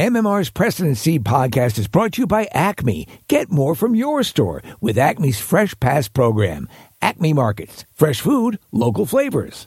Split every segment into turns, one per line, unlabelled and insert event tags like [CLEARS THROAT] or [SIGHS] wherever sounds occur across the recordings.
MMR's President Seed podcast is brought to you by Acme. Get more from your store with Acme's Fresh Pass program. Acme Markets, fresh food, local flavors.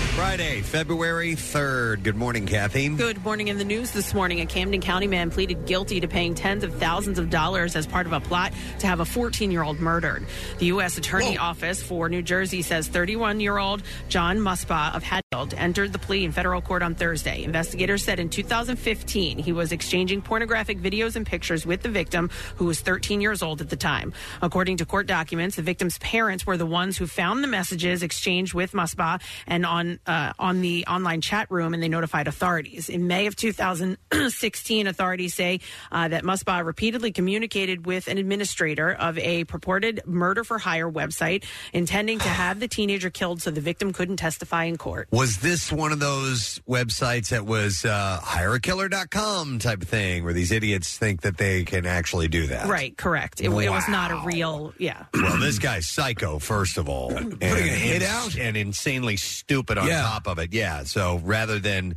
Friday, February 3rd. Good morning, Kathy.
Good morning. In the news this morning, a Camden County man pleaded guilty to paying tens of thousands of dollars as part of a plot to have a 14 year old murdered. The U.S. Attorney Office for New Jersey says 31 year old John Muspa of Hatfield entered the plea in federal court on Thursday. Investigators said in 2015 he was exchanging pornographic videos and pictures with the victim, who was 13 years old at the time. According to court documents, the victim's parents were the ones who found the messages exchanged with Muspa and on uh, on the online chat room, and they notified authorities. In May of 2016, authorities say uh, that Musba repeatedly communicated with an administrator of a purported murder for hire website, intending to have the teenager killed so the victim couldn't testify in court.
Was this one of those websites that was uh, hireakiller.com type of thing where these idiots think that they can actually do that?
Right, correct. It, it was not a real, yeah.
Well, this guy's psycho, first of all. Putting
a hit out?
And insanely stupid on
Yeah.
top of it. Yeah. So rather than,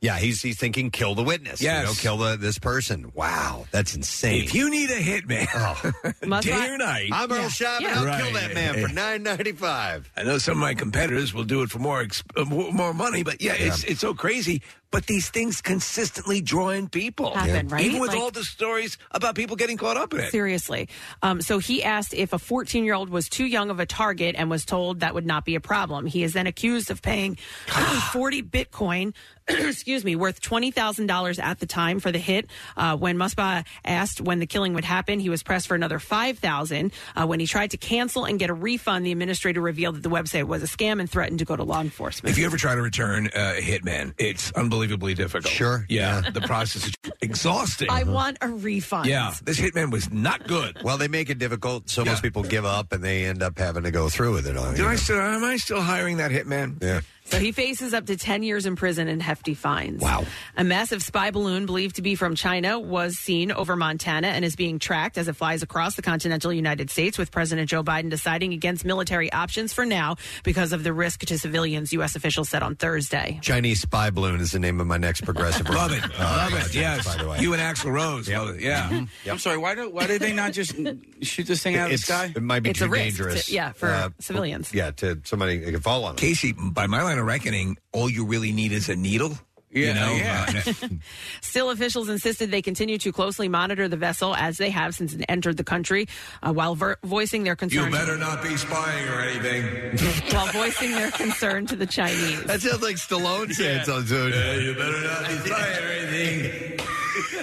yeah, he's, he's thinking kill the witness.
Yes.
You know, kill the, this person. Wow. That's insane.
If you need a hitman,
Must
Oh.
[LAUGHS] day
I-
or night,
I'm Earl Shop, and I'll kill
Right.
that man
[LAUGHS]
for nine ninety five.
I know some of my competitors will do it for more exp- uh, mo- more money, but yeah, it's it's so crazy. But these things consistently draw in people,
Happen, Yeah. right?
Even with
Like-
all the stories about people getting caught up in it.
Seriously. Um, so he asked if a 14 year old was too young of a target and was told that would not be a problem. He is then accused of paying [GASPS] 40 Bitcoin, [CLEARS THROAT] excuse me, worth $20,000 at the time for the hit. Uh, when Musba asked when the killing would happen, he was pressed for another 5000 uh, When he tried to cancel and get a refund, the administrator revealed that the website was a scam and threatened to go to law enforcement.
If you ever try to return uh, a hitman, it's unbelievably difficult.
Sure, Uh-huh.
yeah, the process is exhausting.
I want a refund.
Uh-huh. yeah, this hitman was not good.
Well, they make it difficult, so
Yeah.
most people give up, and they end up having to go through with it. all, you
Do I
know?
still am I still hiring that hitman?
Yeah.
So he faces up to 10 years in prison and hefty fines.
Wow.
A massive spy balloon believed to be from China was seen over Montana and is being tracked as it flies across the continental United States, with President Joe Biden deciding against military options for now because of the risk to civilians, U.S. officials said on Thursday.
Chinese spy balloon is the name of my next progressive.
[LAUGHS] Love it,
Uh,
love
by
it.
the
Yes,
way.
you and Axl Rose. Love it. Yeah.
Mm-hmm.
I'm sorry. Why do why did they not just shoot this thing out of the
It's-
sky?
It might be
It's
too
a risk
dangerous. Uh,
to- yeah, for civilians.
Yeah, to somebody it could fall on. Them.
Casey, by my line of reckoning, all you really need is a needle. you
Yeah,
know,
[LAUGHS]
yeah.
[LAUGHS]
uh,
Still, officials insisted they continue to closely monitor the vessel as they have since it entered the country, uh, while ver- voicing their concern.
you better not be spying or anything.
[LAUGHS]
[LAUGHS]
while voicing their concern to the Chinese.
That sounds like Stallone saying something.
you better not be spying or anything.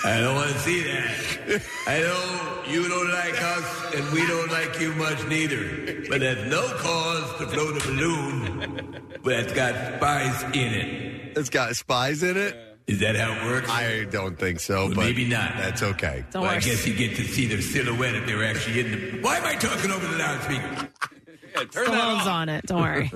I don't want to see that. I know you don't like us, and we don't like you much neither. But that's no cause to float a balloon that's got spies in it.
It's got spies in it.
Is that how it works?
I don't think so, but
maybe not.
That's okay.
Don't
Well, I
worry.
guess you get to see their silhouette if they're actually in the. Why am I talking over the loudspeaker?
Stallone's on it. Don't worry.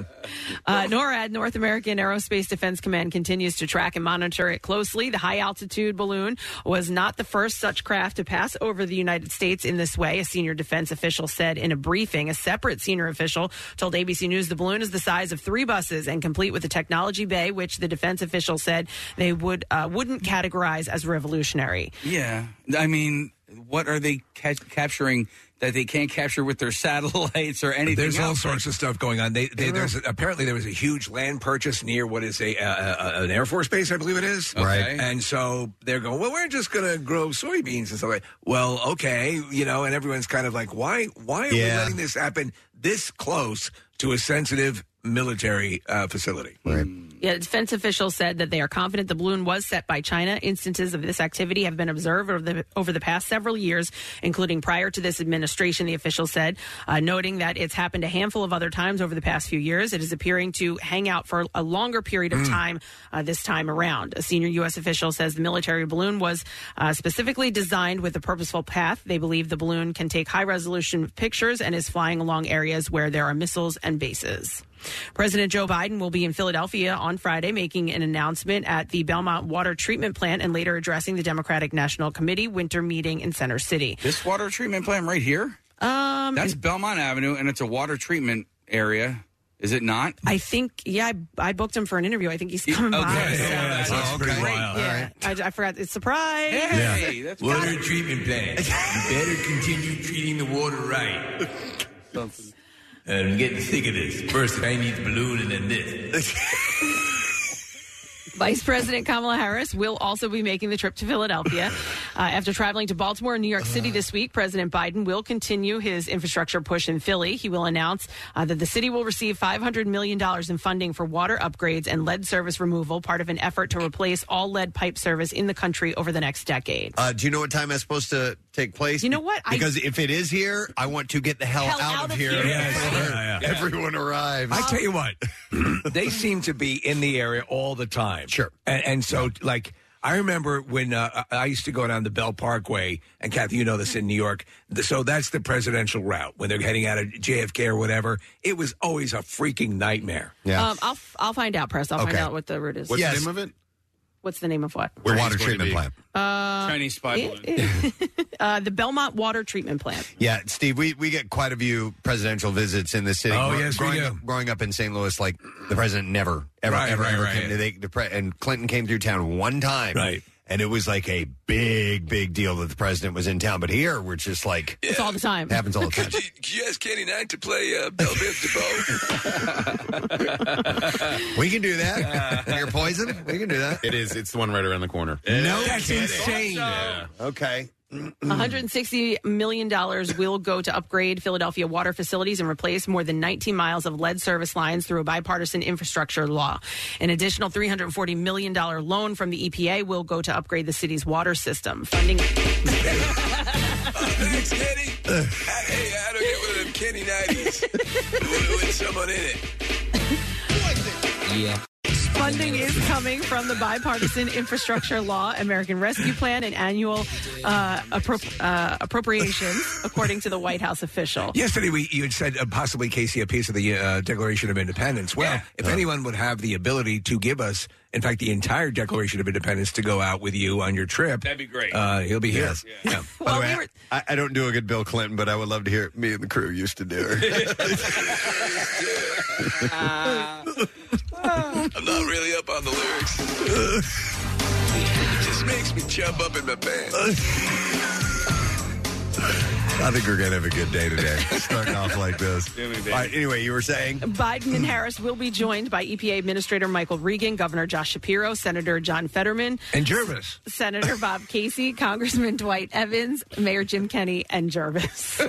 Uh, NORAD, North American Aerospace Defense Command, continues to track and monitor it closely. The high altitude balloon was not the first such craft to pass over the United States in this way, a senior defense official said in a briefing. A separate senior official told ABC News the balloon is the size of three buses and complete with a technology bay, which the defense official said they would uh, wouldn't categorize as revolutionary.
yeah. I mean, what are they ca- capturing that they can't capture with their [LAUGHS] satellites or anything?
There's all
else?
sorts of stuff going on. They, they, there's apparently there was a huge land purchase near what is a uh, uh, an air force base, I believe it is.
Right.
And so they're going. Well, we're just going to grow soybeans and stuff. Like, well, okay, you know. And everyone's kind of like, why? Why are we
Yeah.
letting this happen this close to a sensitive military uh, facility.
Yeah, defense officials said that they are confident the balloon was set by China. Instances of this activity have been observed over the, over the past several years, including prior to this administration, the officials said, uh, noting that it's happened a handful of other times over the past few years. It is appearing to hang out for a longer period of
Mm.
time uh, this time around. A senior U.S. official says the military balloon was uh, specifically designed with a purposeful path. They believe the balloon can take high resolution pictures and is flying along areas where there are missiles and bases. President Joe Biden will be in Philadelphia on Friday making an announcement at the Belmont Water Treatment Plant and later addressing the Democratic National Committee winter meeting in Center City.
This water treatment plant right here?
Um,
That's Belmont Avenue, and it's a water treatment area. Is it not?
I think, yeah, I, I booked him for an interview. I think he's coming by.
that's pretty wild.
Yeah, I, I forgot. It's surprise.
Hey, water treatment plant. you better continue treating the
[LAUGHS]
water right. I'm getting sick of this. First Chinese balloon and then this.
[LAUGHS]
Vice President Kamala Harris will also be making the trip to
[SIGHS]
Philadelphia. Uh, after traveling to Baltimore and New York
Uh.
City this week, President Biden will continue his infrastructure push in Philly. He will announce uh, that the city will receive $500 million in funding for water upgrades and lead service removal, part of an effort to replace all lead pipe service in the country over the next decade.
Uh, do you know what time that's supposed to take place? You know
what? I-
Because if it is here, I want to get the hell,
Hell
out,
out
of
of
here.
here. Yes,
before
yeah, yeah.
Everyone arrives.
I tell you what, [CLEARS THROAT] they seem to be in the area all the time. Sure. And, and so, like, I remember when uh, I I used to go down the Bell Parkway, and Kathy, you know this in New York. th- So that's the presidential route when they're heading out of JFK or whatever. It was always a freaking nightmare.
Um, I'll, f- I'll find out, Press. I'll find
Okay.
out what the route is.
What's the Yes. name of
it? What's the name of what?
The water treatment plant.
Uh,
Chinese spy
it- it- [LAUGHS] uh, the Belmont Water Treatment Plant.
Yeah, Steve, we, we get quite a few presidential visits in this city.
Oh,
Gro-
yes, we
growing
do.
Up, growing up in St. Louis, like the president never, ever,
Right,
ever,
right,
ever
right.
came. to- They, the pre- and Clinton came through town one time, right? And it was like a big, big deal that the president was in town. But here, we're just like
It's all the time.
happens all the time.
[LAUGHS]
Could you ask Kenny Knight to play
[LAUGHS]
uh, Bell Biv
we can do that. You're poison. We can do that.
It is. It's the one right around the corner.
No
That's
kidding.
insane.
Okay.
160 million dollars will go to upgrade Philadelphia water facilities and replace more than 19 miles of lead service lines through a bipartisan infrastructure law. An additional 340 million dollar loan from the EPA will go to upgrade the city's water system. Funding
Thanks, Kenny. I, hey, I don't get one of them Kenny Knighties with, with someone in it.
Yeah.
funding is coming from the bipartisan infrastructure law, American Rescue Plan, and annual uh, appro- uh, appropriations, according to the White House official.
Yesterday, we you had said uh, possibly Casey a piece of the uh, Declaration of Independence. Well, if anyone would have the ability to give us, in fact, the entire Declaration of Independence to go out with you on your trip, that'd
be great.
Uh, he'll be here.
Yes. By the way, I, I don't do a good Bill Clinton, but I would love to hear it. me and the crew used to do.
[LAUGHS]
[LAUGHS] Uh,
I'm not really up on the lyrics. it just makes me jump up in my pants.
I think we're gonna have a good [LAUGHS] day today. Starting off like this. All right, anyway, you were saying
Biden and Harris will be joined by EPA Administrator Michael Regan, Governor Josh Shapiro, Senator John Fetterman,
And Jervis.
Senator Bob Casey, Congressman Dwight Evans, Mayor Jim Kenney, and Jervis.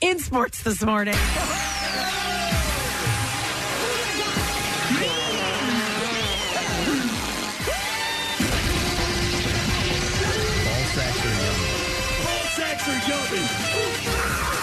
In sports this morning.
Ball sacks are jumping.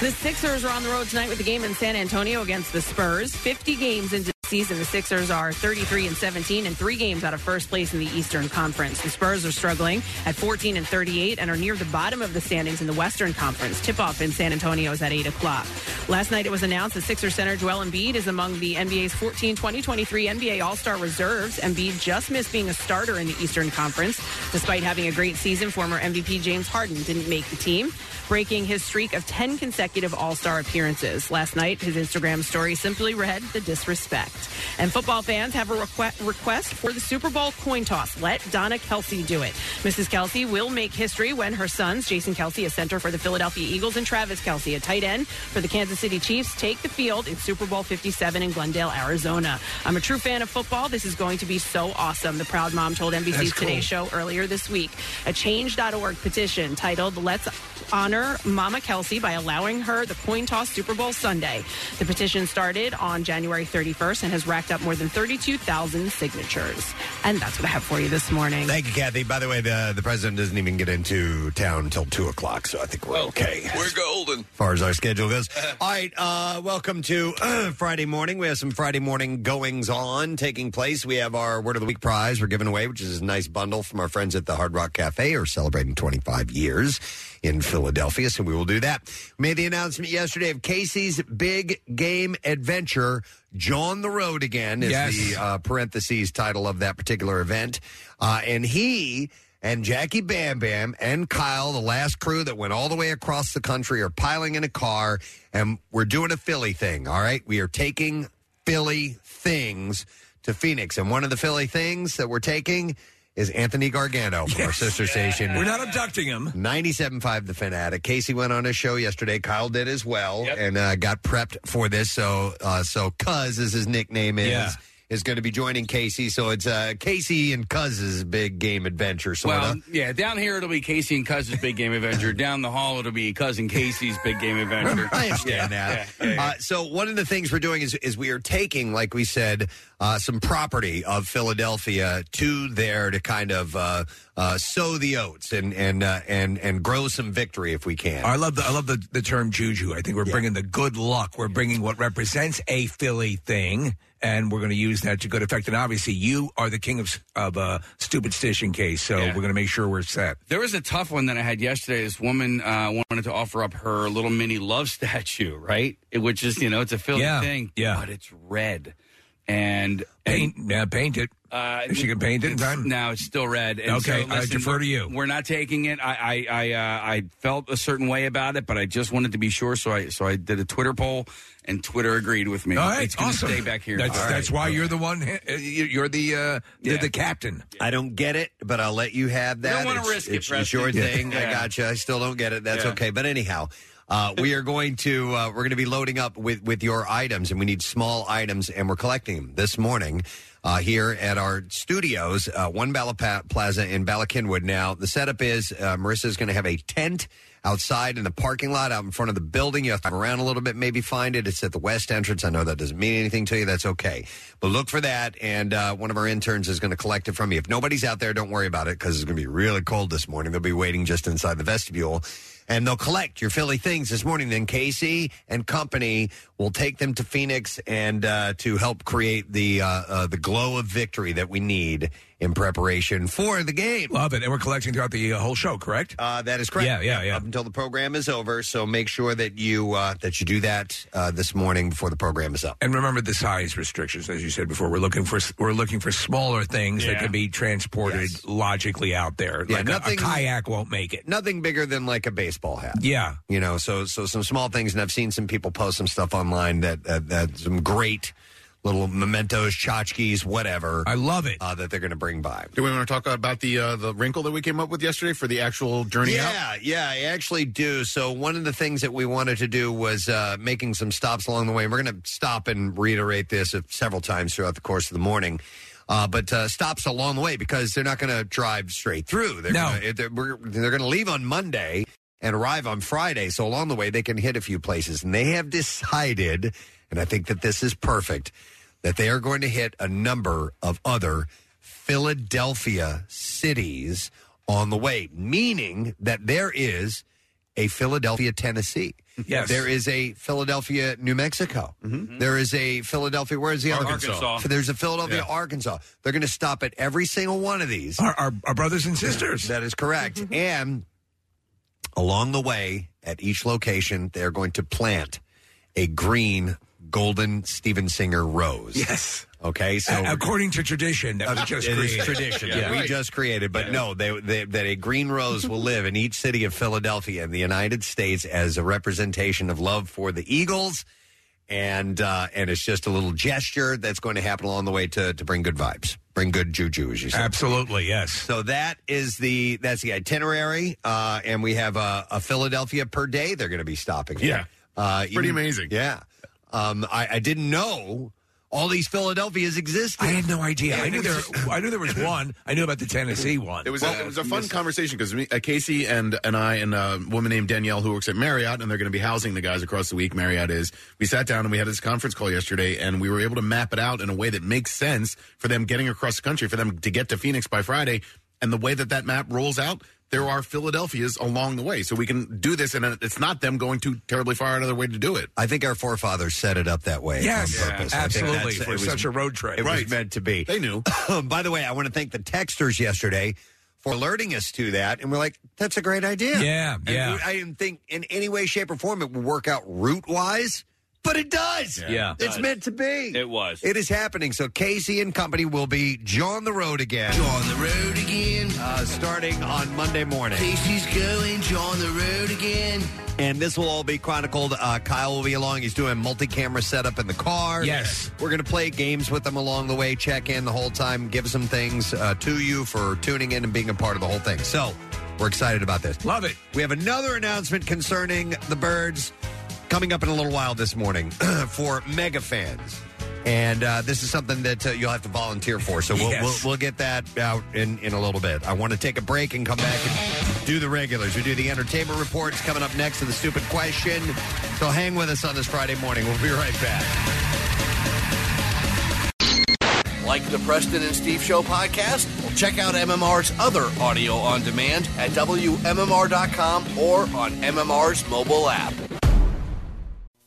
The Sixers are on the road tonight with a game in San Antonio against the Spurs. 50 games into the season, the Sixers are 33 and 17 and three games out of first place in the Eastern Conference. The Spurs are struggling at 14 and 38 and are near the bottom of the standings in the Western Conference. Tip off in San Antonio is at 8 o'clock. Last night it was announced that Sixer center Joel Embiid is among the NBA's 14 2023 NBA All Star reserves. Embiid just missed being a starter in the Eastern Conference. Despite having a great season, former MVP James Harden didn't make the team breaking his streak of 10 consecutive All Star appearances. Last night, his Instagram story simply read the disrespect. And football fans have a requ- request for the Super Bowl coin toss. Let Donna Kelsey do it. Mrs. Kelsey will make history when her sons, Jason Kelsey, a center for the Philadelphia Eagles, and Travis Kelsey, a tight end for the Kansas City Chiefs, take the field in Super Bowl 57 in Glendale, Arizona. I'm a true fan of football. This is going to be so awesome, the proud mom told NBC's
That's cool.
Today Show earlier this week. A change.org petition titled Let's Honor Mama Kelsey by allowing her the coin toss Super Bowl Sunday. The petition started on January 31st and has racked up more than 32,000 signatures. And that's what I have for you this morning.
Thank you, Kathy. By the way, the, the president doesn't even get into town until 2 o'clock, so I think we're okay.
We're golden.
As far as our schedule goes. All right, uh, welcome to [CLEARS THROAT] Friday morning. We have some Friday morning goings on taking place. We have our Word of the Week prize we're giving away, which is a nice bundle from our friends at the Hard Rock Cafe, who are celebrating 25 years in Philadelphia. So we will do that. Made the announcement yesterday of Casey's Big Game Adventure. John the Road again is
Yes.
the uh, parentheses title of that particular event. Uh, and he and Jackie Bam Bam and Kyle, the last crew that went all the way across the country, are piling in a car and we're doing a Philly thing, all right? We are taking Philly things to Phoenix. And one of the Philly things that we're taking is Anthony Gargano from our sister station.
We're not abducting him.
97.5 The Fanatic. Casey went on his show yesterday. Kyle did as well and uh, got prepped for this. So, uh, so Cuz, as his nickname is,
Yeah.
is going to be joining Casey. So it's uh, Casey and Cuz's big game adventure, sort
Well,
of.
yeah, down here it'll be Casey and Cousin's Big Game Adventure. down the hall it'll be Cousin Casey's Big Game Adventure.
[LAUGHS] I understand
Yeah,
that.
yeah, yeah, yeah.
Uh, so one of the things we're doing is is we are taking, like we said, uh, some property of Philadelphia to there to kind of uh, uh, sow the oats and and uh, and and grow some victory if we can.
Oh, I love the I love the, the term juju. I think we're bringing the good luck. We're bringing what represents a Philly thing, and we're going to use that to good effect. And obviously, you are the king of s- of uh, stupid stitching case, so
Yeah.
we're going to make sure we're set.
There was a tough one that I had yesterday. This woman uh, wanted to offer up her little mini love [LAUGHS] statue, right? It- Which is, you know, it's a Philly
Yeah,
thing.
yeah.
But it's red. And
paint, yeah, paint it.
Uh,
If she can paint it in
it's-
time.
No, it's still red. And
Okay,
so,
I
listen,
defer to you.
We're not taking it. I I I, uh, I felt a certain way about it, but I just wanted to be sure, so I so I did a Twitter poll, and Twitter agreed with me.
All right,
it's gonna
awesome.
stay back here.
That's, that's why you're the one. uh, you- You're the uh, the, the captain.
I don't get it, but I'll let you have
We
that.
don't wanna
It's-
risk it,
It's, it's your
Preston.
thing. I
Yeah.
got you. I still don't get it. That's
Yeah.
okay. But anyhow, uh, we are going to uh, we're going to be loading up with with your items, and we need small items, and we're collecting them this morning. Uh, here at our studios, uh, One Bala Pa- Plaza in Bala Kinwood. Now, the setup is uh, Marissa is going to have a tent outside in the parking lot out in front of the building. You have to come around a little bit, maybe find it. It's at the west entrance. I know that doesn't mean anything to you. That's okay. But look for that, and uh, one of our interns is going to collect it from you. If nobody's out there, don't worry about it because it's going to be really cold this morning. They'll be waiting just inside the vestibule. And they'll collect your Philly things this morning. Then Casey and company will take them to Phoenix and uh, to help create the uh, uh, the glow of victory that we need in preparation for the game.
Love it, and we're collecting throughout the uh, whole show. Correct?
Uh, that is correct.
Yeah, yeah, yeah.
Up until the program is over, so make sure that you uh, that you do that uh, this morning before the program is up.
And remember the size restrictions, as you said before. We're looking for we're looking for smaller things that
Yeah.
can be transported logically out there.
Yeah,
like a-
nothing-
a kayak won't make it.
Nothing bigger than like a baseball hat.
Yeah.
you know so so some small things and i've seen some people post some stuff online that that, that some great little mementos tchotchkes whatever i
love it
uh, that they're going to bring by
Do we want to talk about the uh, the wrinkle that we came up with yesterday for the actual journey out?
yeah, yeah, I actually do. So one of the things that we wanted to do was uh, making some stops along the way. And we're going to stop and reiterate this uh, several times throughout the course of the morning. Uh, but uh, stops along the way because they're not going to drive straight through. They're
No.
gonna, they're, we're- they're going to leave on Monday and arrive on Friday. So along the way, they can hit a few places, and they have decided, and I think that this is perfect, that they are going to hit a number of other Philadelphia cities on the way, meaning that there is a Philadelphia, Tennessee.
Yes. Mm-hmm.
There is a Philadelphia, New Mexico. There is a Philadelphia, where's the other one?
Arkansas.
There's a Philadelphia,
Yeah.
Arkansas. They're going to stop at every single one of these.
Our, our, our brothers and sisters. Mm-hmm.
That is correct. and along the way, at each location, they're going to plant a green golden Steven Singer rose.
Yes.
Okay, so
A- according to tradition that we just
it is
created.
tradition
Yeah.
that we
Right.
just created. But
Yeah.
no, they, they, that a green rose will live in each city of Philadelphia in the United States as a representation of love for the Eagles and uh, and it's just a little gesture that's going to happen along the way to to bring good vibes, bring good juju, as you say.
Absolutely, yes.
So that is the that's the itinerary, uh, and we have a, a Philadelphia per day. They're going to be stopping.
Yeah.
uh,
Pretty amazing.
Yeah, um, I, I didn't know all these Philadelphias existed. I had
no idea. I knew there. I knew
[LAUGHS]
there was one. I knew about the Tennessee one.
It was a, it was a fun conversation because uh, Casey and and I and a woman named Danielle who works at Marriott and they're going to be housing the guys across the week. Marriott is. We sat down and we had this conference call yesterday and we were able to map it out in a way that makes sense for them getting across the country for them to get to Phoenix by Friday. And the way that that map rolls out, there are Philadelphia's along the way, so we can do this and uh, it's not them going too terribly far out of their way to do it.
I think our forefathers set it up that way.
Yes,
on purpose. I think
absolutely.
that's-
For
it was-
such a road trip,
It was meant to be.
They knew.
Um, By the way, I want to thank the texters yesterday for alerting us to that, and we're like, "That's a great idea."
Yeah,
And
yeah.
we- I didn't think in any way, shape, or form it would work out route wise, but it does.
Yeah. Yeah.
it's
Does.
meant to be.
It was.
It is happening. So Casey and company will be on the road again. On the road again. Uh, starting on Monday morning.
Casey's going on the road again.
And this will all be chronicled. Uh, Kyle will be along. He's doing multi-camera setup in the car.
Yes.
we're going to play games with them along the way. Check in the whole time. Give some things uh, to you for tuning in and being a part of the whole thing. So we're excited about this.
Love it.
We have another announcement concerning the birds coming up in a little while this morning [CLEARS THROAT] for mega fans. And uh, this is something that uh, you'll have to volunteer for. So we'll,
Yes.
we'll, we'll get that out in, in a little bit. I want to take a break and come back and do the regulars. We do the entertainment reports coming up next to the stupid question. So hang with us on this Friday morning. We'll be right back.
Like the Preston and Steve Show podcast? Well, check out MMR's other audio on demand at WMMR.com or on MMR's mobile app.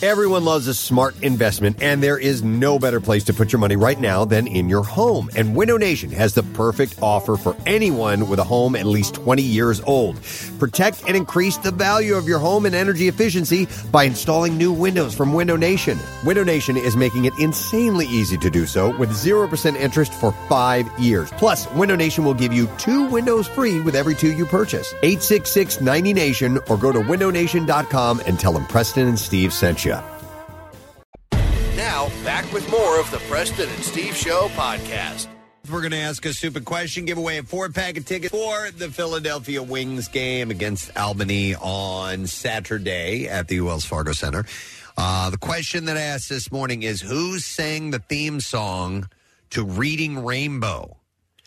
Everyone loves a smart investment, and there is no better place to put your money right now than in your home. And Window Nation has the perfect offer for anyone with a home at least 20 years old. Protect and increase the value of your home and energy efficiency by installing new windows from Window Nation. Window Nation is making it insanely easy to do so with 0% interest for five years. Plus, Window Nation will give you two windows free with every two you purchase. 866 90 Nation or go to windownation.com and tell them Preston and Steve sent you.
Now, back with more of the Preston and Steve Show podcast.
We're going to ask a stupid question, give away a four pack of tickets for the Philadelphia Wings game against Albany on Saturday at the Wells Fargo Center. Uh, the question that I asked this morning is Who sang the theme song to Reading Rainbow?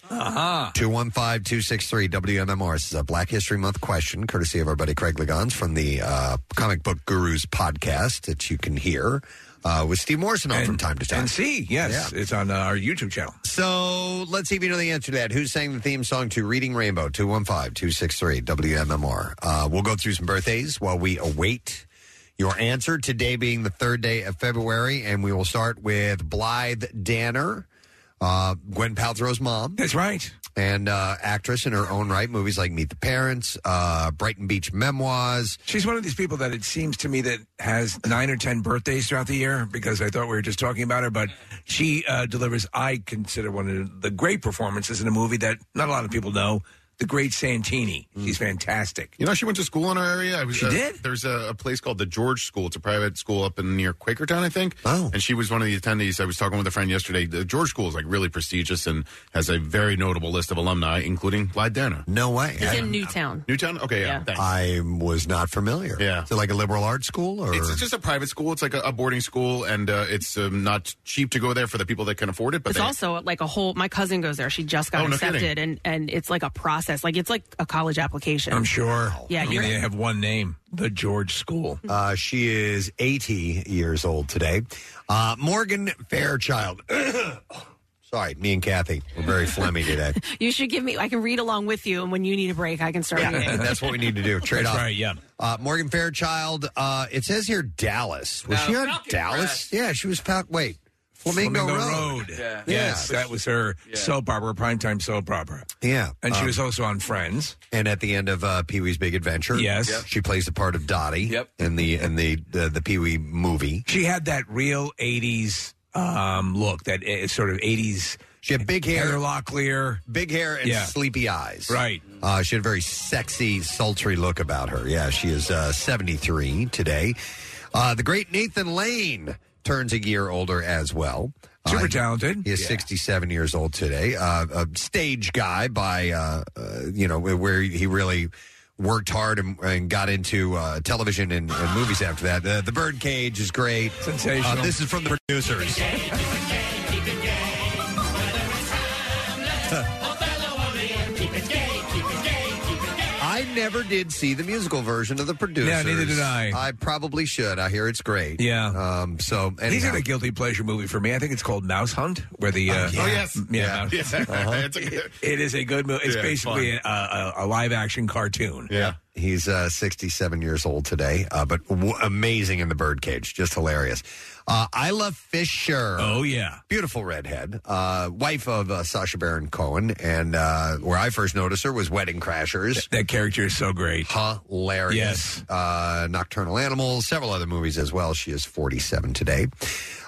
215 263 WMMR. This is a Black History Month question, courtesy of our buddy Craig Legons from the uh, Comic Book Gurus podcast that you can hear uh, with Steve Morrison on from time to time.
and see, yes, it's on uh, our YouTube channel.
So let's see if you know the answer to that. Who sang the theme song to Reading Rainbow? 215 263 WMMR. Uh, we'll go through some birthdays while we await your answer. Today being the third day of February, and we will start with Blythe Danner, uh, Gwen Paltrow's mom.
That's right.
And uh, actress in her own right, movies like Meet the Parents, uh, Brighton Beach Memoirs.
She's one of these people that it seems to me that has nine or ten birthdays throughout the year because I thought we were just talking about her, but she uh, delivers, I consider one of the great performances in a movie that not a lot of people know, The Great Santini.
Mm.
She's fantastic.
You know, she went to school in our area. I was,
She
uh,
did?
There's a, a place called the George School. It's a private school up in near Quakertown, I think. Oh. And she was one of the attendees. I was talking with a friend yesterday. The George School is like really prestigious and has a very notable list of alumni, including Clyde Danner.
No way.
It's
uh,
in Newtown.
Newtown? Okay, yeah.
Yeah.
Thanks.
I was not familiar. Yeah. Is it like a liberal arts school? or
It's it's just a private school. It's like a, a boarding school, and uh, it's um, not cheap to go there for the people that can afford it. But
it's
they,
also like a whole. My cousin goes there. She just got
Oh, no
accepted,
kidding.
and and it's like a process. Like it's like a college application.
I'm sure.
Yeah,
I mean,
you're-
they have one name, The George School.
[LAUGHS] Uh, she is 80 years old today. Uh, Morgan Fairchild. [COUGHS] Sorry, me and Kathy. We're very phlegmy
[LAUGHS]
today.
You should give me. I can read along with you, and when you need a break, I can start
Yeah, [LAUGHS]
reading.
that's what we need to do. Trade off.
That's right, yeah.
Uh, Morgan Fairchild. Uh, it says here Dallas. Was
No,
she on
Falcon
Dallas? Yeah, she was. Fal- wait, Flamingo, Road.
Yeah.
Yes.
Yes, that was her soap opera, primetime soap opera.
Yeah,
And she
Um,
was also on Friends.
And at the end of uh, Pee Wee's Big Adventure,
Yes. Yep.
she plays the part of Dottie. Yep. In the in the the, the Pee Wee movie,
She had that real 80s um, look, that uh, sort of 80s.
She had big hair.
Heather Locklear.
big hair and
Yeah.
sleepy eyes.
Right.
Uh, she had a very sexy, sultry look about her. Yeah, she is uh, 73 today. Uh, the great Nathan Lane turns a year older as well. Super
talented.
He is 67 years old today. Uh, a stage guy by, uh, uh, you know, where he really worked hard and, and got into uh, television and, and movies after that. Uh, the Birdcage is great.
Sensational.
Uh, this is from the producers. [LAUGHS] I never did see the musical version of the producers.
Yeah, neither did I.
I probably should. I hear it's great.
Yeah.
Um. So
He's in
anyhow.
a guilty pleasure movie for me. I think it's called Mouse Hunt, where the. Uh,
Oh, yeah. Oh, yes. [LAUGHS]
Yeah.
Yeah.
Mouse-
Yes.
Uh-huh.
It's a
It- it is a good movie. It's
Yeah, it's
basically a, a, a live action cartoon.
Yeah. He's uh, 67 years old today, uh, but w- amazing in the birdcage. Just hilarious. Uh, Isla Fisher.
Oh, yeah.
Beautiful redhead. Uh, wife of uh, Sasha Baron Cohen. And uh, where I first noticed her was Wedding Crashers.
That character is so great.
Hilarious.
Yes.
Uh, Nocturnal Animals, several other movies as well. She is 47 today.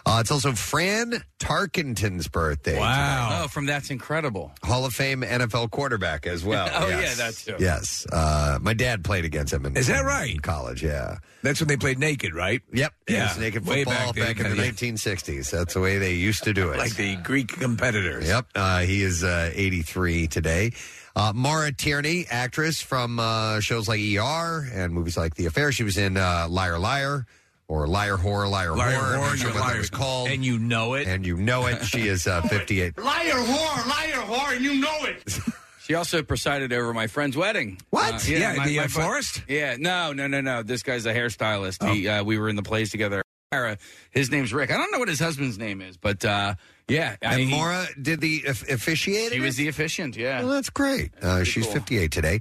Uh, it's also Fran Tarkenton's birthday. today.
Oh, from That's Incredible.
Hall of Fame NFL quarterback as
[LAUGHS]
well.
Oh,
yes.
yeah, that's true.
Yes, uh, my dad played against him. In,
Is that
in-
right?
In college, yeah.
That's when they played naked, right?
Yep.
Yeah.
It was naked
Way
football
back then,
back, in the
yeah.
1960s. That's the way they used to do it.
Like the Greek competitors.
Yep. Uh, he is uh, 83 today. Uh, Mara Tierney, actress from uh, shows like ER and movies like The Affair. She was in uh, Liar Liar or Liar Horror, Liar,
Liar
Horror. I'm not
Horror,
sure
You're
what that
Liars.
was called.
And you know it.
And you know it. She is
[LAUGHS]
uh, 58.
Liar, whore, liar, whore, and you know it.
She also presided over my friend's wedding.
What?
Yeah, the, uh,
fri-
florist?
Yeah, no, no, no, no. This guy's a hairstylist. He,
Oh.
uh, we were in the plays together. Ira, His name's Rick. I don't know what his husband's name is, but uh, yeah. I
And
mean, he-
Mara did the aff- officiating.
She was the efficient, yeah.
Well, that's great. Uh, she's 58 today.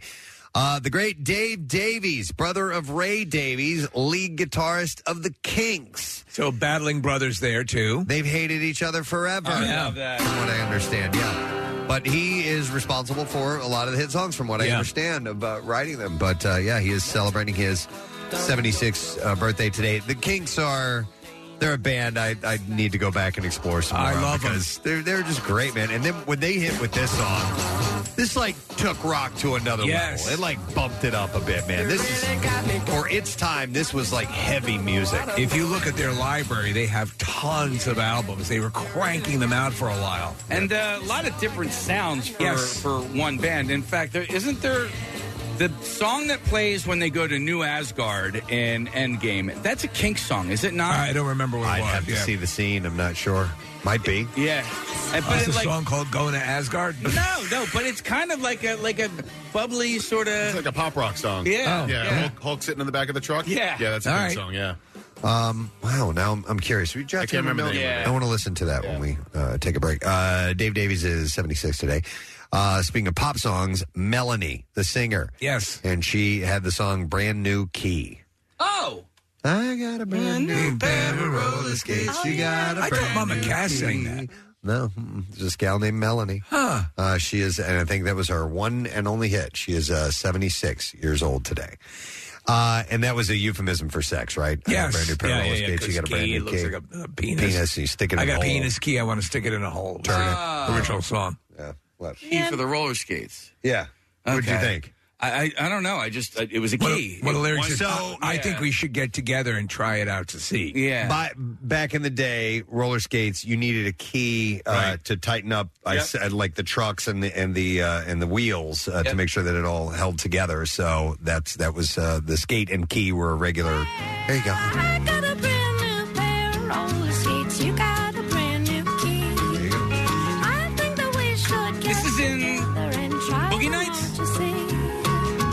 Uh, the great Dave Davies, brother of Ray Davies, lead guitarist of the Kinks.
So battling brothers there too.
They've hated each other forever.
I love that.
From what I understand, yeah. But he is responsible for a lot of the hit songs, from what I
Yeah.
understand about writing them. But uh, yeah, he is celebrating his 76th uh, birthday today. The Kinks are. They're a band I, I need to go back and explore some more.
I
of
love 'em.
because They're, they're just great, man. And then when they hit with this song, this like took rock to another
Yes.
level. It like bumped it up a bit, man. This is, for its time, this was like heavy music.
If you look at their library, they have tons of albums. They were cranking them out for a while.
And uh, a lot of different sounds for,
Yes.
for one band. In fact, there isn't there the song that plays when they go to New Asgard in Endgame. That's a Kink song, is it not?
I don't remember what it
I'd
was.
have to
yeah.
see the scene. I'm not sure. Might be.
yeah. And,
Oh,
but
it's a
it, like,
song called "Going to Asgard."
no, no, but it's kind of like a like a bubbly sort
It's
of
like a pop rock song.
Yeah. Oh.
yeah.
Yeah.
Hulk, Hulk sitting in the back of the truck.
Yeah.
yeah, that's a
All
good
right.
song. Yeah,
Um, wow, now I'm, I'm curious. We jot
I can't
down a
remember the
note.
name of
it.
I want to listen to that when we uh, take a break. Uh, Dave Davies is 76 today. Uh, speaking of pop songs, Melanie, the singer,
Yes.
and she had the song Brand New Key.
Oh.
I got a brand new pair of roller skates.
Oh,
you got a
Oh, I
brand
thought Mama
new
Cass sang that.
No, mm-mm. It's this gal named Melanie.
Huh.
Uh, she is, and I think that was her one and only hit. She is uh, 76 years old today. Uh, and that was a euphemism for sex, right? I got
Yes.
A brand new pair
yeah,
of roller
yeah, yeah,
skates. You got a
'cause
brand
key
new
looks
key.
like a, a penis.
Penis, you stick it in
I got
a hole.
penis key. I want to stick it in a hole. Ah. Turn
Oh.
Original song.
Yeah. Left.
key for the roller skates.
Yeah. What did you
Okay.
think?
I, I I don't know. I just I, it was a
What,
key.
what the lyrics
One-
is? I, I
yeah.
think
[LAUGHS]
we should get together and try it out to see.
yeah.
By, back in the day, roller skates, you needed a key uh,
Right.
to tighten up, I
Yep.
said, like the trucks and the and the uh, and the wheels uh, to
Yep.
make sure that it all held together. So that's that was uh, the skate and key were a regular. There you go. There you go.
This is in Boogie Nights?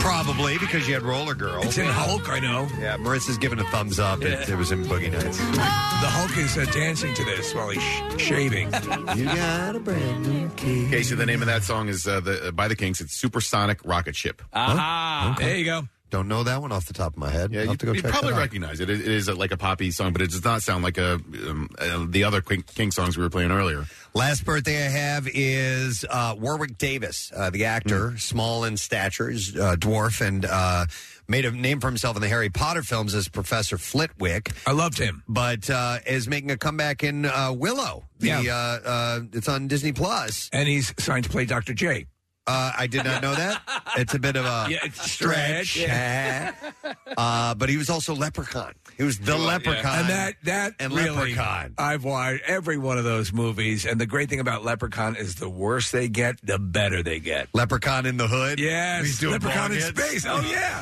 Probably. Probably because you had Roller Girl.
It's in Hulk, I know.
Yeah, Marissa's giving a thumbs up. It, it was in Boogie Nights.
The Hulk is uh, dancing to this while he's sh- shaving.
[LAUGHS] you got a brand new key.
Casey, the name of that song is uh, the, uh, by the Kinks. It's Supersonic Rocket Ship.
Ah. Aha.
Okay.
There you
Ah, go.
Don't know that one off the top of my head.
Yeah,
I'll
you,
have to go
you
check
probably
that out.
recognize it. It, it is a, like a poppy song, but it does not sound like a um, uh, the other King, King songs we were playing earlier.
Last birthday I have is uh, Warwick Davis, uh, the
Hmm.
actor, small in stature, is, uh, dwarf, and uh, made a name for himself in the Harry Potter films as Professor Flitwick.
I loved him,
but uh, is making a comeback in uh, Willow. The,
Yeah.
uh, uh, it's on Disney Plus.
And he's signed to play Dr. J.
Uh, I did not know that. It's a bit of a
[LAUGHS] Yeah, it's a stretch.
Yeah. [LAUGHS]
[LAUGHS]
uh, but he was also Leprechaun. He was the Leprechaun.
And that that
and
really,
Leprechaun.
I've watched every one of those movies, and the great thing about Leprechaun is the worse they get, the better they get.
Leprechaun in the hood.
Yes,
He's doing
Leprechaun
bong
in
hits.
space. Oh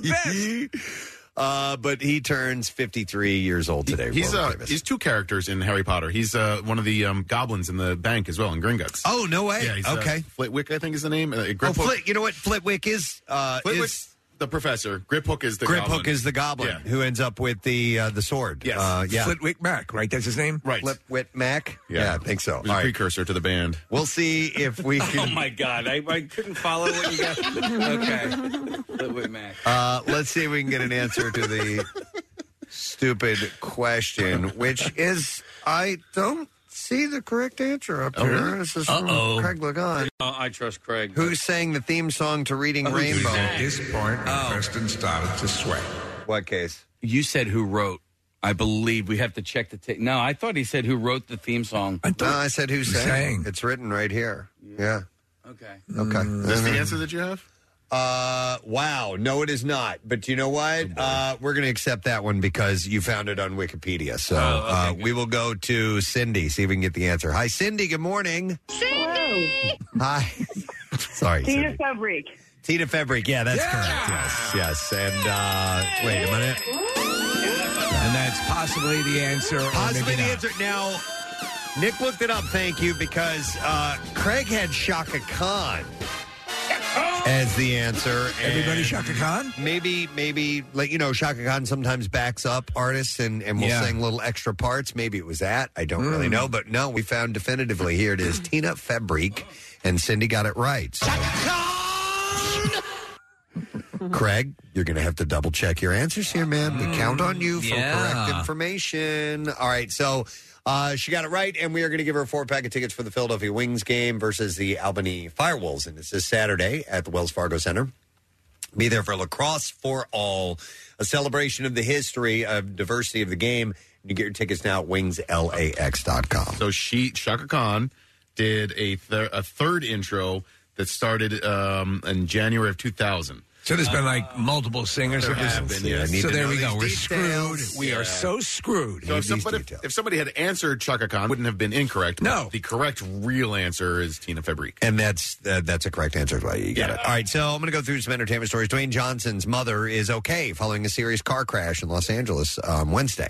[LAUGHS]
yeah,
Uh, but he turns 53 years old today.
He's
Warwick
uh,
Davis.
he's two characters in Harry Potter. He's uh, one of the um, goblins in the bank as well in Gringotts.
Oh no way!
Yeah, he's, uh,
okay,
Flitwick, I think is the name. Uh, Grip
oh,
Hook-
Flit, you know what? Flitwick is uh,
Flitwick's
is
the professor. Grip Hook is the
Grip
goblin.
Hook is the goblin who ends up with the uh, the sword.
Yes.
uh, yeah,
Flitwick Mac, right? That's his name,
right?
Flitwick Mac. Yeah. I think so.
It was
All
a
right.
precursor to the band.
We'll see if
[LAUGHS]
we
Oh
can.
my God, I, I couldn't follow what you got. Okay, Ludwig Mac.
[LAUGHS] uh, let's see if we can get an answer to
[LAUGHS]
the stupid question, which is I don't see the correct answer up
Oh,
here.
really?
This is from
Uh-oh.
Craig Lagan.
Oh, I trust Craig.
Who sang the theme song to Reading
Oh,
Rainbow?
At this point, Preston started to sweat.
What case?
Oh. You said who wrote. I believe we have to check the tape. No, I thought he said who wrote the theme song.
No, I said who sang. It's written right here. Yeah.
Okay.
Okay.
Mm.
Is this
Mm-hmm.
Uh-huh.
the answer that you have?
Uh, wow. No, it is not. But you know what? Uh, we're going to accept that one because you found it on Wikipedia. So
Oh,
uh, we will go to Cindy, see if we can get the answer. Hi, Cindy. Good morning.
Cindy!
Hi. [LAUGHS] Sorry.
Tina
Cindy.
Fabric.
Tina Fabric. Yeah, that's correct. Yes, yes. And uh, wait a minute.
And that's possibly the answer. or
Possibly
maybe
the
not.
answer. Now, Nick looked it up. Thank you, because uh, Craig had Shaka Khan as the answer.
Oh. Everybody
and
Shaka Khan?
Maybe, maybe, like you know, Shaka Khan sometimes backs up artists and and will
Yeah.
sing little extra parts. Maybe it was that. I don't really
Mm.
know, but no, we found definitively here it is. Tina Fabric and Cindy got it right. So, Craig, you're going to have to double check your answers here, man. We count on you for
Yeah.
correct information. All right, so uh, she got it right, and we are going to give her a four pack of tickets for the Philadelphia Wings game versus the Albany Firewolves, and it's this Saturday at the Wells Fargo Center. Be there for lacrosse for all, a celebration of the history of diversity of the game. You get your tickets now at wingslax.com.
So she Shaka Khan did a thir- a third intro that started um, in January of 2000.
So there's been like multiple singers.
There
of this.
have been, yes. I need
So
to
there
know
we go.
these
We're
details.
screwed. We
Yeah.
are so screwed.
So if somebody, if somebody had answered Chaka Khan, wouldn't have been incorrect. No, the correct real answer is Tina Fabric.
And that's uh, that's a correct answer. Well, you got it. All right, so I'm going to go through some entertainment stories. Dwayne Johnson's mother is okay following a serious car crash in Los Angeles um, Wednesday.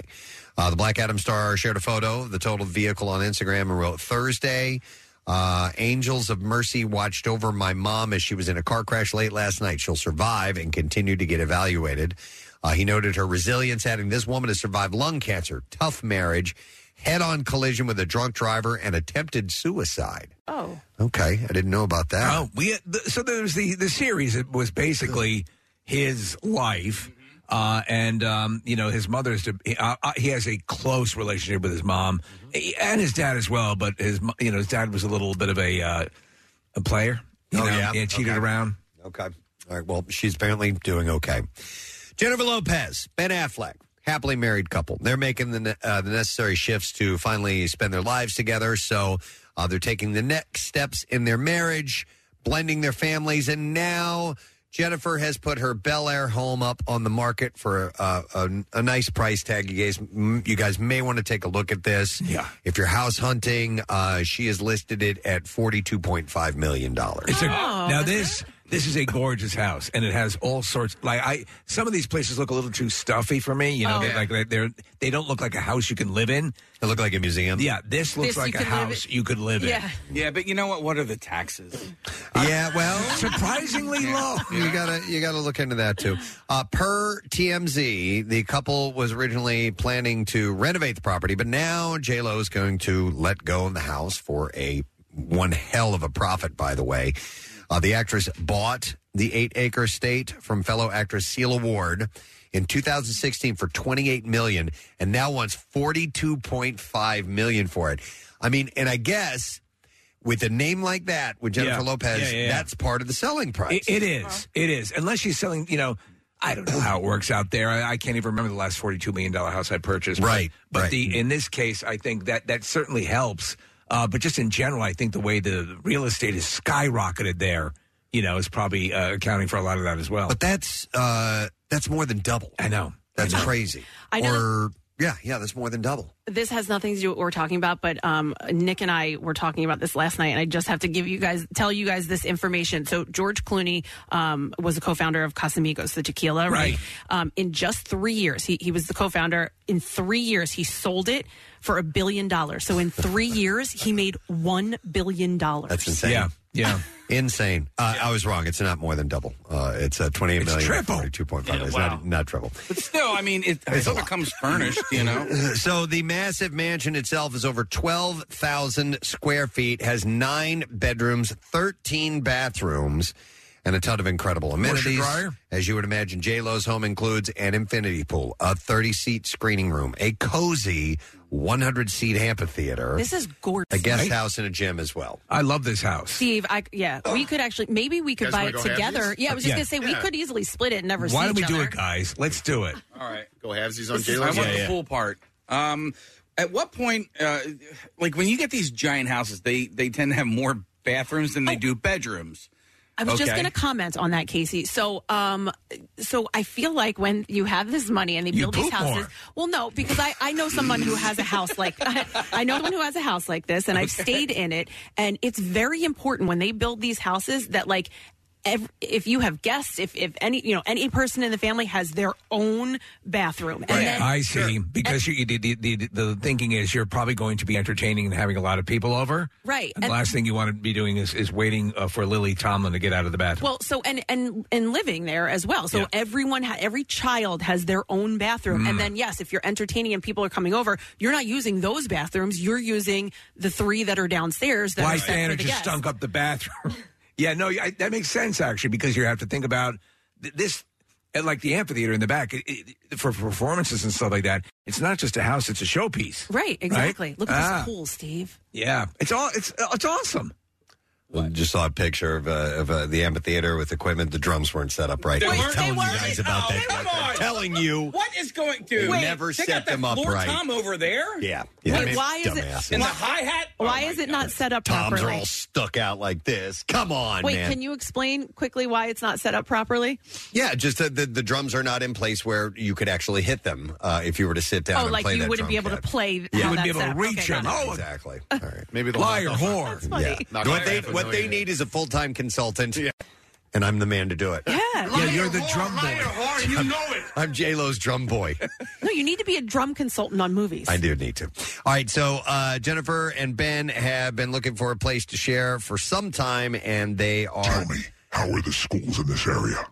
Uh, the Black Adam star shared a photo of the totaled vehicle on Instagram and wrote Thursday. Uh, Angels of Mercy watched over my mom as she was in a car crash late last night. She'll survive and continue to get evaluated. Uh, he noted her resilience, adding, This woman has survived lung cancer, tough marriage, head on collision with a drunk driver, and attempted suicide.
Oh.
Okay, I didn't know about that.
Oh, we th- so there was the the series. It was basically his life, uh, and um, you know his mother's. To, he, uh, uh, he has a close relationship with his mom eh, and his dad as well. But his mo- you know his dad was a little bit of a uh, a player. You
Oh,
know,
yeah?
and cheated
Okay.
around.
Okay. All right. Well, she's apparently doing okay. Jennifer Lopez, Ben Affleck, happily married couple. They're making the ne- uh, the necessary shifts to finally spend their lives together. So uh, they're taking the next steps in their marriage, blending their families, and now. Jennifer has put her Bel Air home up on the market for uh, a, a nice price tag. You guys, you guys may want to take a look at this. Yeah. If you're house hunting, uh, she has listed it at forty two point five million dollars.
It's a, now this this is a gorgeous house, and it has all sorts. Like I, some of these places look a little too stuffy for me. You know,
Oh.
they, like they're they don't look like a house you can live in.
They look like a museum.
Yeah, this looks
This you
like a
could live
house you could live in.
Yeah, but you know what? What are the taxes?
Yeah, well,
[LAUGHS] surprisingly low.
You gotta you gotta look into that too. Uh, per TMZ, the couple was originally planning to renovate the property, but now J Lo is going to let go of the house for a one hell of a profit. By the way, uh, the actress bought the eight acre estate from fellow actress Celia Ward in 2016 for 28 million, and now wants 42.5 million for it. I mean, and I guess. With a name like that, with Jennifer
Yeah.
Lopez,
Yeah, yeah, yeah.
that's part of the selling price.
It, it
Uh-huh.
is. It is. Unless she's selling, you know, I don't know how it works out there. I, I can't even remember the last forty-two million dollar house I purchased.
Right,
But
right.
the in this case, I think that that certainly helps. Uh, but just in general, I think the way the real estate is skyrocketed there, you know, is probably uh, accounting for a lot of that as well. But
that's uh, that's more than double.
I know.
That's crazy.
I know
Or yeah, yeah, that's more than double.
this has nothing to do with what we're talking about, but um, Nick and I were talking about this last night, and I just have to give you guys tell you guys this information. So George Clooney um, was a co-founder of Casamigos, the tequila, right? Um, in just three years, he he was the co-founder. In three years, he sold it for a billion dollars. So in three [LAUGHS] years, he made one billion dollars.
That's insane. Yeah,
yeah,
[LAUGHS] insane. Uh, I was wrong. It's not more than double. Uh, it's uh, twenty-eight million.
triple.
Two point five.
Yeah,
it's
wow.
not not triple.
But still, I mean, it, I
It's a
hope it comes furnished, you know?
[LAUGHS] So the massive mansion itself is over 12,000 square feet, has nine bedrooms, 13 bathrooms, and a ton of incredible amenities.
dryer?
As you would imagine, J-Lo's home includes an infinity pool, a 30-seat screening room, a cozy 100-seat amphitheater.
This is gorgeous.
A guest
Right?
house and a gym as well.
I love this house.
Steve, I, yeah, we could actually maybe we could
Guys
buy
wanna
it
go half
together.
these?
Yeah, I was just
Yeah.
gonna say we
Yeah.
could easily split it and never.
Why
see
don't we
each
do
other.
it, guys? Let's do it.
All right.
Go halvesies
I
on
want
J Lo.
the full part. Um, at what point, uh, like when you get these giant houses, they they tend to have more bathrooms than they do bedrooms.
I was just
Okay.
going to comment on that, Casey. So, um, so I feel like when you have this money and they
You
build these
poop
houses,
more.
well, no, because I, I know someone who has a house like [LAUGHS] I, I know someone who has a house like this, and I've
Okay.
stayed in it, and it's very important when they build these houses that like. ev if you have guests, if, if any you know any person in the family has their own bathroom, and then
I see. Because you, the, the, the, the thinking is you're probably going to be entertaining and having a lot of people over.
right,
And the
and-
last thing you want to be doing is, is waiting uh, for Lily Tomlin to get out of the bathroom.
Well, so and and and living there as well. So
Yeah.
everyone, ha- every child has their own bathroom, and
Mm.
then yes, if you're entertaining and people are coming over, you're not using those bathrooms. You're using the three that are downstairs. That
Why
are set for
Santa
the
just
guests.
stunk up the bathroom? [LAUGHS] yeah, no, I, that makes sense actually because you have to think about th- this. And like the amphitheater in the back it, it, for performances and stuff like that, it's not just a house; it's a showpiece.
Right, exactly. Look at
Ah,
this pool, Steve.
Yeah, it's all it's uh, it's awesome.
Just saw a picture of, uh, of uh, the amphitheater with equipment. The drums weren't set up right.
They
I was
weren't- they
telling you
weren't? Oh,
guys about that.
Come on.
Telling you.
What is going to?
They never
they
set
got that
them up
floor
right.
tom over there?
Yeah. yeah.
Wait, why is it-
Dumbasses.
And the hi hat?
Oh
Why is it not set up
Toms are
properly?
all stuck out like this. Come on,
Wait,
man.
can you explain quickly why it's not set up properly?
yeah, just the, the the drums are not in place where you could actually hit them uh, if you were to sit down.
oh,
and
like
play
you
that
wouldn't be
drum
able
kit.
to play.
Yeah.
how
You wouldn't be
that's
able to
set up.
reach
Okay,
'em.
got it.
Oh,
[LAUGHS]
exactly. All right, maybe
the Liar,
whore. Yeah.
Not
What
gonna
they
happen,
what
no,
they need is a full time consultant, and I'm the man to do it.
Yeah.
Yeah, you're the drum boy.
you know it. I'm J Lo's drum boy. [LAUGHS]
No, you need to be a drum consultant on movies.
I do need to. All right, so uh, Jennifer and Ben have been looking for a place to share for some time, and they are. Tell me, how are the schools in this area?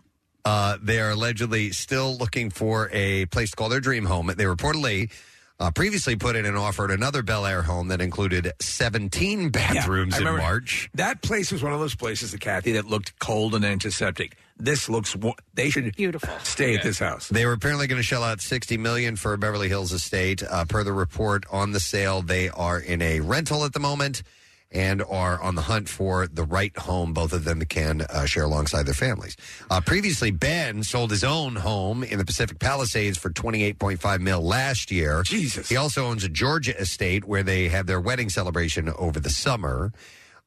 Uh, they are allegedly still looking for a place to call their dream home. They reportedly uh, previously put in an offer at another Bel Air home that included 17 bathrooms
I
in
remember
March.
That place was one of those places, Kathy, that looked cold and antiseptic. This looks. wa- They should
beautiful.
Stay at this house.
They were apparently going to shell out 60 million for Beverly Hills estate. Uh, per the report on the sale, they are in a rental at the moment and are on the hunt for the right home both of them can uh, share alongside their families. Uh, previously Ben sold his own home in the Pacific Palisades for 28.5 mil last year. Jesus. He also owns a Georgia estate where they have their wedding celebration over the summer.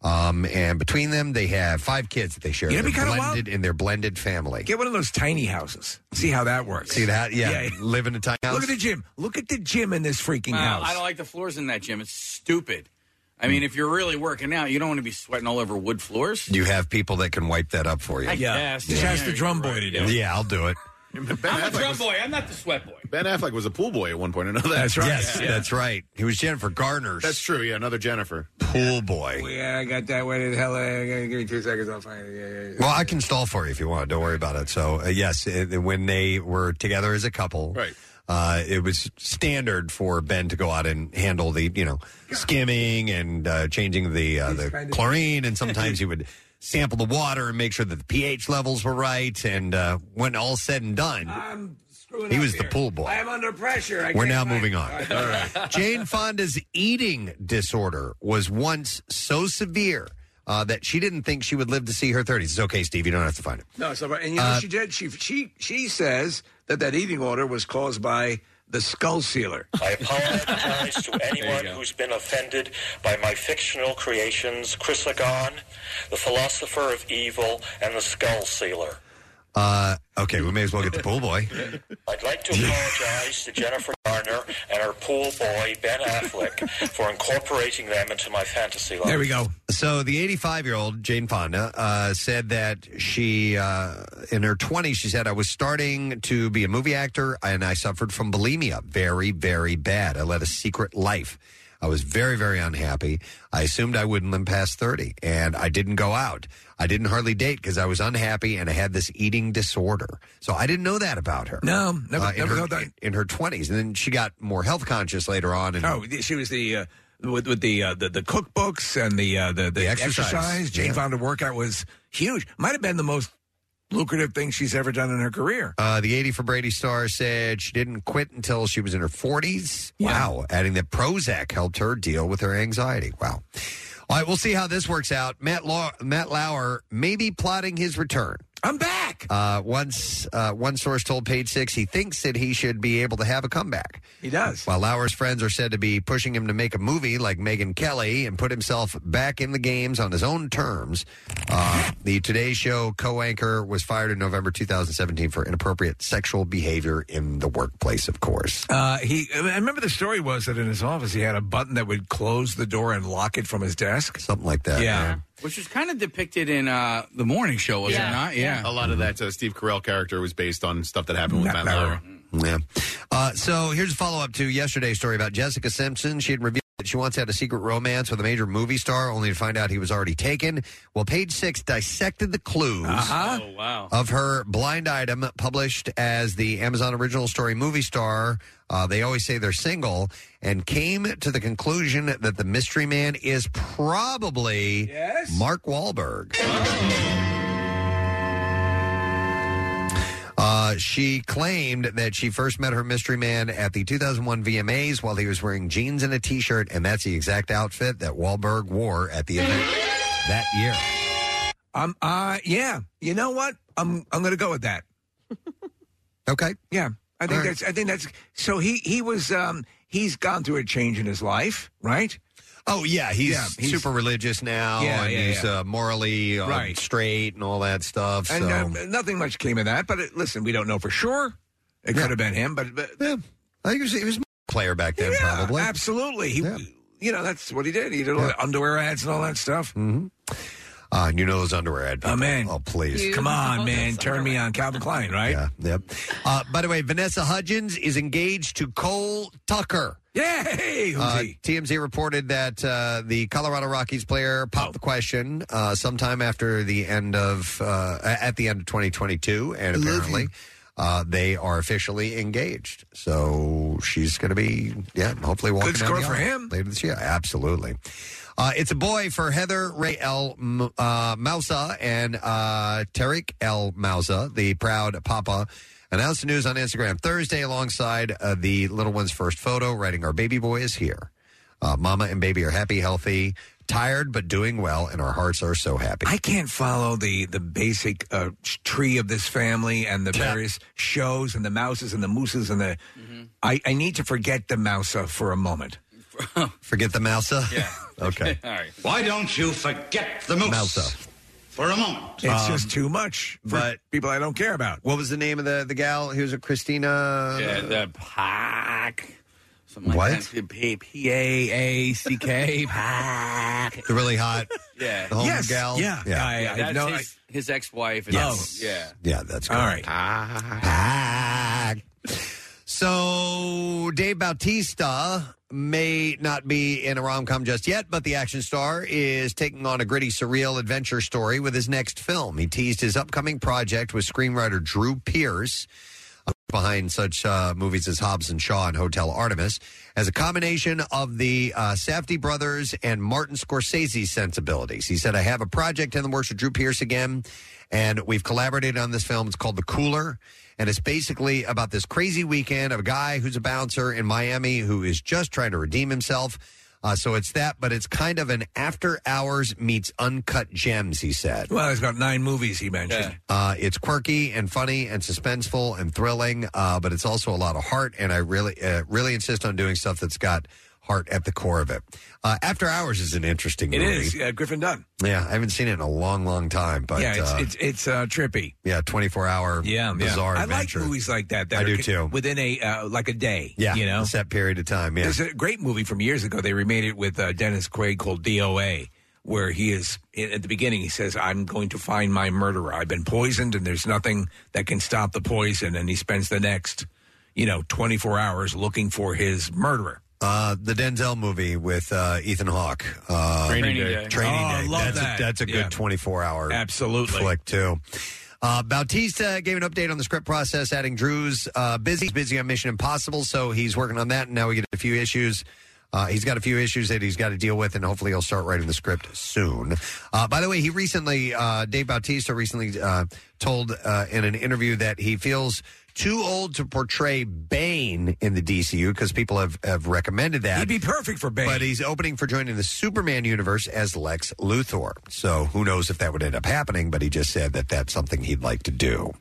Um, and between them they have five kids that they share.
You know, it'd be
They're
kinda wild.
blended in their blended family.
Get one of those tiny houses. See how that works.
See that? Yeah. Live in a tiny house.
Look at the gym. Look at the gym in this freaking
Well,
house.
I don't like the floors in that gym. It's stupid. I mean, if you're really working out, you don't want to be sweating all over wood floors.
You have people that can wipe that up for you.
I Yeah. guess. Just ask the Yeah,
drum boy to
do it.
Yeah, I'll do it.
I'm the drum boy. I'm not the sweat boy.
Ben Affleck was a pool boy at one point. I know that.
Yes, that's right. He was Jennifer Garner's.
That's true. Yeah, another Jennifer.
pool boy.
Yeah, I got that. Where the hell? Uh, give me two seconds. I'll find it. Yeah, yeah, yeah.
Well, I can stall for you if you want. Don't worry about it. So, uh, yes, it, when they were together as a couple, right? Uh, it was standard for Ben to go out and handle the, you know, skimming and uh, changing the uh, the chlorine, and sometimes he would sample the water and make sure that the pH levels were right. And uh, when all said and done,
I'm screwing
he
up
was the
here.
pool boy.
I am under pressure. I
We're
can't
now
find
moving
it.
on.
All
[LAUGHS]
right.
Jane Fonda's eating disorder was once so severe uh, that she didn't think she would live to see her 30s. It's okay, Steve. You don't have to find it.
No, so and you know
Uh,
she did. She she she says that that eating order was caused by the skull sealer.
I apologize to anyone who's been offended by my fictional creations, Chrysagon, the philosopher of evil, and the skull sealer.
Uh, okay, we may as well get the pool boy.
I'd like to apologize to Jennifer Garner and her pool boy, Ben Affleck, for incorporating them into my fantasy life.
So the 85 year old Jane Fonda uh, said that she, uh, in her 20s, she said, I was starting to be a movie actor and I suffered from bulimia very, very bad. I led a secret life. I was very, very unhappy. I assumed I wouldn't live past 30 and I didn't go out. I didn't hardly date because I was unhappy and I had this eating disorder. So I didn't know that about her. Uh,
No, never-
in
never
her,
thought that.
in- in her 20s. And then she got more health conscious later on. And
Oh, she was the uh, with with the, uh, the the cookbooks and the uh, the, the,
The exercise,
Jane
yeah.
found a workout was huge. Might have been the most lucrative thing she's ever done in her career.
Uh, the 80 for Brady star said she didn't quit until she was in her 40s. Wow. Adding that Prozac helped her deal with her anxiety. Wow. All right, we'll see how this works out. Matt, Lau- Matt Lauer may be plotting his return.
I'm back.
Uh, once uh, one source told Page Six he thinks that he should be able to have a comeback.
He does.
While Lauer's friends are said to be pushing him to make a movie like Megan Kelly and put himself back in the games on his own terms, uh, the Today Show co anchor was fired in November 2017 for inappropriate sexual behavior in the workplace, of course.
Uh, he, I remember the story was that in his office he had a button that would close the door and lock it from his desk,
something like that.
Yeah.
yeah.
Which was kind of depicted in uh, the morning show, was it not? Yeah.
A lot of that uh, Steve Carell character was based on stuff that happened with Matt Lauer.
Yeah. Uh, so here's a follow up to yesterday's story about Jessica Simpson. She had revealed that she once had a secret romance with a major movie star, only to find out he was already taken. Well, Page Six dissected the clues
Uh-huh.
Oh, wow.
of her blind item published as the Amazon Original Story movie star. Uh, they always say they're single, and came to the conclusion that the mystery man is probably Mark Wahlberg. Uh, she claimed that she first met her mystery man at the 2001 VMAs while he was wearing jeans and a t-shirt, and that's the exact outfit that Wahlberg wore at the event that year.
Um. Uh. Yeah. You know what? I'm. I'm going to go
[LAUGHS]
with that.
okay.
Yeah. I think that's. I think that's. So he. He was. Um. He's gone through a change in his life, right?
Oh yeah, he's, super religious now,
Yeah,
and
yeah,
he's
yeah.
Uh, morally uh,
Right.
straight and all that stuff. So.
And uh, nothing much came of that. But it, listen, we don't know for sure. It could have been him, but, but
I think he was, he was a player back then, probably.
Absolutely. He, You know, that's what he did. He did all the underwear ads and all that stuff.
Mm-hmm. Uh, and you know those underwear ad people.
Oh, man.
Oh, please.
Come on, man. Turn me on. Calvin Klein, right?
Yeah, yep. Uh, by the way, Vanessa Hudgens is engaged to Cole Tucker.
Yay!
Uh, TMZ reported that uh, the Colorado Rockies player popped
Oh.
the question uh, sometime after the end of uh, at the end of 2022, and apparently uh, they are officially engaged. So she's going to be yeah, hopefully walking
Good
down
score
the
for
aisle
him.
later this year. Absolutely. Uh, it's a boy for Heather Ray L. M- uh, Mousa and uh, Tariq L. Mousa, the proud papa. Announced the news on Instagram Thursday alongside uh, the little one's first photo, writing, Our baby boy is here. Uh, mama and baby are happy, healthy, tired, but doing well, and our hearts are so happy.
I can't follow the the basic uh, sh- tree of this family and the various shows and the mouses and the mooses and the.
Mm-hmm.
I, I need to forget the mouser for
[LAUGHS]
a moment.
Forget the mouser.
Yeah.
[LAUGHS]
[LAUGHS]
okay.
All right.
Why don't you forget the moose
Mouser.
for a moment?
It's just too much for
Um, but-
people I don't care about.
What was the name of the, the gal? He was a Christina.
Yeah, Uh, the pack. Something
What?
Like that. P- P A A C K. Pack.
The really hot.
[LAUGHS] Yeah.
The home Yes, gal? yeah. Yeah. I- I
that's
know-
his, his ex-wife. And
Yes.
Yeah. Ah.
Yeah, that's
All right.
Ah. So Dave Bautista may not be in a rom com just yet, but the action star is taking on a gritty, surreal adventure story with his next film. He teased his upcoming project with screenwriter Drew Pierce behind such uh, movies as Hobbs and Shaw and Hotel Artemis as a combination of the uh, Safdie brothers and Martin Scorsese sensibilities. He said, I have a project in the works with Drew Pierce again, and we've collaborated on this film. It's called The Cooler, and it's basically about this crazy weekend of a guy who's a bouncer in Miami who is just trying to redeem himself. Uh, so it's that, but it's kind of an after hours meets uncut gems, he said.
Well, there's about nine movies he mentioned.
Uh, it's quirky and funny and suspenseful and thrilling, uh, but it's also a lot of heart. And I really, uh, really insist on doing stuff that's got heart at the core of it. Uh, After Hours is an interesting
It
movie.
is uh, Griffin Dunn.
Yeah, I haven't seen it in a long, long time. But
yeah, it's
uh,
it's, it's uh, trippy.
yeah, twenty four hour,
Yeah,
bizarre
I
adventure.
like movies like that. that
I
are
do
ca-
too.
Within a uh, like a day.
yeah,
you know.
a set period of time. Yeah,
There's a great movie from years ago. They remade it with uh, Dennis Quaid called DOA, where he is at the beginning. He says, "I'm going to find my murderer. I've been poisoned, and there's nothing that can stop the poison." And he spends the next, you know, 24 hours looking for his murderer.
Uh, the Denzel movie with uh, Ethan Hawke. Uh,
Training Day.
Training
Oh,
Day.
I love
that's,
that.
A, that's a good
Yeah.
24 hour
Absolutely.
flick, too. Uh, Bautista gave an update on the script process, adding Drew's uh, busy. He's busy on Mission Impossible, so he's working on that. And now we get a few issues. Uh, he's got a few issues that he's got to deal with, and hopefully he'll start writing the script soon. Uh, by the way, he recently, uh, Dave Bautista recently uh, told uh, in an interview that he feels too old to portray Bane in the DCU because people have, have recommended that.
He'd be perfect for Bane.
But he's opening for joining the Superman universe as Lex Luthor. So who knows if that would end up happening, but he just said that that's something he'd like to do.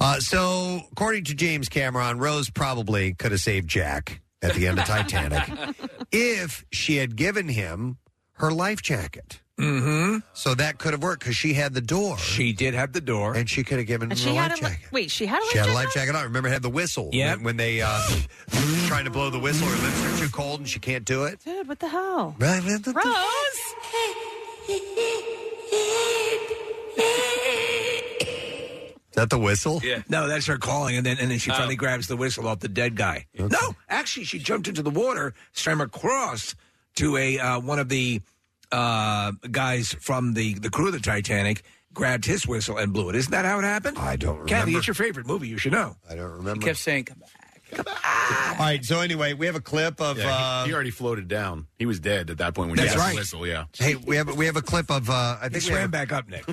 Uh, so, according to James Cameron, Rose probably could have saved Jack at the end of
[LAUGHS]
Titanic
[LAUGHS]
if she had given him her life jacket. Mm-hmm. So that could have worked because she had the door. She
did have the door,
and she could have given him
Mm,
And she
her
had
life
a
jacket.
li- wait. She had a life
She had a
jacket
life jacket on. Remember, it had the whistle.
Yep.
When, when they uh, [GASPS] trying to blow the whistle, her lips are too cold and she can't do it.
Dude, what the hell?
Right, right,
Rose.
right. Is that the whistle?
Yeah. No, that's her calling, and then and then she finally grabs the whistle off the dead guy. No, actually, she jumped into the water, swam across to a uh, one of the uh, guys from the the crew of the Titanic, grabbed his whistle and blew it. Isn't that how it happened? I
don't
Kathy,
remember.
it's your favorite movie. You should know.
I don't remember.
kept saying,
All right. So anyway, we have a clip of. uh,
Yeah, he- he, already floated down. He was dead at that point when
That's
he got
right.
the whistle. Yeah.
Hey, we have we have a clip of uh, I think we have,
back
[LAUGHS]
up, Nick.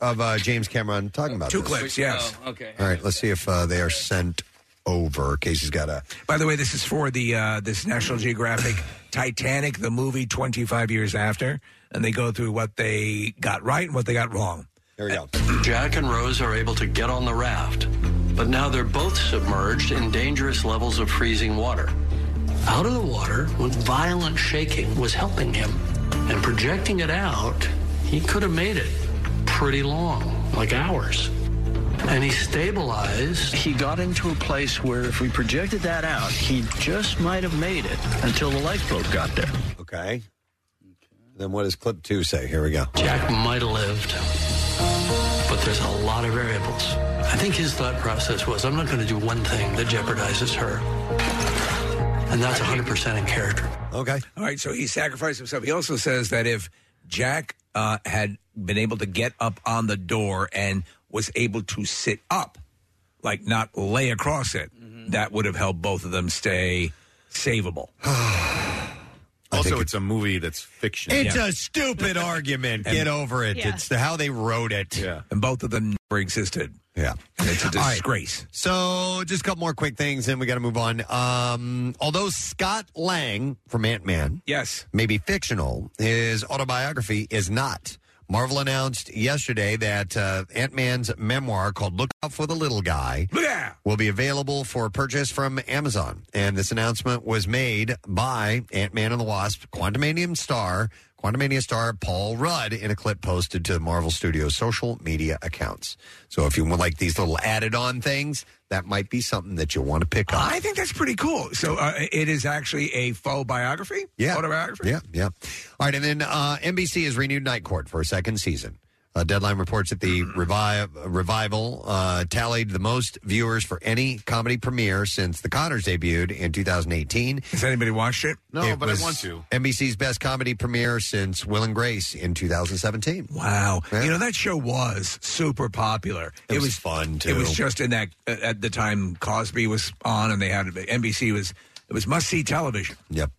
of uh, James Cameron talking about
Two
this.
clips, yes.
okay.
All right, let's see if uh, they are sent over. Casey's got a.
By the way, this is for the uh, this National Geographic Titanic, the movie, twenty five years after, and they go through what they got right and what they got wrong.
There we go.
Jack and Rose are able to get on the raft, but now they're both submerged in dangerous levels of freezing water. Out of the water, with violent shaking, was helping him, and projecting it out, he could have made it pretty long, like hours. And he stabilized. He got into a place where if we projected that out, he just might have made it until the lifeboat got there.
Okay. Then what does clip two say? Here we go.
Jack might have lived, but there's a lot of variables. I think his thought process was I'm not going to do one thing that jeopardizes her. And that's 100% in character.
Okay.
All right. So he sacrificed himself. He also says that if Jack uh, had been able to get up on the door and was able to sit up, like not lay across it, that would have helped both of them stay [SIGHS] savable.
Also, it's a movie that's fiction.
It's a stupid argument. Get over it.
Yeah.
It's the, how they wrote it.
Yeah.
And both of them never existed.
Yeah.
And it's a
All right.
disgrace.
So, just a couple more quick things, and we got to move on. Um, although Scott Lang from Ant Man,
yes,
may be fictional, his autobiography is not. Marvel announced yesterday that uh, Ant Man's memoir called "Look Out for the Little Guy" will be available for purchase from Amazon, and this announcement was made by Ant Man and the Wasp Quantumanium star. Quantumania star Paul Rudd in a clip posted to Marvel Studios social media accounts. So if you would like these little added on things, that might be something that you'll want to pick up.
I think that's pretty cool. So uh, it is actually a faux biography.
Yeah.
Autobiography.
Yeah, yeah. All right, and then uh, NBC has renewed Night Court for a second season. Uh, Deadline reports that the
Mm-hmm.
revive, revival uh, tallied the most viewers for any comedy premiere since The Conners debuted in 2018.
Has anybody watched it?
No, but I want to.
NBC's best comedy premiere since Will and Grace in 2017.
Wow. You know, that show was super popular.
It was fun, too.
It was just in that, at the time Cosby was on and they had, NBC was, it was must see television.
Yep.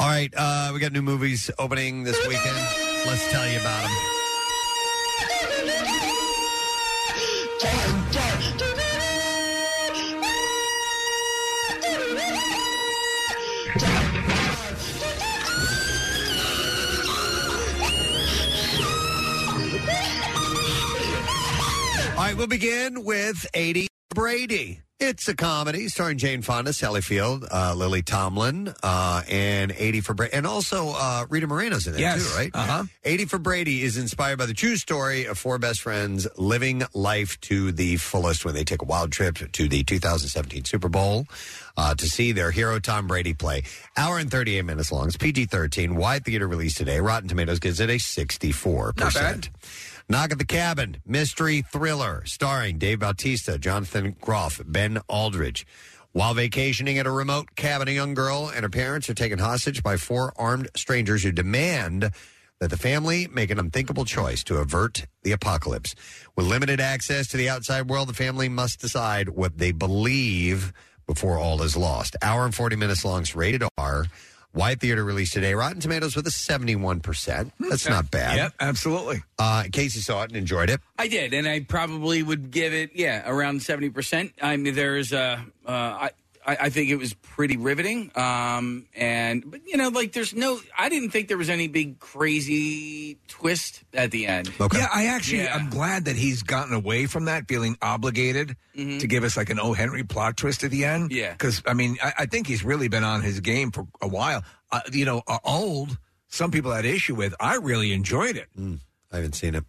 All right, uh, we got new movies opening this weekend. Let's tell you about them. All right, we'll begin with 80 Brady. It's a comedy starring Jane Fonda, Sally Field, uh, Lily Tomlin, uh, and 80 for Brady. And also uh, Rita Moreno's in it,
Yes.
too, right?
Uh-huh.
80 for Brady is inspired by the true story of four best friends living life to the fullest when they take a wild trip to the 2017 Super Bowl uh, to see their hero Tom Brady play. Hour and 38 minutes long. It's PG 13. Wide theater release today. Rotten Tomatoes gives it a 64%.
Not bad.
Knock at the Cabin, mystery thriller, starring Dave Bautista, Jonathan Groff, Ben Aldridge. While vacationing at a remote cabin, a young girl and her parents are taken hostage by four armed strangers who demand that the family make an unthinkable choice to avert the apocalypse. With limited access to the outside world, the family must decide what they believe before all is lost. Hour and 40 minutes long, it's rated R. Wide theater released today. Rotten Tomatoes with a 71%. That's not bad.
Yep, absolutely.
Uh, Casey saw it and enjoyed it.
I did, and I probably would give it yeah around seventy percent. I mean, there's uh, uh, I I I think it was pretty riveting. Um, and but you know, like there's no, I didn't think there was any big crazy twist at the end.
Yeah, I actually, um,
Yeah.
I'm glad that he's gotten away from that, feeling obligated
Mhm.
to give us like an O. Henry plot twist at the end.
Yeah.
Because, I mean, I, I think he's really been on his game for a while. Uh, you know, uh, old, some people had issue with. I really enjoyed it.
Hmm, I haven't seen it.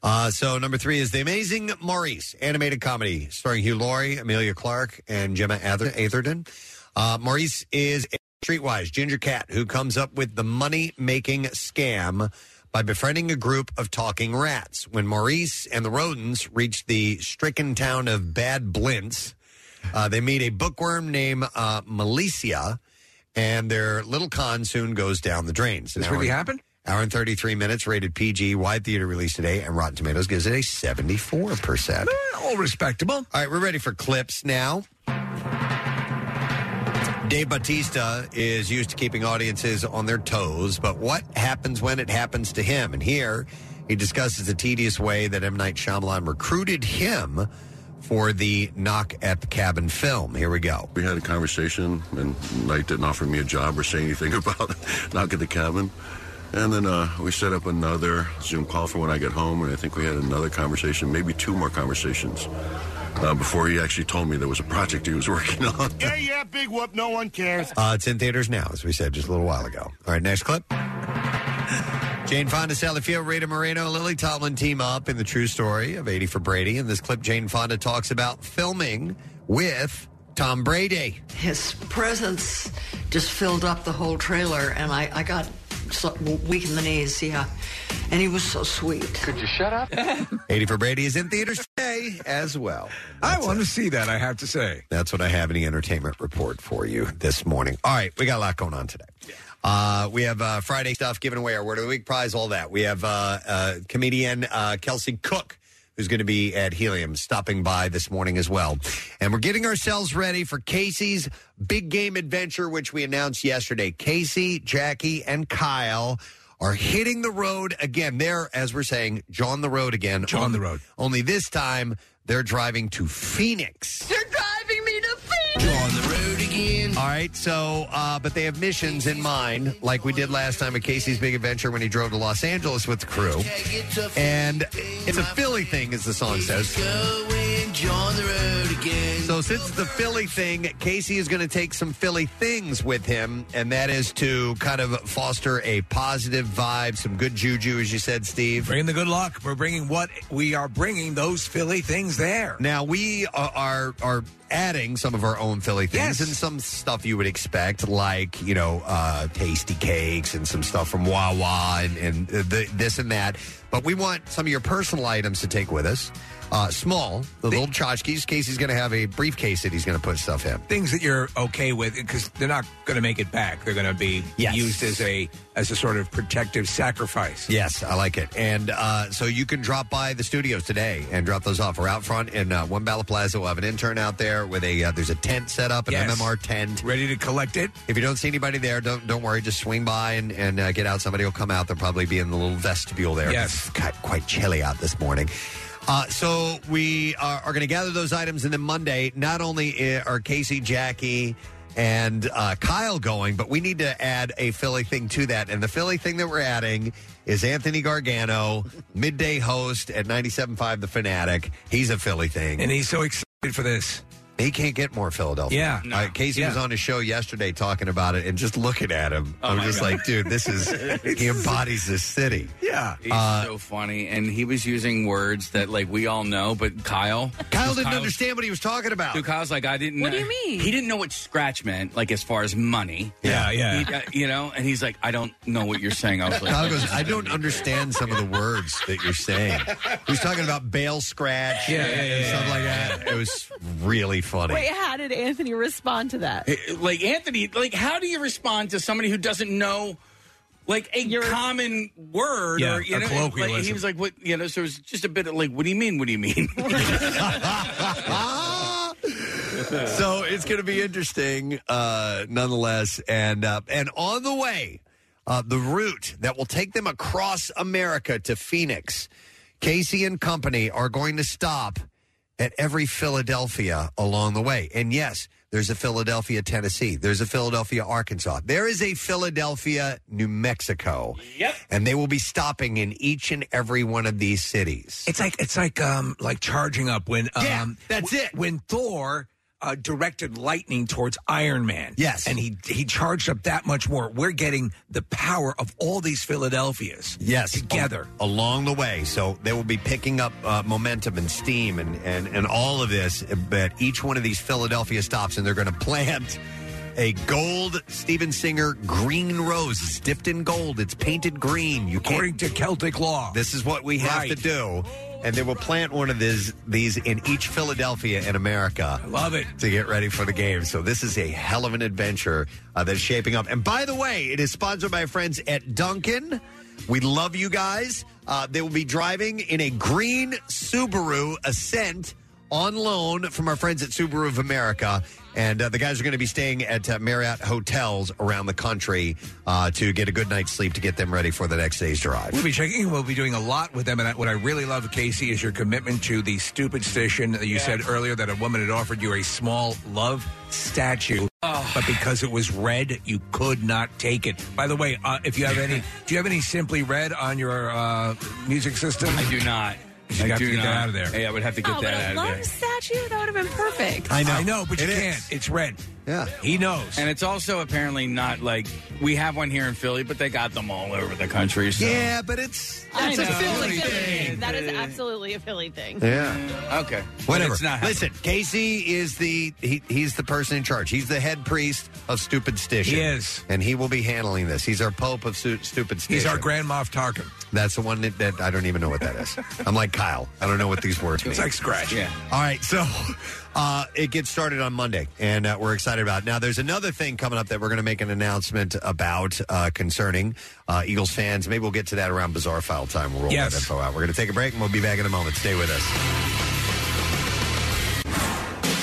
Uh, so number three is The Amazing Maurice, animated comedy starring Hugh Laurie, Amelia Clark, and Gemma Ather- Atherton. Uh, Maurice is a streetwise ginger cat who comes up with the money-making scam by befriending a group of talking rats. When Maurice and the rodents reach the stricken town of Bad Blintz, uh, they meet a bookworm named uh, Malicia, and their little con soon goes down the drain. So
This
now
really
we're-
happened?
Hour and 33 minutes, rated PG, wide theater release today, and Rotten Tomatoes gives it a 74%.
All respectable. All
right, we're ready for clips now. Dave Batista is used to keeping audiences on their toes, but what happens when it happens to him? And here he discusses the tedious way that M. Night Shyamalan recruited him for the Knock at the Cabin film. Here we go.
We had a conversation, and Knight didn't offer me a job or say anything [LAUGHS] about knock at the cabin. And then uh, we set up another Zoom call for when I get home, and I think we had another conversation, maybe two more conversations, uh, before he actually told me there was a project he was [LAUGHS] working on.
Yeah, yeah, big whoop. No one cares.
Uh, it's in theaters now, as we said just a little while ago. All right, next clip. Jane Fonda, Sally Field, Rita Moreno, Lily Tomlin team up in the true story of 80 for Brady. In this clip, Jane Fonda talks about filming with Tom Brady.
his presence just filled up the whole trailer, and I, I got so, weak in the knees, yeah. And he was so sweet. Could you shut
[LAUGHS]
up?
80 for Brady is in theaters today as well. I want
to see that, I have to say.
That's what I have in the entertainment report for you this morning. All right, we got a lot going on today. Uh, we have uh, Friday stuff, giving away our Word of the Week prize, all that. We have uh, uh, comedian uh, Kelsey Cook, who's going to be at Helium, stopping by this morning as well. And we're getting ourselves ready for Casey's big game adventure, which we announced yesterday. Casey, Jackie, and Kyle are hitting the road again. They're, as we're saying, John the road again. John the road. Only this time, they're driving to Phoenix.
You're driving me to Phoenix. on the road again.
All right, so, uh, but they have missions in mind, like we did last time at Casey's Big Adventure when he drove to Los Angeles with the crew. And it's a Philly thing, as the song says.
and John the road again.
So since it's a Philly thing, Casey is going to take some Philly things with him, and that is to kind of foster a positive vibe, some good juju, as you said, Steve.
Bringing the good luck. We're bringing what we are bringing those Philly things there.
Now we are are, are adding some of our own Philly things and some stuff you would expect, like you know, uh, tasty cakes and some stuff from Wawa and, and uh, the, this and that. But we want some of your personal items to take with us. Uh, small, the little tchotchkes. Casey's going to have a briefcase that he's going to put stuff in.
Things that you're okay with because they're not going to make it back. They're going to be
Yes.
used as a as a sort of protective sacrifice.
Yes, I like it. And uh, so you can drop by the studios today and drop those off. We're out front in uh, One Ballot Plaza. We'll have an intern out there with a uh, there's a tent set up, an
Yes.
MMR tent,
ready to collect it.
If you don't see anybody there, don't don't worry. Just swing by and and uh, get out. Somebody will come out. They'll probably be in the little vestibule there.
Yes.
it's got quite chilly out this morning. Uh, so we uh, are, are going to gather those items, and then Monday, not only uh, are Casey, Jackie, and uh, Kyle going, but we need to add a Philly thing to that. And the Philly thing that we're adding is Anthony Gargano, midday host at 97.5 The Fanatic. He's a Philly thing.
And he's so excited for this.
He can't get more Philadelphia.
Yeah. No.
Uh, Casey was
Yeah.
on his show yesterday talking about it and just looking at him.
Oh,
I'm
my
just
God.
like, dude, this is, he embodies this city.
[LAUGHS] Yeah.
He's
Uh,
so funny, and he was using words that like we all know, but Kyle,
Kyle didn't understand what he was talking
[LAUGHS]
about.
Dude, Kyle's like, I didn't. What do you mean? He didn't know what scratch meant, like as far as money.
Yeah, yeah.
He, uh, you know, and he's like, I don't know what you're saying. I was like,
Kyle goes, I don't understand some of the words that you're saying. He was talking about bail scratch
Yeah, yeah,
and
yeah,
stuff like that. It was really funny.
Wait, how did Anthony respond to that?
Eh, like Anthony, like how do you respond to somebody who doesn't know like a common word
Yeah,
or you
a
know like,
colloquialism.
he was like what you know so it was just a bit of like what do you mean what do you mean
so it's going to be interesting, uh, nonetheless. And uh, and on the way, uh, the route that will take them across America to Phoenix, Casey and company are going to stop at every Philadelphia along the way. And yes, there's a Philadelphia, Tennessee. There's a Philadelphia, Arkansas. There is a Philadelphia, New Mexico. Yep. And they will be stopping in each and every one of these cities.
It's like it's like um like charging up when um that's it when Thor uh, directed lightning towards Iron Man. Yes, and he he charged up that much more. We're getting the power of all these Philadelphias.
Yes,
together.
al- along the way. So they will be picking up uh, momentum and steam and, and, and all of this at each one of these Philadelphia stops, and they're going to plant a gold Steven Singer green rose. It's dipped in gold. It's painted green. You
According to Celtic law,
this is what we have to do. And they will plant one of these these in each Philadelphia in America.
love it
to get ready for the game. So this is a hell of an adventure uh, that's shaping up. And by the way, it is sponsored by our friends at Duncan. We love you guys. Uh, they will be driving in a green Subaru Ascent on loan from our friends at Subaru of America. And uh, the guys are going to be staying at uh, Marriott hotels around the country uh, to get a good night's sleep to get them ready for the next day's drive.
We'll be checking. We'll be doing a lot with them. And I- what I really love, Casey, is your commitment to the stupid station. You said earlier that a woman had offered you a small love statue, but because it was red, you could not take it. By the way, uh, if you have any, do you have any Simply Red on your uh, music system? I
do not.
You
I
have
do
to get
not.
that out of there.
Hey, I would have to get
oh, but a
that out of
love
there.
statue? That would have been perfect.
I know. I know, but you can't. It's red.
[LAUGHS] Yeah.
He knows.
And it's also apparently not like we have one here in Philly, but they got them all over the country. So.
Yeah, but it's
I
that's a
know.
Philly
Philly
thing.
thing.
That is absolutely a Philly thing.
Yeah.
Okay.
Whatever. Listen, Casey is the he, he's the person in charge. He's the head priest of Stupid Stition.
He is.
and he will be handling this. He's our Pope of su- Stupid Stition.
He's our Grand Moff Tarkin.
That's the one that, that I don't even know what that is. I'm like Kyle. I don't know what these words mean.
It's like scratch. Yeah.
All right, so [LAUGHS] uh, it gets started on Monday, and uh, we're excited about. it. Now, there's another thing coming up that we're going to make an announcement about uh, concerning uh, Eagles fans. Maybe we'll get to that around Bizarre File time. We'll roll
Yes.
that info out. We're going to take a break, and we'll be back in a moment. Stay with us.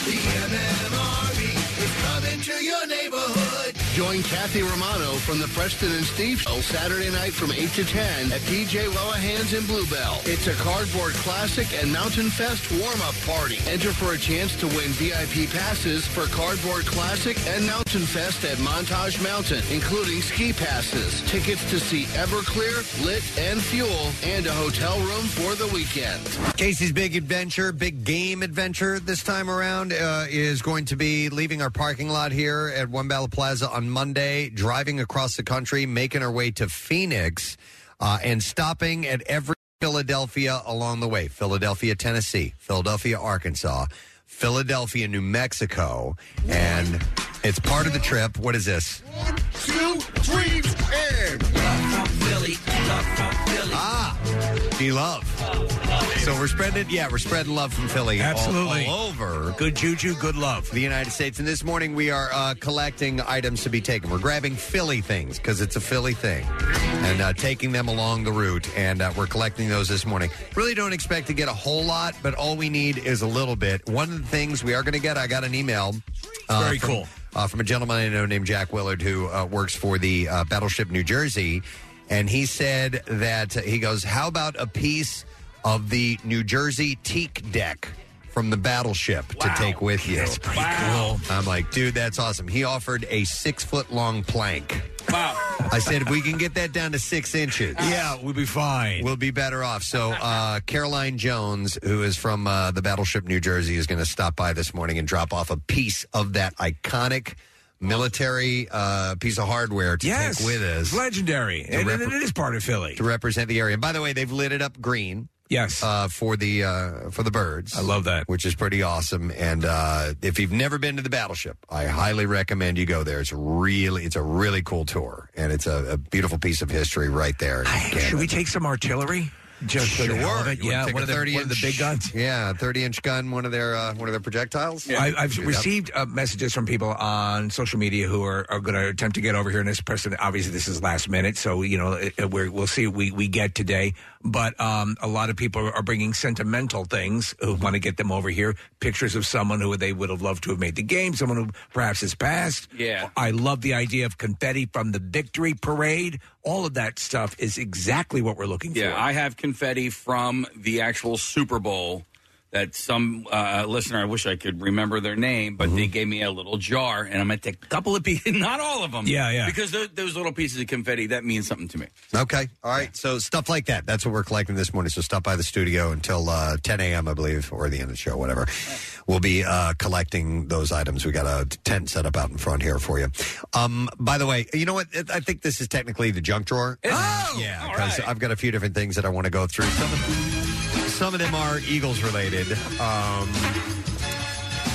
The MMRB is coming to your neighborhood.
Join Kathy Romano from the Preston and Steve Show Saturday night from 8 to 10 at DJ Lelahan's in Bluebell. It's a cardboard classic and Mountain Fest warm-up party. Enter for a chance to win VIP passes for Cardboard Classic and Mountain Fest at Montage Mountain, including ski passes, tickets to see Everclear, Lit, and Fuel, and a hotel room for the weekend.
Casey's big adventure, big game adventure this time around uh, is going to be leaving our parking lot here at One Battle Plaza on Monday, driving across the country, making our way to Phoenix, uh, and stopping at every Philadelphia along the way Philadelphia, Tennessee, Philadelphia, Arkansas, Philadelphia, New Mexico. And it's part of the trip. What is this?
Two, three, and. Love from Philly. Love from Philly. Ah.
Be love. So we're spreading it. Yeah, we're spreading love from Philly all-
Absolutely.
all, over. Good juju, good love. The United States. And this morning we are uh, collecting items to be taken. We're grabbing Philly things because it's a Philly thing and uh, taking them along the route. And uh, we're collecting those this morning. Really don't expect to get a whole lot, but all we need is a little bit. One of the things we are going to get, I got an email.
Very
from-
cool.
uh, from a gentleman I know named Jack Willard who uh, works for the uh, Battleship New Jersey. And he said that uh, he goes, How about a piece of the New Jersey teak deck from the battleship to take with you? That's pretty cool. I'm like, Dude, that's awesome. He offered a six foot long plank.
Wow.
I said, If we can get that down to six inches.
Yeah, we'll be fine.
We'll be better off. So uh, Caroline Jones, who is from uh, the Battleship New Jersey, is going to stop by this morning and drop off a piece of that iconic military uh, piece of hardware to
yes,
take with us.
legendary,
To
and, and
repre-
it is part of Philly.
to represent the area. And by the way, they've lit it up green.
Yes,
uh, for the uh, for the birds. I
love that,
which is pretty awesome. And uh, if you've never been to the Battleship, I highly recommend you go there. It's really it's a really cool tour, and it's a, a beautiful piece of history right there. in Canada.
Should we take some artillery? Just for the hell of it?
You wanna
yeah,
take a
one of, the, one
30
of the
inch-
big guns.
Yeah, thirty inch gun, one of their uh, one of their projectiles.
I, I've
Do that.
received uh, messages from people on social media who are, are going to attempt to get over here. And this person, obviously, this is last minute, so you know it, it- we're, we'll see what we we get today. But um, a lot of people are bringing sentimental things who want to get them over here. Pictures of someone who they would have loved to have made the game, someone who perhaps has passed.
Yeah.
I love the idea of confetti from the victory parade. All of that stuff is exactly what we're looking
Yeah, I have confetti from the actual Super Bowl that some uh, listener, I wish I could remember their name, but
Mm-hmm.
they gave me a little jar, and I'm going to take a couple of pieces, [LAUGHS] not all of them.
Yeah, yeah.
Because those, those little pieces of confetti, that means something to me.
Okay. All right. So stuff like that. That's what we're collecting this morning. So stop by the studio until uh, 10 a.m., I believe, or the end of the show, whatever. We'll be uh, collecting those items. We got a tent set up out in front here for you. Um, by the way, you know what? I think this is technically the junk drawer. oh, yeah. Because I've got a few different things that I want to go through. Some of, some of them are Eagles related. Um,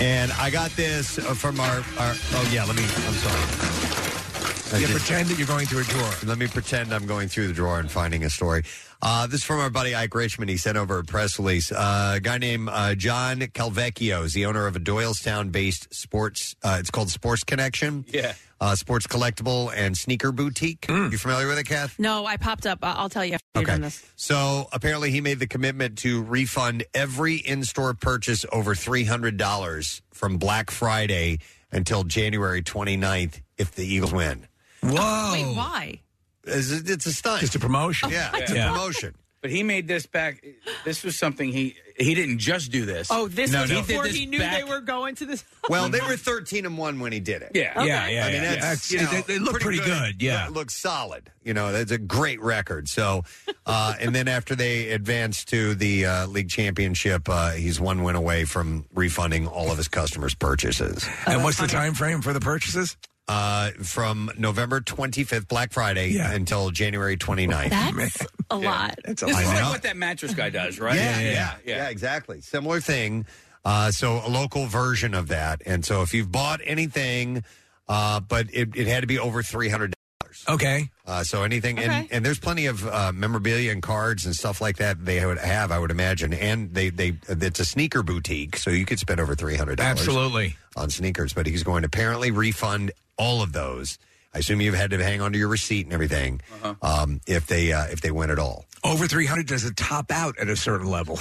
and I got this uh, from our, our. Oh yeah. Let me. I'm sorry. I
Yeah,
did-
pretend that you're going through a drawer.
let me pretend I'm going through the drawer and finding a story. Uh, this is from our buddy Ike Richmond. He sent over a press release. Uh, a guy named uh, John Calvecchio is the owner of a Doylestown based sports, uh, it's called Sports Connection. Yeah. Uh, sports collectible and sneaker boutique. You familiar with it, Kath?
No, I popped up. I- I'll tell you after you're done this.
So apparently, he made the commitment to refund every in store purchase over $300 from Black Friday until January 29th if the Eagles win.
Whoa.
Oh, Wait, why?
It's a, it's a stunt. Just
a promotion.
Yeah, it's a promotion.
But he made this back. This was something he he didn't just do this.
Oh, this was
did
before
this
he knew
back-
they were going to this.
[LAUGHS] Well, they
[LAUGHS]
were 13 and 1 when he did it.
Yeah.
Yeah, yeah,
I mean,
yeah.
that's,
That's-
you know,
they- they look pretty good, yeah.
Look- Looks solid. You know, that's a great record. So, uh, and then after they advanced to the uh, league championship, uh, he's one win away from refunding all of his customers' purchases.
and what's the time frame for the purchases?
Uh, from November 25th, Black Friday, until January 29th.
That's a lot.
That's a
This
lot.
is
I
like
know.
what that mattress guy does, right?
Yeah, yeah, yeah, exactly. Similar thing. Uh, so a local version of that. And so if you've bought anything, uh, but it, it had to be over three hundred dollars.
Okay.
Uh, so anything, and, and there's plenty of uh, memorabilia and cards and stuff like that they would have, I would imagine. And they they it's a sneaker boutique, so you could spend over three hundred dollars
Absolutely.
on sneakers. But he's going to apparently refund all of those. I assume you've had to hang on to your receipt and everything um, if they uh, if they win at all.
[LAUGHS] Over 300 does it top out at a certain level?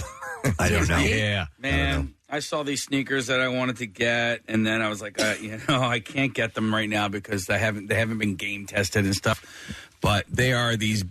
I don't know.
Yeah.
[LAUGHS] Man, I saw these sneakers that I wanted to get, and then I was like, uh, you know, [LAUGHS] I can't get them right now because they haven't they haven't been game tested and stuff. But they are these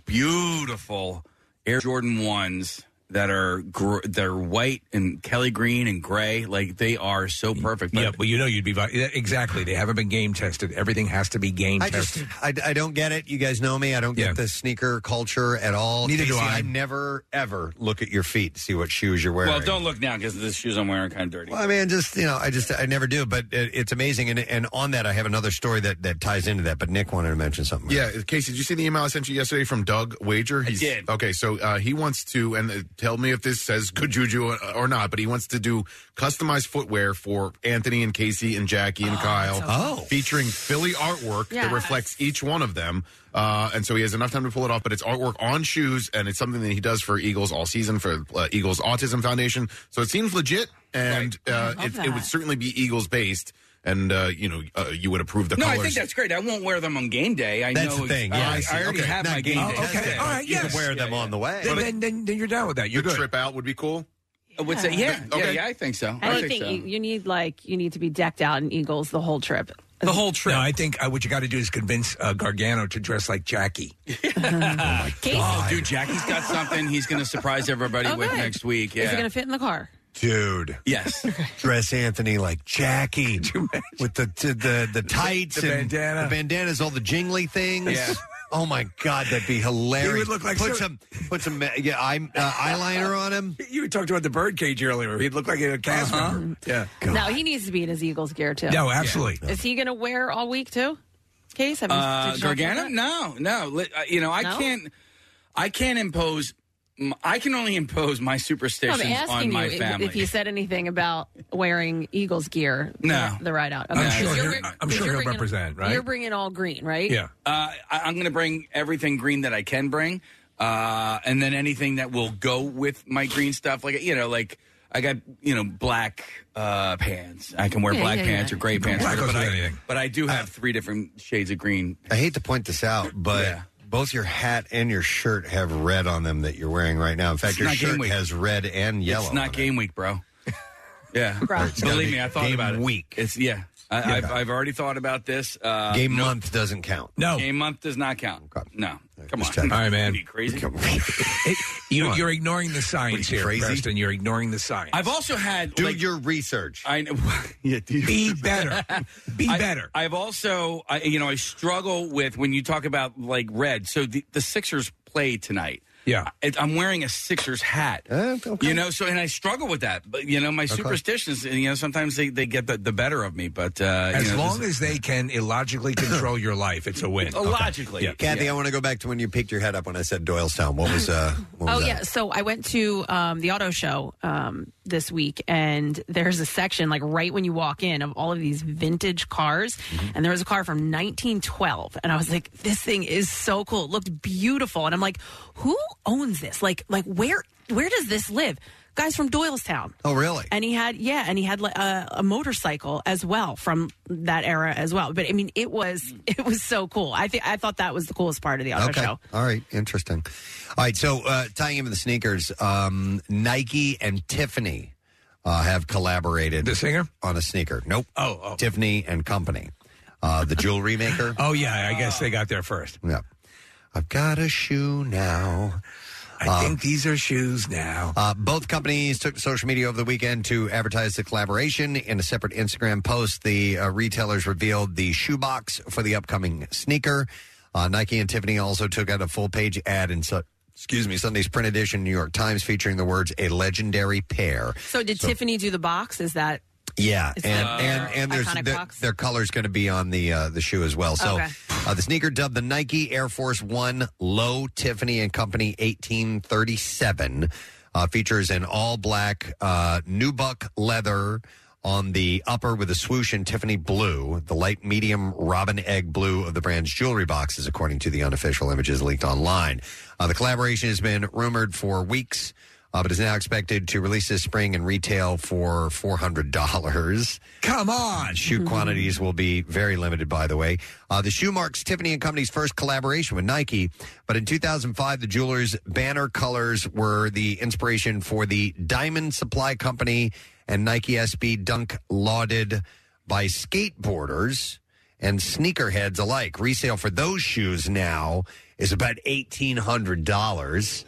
beautiful Air Jordan ones that are gr- they're white and Kelly green and gray. Like they are so perfect. But
yeah, well, you know you'd be vi- yeah, exactly. They haven't been game tested. Everything has to be game
I just
tested.
I, I don't get it. You guys know me. I don't get the sneaker culture at all.
Neither do
Casey,
I.
never ever look at your feet to see what shoes you're wearing.
well, don't look now because the shoes I'm wearing are kind of dirty.
Well, I mean, just you know, I just I never do, but it, it's amazing. And and on that, I have another story that that ties into that. But Nick wanted to mention something.
Yeah, Casey, did you see the email I sent you yesterday from Doug Wager? He's, did. Okay, so uh, he wants to, and uh, tell me if this says good juju or- or not, but he wants to do customized footwear for Anthony and Casey and Jackie
Oh,
and Kyle,
awesome.
featuring Philly artwork that
Yes.
reflects each one of them. Uh, and so he has enough time to pull it off, but it's artwork on shoes, and it's something that he does for Eagles all season for uh, Eagles Autism Foundation. So it seems legit, and uh,
love
it, it would
that.
certainly be Eagles based. And uh, you know, uh, you would approve the
no,
colors.
I think that's great. I won't wear them on game day. I
That's
know
the thing. Yeah,
I,
I see.
I already
Okay.
have
Not
my game
game
day.
tested. Okay. All right, You can yes. wear
them on the way.
Then, then, then, then you're down with that. You're
The
good.
trip out would be cool.
I would say, yeah,
Okay.
yeah, yeah, I think so.
I, don't think you, you need like you need to be decked out in Eagles the whole trip.
The whole trip. No, I think uh, what you got to do is convince uh, Gargano to dress like
[LAUGHS]
Jackie.
Oh, dude, Jackie's got something he's going to surprise everybody
Oh,
with
good.
next week.
Is it
Yeah.
going to fit in the car?
Dude,
yes,
[LAUGHS] dress Anthony like Jackie with the t- the the tights,
The
and
bandana.
the bandanas, all the jingly things.
Yeah.
Oh my God, that'd be hilarious.
He would look like
put
so-
some put some uh, yeah, eye, uh, eyeliner on him.
You talked about the birdcage earlier. He'd look like a cast member. Yeah.
No, he needs to be in his Eagles gear too.
No, absolutely.
Is he going to wear all week too? Case, have you,
Uh,
did you talk about
Gargano?
that?
No, no. Li- uh, You know, I
No?
can't. I can't impose. m- I can only impose my
No,
superstitions
I'm asking
on my
you if-
family.
if you said anything about wearing Eagles gear.
No.
the ride out.
I'm sure
You're
he'll-
bring-
I'm sure
you're
he'll
bringing-
represent, right?
You're bringing all green, right?
Uh, I, I'm going to bring everything green that I can bring, uh, and then anything that will go with my green stuff. Like you know, like I got you know black uh, pants. I can wear
Yeah,
black
yeah,
pants
yeah.
or gray pants.
Black
whatever,
goes
but,
with
I,
anything.
but I do have three different shades of green.
I hate to point this out, but both your hat and your shirt have red on them that you're wearing right now. In fact,
It's
your
not game
shirt
week.
has red and yellow.
It's not game week, bro. Yeah, believe me, I thought about it.
Week.
It's yeah. I, I've, I've already thought about this. Uh,
game
no-
month doesn't count.
game month does not count. No, come on.
All right, man.
You crazy.
[LAUGHS] You,
Come on.
you're ignoring the science
you
here,
crazy?
Preston. You're ignoring the science.
I've also had
Do
like,
your research.
I know. [LAUGHS] yeah, do your
Be better. Be better.
I've also, I, you know, I struggle with when you talk about like red. So the, the Sixers play tonight.
Yeah.
I, I'm wearing a Sixers hat.
Uh,
You know, so and I struggle with that. But you know, my
Okay.
superstitions, and you know, sometimes they, they get the, the better of me. But uh,
as
you know,
long as
this-
they can
[COUGHS]
illogically control your life, it's a win.
Oh, logically. Yeah.
Kathy,
Yeah.
I want to go back to when you picked your head up when I said Doylestown. What was uh? What
Oh
was that?
yeah, so I went to um, the auto show um, this week, and there's a section like right when you walk in of all of these vintage cars,
Mm-hmm.
and there was a car from 1912, and I was like, this thing is so cool, it looked beautiful, and I'm like, who owns this? Like, like where where does this live? Guys from Doylestown.
Oh, really?
And he had yeah, and he had like, a, a motorcycle as well from that era as well. But I mean, it was it was so cool. I think I thought that was the coolest part of the auto
okay.
show.
All right. Interesting. All right. So uh, tying into the sneakers, um, Nike and Tiffany uh, have collaborated. The
singer
on a sneaker. Nope.
Oh, oh.
Tiffany and Company, uh, the jewelry maker.
[LAUGHS] Oh yeah, I guess they got there first.
Yeah. I've got a shoe now.
I think these are shoes now.
Uh, both companies took to social media over the weekend to advertise the collaboration. In a separate Instagram post, the uh, retailers revealed the shoebox for the upcoming sneaker. Uh, Nike and Tiffany also took out a full page ad in Su- excuse me Sunday's print edition, New York Times, featuring the words "a legendary pair."
So did Tiffany do the box? Is that
Yeah,
It's
and,
like
and
their
and there's
iconic
their,
box.
their color's going to be on the uh, the shoe as well. So
Okay.
uh, the sneaker dubbed the Nike Air Force One Low Tiffany and Company 1837 uh, features an all black uh, nubuck leather on the upper with a swoosh in Tiffany blue. The light medium robin egg blue of the brand's jewelry boxes, according to the unofficial images leaked online. Uh, the collaboration has been rumored for weeks. uh, but is now expected to release this spring and retail for four hundred dollars.
Come on.
Shoe quantities will be very limited, by the way. Uh, the shoe marks Tiffany and Company's first collaboration with Nike, but in 2005, the jeweler's banner colors were the inspiration for the Diamond Supply Company and Nike SB Dunk lauded by skateboarders and sneakerheads alike. Resale for those shoes now is about $1,800.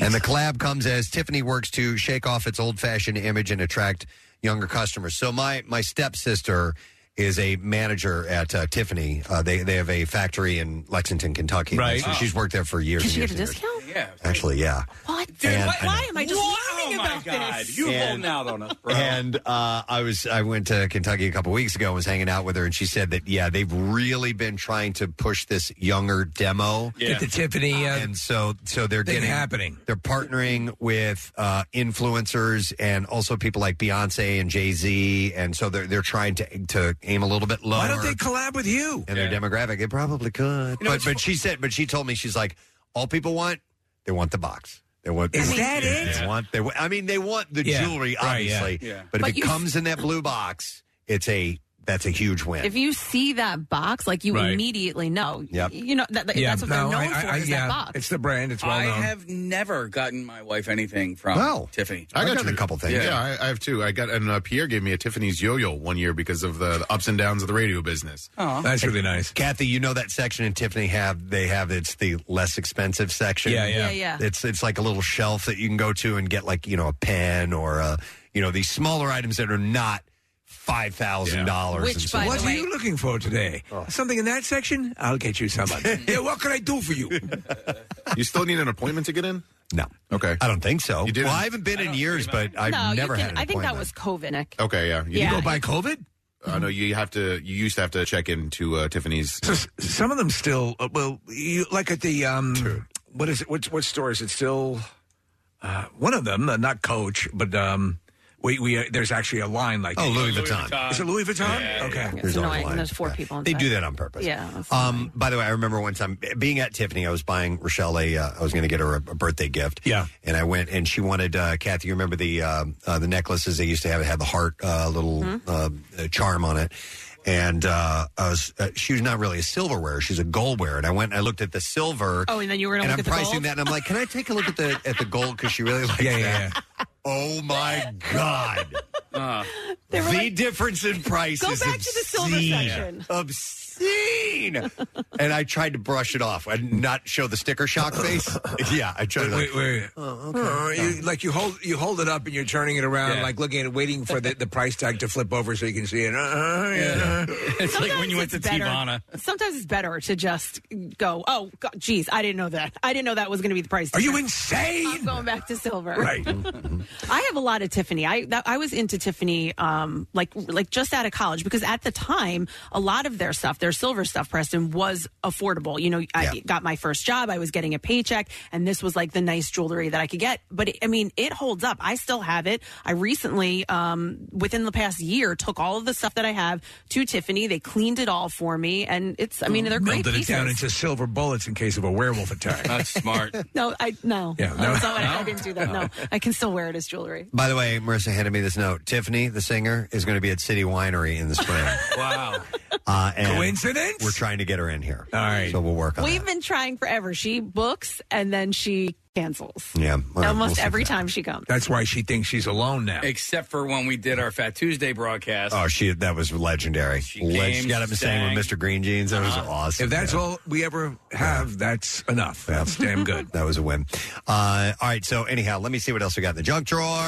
And the collab comes as Tiffany works to shake off its old-fashioned image and attract younger customers. So my my stepsister is a manager at uh, Tiffany. Uh, they they have a factory in Lexington, Kentucky.
Right.
So she's worked there for years.
Can
and
she
years
get a
and years.
discount?
Yeah.
Actually, yeah.
What?
Dude, And- why- I know.
why am I just learning about this?
You're
And-
holding out on us, bro.
And uh, I was I went to Kentucky a couple weeks ago and was hanging out with her, and she said that yeah, they've really been trying to push this younger demo.
[LAUGHS] Get the Tiffany. Uh,
and so so they're
thing
getting
happening.
They're partnering with uh, influencers and also people like Beyonce and Jay Z, and so they're they're trying to to aim a little bit lower.
why don't they collab with you?
and their demographic? They probably could,
You know,
but
it's-
but she said, but she told me she's like, all people want, they want the box. They want.
Is
they
that
want,
it?
They want. They, want- I mean, they want the
Yeah.
jewelry,
Right, yeah.
obviously.
Yeah.
But,
But
if it
you-
comes in that blue box, it's a that's a huge win.
If you see that box, like you
Right.
immediately know.
Yep.
You know that, that- that's what they're known for is that box.
It's the brand. It's well
I
known.
have never gotten my wife anything from
Wow.
Tiffany.
I got
you.
you. Yeah, I, I have two. I got and uh, Pierre gave me a Tiffany's yo-yo one year because of the, the ups and downs of the radio business.
Aw.
That's really nice.
Kathy, you know that section in Tiffany have they have it's the less expensive section.
Yeah, yeah. Yeah, yeah.
It's it's like a little shelf that you can go to and get like, you know, a pen or a, you know, these smaller items that are not five thousand dollars.
what are you looking for today?
Oh.
Something in that section? I'll get you something. yeah, what can I do for you?
You still need an appointment to get in?
No.
Okay.
I don't think so.
You didn't?
Well, I haven't been in years, but I've
no,
never
you
had
can.
an
I think that
appointment.
was COVID. Nick.
Okay, yeah.
You Yeah. go by
COVID?
Uh, no, you have to. You used to have to check into uh, Tiffany's.
So s- some of them still, uh, well, you, like at the, um, what is it? What, what store is it still? Uh, one of them, uh, not Coach, but um, we, we uh, there's actually a line like
Oh,
that.
Louis Vuitton.
Is it Louis Vuitton?
Yeah, yeah,
okay.
yeah. There's
It's
no
annoying.
line.
And there's four people.
They
inside.
do that on purpose.
Yeah.
Um, by the way, I remember one time being at Tiffany, I was buying Rochelle a, uh, I was going to get her a, a birthday gift. Yeah. And I went and she wanted, uh, Kathy, you remember the, uh, uh, the necklaces they used to have? It had the heart, uh, little,
Hmm?
uh, uh, charm on it. And, uh, I was, uh, she was not really a silver wearer. She's a gold wearer. And I went and I looked at the silver.
Oh, and then you were gonna
and I'm
look at the
pricing
gold?
that. And I'm like, can I take a look at the, at the gold? Cause she really likes
Yeah, yeah,
that. Oh my God. the difference in price
Go
is
back to the silver
obscene.
section.
Obscene. and I tried to brush it off and not show the sticker shock face. yeah, I tried. to
Wait, wait. Uh, you, like you hold you hold it up and you're turning it around,
Yeah.
like looking at it, waiting for the, the price tag to flip over so you can see it. Uh, [LAUGHS] yeah.
It's like when you went to
Sometimes it's better-
Tivana.
Sometimes it's better to just go. Oh, God, geez, I didn't know that. I didn't know that was going to be the price.
Are you
difference."
insane?
I'm going back to silver.
Right.
I have a lot of Tiffany. I that, I was into Tiffany, um, like like just out of college because at the time, a lot of their stuff, their silver stuff, Preston was affordable. You know, I got my first job, I was getting a paycheck, and this was like the nice jewelry that I could get. But it, I mean, it holds up. I still have it. I recently, um, within the past year, took all of the stuff that I have to Tiffany. They cleaned it all for me, and it's. I mean, they're great
Melted it
pieces.
down into silver bullets in case of a werewolf attack.
That's
[LAUGHS]
smart.
no, I no.
Yeah, no.
That's not what I- I didn't do
[LAUGHS]
that. No, I can still wear it as jewelry.
By the way, Marissa handed me this note. Tiffany, the singer, is going to be at City Winery in the
[LAUGHS]
spring.
wow.
Uh, and
Coincidence?
We're trying to get her in here. All right. So we'll work on it.
We've been trying forever. She books and then she cancels.
Yeah.
Almost every time she comes.
That's why she thinks she's alone now.
Except for when we did our Fat Tuesday broadcast.
Oh, she that was legendary. She,
came,
she got up and sang Uh-huh. with Mr. Green Jeans. That was awesome.
Uh-huh. If that's
man.
all we ever have, that's enough. That's damn good.
[LAUGHS] That was a win. Uh, all right. So anyhow, let me see what else we got in the junk drawer.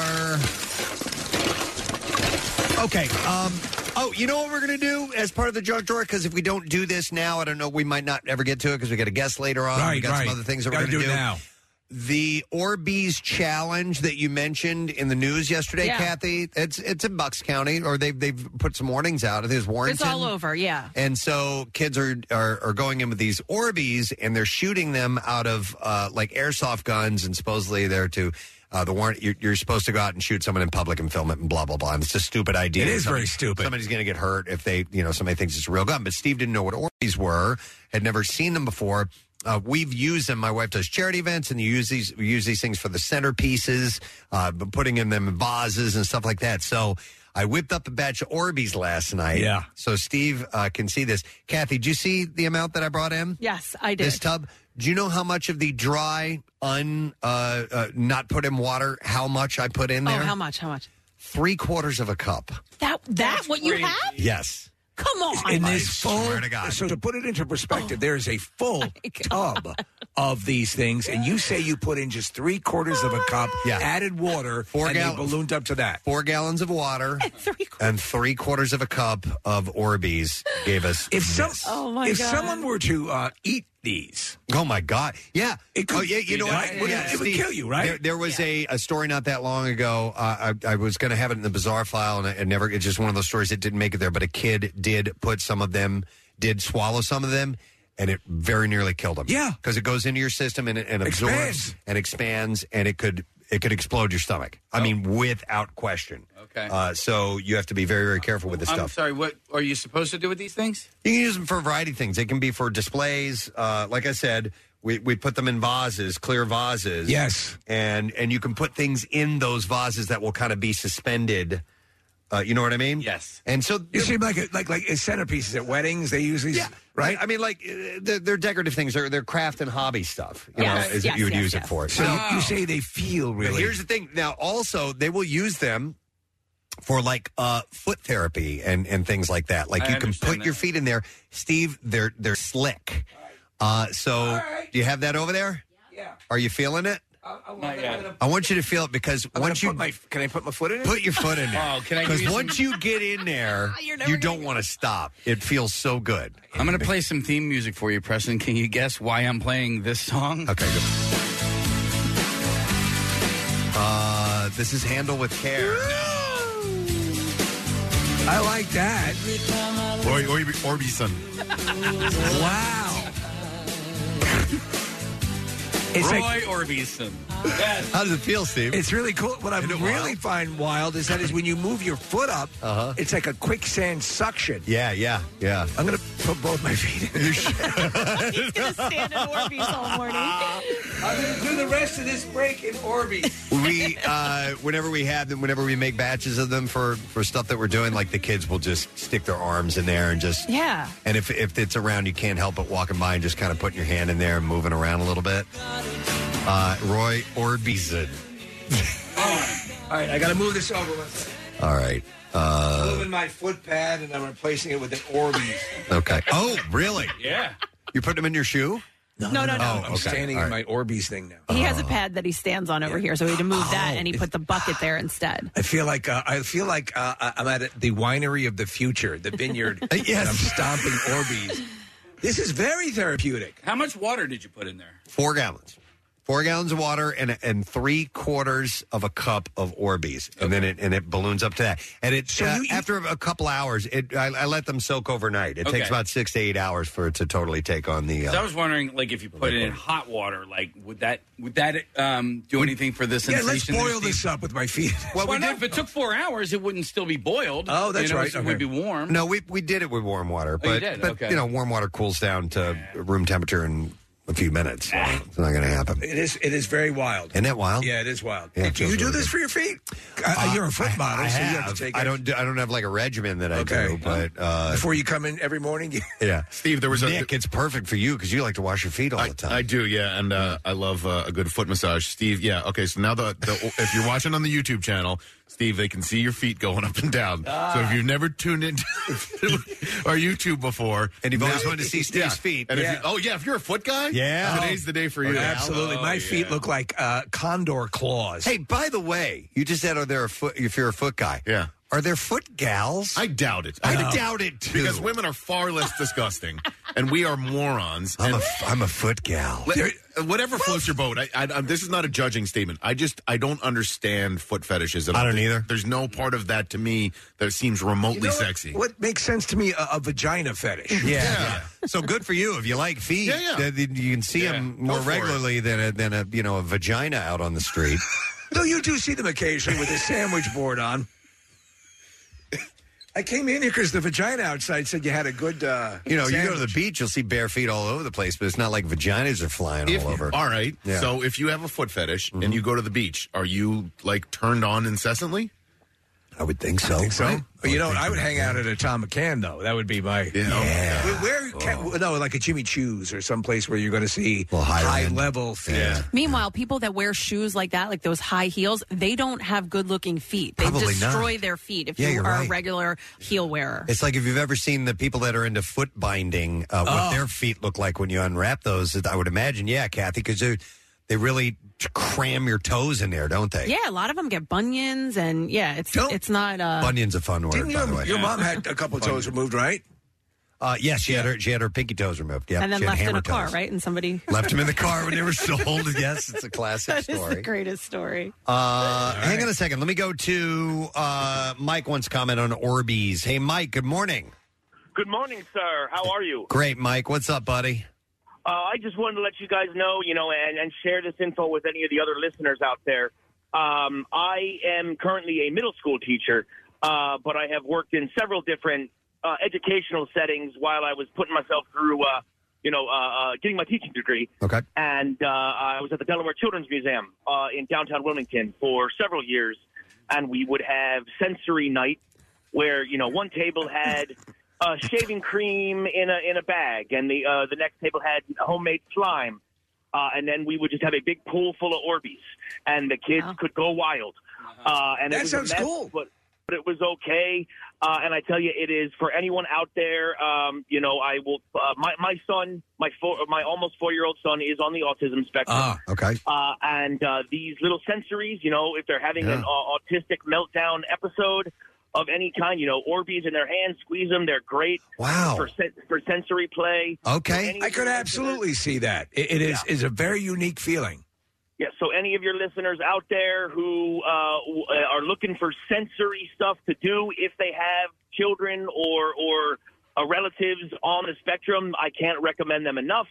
Okay. Um, oh, you know what we're going to do as part of the junk drawer? Because if we don't do this now, I don't know. We might not ever get to it because we got a guest later on. we
Right,
got
right.
some other things that we're
Gotta
going to
do it now.
The Orbeez challenge that you mentioned in the news yesterday,
Yeah.
Kathy. It's it's in Bucks County, or they've they've put some warnings out. I think It's Warrington.
It's all over, yeah.
And so kids are, are are going in with these Orbeez and they're shooting them out of uh, like airsoft guns and supposedly they're to uh, the warrant you're, you're supposed to go out and shoot someone in public and film it and blah blah blah. And it's a stupid idea.
It is
Somebody-
very stupid.
Somebody's going to get hurt if they you know somebody thinks it's a real gun. But Steve didn't know what Orbeez were, had never seen them before. Uh, we've used them. My wife does charity events, and you use these we use these things for the centerpieces, uh, but putting in them in vases and stuff like that. So I whipped up a batch of Orbeez last night.
Yeah.
So Steve uh, can see this. Kathy, did you see the amount that I brought in?
Yes, I did.
This tub. Do you know how much of the dry, un, uh, uh, not put in water? How much I put in
oh,
there?
how much? How much?
Three quarters of a cup.
That that what you have?
Yes.
Come on.
in this full, so to put it into perspective, there is a full tub of these things, and you say you put in just three quarters of a cup, added water,
Four
and they
gal-
ballooned up to that.
Four gallons of water and three quarters of a cup of Orbeez gave us.
If some,
this.
if someone were to uh, eat these,
Oh my God! Yeah,
It could
oh yeah. You
be
know what?
that-
Yeah,
it would
Steve,
kill you, right?
There, there was a, a story not that long ago. Uh, I, I was going to have it in the bizarre file, and I, I never. It's just one of those stories that didn't make it there. But a kid did put some of them, did swallow some of them, and it very nearly killed him. Yeah, because it goes into your system and, it- and absorbs
Expands.
and expands, and it could it could explode your stomach. I mean, without question.
Okay.
Uh, so you have to be very very careful with this
I'm
stuff.
sorry. What are you supposed to do with these things?
You can use them for a variety of things. They can be for displays. Uh, like I said, we, we put them in vases, clear vases.
Yes.
And and you can put things in those vases that will kind of be suspended. Uh, you know what I mean? Yes. And so
you seem like a, like like as centerpieces at weddings. They use these, right?
I mean, like uh, they're, they're decorative things. They're, they're craft and hobby stuff. You
Yes,
know, is
yes,
what you would
yes,
use it
yes.
for.
So you- you say they feel
But
really.
here's the thing. Now, also, they will use them for like uh, foot therapy and, and things like that. Like
I
you can
understand
put your feet in there. Steve, they're they're slick. Uh, so do you have that over there? Yeah. Are you feeling it? I want you to feel it because once you
can I put my foot in it? Oh,
Put your foot
[LAUGHS]
in there. Because once you get in
[LAUGHS]
there, you don't want to stop. It feels so good.
I'm going to play some theme music for you, Preston. Can you guess why I'm playing this song?
Okay, good. Uh, this is Handle with
[GASPS]
Care.
I like that.
Or, or,
[LAUGHS]
Orbison.
wow.
Roy Orbison.
How does it feel, Steve?
It's really cool. What I really find wild is that is when you move your foot up, uh-huh. it's like a quicksand suction.
Yeah, yeah, yeah.
I'm gonna put both my [LAUGHS] feet in. He's
gonna stand in Orbeez all morning.
I'm gonna do the rest of this break in Orbeez.
we uh, whenever we have them, whenever we make batches of them for for stuff that we're doing, like the kids will just stick their arms in there and just
Yeah.
And if if it's around, you can't help but walking by and just kind of putting your hand in there and moving around a little bit. Uh, Roy Orbison. [LAUGHS]
All right, I gotta move this over. One second.
All right. Uh,
Moving my foot pad and I'm replacing it with an Orbeez.
okay. Oh, really?
Yeah.
You put them in your shoe? Oh,
No,
No, no, no.
I'm standing in my Orbeez thing now.
He has a pad that he stands on over here, so he had to move that,
Oh.
and he put the bucket there instead.
I feel like uh, I feel like uh, I- I'm at the winery of the future, the
[LAUGHS]
vineyard.
Uh,
yes, I'm stomping Orbeez. This is very therapeutic.
How much water did you put in there?
Four gallons. Four gallons of water and and three quarters of a cup of Orbeez, and then it and it balloons up to that. And it uh, after a couple hours, it I, I let them soak overnight. It
Okay.
takes about six to eight hours for it to totally take on the.
'Cause I
Uh,
was wondering, like, if you put it in hot water, like, would that would that um, do anything for this?
Yeah, let's boil
this
up with my feet.
[LAUGHS] Well, we did, if it took four hours, it wouldn't still be boiled.
Oh, that's
You know,
right.
so It would be warm.
no, we we did it with warm water,
Oh, you
but
did?
but
Okay.
you know warm water cools down to room temperature in a few minutes. So It's not going to happen.
It is it is very wild.
Isn't that wild?
Yeah, it is wild.
Yeah, it
do
feels
you do
really
this
good.
for your feet? I,
Uh,
you're a foot model,
I,
so you have
have.
to take.
I
it.
don't do, I don't have like a regimen that I do, but uh,
Before you come in every morning, [LAUGHS] you-
yeah,
Steve, there was a-
Nick. it's perfect for you because you like to wash your feet all the time.
I do, yeah, and uh, I love uh, a good foot massage, Steve. Yeah, okay. So now the, the if you're watching on the YouTube channel, Steve, they can see your feet going up and down. So
Ah.
if you've never tuned into [LAUGHS] our YouTube before,
and you've always wanted to see Steve's feet,
and if
Yeah.
you, oh yeah, if you're a foot guy,
Yeah.
today's the day for you.
Oh, Absolutely, my feet look like uh, condor claws.
Oh, Hey, by the way, you just said, "Are there a foot? If you're a foot guy,
yeah,
are there foot gals?"
I doubt it.
I doubt it too.
because women are far less disgusting, and we are morons.
I'm
and-
a I'm a foot gal.
Let- uh, whatever floats your boat. I, I, I, this is not a judging statement. I just I don't understand foot fetishes. At all.
I don't either.
There's no part of that to me that seems remotely
You know what-
sexy.
What, makes sense to me? A, a vagina fetish.
Yeah. So good for you if you like feet.
Yeah, yeah.
Then- then you can see them more regularly than a, than a you know a vagina out on the street.
Though you do see them occasionally with a sandwich board on. I came in here because the vagina outside said you had a good. Uh,
You know, you go to
sandwich.
the beach, you'll see bare feet all over the place, but it's not like vaginas are flying
If-
all over.
All right.
Yeah. Mm-hmm.
So if you have a foot fetish and you go to the beach, are you like turned on incessantly?
I would think so.
So, but you know, what? I would hang out at a Tom McCann though. That would be my yeah. Oh. Where, where can, no, like a Jimmy Choo's or someplace where you're going to see high, level feet.
Meanwhile, people that wear shoes like that, like those high heels, they don't have good looking feet. They
Probably not.
destroy their feet if
Yeah,
you are
you're
a
right.
regular heel wearer.
It's like if you've ever seen the people that are into foot binding, uh, what
Oh.
their feet look like when you unwrap those. I would imagine, yeah, Kathy, because they they really cram your toes in there, don't they?
Yeah, a lot of them get bunions, and yeah, it's it's not. Uh,
Bunion's a fun word,
Didn't
by
your-
the way.
your mom
had a couple toes
removed, right? Uh, yes, she had her she had her pinky toes removed. Yeah,
and then
she had
left in
hammer
a car,
toes.
right? And somebody
Left them in the car when they were sold. [LAUGHS] Yes, it's a classic
[LAUGHS] That is
story.
the greatest story.
Uh, Hang on a second. Let me go to uh, Mike. Wants to comment on Orbeez. Hey, Mike. Good morning.
Good morning, sir. How are you?
Great, Mike. What's up, buddy?
Uh, I just wanted to let you guys know, you know, and, and share this info with any of the other listeners out there. Um, I am currently a middle school teacher, uh, but I have worked in several different uh, educational settings while I was putting myself through, uh, you know, uh, uh, getting my teaching degree.
Okay.
And uh, I was at the Delaware Children's Museum uh, in downtown Wilmington for several years, and we would have sensory night where you know one table had uh, shaving cream in a in a bag, and the uh, the next table had homemade slime, uh, and then we would just have a big pool full of Orbeez, and the kids could go wild. Uh, and
That
it was
sounds
a mess,
cool.
but but it was okay. Uh, and I tell you, it is for anyone out there. Um, you know, I will. Uh, my my son, my four, my almost four year old son, is on the autism spectrum.
Ah, okay.
Uh, and uh, these little sensories, you know, if they're having an
Yeah.
au- autistic meltdown episode of any kind, you know, Orbeez in their hands, squeeze them. They're great.
Wow.
For, sen- for sensory play.
Okay,
I could absolutely see that. It, it is is a very unique feeling.
Yeah, so any of your listeners out there who uh, w- uh, are looking for sensory stuff to do, if they have children or or uh, relatives on the spectrum, I can't recommend them enough.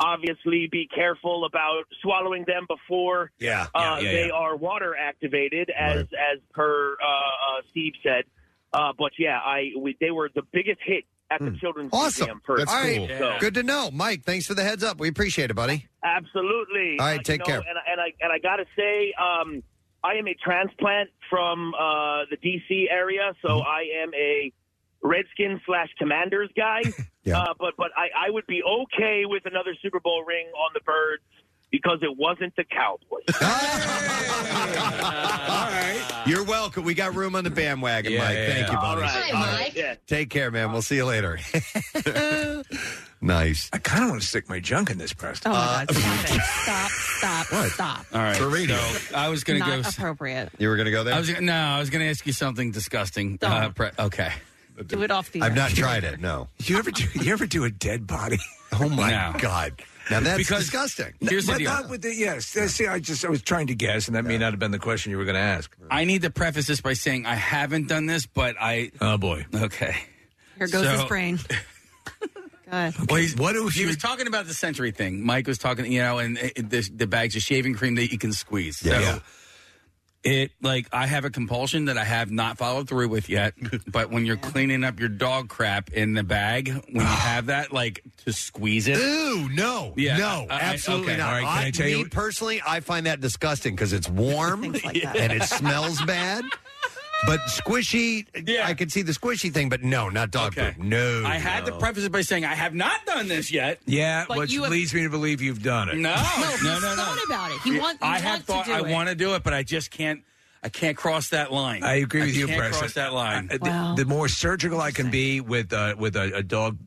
Obviously, be careful about swallowing them before
Yeah, yeah,
uh,
yeah,
they
yeah.
are water activated, as as per uh, uh, Steve said. Uh, but yeah, I we, they were the biggest hit at the children's museum.
Awesome.
for
Hmm. All right.
So-
Good to know, Mike. Thanks for the heads up. We appreciate it, buddy.
Absolutely. Uh,
All right,
you
take
know,
care.
And, I- and I and I gotta say, um, I am a transplant from uh, the D.C. area, so
Mm-hmm.
I am a Redskin slash Commanders
[LAUGHS]
guy. uh, but but I, I would be okay with another Super Bowl ring on the Birds because it wasn't
[LAUGHS]
the Cowboys. [LAUGHS]
You're welcome. We got room on the bandwagon, Mike. Thank you, buddy.
Yeah.
Take care, man. We'll see you later. [LAUGHS] nice. Uh, I
kind of want to stick my junk in this, Preston.
Oh my God! Stop it! Stop! Stop! Stop!
All right.
For radio.
So I was going to
Not
go. s-
appropriate.
You were going to go there?
I was gonna- no, I was going to ask you something disgusting. Uh, pre- okay.
Do it off the. air.
it. No.
[LAUGHS] You ever do? You ever do a dead body?
[LAUGHS] Oh my
No.
God!
[LAUGHS]
Now that's disgusting.
Here's the
but
deal.
not with the yes. uh, See, I just I was trying to guess, and that may not have been the question you were going to ask. Uh,
I need to preface this by saying I haven't done this, but I.
Oh boy.
Okay.
Here goes
So-
his
[LAUGHS]
brain. God.
Well, he's, what if he was talking about the sensory thing? Mike was talking, you know, and it, the, the bags of shaving cream that you can squeeze. So
Yeah.
it like I have a compulsion that I have not followed through with yet. but when you're cleaning up your dog crap in the bag, when you have that, like to squeeze it.
Ew, no,
Yeah,
no,
I- I-
absolutely
okay.
not.
All right, can I tell
me
you-
personally, I find that disgusting because it's warm
that.
and it smells bad. But squishy, I could see the squishy thing, but no, not dog poop. No,
I had to
no.
preface it by saying I have not done this yet.
Yeah,
But
which
you have-
leads me to believe you've done it.
[LAUGHS]
No, no, no, no.
about it. He want- you
I have
want to
thought
do
I
it.
want to do it, but I just can't. I can't cross that line.
I agree with you,
can't
Preston.
Cross that line.
Uh, the- The, more surgical I can be with uh, with a, a dog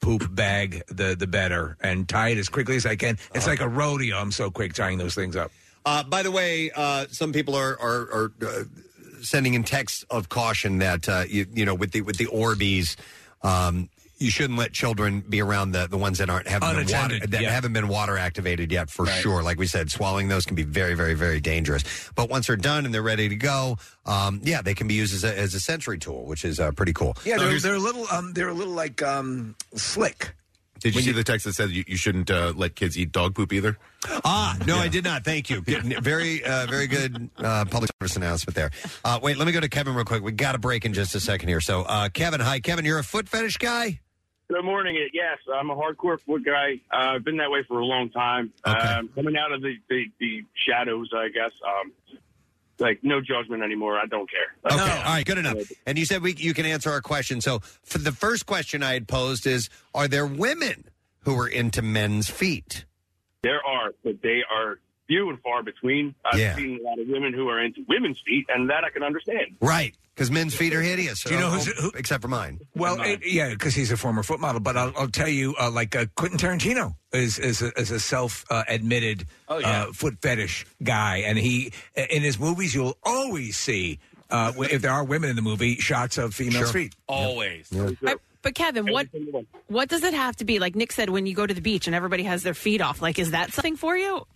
poop bag, the the better, and tie it as quickly as I can.
Uh-huh.
It's like a rodeo. I'm so quick tying those things up.
Uh, by the way, uh, some people are are, are uh, sending in texts of caution that uh, you you know with the with the Orbeez. Um, you shouldn't let children be around the, the ones that aren't haven't been water,
Unattended,
that
yeah.
haven't been water activated yet for
Right.
sure. Like we said, swallowing those can be very very very dangerous. But once they're done and they're ready to go, um, yeah, they can be used as a, as a sensory tool, which is uh, pretty cool.
Yeah, they're, they're a little um, they're a little like um, slick.
Did you see the text that said you, you shouldn't uh, let kids eat dog poop either?
Ah, no, I did not. Thank you. Good- Very, uh, very good uh, public service announcement there. Uh, wait, let me go to Kevin real quick. We got a break in just a second here. So, uh, Kevin, hi, Kevin. You're a foot fetish guy.
Good morning. Uh, Yes, I'm a hardcore foot guy. Uh, I've been that way for a long time. Um, coming out of the, the, the shadows, I guess. Um, like no judgment anymore. I don't care.
Okay, all right, good enough. And you said we you can answer our question. So, for the first question I had posed is: Are there women who are into men's feet?
There are, but they are few and far between. I've
Yeah.
seen a lot of women who are into women's feet, and that I can understand. Um,
Right, because men's feet are hideous.
Do you know who's- who-
except for mine?
Well, it, yeah, because he's a former foot model. But I'll, I'll tell you, uh, like uh, Quentin Tarantino is is a, is a self uh, admitted uh, foot fetish guy, and he in his movies you'll always see uh, w- if there are women in the movie shots of female
Sure.
feet.
Always.
But Kevin, what what does it have to be? Like Nick said, when you go to the beach and everybody has their feet off, like is that something for you?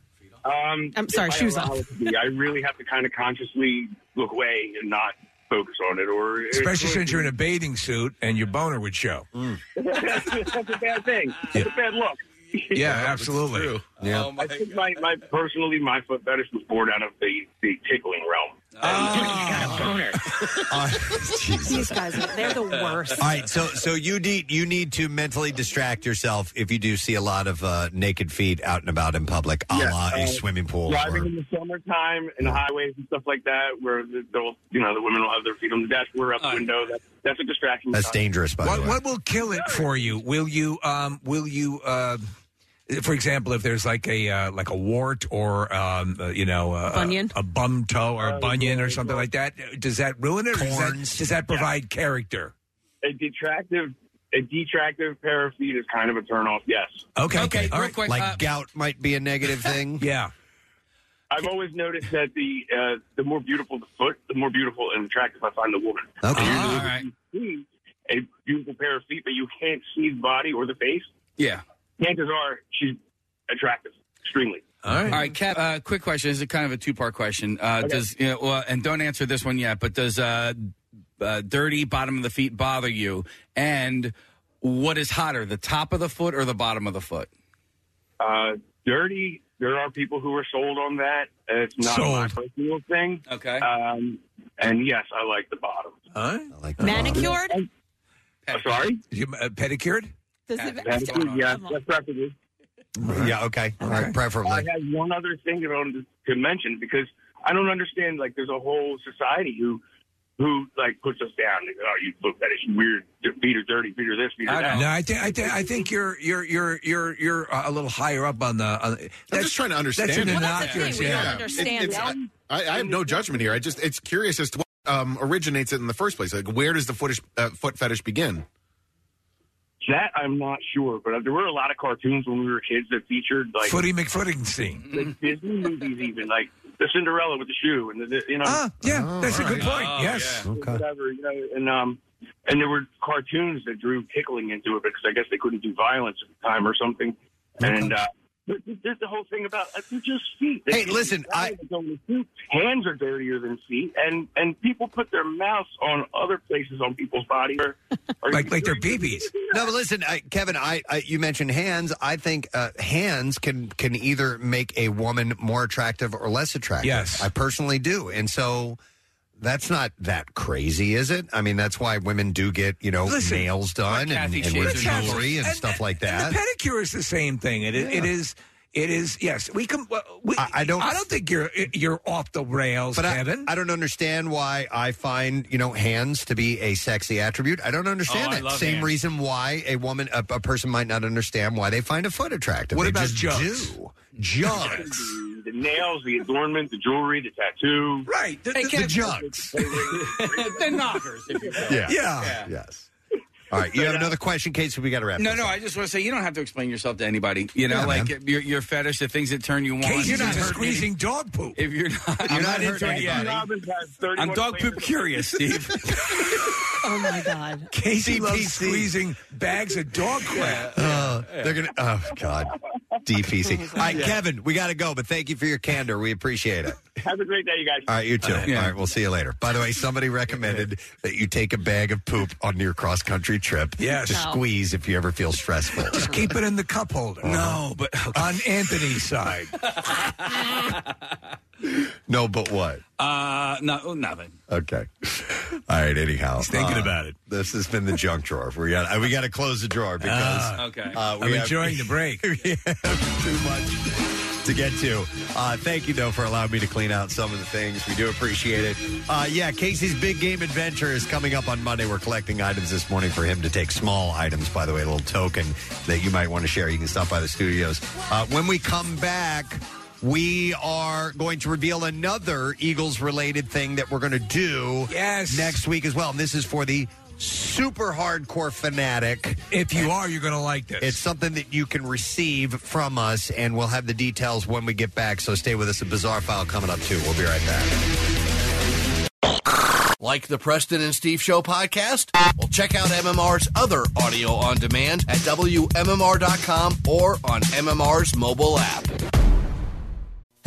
Um,
I'm sorry,
if I
shoes
allow
off.
it to be, I really have to kind of consciously look away and not focus on it, or it's
Especially
going
since
to-
you're in a bathing suit and your boner would show.
that's, that's a bad thing. That's a bad look.
Yeah, absolutely. Yeah.
I think my, my personally, my foot fetish was born out of the, the tickling realm.
[LAUGHS] Uh,
These guys, they're the worst.
All right, so so you need you need to mentally distract yourself if you do see a lot of uh, naked feet out and about in public, a
Yeah,
la a
uh,
swimming pool.
Driving
or-
in the summertime and highways and stuff like that, where the- they'll, you know, the women will have their feet on the dashboard, out the window. That, that's a distraction.
That's dangerous, by
what,
the way.
what will kill it for you? Will you um will you uh for example, if there's like a uh, like a wart or um, uh, you know uh,
Bunion?
a bum toe or a bunion or something like that, does that ruin it? Or does, that, does that provide character?
A detractive, a detractive pair of feet is kind of a turnoff. Yes.
Okay.
Okay,
All
real quick,
Like
uh,
gout might be a [LAUGHS] negative thing.
yeah.
I've always noticed that the uh, the more beautiful the foot, the more beautiful and attractive I find the woman.
Okay.
all right. see a beautiful pair of feet, but you can't see the body or the face.
Yeah.
Chances are she's attractive, extremely.
All right. All right, Cap. Uh, quick question. This is kind of a two-part question. Uh, Does you know, well, and don't answer this one yet. But does uh, uh, dirty bottom of the feet bother you? And what is hotter, the top of the foot or the bottom of the foot?
Uh, dirty. There are people who are sold on that. It's not my personal thing.
Okay.
Um, and yes, I like the bottom.
Huh?
I like
Manicured?
sorry.
You, uh, pedicured?
Does it,
Manicured, yeah, that's preferably.
Yeah. Okay. All right. Preferably.
I had one other thing that I wanted to mention because I don't understand. Like, there's a whole society who who like puts us down. Like, oh, you look that is weird. Your Feet are dirty. Feet are this. Feet are that.
No, I think I, thi- I think you're you're you're you're you're uh, a little higher up on the. On, I'm
just trying to understand
That's an
it. Well, that's the
innocuous.
thing, we don't
yeah.
understand It- it's- I, I have no judgment here. I just it's curious as to what um, originates it in the first place. Like, where does the footish, uh, foot fetish begin?
That I'm not sure, but there were a lot of cartoons when we were kids that featured like
Footy McFooting scene.
like Disney movies, even like the Cinderella with the shoe and the, the- you know.
Ah, yeah,
Oh,
that's a good point. yes.
Whatever, you know, and um, and there were cartoons that drew tickling into it because I guess they couldn't do violence at the time or something, and. uh but There's the whole thing about uh, they're just feet.
Hey, listen,
I uh, hands are dirtier than feet, and and people put their mouths on other places on people's body, or, or
like like their BBs.
No, but listen, I, Kevin. I, I you mentioned hands. I think uh, hands can can either make a woman more attractive or less attractive.
Yes.
I personally do, and so that's not that crazy, is it? I mean, that's why women do get you know
Listen,
nails done and,
Kathy
and wear
Shays' nails.
jewelry and,
And-
stuff like that.
And the pedicure is the same thing. It, it is. It is. Yes, we can. well, We, I,
don't-
I don't think you're you're off the rails,
but I,
Kevin.
I don't understand why I find you know hands to be a sexy attribute. I don't understand
Oh, I
it.
love
Same
hands.
reason why a woman, a, a person might not understand why they find a foot attractive.
What
They
about
just
jugs?
do. Jugs.
the nails, the adornment, the jewelry, the tattoo.
Right.
Hey, the Kev-
jugs.
[LAUGHS] the knockers, if you will.
Yeah. Yes. All right. You have another question, Casey? We got to wrap.
No,
this
no.
up.
I just want to say you don't have to explain yourself to anybody. You know,
Yeah,
like your, your fetish, the things that turn you on.
Casey's
You're not
into
hurting
squeezing dog poop.
If you're not,
You're not
I'm not, into
hurting
it yet.
anybody.
I'm dog poop curious, [LAUGHS] Steve.
oh my god.
Casey loves
DPC.
squeezing bags of dog crap.
Oh, they're gonna. E Oh God. DPC. All right, Kevin. We got to go, but thank you for your candor. We appreciate it.
Have a great day, you guys.
All right, you too. All right, we'll see you later. By the way, somebody recommended that you take a bag of poop on your cross country trip.
Yes.
To
No.
squeeze if you ever feel stressful.
Just keep it in the cup holder. No, but on Anthony's side.
[LAUGHS] No, but what?
Uh, no, nothing.
Okay. All right. Anyhow,
He's thinking about
it. This has been the junk drawer. We got uh, we got to close the drawer because
Ah,
okay.
uh, we
I'm
have-
enjoying the
[LAUGHS]
break.
we have too much to get to. Uh, thank you though for allowing me to clean out some of the things. We do appreciate it. Uh, yeah, Casey's big game adventure is coming up on Monday. We're collecting items this morning for him to take small items. By the way, a little token that you might want to share. You can stop by the studios uh, when we come back we are going to reveal another Eagles related thing that we're going to do yes. next week as well. And this is for the super hardcore fanatic.
If you are, you're going to like this.
It's something that you can receive from us, and we'll have the details when we get back. So stay with us. A bizarre file coming up, too. We'll be right back.
Like the Preston and Steve Show podcast? Well, check out MMR's other audio on demand at WMMR.com or on MMR's mobile app.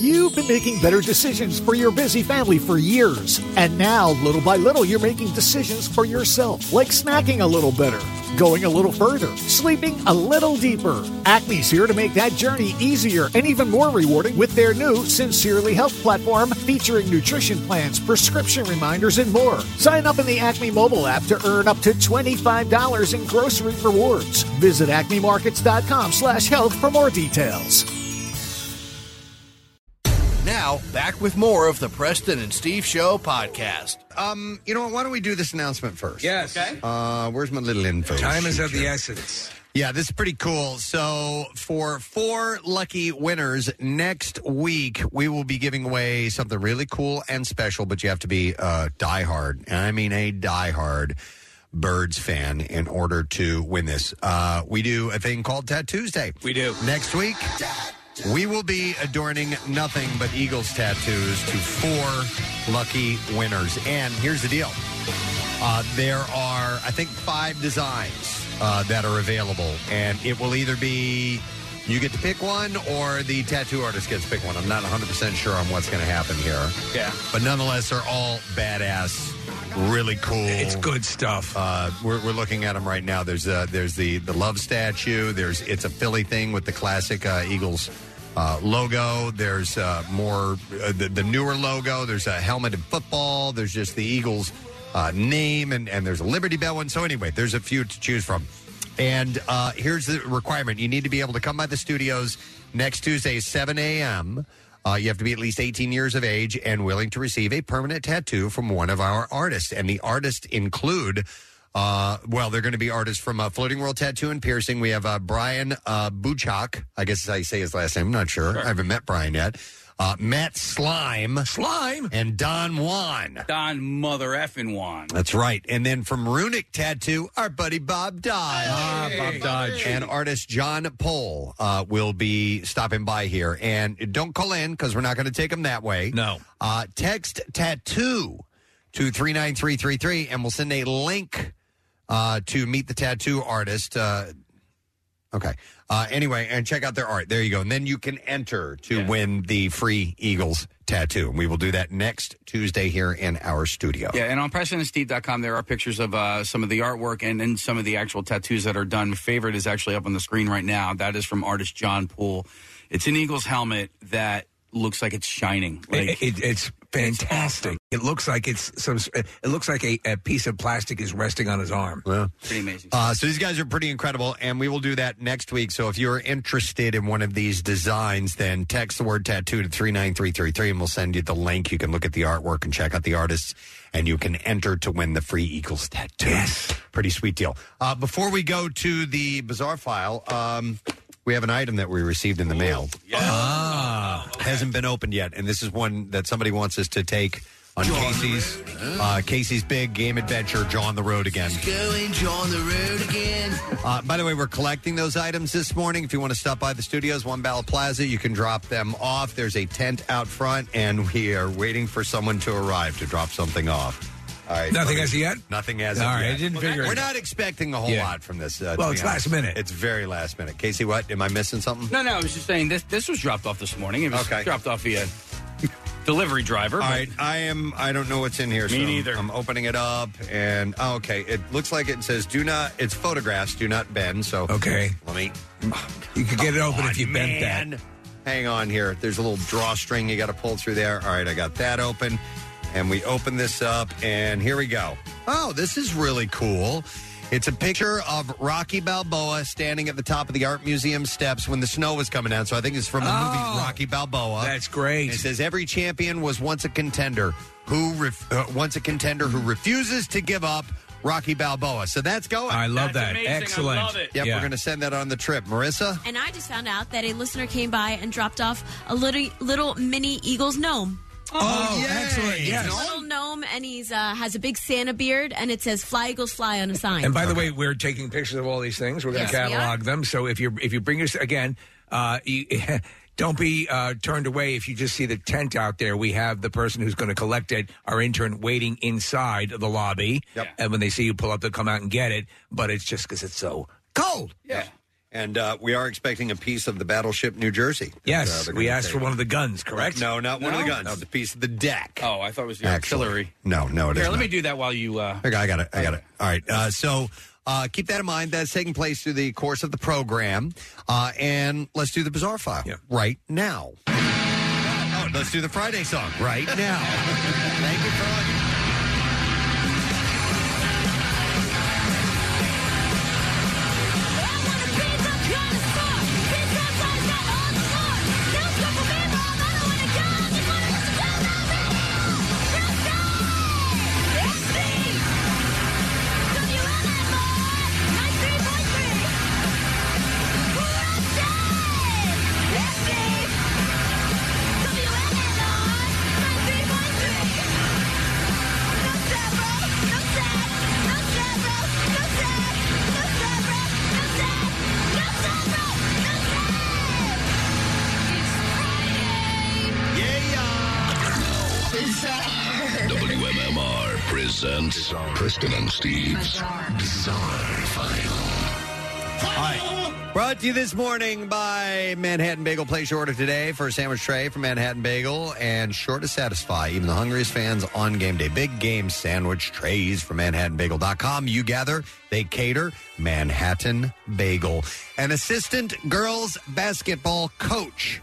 You've been making better decisions for your busy family for years, and now, little by little, you're making decisions for yourself, like snacking a little better, going a little further, sleeping a little deeper. Acme's here to make that journey easier and even more rewarding with their new Sincerely Health platform featuring nutrition plans, prescription reminders, and more. Sign up in the Acme mobile app to earn up to $25 in grocery rewards. Visit acmemarkets.com slash health for more details.
Now, back with more of the Preston and Steve Show podcast.
Um, you know what? Why don't we do this announcement first?
Yes. Okay.
Uh, where's my little info?
Time is of
sheet
the
here?
essence.
Yeah, this is pretty cool. So, for four lucky winners next week, we will be giving away something really cool and special, but you have to be a diehard, and I mean a diehard Birds fan, in order to win this. Uh, we do a thing called Tattoos Day. We do. Next week, we will be adorning nothing but Eagles tattoos to four lucky winners. And here's the deal. Uh, there are, I think, five designs uh, that are available, and it will either be you get to pick one or the tattoo artist gets to pick one. I'm not 100% sure on what's going to happen here.
Yeah.
But nonetheless, they're all badass, really cool. It's
good stuff.
Uh, we're, we're looking at them right now. There's uh, there's the the love statue. There's it's a Philly thing with the classic uh, Eagles uh, logo. There's uh, more uh, the, the newer logo. There's a helmet and football. There's just the Eagles uh, name and and there's a Liberty Bell one. So anyway, there's a few to choose from. And uh, here's the requirement: you need to be able to come by the studios next Tuesday, 7 a.m. Uh, you have to be at least 18 years of age and willing to receive a permanent tattoo from one of our artists. And the artists include, uh, well, they're going to be artists from uh, Floating World Tattoo and Piercing. We have uh, Brian uh, Buchak. I guess is how you say his last name. I'm not sure. I haven't met Brian yet. Uh, Matt Slime. Slime. And Don Juan.
Don Mother effing Juan.
That's right. And then from Runic Tattoo, our buddy Bob Dodge. Bob Dodge. And artist John Pohl uh, will be stopping by here. And don't call in because we're not going to take them that way. No. Uh, text tattoo to 39333 and we'll send a link uh, to meet the tattoo artist. Uh, Okay. Uh, anyway, and check out their art. There you go. And then you can enter to win the free Eagles tattoo. And we will do that next Tuesday here in our studio.
Yeah, and on PresidentSteve.com, there are pictures of uh, some of the artwork and, and some of the actual tattoos that are done. My favorite is actually up on the screen right now. That is from artist John Poole. It's an Eagles helmet that looks like it's shining.
It-
Like,
it- it's fantastic. It looks like it's some. It looks like a, a piece of plastic is resting on his arm.
Yeah.
pretty amazing.
Uh, so these guys are pretty incredible, and we will do that next week. So if you're interested in one of these designs, then text the word tattoo to 39333 and we'll send you the link. You can look at the artwork and check out the artists, and you can enter to win the free Eagles tattoo. Yes. Pretty sweet deal. Uh, before we go to the bizarre file, um, we have an item that we received in the mail.
Ah.
hasn't been opened yet, and this is one that somebody wants us to take on Casey's uh, Casey's big game adventure, John the Road again.
Going on the road again.
Uh, by the way, we're collecting those items this morning. If you want to stop by the studios, One Ballot Plaza, you can drop them off. There's a tent out front, and we are waiting for someone to arrive to drop something off. All right.
Nothing
let
as
me-
yet?
Nothing as
All
of
right,
yet.
I didn't figure it
We're
out.
not expecting a whole
Yeah.
lot from this. Uh,
Well,
to be
it's last
honest.
minute.
It's very last minute. Casey, what? Am I missing something?
No, no, I was just saying this. This was dropped off this morning. It was
Okay.
dropped off via delivery driver.
All right, I am. I don't know what's in here.
Me
so
neither.
I'm opening it up, and oh, okay, it looks like it says "do not." It's photographs, do not bend. So okay, let me.
You could get it open if you bent
man. that. Hang on here. There's a little drawstring you got to pull through there. All right, I got that open, and we open this up, and here we go. Oh, this is really cool. It's a picture of Rocky Balboa standing at the top of the art museum steps when the snow was coming down. So I think it's from the
Oh,
movie Rocky Balboa. That's great. It says every champion was once a contender who ref- uh, once a contender who refuses to give up. Rocky Balboa. So that's going.
I love That's that. amazing. I Excellent. love it.
Yep,
Yeah.
we're going to send that on the trip. Marissa?
And I just found out that a listener came by and dropped off a little little mini Eagles gnome.
Oh, yay. excellent,
He's
yes.
a little gnome, and he's uh, has a big Santa beard, and it says "Fly Eagles Fly" on a sign.
And by the way, we're taking pictures of all these things. We're going
Yes,
to
we
catalog them. So if you if you bring us again, uh, you, [LAUGHS] don't be uh, turned away if you just see the tent out there. We have the person who's going to collect it, our intern, waiting inside of the lobby. And when they see you pull up, they'll come out and get it. But it's just because it's so cold.
Yeah. And uh, we are expecting a piece of the battleship New Jersey. Uh,
Yes, we asked for one of the guns, correct?
No, not one of the
No?
guns. The piece of the deck.
Oh, I thought it was the
Actually.
artillery.
No, no, it is
Here, let
not.
me do that while you. Uh,
Okay, I got it. I got it. All right. Uh, so uh, keep that in mind. That's taking place through the course of the program. Uh, and let's do the bizarre file right now. Oh, let's do the Friday song right now. Thank you for
WMMR presents Preston and Steve's Bizarre, File.
Brought to you this morning by Manhattan Bagel. Place your order today for a sandwich tray from Manhattan Bagel and sure to satisfy even the hungriest fans on game day. Big game sandwich trays from ManhattanBagel.com. You gather, they cater. Manhattan Bagel. An assistant girls basketball coach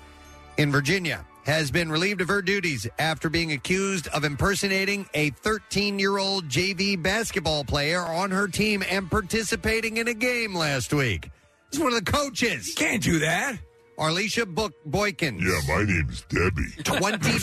in Virginia has been relieved of her duties after being accused of impersonating a 13 year old JV basketball player on her team and participating in a game last week. It's one of the coaches.
can't do that.
Arlisha Book Boykins.
Yeah, my name's
[LAUGHS]
Debbie.
20,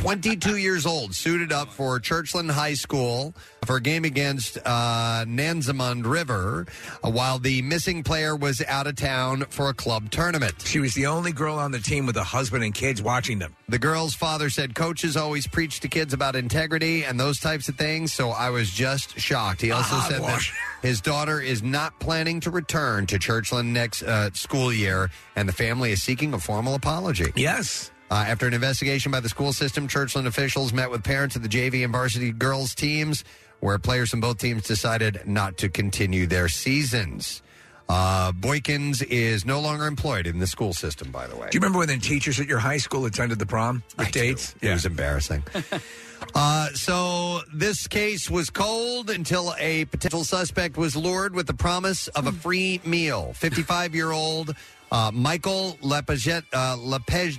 22 years old, suited up for Churchland High School for a game against uh, Nanzamond River, uh, while the missing player was out of town for a club tournament.
She was the only girl on the team with a husband and kids watching them.
The girl's father said coaches always preach to kids about integrity and those types of things, so I was just shocked. He also
Ah,
said that
boy.
his daughter is not planning to return to Churchland next uh, school year, and the family is seeking a formal apology.
Yes.
Uh, after an investigation by the school system, Churchland officials met with parents of the JV and varsity girls teams, where players from both teams decided not to continue their seasons. Uh, Boykins is no longer employed in the school system, by the way.
Do you remember when the teachers at your high school attended the prom with dates?
It was embarrassing. Uh, so this case was cold until a potential suspect was lured with the promise of
Hmm.
a free meal. 55-year-old uh, Michael Lepejet, uh, Lepej,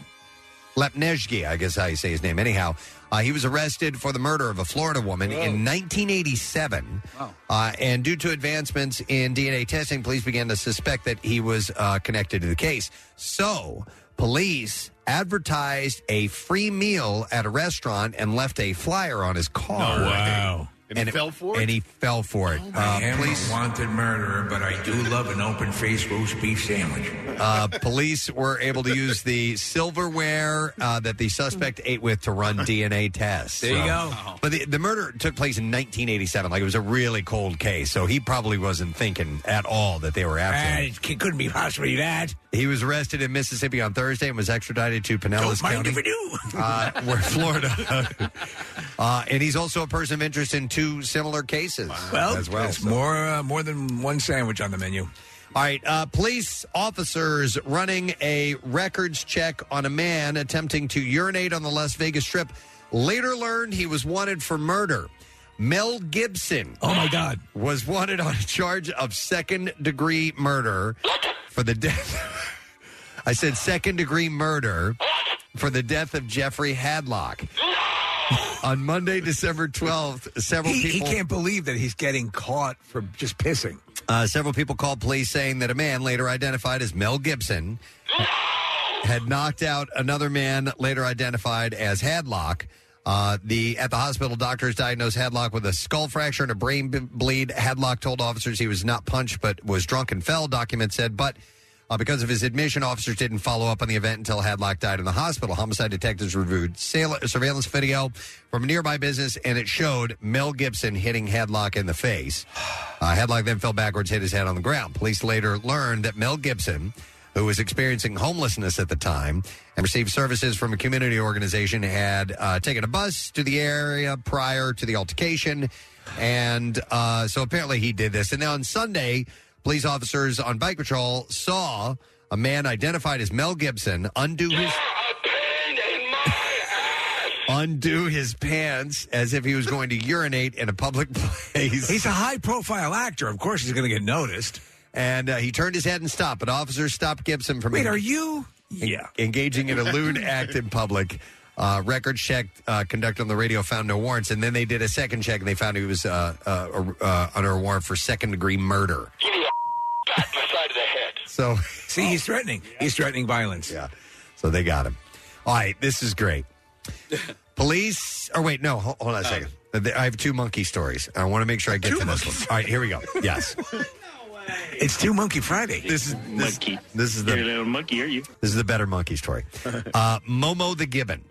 Lepnezhki, I guess how you say his name. Anyhow, uh, he was arrested for the murder of a Florida woman in 1987. Uh, and due to advancements in DNA testing, police began to suspect that he was uh, connected to the case. So, police advertised a free meal at a restaurant and left a flyer on his car.
No way. Oh Wow.
and
fell for
And he fell for it.
I
Uh,
am
police
a wanted murderer, but I do love an open faced roast beef sandwich.
uh, police were able to use the silverware uh, that the suspect ate with to run DNA tests.
There you
So-
go.
But the, the murder took place in 1987. Like it was a really cold case, so he probably wasn't thinking at all that they were after him.
it couldn't be possibly that.
He was arrested in Mississippi on Thursday and was extradited to Pinellas
Don't mind
County,
if I do.
uh, where
[LAUGHS]
Florida. [LAUGHS] uh, and he's also a person of interest in two similar cases
Well,
as well.
it's
so.
more uh, more than one sandwich on the menu.
All right, uh, police officers running a records check on a man attempting to urinate on the Las Vegas Strip later learned he was wanted for murder. Mel Gibson.
Oh my God.
Was wanted on a charge of second degree murder for the death. I said second degree murder for the death of Jeffrey Hadlock. on Monday, December 12th, several
He, he
people.
can't believe that he's getting caught for just pissing.
Uh, several people called police saying that a man later identified as Mel Gibson had knocked out another man later identified as Hadlock. Uh, the at the hospital, doctors diagnosed Hadlock with a skull fracture and a brain b- bleed. Hadlock told officers he was not punched but was drunk and fell. Documents said, but uh, because of his admission, officers didn't follow up on the event until Hadlock died in the hospital. Homicide detectives reviewed sail- surveillance video from a nearby business, and it showed Mel Gibson hitting Hadlock in the face. Uh, Hadlock then fell backwards, hit his head on the ground. Police later learned that Mel Gibson, who was experiencing homelessness at the time and received services from a community organization, had uh, taken a bus to the area prior to the altercation. And uh, so apparently he did this. And then on Sunday, police officers on bike patrol saw a man identified as Mel Gibson undo his undo his pants as if he was going to urinate in a public [LAUGHS] place. He's
a high profile actor. Of course, he's going to get noticed.
And uh, he turned his head and stopped, but officers stopped Gibson from.
Wait, are you? Yeah.
Engaging in a lewd act in public. Uh, record check uh, conducted on the radio found no warrants, and then they did a second check and they found he was uh, uh, uh, under a warrant for second degree murder. So
see, he's
[LAUGHS]
threatening. He's threatening violence.
Yeah. So they got him. All right, this is great. Police, or wait, no, ho- hold on a second. I have two monkey stories. I want to make sure I get to this one. All right, here we go. Yes.
It's two Monkey Friday.
This is this, monkey. This is the
You're a little monkey, are you?
This is the better monkey story. Uh, Momo the gibbon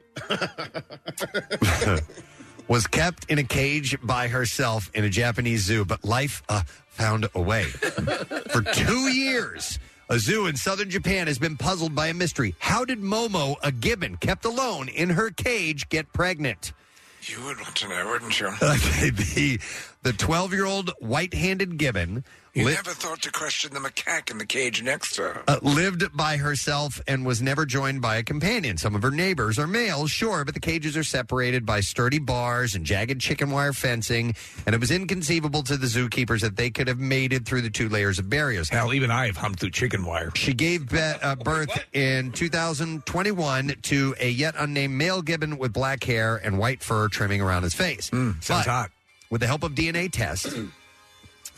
was kept in a cage by herself in a Japanese zoo, but life uh, found a way. For two years, a zoo in southern Japan has been puzzled by a mystery. How did Momo, a gibbon kept alone in her cage, get pregnant? [LAUGHS]
You would want to know, wouldn't you?
Okay, the the twelve year old white handed gibbon
You
li-
never thought to question the macaque in the cage next to her.
uh, lived by herself and was never joined by a companion. Some of her neighbors are males, sure, but the cages are separated by sturdy bars and jagged chicken wire fencing, and it was inconceivable to the zookeepers that they could have mated through the two layers of barriers.
Hell, even I have humped through chicken wire.
She gave be- uh, birth in 2021 to a yet unnamed male gibbon with black hair and white fur trimming around his face. Hmm, sounds hot. With the help of DNA tests,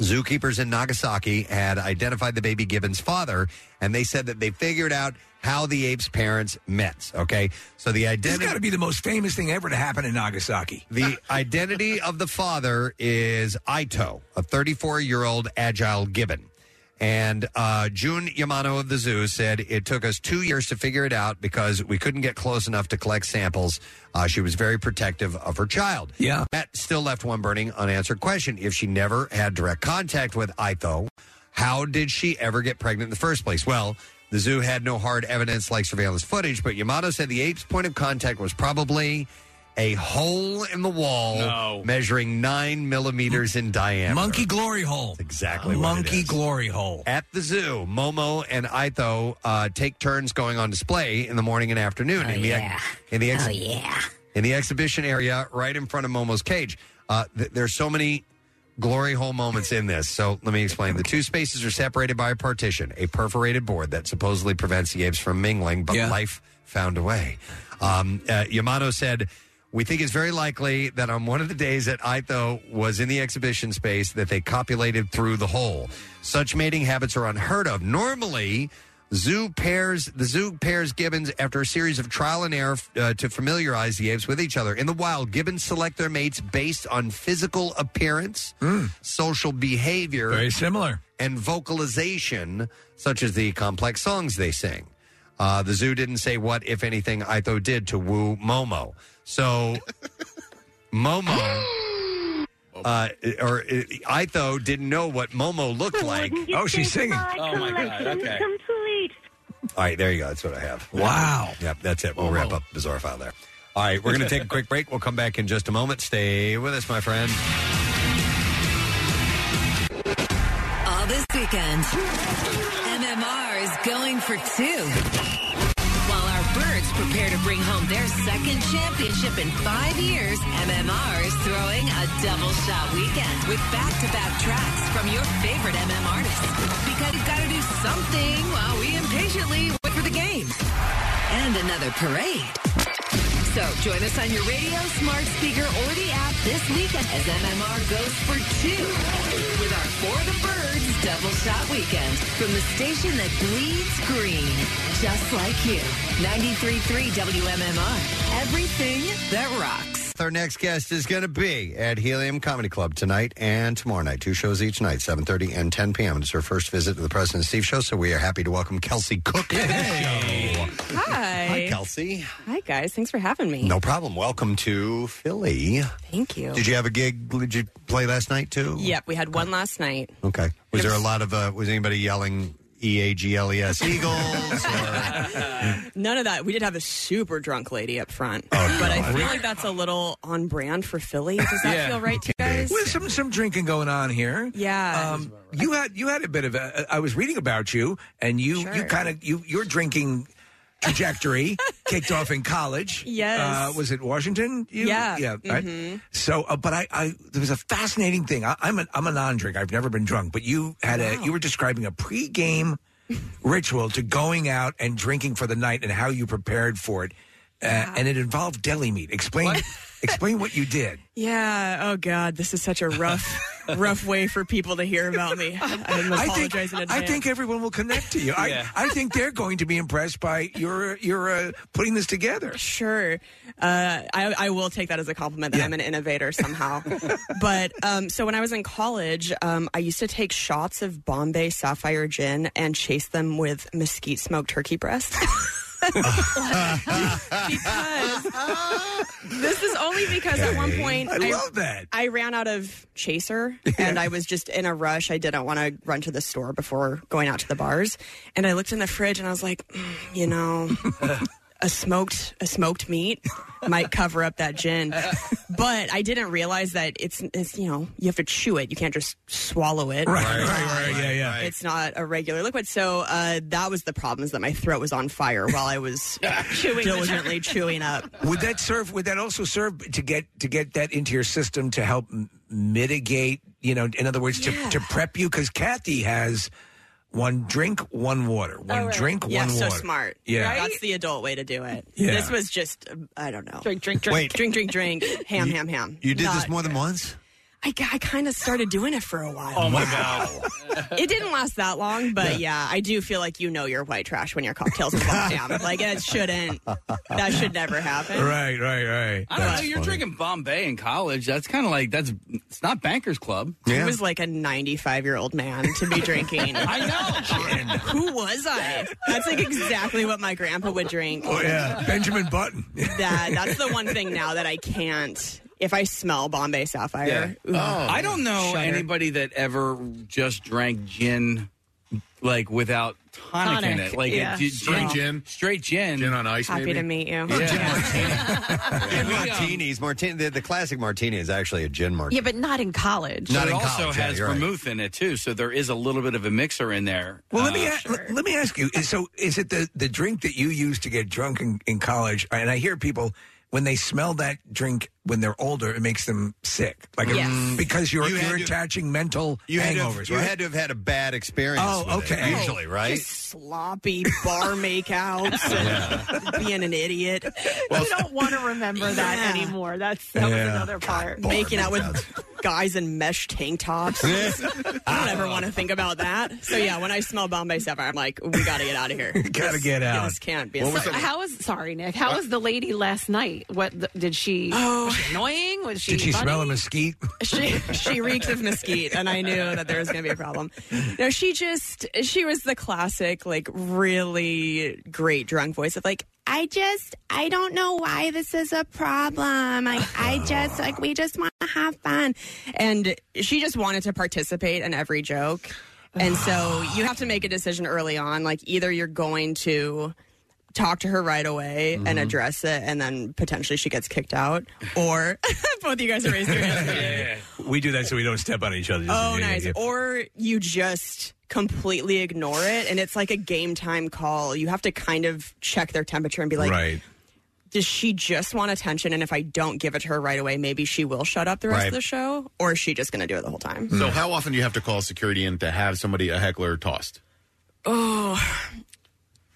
zookeepers in Nagasaki had identified the baby gibbon's father, and they said that they figured out how the ape's parents met. Okay, so the
This has got
identity.
to be the most famous thing ever to happen in Nagasaki.
The identity of the father is Ito, a 34 year old agile gibbon. And uh, June Yamano of the zoo said it took us two years to figure it out because we couldn't get close enough to collect samples. Uh, she was very protective of her child. Yeah. That still left one burning unanswered question. If she never had direct contact with Ito, how did she ever get pregnant in the first place? Well, the zoo had no hard evidence like surveillance footage, but Yamato said the ape's point of contact was probably a hole in the wall measuring nine millimeters in diameter.
Monkey glory hole.
Exactly. what it
Monkey
is.
glory hole.
At the zoo, Momo and Itho uh, take turns going on display in the morning and
Oh,
afternoon. in the ex- in the ex- in the exhibition area, right in front of Momo's cage. Uh, th- there's so many glory hole moments in this. So let me explain. The two spaces are separated by a partition, a perforated board that supposedly prevents the apes from mingling, but life found a way. Um, uh, Yamato said. We think it's very likely that on one of the days that Itho was in the exhibition space that they copulated through the hole. Such mating habits are unheard of. Normally, Zoo pairs the zoo pairs gibbons after a series of trial and error uh, to familiarize the apes with each other. In the wild, gibbons select their mates based on physical appearance, social behavior,
Hmm. Very similar,
and vocalization, such as the complex songs they sing. Uh, the zoo didn't say what, if anything, Itho did to woo Momo.
[LAUGHS]
So Momo.
Oh.
Uh, or uh, Itho didn't know what Momo looked like.
Oh, she's singing.
Oh my god. Okay.
All right, there you go. That's what I have.
Wow.
Yep, that's it. We'll wrap up Bizarre File there. All right, we're going to take a quick break. We'll come back in just a moment. Stay with us, my friend.
All this weekend, MMR is going for two. While our birds prepare to bring home their second championship in five years, MMR is throwing a double shot weekend with back to back tracks from your favorite MM artists. Because you've got to do something while we impatiently wait for the game and another parade. So join us on your radio, smart speaker, or the app this weekend as MMR goes for two with our For the Birds Double Shot Weekend from the station that bleeds green, just like you. 93.3 WMMR, everything that rocks.
Our next guest is going to be at Helium Comedy Club tonight and tomorrow night. Two shows each night, 7.30 and 10 p.m. It's her first visit to the President Steve Show, so we are happy to welcome Kelsey Cook to the show.
Hi.
Hi, Kelsey.
Hi, guys. Thanks for having me.
No problem. Welcome to Philly.
Thank you.
Did you have a gig? Did you play last night, too?
Yep, we had one last night.
Okay. Was there a lot of, uh, was anybody yelling E A G L E S Eagles?
[LAUGHS] None of that. We did have a super drunk lady up front.
Oh,
but I feel like that's a little on brand for Philly. Does that feel right to you guys?
With some some drinking going on here.
Yeah.
Um, you had you had a bit of a. I was reading about you, and you you kind of you your drinking
[LAUGHS]
trajectory kicked off in college.
Yes.
Uh, was it Washington? You-
Yeah.
Yeah. right?
Mhm.
So, uh, but I, I there was a fascinating thing. I, I'm an I'm a non-drinker. I've never been drunk, but you had a you were describing a pre-game ritual to going out and drinking for the night and how you prepared for it, uh, and it involved deli meat. Explain explain what you did.
Yeah. Oh God, this is such
[LAUGHS]
a rough, rough way for people to hear
[LAUGHS]
about me. I
think,
apologize in advance.
I think everyone will connect to you.
Yeah.
I, I think they're going to be impressed by your your uh, putting this together.
Sure. Uh, I, I will take that as a compliment that I'm an innovator somehow. but um, so when I was in college, um, I used to take shots of Bombay Sapphire Gin and chase them with mesquite smoked turkey [LAUGHS] breast.
Ah.
because this is only because at one
Okay.
point
I love that.
I ran out of
[LAUGHS]
chaser and I was just in a rush. I didn't want to run to the store before going out to the bars. And I looked in the fridge and I was like, "Mm, you know, a smoked a smoked meat might cover up that gin. But I didn't realize that it's, it's you know, you have to chew it. You can't just swallow it. Um,
yeah, yeah.
It's not a regular liquid, so uh, that was the problem. Is that my throat was on fire while I
[LAUGHS]
was
Chewing.
diligently chewing up.
Would that serve? Would that also serve to get to get that into your system to help m- mitigate? You know, in other words,
Yeah.
to, to prep you because Kathy has one drink, one water, one drink,
Oh, yeah,
one
so
water.
smart.
Yeah.
that's the adult way to do it.
Yeah.
This was just um, I don't know. Drink, drink,
drink. Wait.
drink, drink,
[LAUGHS]
drink. Ham, ham, ham.
[LAUGHS] You did this
Not-
more than once?
I, g- I kind of started doing it for a while.
Oh, my [LAUGHS]
god! it didn't last that long, but yeah. I do feel like you know you're white trash when your cocktails are down.
[LAUGHS]
Like it shouldn't. That should never happen.
Right, right, right.
[LAUGHS]
I don't know. You're drinking Bombay in college. That's kind of like that's. It's not Bankers Club.
I was like a 95 year old man to be
[LAUGHS]
drinking. I know. Who was I? That's like exactly what my grandpa would drink.
Oh yeah, Benjamin Button.
That that's the one thing now that I can't. If I smell Bombay Sapphire,
Yeah. Oh.
ooh,
I don't know
Oh, shudder.
anybody that ever just drank gin like without tonic, in
Tonic,
it. Like
yeah.
ju-
Straight
gin.
Straight gin.
Gin on ice.
Happy to meet you.
martinis. Martini, the, the classic martini is actually a gin martini.
Yeah, but not in college.
So it also has vermouth in it too, so there is a little bit of a mixer in there.
Well,
Oh,
let
Uh,
me a- let- let me ask you. is- So, is it the the drink that you used to get drunk in, in college? And I hear people when they smell that drink when they're older, it makes them sick. Like it-
Yes.
because you're
Mm. You
you
had
are
to-
attaching mental
You had, to
hangovers.
have, you
right?
had to have had a bad experience.
Oh,
with it,
okay.
usually, right?
Just sloppy bar makeouts and being an idiot.
I don't want to remember that
Yeah.
anymore. That's that
Yeah.
was another part.
Making out with guys in mesh tank tops. I don't ever want to think about that. So yeah, when I smell Bombay Sapphire, I'm like, we got to get out of here.
Gotta
This-
get out.
This can't be.
What
a-
was
So
that-
how-
How was sorry, Nick? How was the lady last night? What the, did she? Oh, was she annoying? Was she?
Did she
funny?
smell
[LAUGHS]
a
[LAUGHS]
mesquite? [LAUGHS]
she she reeked of mesquite, and I knew that there was going to be a problem. No, she just she was the classic, like really great drunk voice of like,
I just, I don't know why this is a problem. Like, I just, like, we just want to have fun.
and she just wanted to participate in every joke. And so you have to make a decision early on. Like, either you're going to talk to her right away and address it, and then potentially she gets kicked out, or
[LAUGHS]
both of you guys are raised your hands.
We do that so we don't step on each other.
Oh,
Yeah, yeah,
nice.
yeah.
Or you just completely ignore it, and it's like a game time call. You have to kind of check their temperature and be like,
right.
does she just want attention? And if I don't give it to her right away, maybe she will shut up the rest
Right.
of the show, or is she just going to do it the whole time?
Mm.
So, how often do you have to call security in to have somebody a heckler tossed?
[SIGHS] Oh,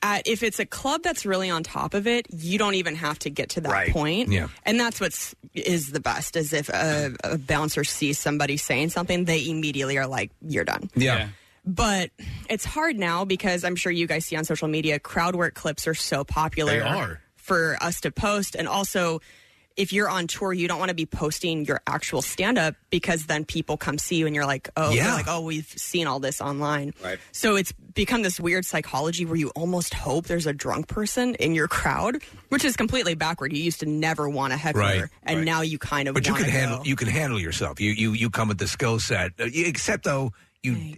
at, if it's a club that's really on top of it, you don't even have to get to that point.
Yeah.
and that's what's is the best is if a, a bouncer sees somebody saying something, they immediately are like, [LAUGHS]
[LAUGHS]
"You're done."
Yeah.
But it's hard now because I'm sure you guys see on social media, crowd work clips are so popular.
They are.
for us to post, and also. If you're on tour, you don't want to be posting your actual stand up because then people come see you and you're like, oh, they're
Yeah.
like, oh, we've seen all this online. Right. So it's become this weird psychology where you almost hope there's a drunk person in your crowd, which is completely backward. You used to never want a heckler,
Right,
and
right.
now you kind of
But you
want
can
to
handle you can handle yourself. You you you come with the skill set. Uh, you- Except though you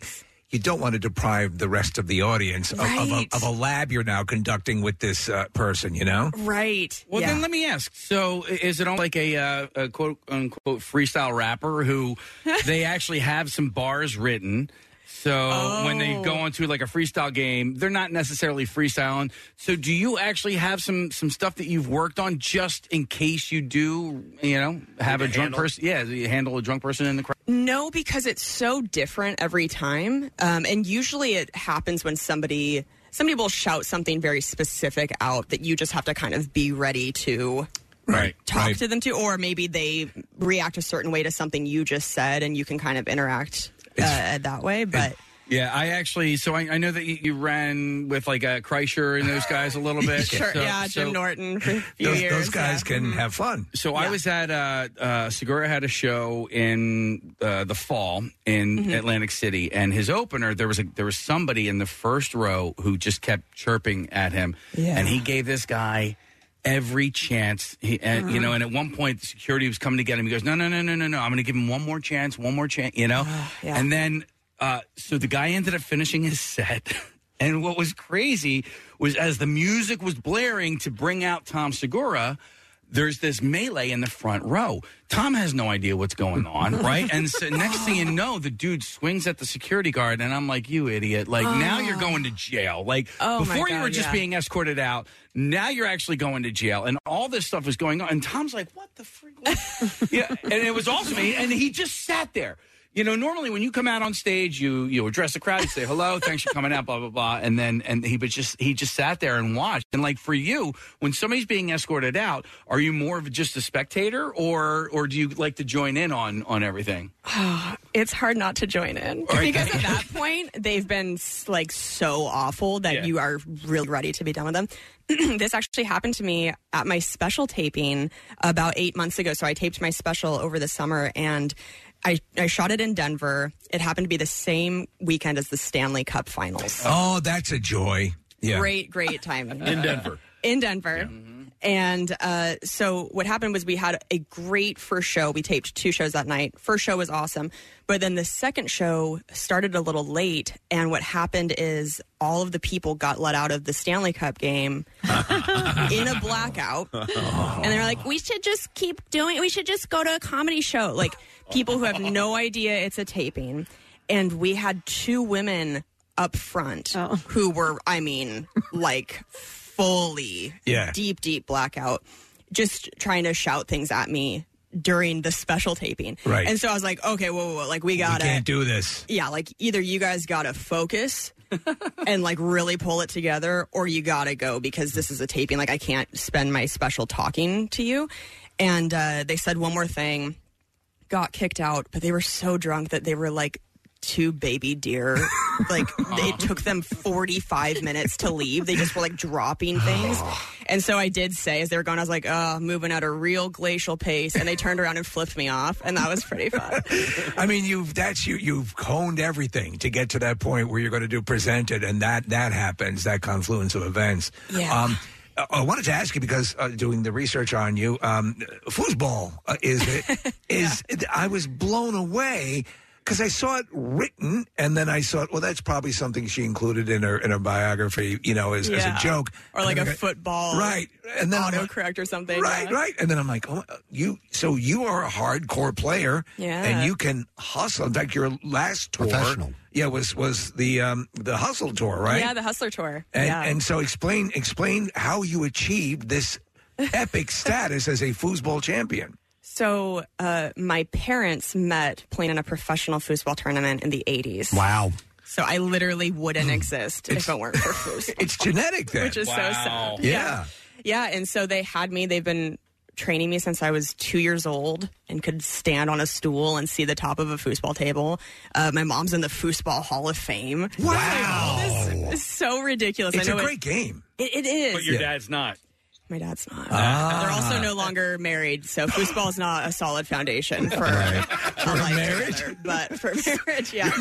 you don't want to deprive the rest of the audience of, of, a,
Right.
of a lab you're now conducting with this uh, person. You know.
Right.
Well, then let me ask. So, i- is it all like a, uh, a quote unquote freestyle rapper
[LAUGHS]
who they actually have some bars written? So when they
Oh.
go onto like a freestyle game, they're not necessarily freestyling. So do you actually have some some stuff that you've worked on just in case you do, you know, have a
Handle.
drunk person? Yeah, you handle a drunk person in the crowd.
No, because it's so different every time, um, and usually it happens when somebody somebody will shout something very specific out that you just have to kind of be ready to
Right.
talk to them to, or maybe they react a certain way to something you just said, and you can kind of interact uh, that way. But
Yeah, I actually. So I, I know that you, you ran with like a Kreischer and those guys a little bit.
[LAUGHS] sure,
So-
yeah, Jim
so-
Norton for a few
Those,
years.
those guys
Mm-hmm.
can have fun.
So I was at uh, uh, Segura had a show in uh, the fall in
Mhm.
Atlantic City, and his opener there was a, there was somebody in the first row who just kept chirping at him,
Yeah.
and he gave this guy every chance. He, and, You know, and at one point the security was coming to get him. He goes, "No, no, no, no, no, no! I'm going to give him one more chance, one more chance." You know,
yeah.
and then uh, so the guy ended up finishing his set. [LAUGHS] And what was crazy was as the music was blaring to bring out Tom Segura, there's this melee in the front row. Tom has no idea what's going on, right? And so next thing you know, the dude swings at the security guard, and I'm like, "You idiot! Like now you're going to jail. Like
Oh, my
before you
God,
were just
yeah.
being escorted out. Now you're actually going to jail, and all this stuff is going on." And Tom's like, "What the freak?" yeah, and it was awesome. And he- And he just sat there. You know, normally when you come out on stage, you you address the crowd, you say hello, thanks for coming out, blah blah blah, and then and he but just he just sat there and watched. And like for you, when somebody's being escorted out, are you more of just a spectator, or or do you like to join in on on everything?
it's hard
[LAUGHS]
not to join in because at that point they've been s- like so awful that
Yeah.
you are real ready to be done with them. [CLEARS THROAT] this actually happened to me at my special taping about eight months ago. So I taped my special over the summer and. I, I shot it in Denver. It happened to be the same weekend as the Stanley Cup Finals.
Oh, that's a joy. Yeah.
Great, great timing.
In Denver.
[LAUGHS] In Denver. And uh, so what happened was we had a great first show. We taped two shows that night. First show was awesome. But then the second show started a little late. And what happened is all of the people got let out of the Stanley Cup game in a blackout.
[LAUGHS]
And they're like, we should just keep doing We should just go to a comedy show.
Like people who have no idea it's a taping. And we had two women up front who were, I mean, like fully
Yeah.
deep, deep blackout, just trying to shout things at me during the special taping.
Right.
And so I was like, okay, whoa, whoa, whoa. Like we
You
gotta
can't do this.
yeah, like either you guys gotta focus and like really pull it together, or you gotta go because this is a taping. Like I can't spend my special talking to you. And uh, they said one more thing got kicked out, but they were so drunk that they were like two baby deer. like it took them 45 minutes to leave. They just were like
[SIGHS]
dropping things. And so I did say as they were going, I was like, oh, moving at a real glacial pace. And they turned around and flipped me off. And that was pretty fun.
I mean, you've that's you you've honed everything to get to that point where you're going to do presented, and that that happens, that confluence of events.
Yeah.
Um, I- I wanted to ask you because uh, doing the research on you, um, foosball uh, is
[LAUGHS]
is I was blown away because I saw it written, and then I saw it. Well, that's probably something she included in her in her biography, you know, as, as
Yeah.
a joke
Or
And
like
then
a
I got-
football
right? And then I'm like,
autocorrect or something.
Right,
yeah.
right. And then I'm like, oh, you. So you are a hardcore player,
Yeah.
and you can hustle. In fact, your last tour,
Professional.
yeah, was was the um, the hustle tour, right?
Yeah, the Hustler Tour.
and,
yeah.
and so explain explain how you achieved this
[LAUGHS]
epic status as a foosball champion.
So uh, my parents met playing in a professional foosball tournament in the 80s.
Wow.
So I literally wouldn't exist if it weren't for
[LAUGHS]
foosball.
It's genetic, then.
Which is so
Wow.
sad.
Yeah.
Oh. yeah. and so they had me. They've been training me since I was two years old and could stand on a stool and see the top of a foosball table. Uh, my mom's in the foosball Hall of Fame.
Wow.
It's so ridiculous.
It's
I
a
know it-
great game.
It, it is.
But your dad's not.
My dad's not.
Ah.
They're also no longer married, so foosball is not a solid foundation for
For marriage,
but for [LAUGHS] marriage, yeah.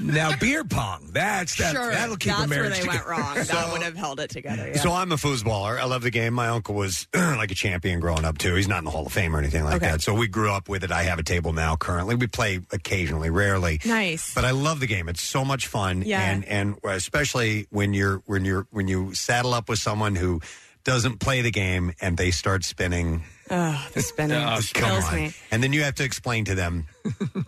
now beer pong. That's that.
sure.
That'll keep
that's
a
where
marriage
they
together.
went wrong.
So-
that would have held it together. Yeah.
So I'm a foosballer. I love the game. My uncle was [CLEARS THROAT] like a champion growing up too. He's not in the Hall of Fame or anything like
Okay.
that. So we grew up with it. I have a table now currently. We play occasionally, rarely.
nice.
But I love the game. It's so much fun.
Yeah.
And and especially when you're when you're when you saddle up with someone who doesn't play the game and they start spinning.
Oh, the spinning
[LAUGHS] come
kills
on.
me.
And then you have to explain to them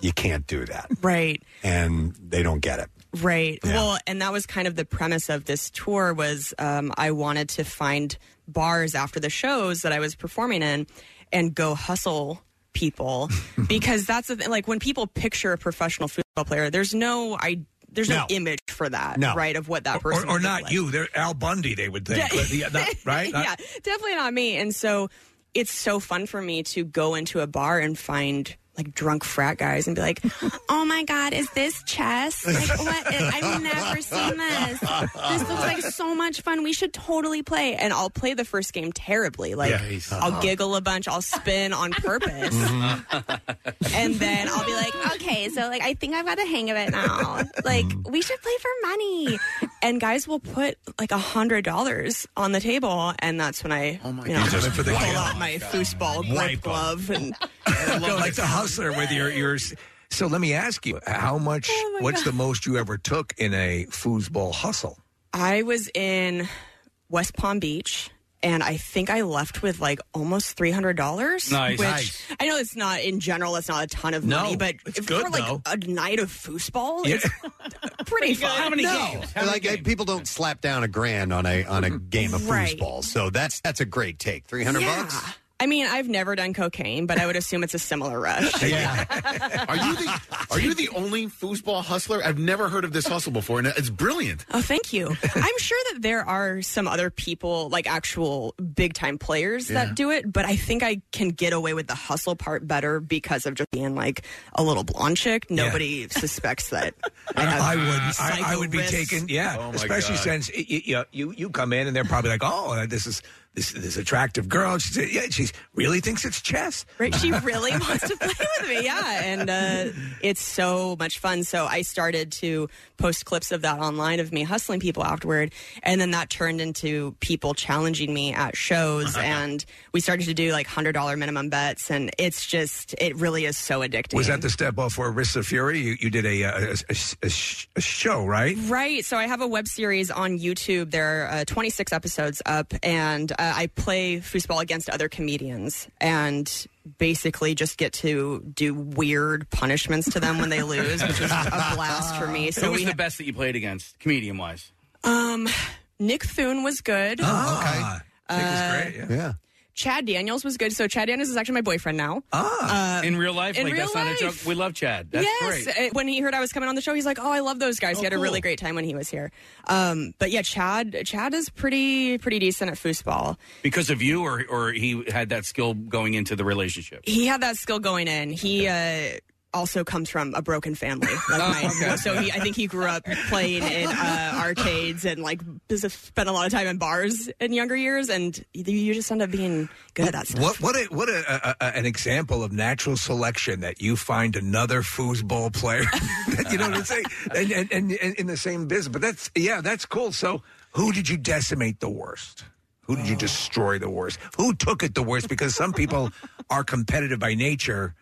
you can't do that.
Right.
And they don't get it.
Right. Well, and that was kind of the premise of this tour was um, I wanted to find bars after the shows that I was performing in and go hustle
[LAUGHS]
people because that's the thing. Like when people picture a professional football player, there's no I there's no,
No.
image for that,
No.
right? Of what that
Or,
person
or
would
not
look like.
you. They're Al Bundy. They would think,
Yeah.
but yeah, not-
[LAUGHS]
right? Not-
yeah, [LAUGHS] definitely not me. And so it's so fun for me to go into a bar and find like drunk frat guys and
[LAUGHS]
be like,
Oh my God, is this chess? Like, [LAUGHS] what? Is, I've never seen this.
[LAUGHS]
This looks like so much fun. We should totally play.
and I'll play the first game terribly. Like
Nice.
I'll giggle a bunch, I'll spin [LAUGHS] on purpose, and then I'll be like,
okay, so like I think I've got the hang of it now. Like we should play for money.
and guys will put like a hundred dollars on the table, and that's when I, oh my you know,
God. Just
pull
wipe
out
them.
my foosball
Wipe
grip
'em.
glove [LAUGHS] and
like the hustler with your your. So let me ask you, how much?
Oh
what's the most you ever took in a foosball hustle?
I was in West Palm Beach. And I think I left with like almost three hundred dollars.
Nice.
Which
Nice.
I know it's not in general, it's not a ton of
No,
money, but
it's
if
good,
for like
though.
a night of foosball,
Yeah.
it's
[LAUGHS]
pretty fun. Oh.
no. like uh, people don't slap down a grand on a on a game of
Right.
foosball. So that's that's a great take. Three hundred
Yeah.
bucks.
I mean, I've never done cocaine, but I would assume it's a
[LAUGHS]
similar rush.
Yeah. are you the Are you the only foosball hustler? I've never heard of this hustle before, and it's brilliant.
Oh,
[LAUGHS]
thank you. I'm sure that there are some other people, like actual big time players,
Yeah.
that do it, but I think I can get away with the hustle part better because of just being like a little blonde chick.
Yeah.
Nobody
[LAUGHS]
suspects that. [LAUGHS] I, have
I would. I, I
psycho
would be
wrists.
taken. Yeah,
Oh, my
especially
God.
since y- y- you, you you come in and they're probably like, oh, uh, this is this this attractive girl. She's, uh, yeah, she really thinks it's chess. [LAUGHS]
Right? She really wants to play with me. Yeah. And uh, it's so much fun. So I started to post clips of that online of me hustling people afterward. And then that turned into people challenging me at
Uh-huh.
shows. and we started to do like $100 minimum bets. And it's just, it really is so addictive.
Was that the step off for Wrists of Fury? You you did a uh, a, a, a, sh- a show, right?
Right. So I have a web series on YouTube. There are uh, 26 episodes up, and uh, I play foosball against other comedians and basically just get to do weird punishments to them when they
[LAUGHS]
lose, which is a blast for me. So
Who was
we
the best that you played against, comedian wise?
um, Nick Thune was good.
Oh, okay.
Uh,
Yeah.
Chad Daniels was good. So Chad Daniels is actually my boyfriend now.
Ah, in real life,
Uh, in
like
real
that's not a joke. We love Chad. That's
yes.
great.
Uh, When he heard I was coming on the show, he's like, "Oh, I love those guys."
Oh,
he had a really
cool.
great time when he was here. Um, but yeah, Chad, Chad is pretty pretty decent at foosball.
Because of you, or or he had that skill going into the relationship.
He had that skill going in. He uh, also comes from a
[LAUGHS]
broken family, like my, so he, I think he grew up playing in uh, arcades and like just spent a lot of time in bars in younger years, and you just end up being good at that
What
stuff.
what a, what a, a, a, an example of natural selection that you find another foosball player. [LAUGHS] that, you know what I'm saying? And, and, and, and in the same business, but that's yeah, that's cool. So who did you decimate the worst? Who
Oh.
did you destroy the worst? Who took it the worst? Because some people [LAUGHS] are competitive by nature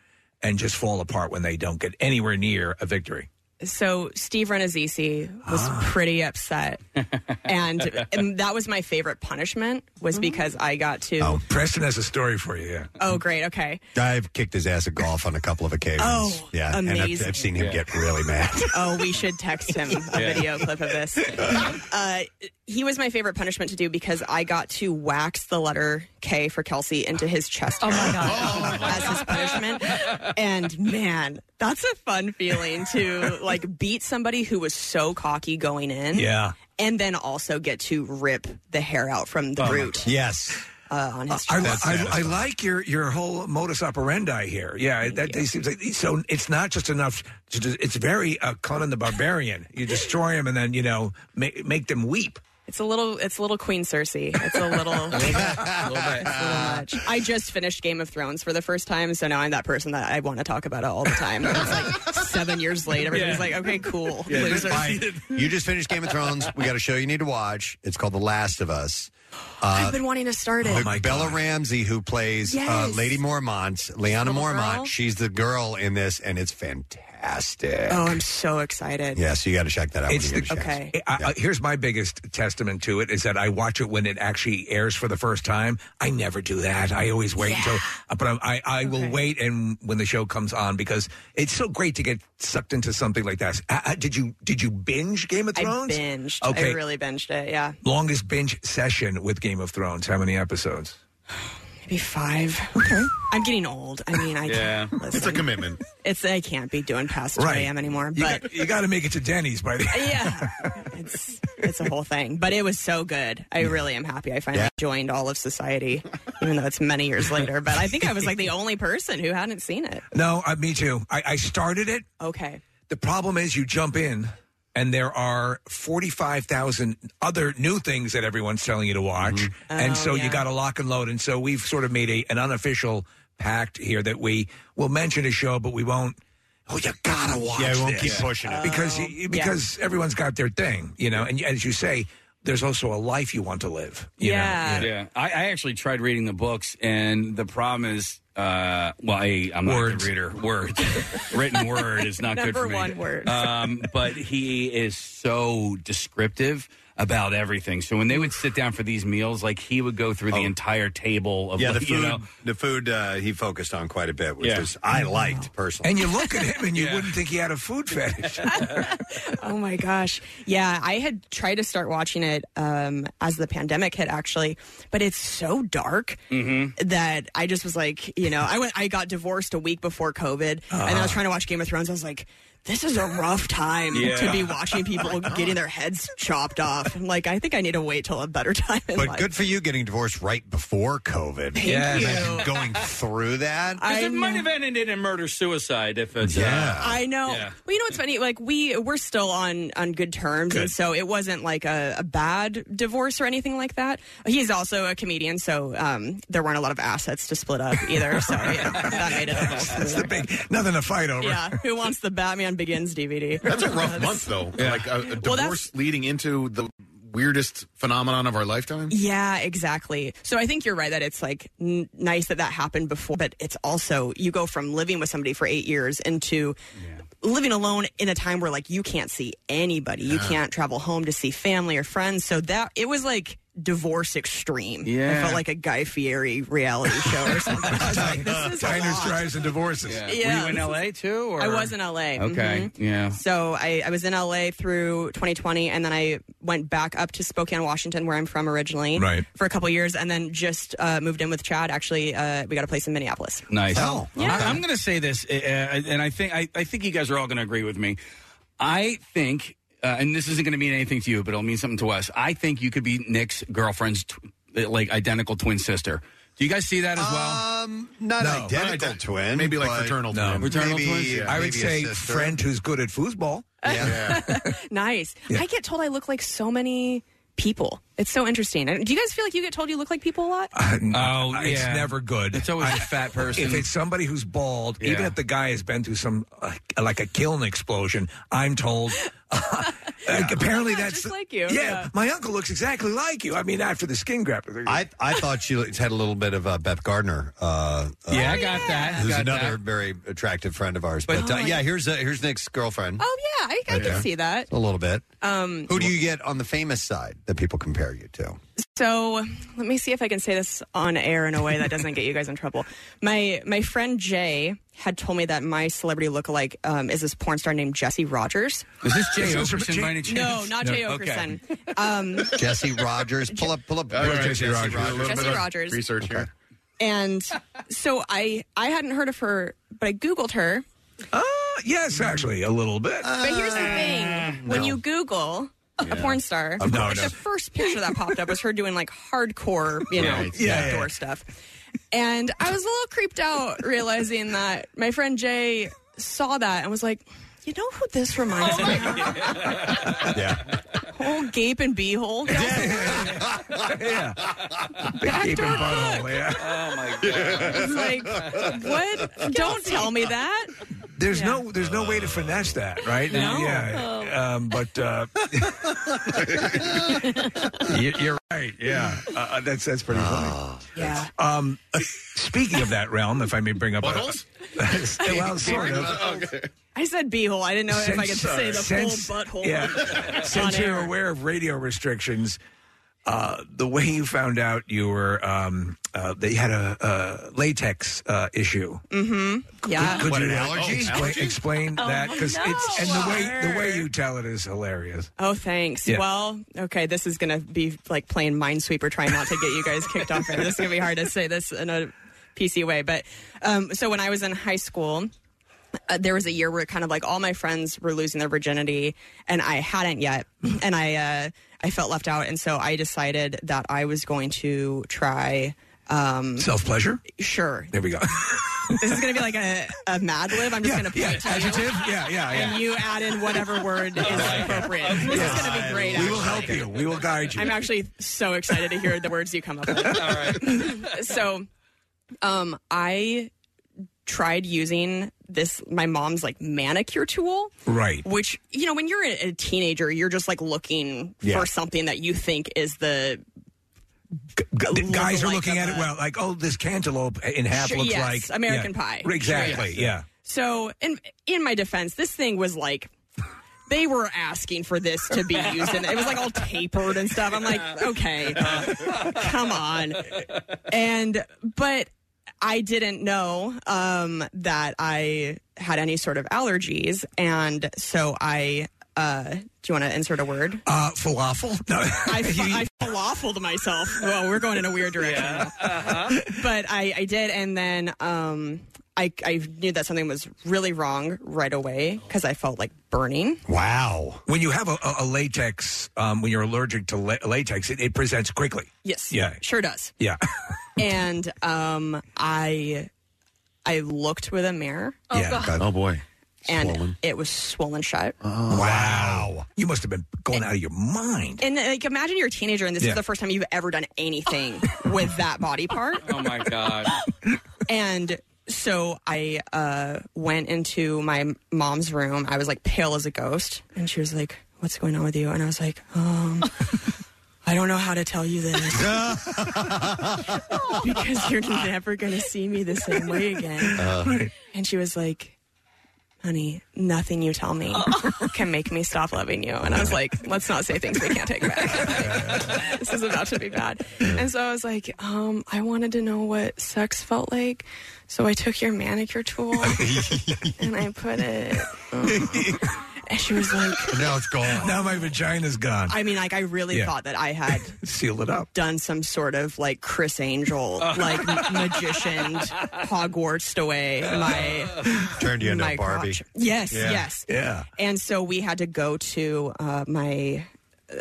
and just fall apart when they don't get anywhere near a victory.
So Steve Renazzisi was
Ah.
pretty upset, [LAUGHS]
[LAUGHS]
and, and that was my favorite punishment was because I got to. Oh,
Preston has a story for you. Yeah.
great, okay.
I've kicked his ass at golf on a couple of occasions.
Oh,
yeah, and I've,
amazing.
I've seen him
Yeah.
get really mad.
Oh, we should text him a
Yeah.
video clip of [LAUGHS] this. Uh, he was my favorite punishment to do because I got to wax the letter K for Kelsey into his chest. Oh my god! as his punishment, and man, that's a fun feeling to like beat somebody who was so cocky going in.
Yeah.
and then also get to rip the hair out from the root.
Yes.
Uh, on his
I,
chest.
I, I like your, your whole modus operandi here. Yeah, that it seems like so. It's not just enough. To, just- it's very uh, Conan the Barbarian. You destroy them and then you know make, make them weep.
It's a little. It's a little Queen Cersei. It's a little.
It's
a little much. I just finished Game of Thrones for the first time, so now I'm that person that I want to talk about it all the time. It's like seven years late, everybody's
Yeah.
like, okay, cool.
[LAUGHS] Yeah,
Loser.
Mike, you just finished Game of Thrones. We got a show you need to watch. It's called The Last of Us. Uh,
[LAUGHS] I've been wanting to start it.
Oh
the- Bella Ramsey, who plays uh,
Yes.
Lady Mormont, Leanna
Little
Mormont,
girl.
she's the girl in this, and it's fantastic.
Oh, I'm so excited.
yeah, so you got to check that out. when
It's
you get
the-
a chance.
Okay.
I, I, here's my biggest testament to it is that I watch it when it actually airs for the first time. I never do that. I always wait until, but I'm, I I will wait and when the show comes on because it's so great to get sucked into something like that. Uh, uh, did you did you binge Game of
I
Thrones?
binged.
Okay.
I really binged it. Yeah,
Longest binge session with Game of Thrones. How many episodes?
maybe five. Okay. I'm getting old. I mean, I
Yeah.
can't.
It's a commitment.
It's I can't be doing past 2 a.m. anymore.
You
But
got- you got to make it to Denny's by the
yeah, it's it's a whole thing. But it was so good. I really am happy. I finally joined all of society, even though it's many years later. But I think I was like the only person who hadn't seen it.
[LAUGHS] No, I, me too. I, I started it.
Okay.
The problem is you jump in and there are 45,000 other new things that everyone's telling you to watch.
Mm-hmm.
Oh,
And so
yeah.
you got to lock and load. And so we've sort of made a, an unofficial pact here that we will mention a show, but we won't. Oh, you gotta watch.
Yeah, we won't
this."
keep pushing it.
because
Oh,
you- you- because everyone's got their thing, you know. And as you say, there's also a life you want to live. you know?
yeah. I, I actually tried reading the books, and the problem is, uh, well, I, I'm not a
Words.
good reader. Words, [LAUGHS] written word is not good
Number
for me.
one word.
Um, but he is so descriptive about everything. So when they would sit down for these meals, like he would go through the entire table of,
Oh. Yeah, the
like,
food,
you know,
the food uh, he focused on quite a bit, which
Yeah.
was I liked personally.
And you look at him
[LAUGHS]
and you wouldn't think he had a food fetish. [LAUGHS]
Oh my gosh. Yeah, I had tried to start watching it um, as the pandemic hit, actually, but it's so dark that I just was like, you know, I went, I got divorced a week before COVID, and I was trying to watch Game of Thrones. I was like, this is a rough time
Yeah.
to be watching people getting their heads chopped off. I'm like, I think I need to wait till a better time. In
But
life.
good for you getting divorced right before COVID.
Thank Yes. you.
Imagine going through that.
'cause it might have ended in a murder suicide if it's uh,
Yeah.
Oh,
I know.
Yeah.
Well, you know what's funny? Like we we're still on on good terms, and so it wasn't like a, a bad divorce or anything like that. He's also a comedian, so um, there weren't a lot of assets to split up either.
[LAUGHS]
So yeah, that made it.
That's the big nothing to fight over.
Yeah, who wants the Batman Begins DVD?
That's
[LAUGHS]
a rough month, though. Like a, a
Well,
divorce
that's-
leading into the weirdest phenomenon of our lifetime.
Yeah, exactly. So I think you're right that it's like n- nice that that happened before, but it's also you go from living with somebody for eight years into living alone in a time where like you can't see anybody, you
Yeah.
can't travel home to see family or friends. So that it was like divorce extreme. I
Yeah.
felt like a Guy Fieri reality show or something. I was like, this is a
Diners,
lot.
drives, and divorces.
Yeah.
Were you in L.A. too? Or?
I was in LA.
Okay.
mhm.
Yeah.
So I, I was in LA through 2020, and then I went back up to Spokane, Washington, where I'm from originally,
Right.
for a couple years, and then just uh, moved in with Chad. Actually, uh, we got a place in Minneapolis.
Nice.
Oh,
So,
I, am going to say this, uh, and I think I, I think you guys are all going to agree with me. I think, uh, and this isn't going to mean anything to you, but it'll mean something to us. I think you could be Nick's girlfriend's tw- eh, like identical twin sister. Do you guys see that as well?
Um, not identical twin. but-
No. Fraternal twins?
I would say friend who's good at foosball. [LAUGHS]
Yeah.
[LAUGHS] nice.
Yeah.
I get told I look like so many people. It's so interesting. And Do you guys feel like you get told you look like people a lot?
Oh, it's
yeah.
never good. It's
always a fat person.
[LAUGHS] If it's somebody who's bald, even
Yeah.
if the guy has been through some uh, like a kiln explosion, I'm told. like,
[LAUGHS]
apparently, that's
just like you.
Yeah, my uncle looks exactly like you. I mean, after the skin graft.
I I thought she had a little bit of uh, Beth Gardner. Uh, uh,
Yeah, I got that.
Who's
Got
another
that.
very attractive friend of ours. But,
But-
uh, yeah, here's uh, here's Nick's girlfriend.
Oh yeah, I, I
Yeah.
can see that.
A little bit.
Um,
Who do you get on the famous side that people compare you to?
So let me see if I can say this on air in a way that doesn't get you guys in trouble. My my friend Jay had told me that my celebrity lookalike um, is this porn star named Jesse Rogers.
Is this Jay Okerson by any chance?
No, not Jay
okay.
Okerson. Um, [LAUGHS]
Jesse Rogers. Pull up, pull up.
All right,
Jesse
Jesse
Rogers.
Rogers. A little Jesse bit of Rogers.
Research here.
and so I I hadn't heard of her, but I googled her.
Uh, yes, actually, a little bit.
But here's the thing: when
no.
you Google a porn star,
Of course.
like, the first picture that popped up was her doing like hardcore, you know,
Right. Yeah,
outdoor
yeah. [LAUGHS]
stuff. And I was a little creeped out realizing that my friend Jay saw that and was like, "You know who this reminds me of?
[LAUGHS]
Whole gape and beehole."
yeah.
Big
gaping butthole, yeah.
Oh my god.
It's like, what? Don't tell me that.
There's no there's no way to finesse that, right?
No.
Yeah. Um, but uh, [LAUGHS]
[LAUGHS]
you- you're right. Yeah, [LAUGHS] Uh, uh, that's that's pretty funny.
Yeah.
Um, speaking of that realm, if I may bring up, a-
[LAUGHS] Buttholes?
well, sort of.
I said beehole. I didn't know if I could say the
since-
full butthole. [LAUGHS]
Yeah.
on
since
air.
you're aware of radio restrictions, uh, the way you found out you were um, uh, that you had a, uh latex uh, issue.
Mm-hmm. Yeah.
Could you explain, explain
Oh,
that? Because it's and the way the way you tell it is hilarious.
Oh, thanks.
Yeah.
Well, okay, this is going to be like playing Minesweeper, trying not to get you guys kicked off. Here. This is going to be hard to say this in a PC way. But um, so when I was in high school, uh, there was a year where kind of like all my friends were losing their virginity, and I hadn't yet,
Mm-hmm.
and I uh, I felt left out, and so I decided that I was going to try um,
Self
[LAUGHS]
pleasure.
Sure.
There we go.
This is going to be like a, a Mad Lib. I'm just
Yeah,
going to
yeah,
point to you.
adjective. Yeah, yeah, yeah.
And you add in whatever
[LAUGHS]
word is appropriate. This is going to be great.
We will
actually.
help you. We will guide you.
I'm actually so excited to hear the words you come up with. All right. [LAUGHS] so, um, I tried using this my mom's like manicure tool.
Right.
Which, you know, when you're a a teenager, you're just like looking
Yeah.
for something that you think is the
Gu- guys are
lookalike
looking
of
at it
a-
well, like oh, this cantaloupe in half
Sure,
looks
yes,
like
American
yeah.
Pie.
Exactly.
Sure, yes.
Yeah.
So, in in my defense, this thing was like they were asking for this to be used, and it was like all tapered and stuff. I'm like, okay, come on. And but I didn't know um, that I had any sort of allergies, and so I. Uh, do you want to insert a word?
Uh, falafel. No. [LAUGHS]
I, fa- I falafeled myself. Well, we're going in a weird direction.
Uh-huh.
now. But I, I did, and then um, I, I knew that something was really wrong right away because I felt like burning.
Wow. When you have a, a, a latex, um, when you're allergic to la- latex, it, it presents quickly.
Yes.
Yeah.
Sure does.
Yeah.
And um, I, I looked with a mirror.
[LAUGHS]
Oh boy.
And it was swollen shut.
Oh. Wow. You must have been going out of your mind.
And like, imagine you're a teenager, and this
Yeah.
is the first time you've ever done
[LAUGHS]
anything with that body part.
Oh my god.
and so I uh, went into my mom's room. I was like pale as a ghost, and she was like, "What's going on with you?" And I was like, "Um, I don't know how to tell
[LAUGHS]
you this because you're never gonna see me the same way again."
Uh.
And she was like, honey, nothing you tell me [LAUGHS] can make me stop loving you. And I was like, let's not say things we can't take back. [LAUGHS] this is about to be bad. And so I was like, um, I wanted to know what sex felt like. So I took your manicure tool and I put it. And she was like,
now it's gone. Now my vagina's gone.
I mean, like, I really
Yeah.
thought that I had
Seal it up.
done some sort of like Chris Angel,
Uh.
like magician Hogwarts away
[LAUGHS]
my
Turned you into
my
a Barbie.
crotch. Yes, yes, And so we had to go to uh, my.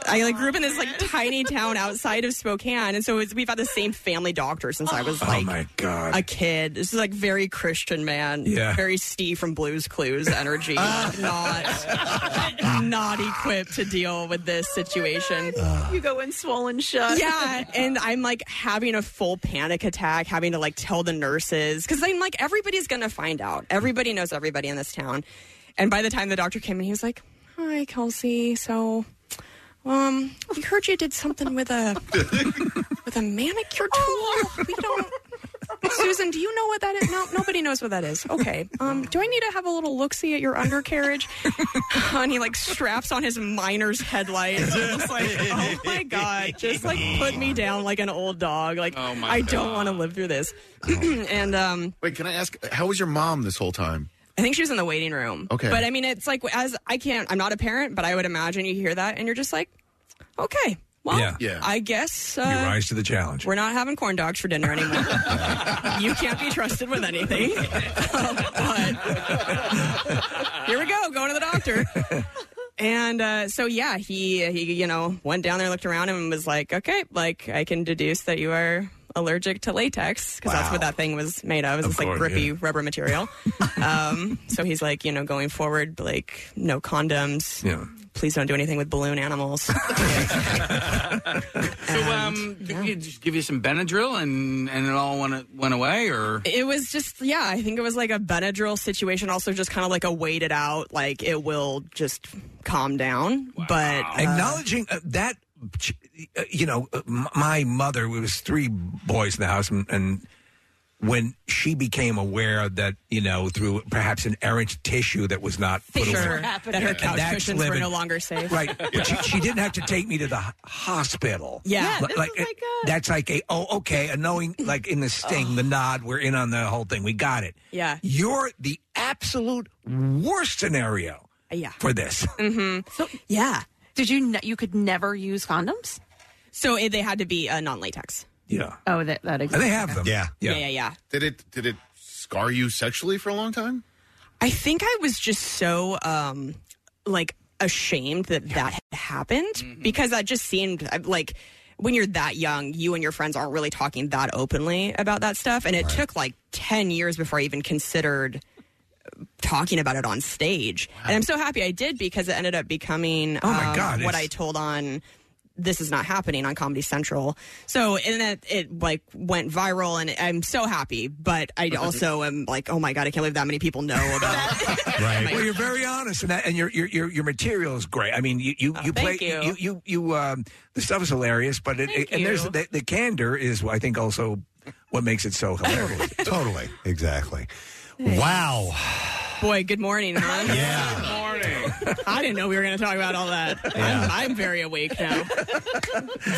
I like grew up in this like tiny town outside of Spokane, and so it's, we've had the same family doctor since I was like
oh my god.
a kid. This is like very Christian man,
Yeah.
very Steve from Blues
[LAUGHS]
Clues energy, like, not not equipped to deal with this situation.
Uh.
You go in swollen shut.
Yeah, and I'm like having a full panic attack, having to like tell the nurses because I'm like everybody's gonna find out. Everybody knows everybody in this town, and by the time the doctor came in, he was like, "Hi, Kelsey. So, um,
[LAUGHS]
we heard you did something with a with a manicure tool. We don't." [LAUGHS] Susan, do you know what that is? No, nobody knows what that is. Okay. [LAUGHS] Um, do I need to have a little look see at your undercarriage? and he like straps on his miner's headlights. I'm just like, oh my god, just like put me down like an old dog. Like
Oh my
I don't
God.
want to live through this. [CLEARS THROAT] and um,
Wait, can I ask? How was your mom this whole time?
I think she was in the waiting room.
Okay.
But I mean, it's like as I can't. I'm not a parent, but I would imagine you hear that and you're just like, okay, well,
Yeah. Yeah.
I guess. Uh,
you rise to the challenge.
we're not having corn dogs for dinner anymore. you can't be trusted with anything. but here we go, going to the doctor. And uh, so yeah, he he you know went down there, looked around, and was like, okay, like I can deduce that you are allergic to latex because that's what that thing was made of. It's this, like
course,
grippy
yeah.
rubber material. um, so he's like, you know, going forward, like no condoms.
Yeah.
Please don't do anything with balloon animals.
So, um, did you just give you some Benadryl and and it all went went away, or
It was just, yeah, I think it was like a Benadryl situation. Also, just kind of like a wait it out, like it will just calm down. But uh,
acknowledging uh, that ch- uh, you know uh, m- my mother it was three boys in the house and, and when she became aware that you know through perhaps an errant tissue that was not put
sure
away
that her couch
That's
cushions were
living-
no longer safe. [LAUGHS]
right but she, she didn't have to take me to the h- hospital
Yeah. Yeah,
Li-
this
like, it- that's like a oh okay a knowing like in the sting
Oh.
the nod we're in on the whole thing we got it
Yeah.
you're the absolute worst scenario
Yeah.
for this
Mm-hmm. So, yeah. Did you, kn- you could never use condoms? So eh, they had to be uh, non latex.
Yeah.
Oh, that, that
Uh, they have them.
Yeah.
Yeah, yeah, yeah.
Did it did it scar you sexually for a long time?
I think I was just so um like ashamed that that had happened
Mm-hmm.
because that just seemed I- like when you're that young, you and your friends aren't really talking that openly about that stuff and it took like 10 years before I even considered talking about it on stage. And I'm so happy I did because it ended up becoming
Oh, my
um,
God,
what
it's-
I told on this is not happening on Comedy Central. So and it, it like went viral, and I'm so happy. But I also am like, oh my god, I can't believe that many people know about.
[LAUGHS]
Right. Well, you're very honest, and that, and your your your your material is great. I mean, you you, you play
Oh, thank you.
you you, you, um, the stuff is hilarious, but it,
Thank
and there's
you.
the, the candor is I think also what makes it so hilarious.
totally, exactly. Wow.
Boy, good morning, huh? Yeah. Good morning. [LAUGHS] I didn't know we were going to talk about all that.
Yeah.
I'm, I'm very awake now.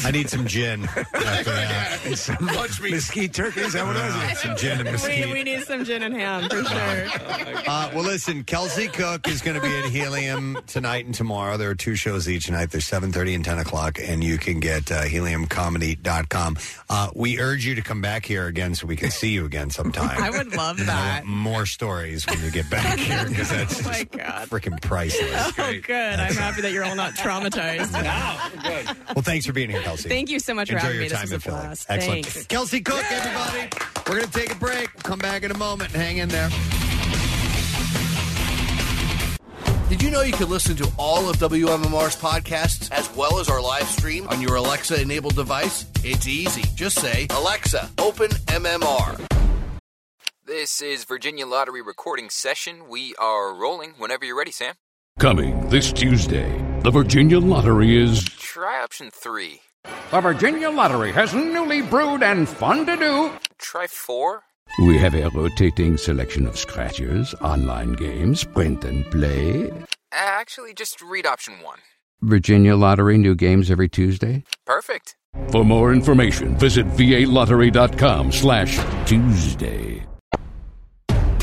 I need some gin after that.
some mesquite turkey. Is that what
it is? Some gin and mesquite.
[LAUGHS] we, we need some gin and ham for sure.
Uh, well, listen, Kelsey Cook is going to be at Helium tonight and tomorrow. There are two shows each night. They're 7.30 and 10 o'clock, and you can get uh, heliumcomedy.com. Uh, we urge you to come back here again so we can see you again sometime.
[LAUGHS] I would love
And I
that.
want more stories when you get
[LAUGHS]
back here because that's just freaking priceless.
Oh, good. I'm happy that you're all not
[LAUGHS]
traumatized.
Well, thanks for being here, Kelsey.
Thank you so much for
Enjoy
having
your
me. This
time
was
in
a
Philly.
blast.
Excellent.
Thanks.
Kelsey Cook, everybody. We're going to take a break. We'll come back in a moment. Hang in there.
Did you know you can listen to all of WMMR's podcasts as well as our live stream on your Alexa enabled device? It's easy. Just say, Alexa, open MMR.
This is Virginia Lottery recording session. We are rolling whenever you're ready, Sam.
Coming this Tuesday, the Virginia Lottery is
Try option three.
The Virginia Lottery has newly brewed and fun to do
Try four.
We have a rotating selection of scratchers, online games, print and play.
Uh, Actually, just read option one.
Virginia Lottery new games every Tuesday.
Perfect.
For more information, visit valottery.com slash Tuesday.